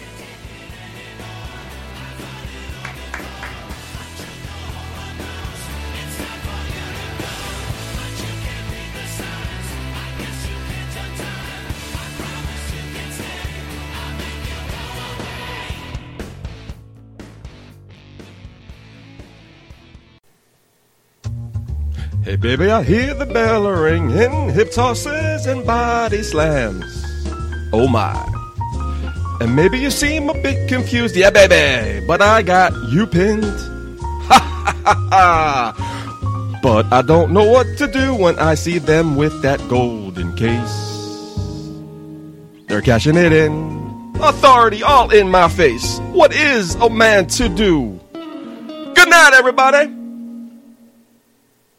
[SPEAKER 1] Hey baby, I hear the bell ringing, hip tosses and body slams. Oh my. And maybe you seem a bit confused, yeah baby, but I got you pinned. Ha ha ha ha. But I don't know what to do when I see them with that golden case. They're cashing it in. Authority all in my face. What is a man to do? Good night, everybody.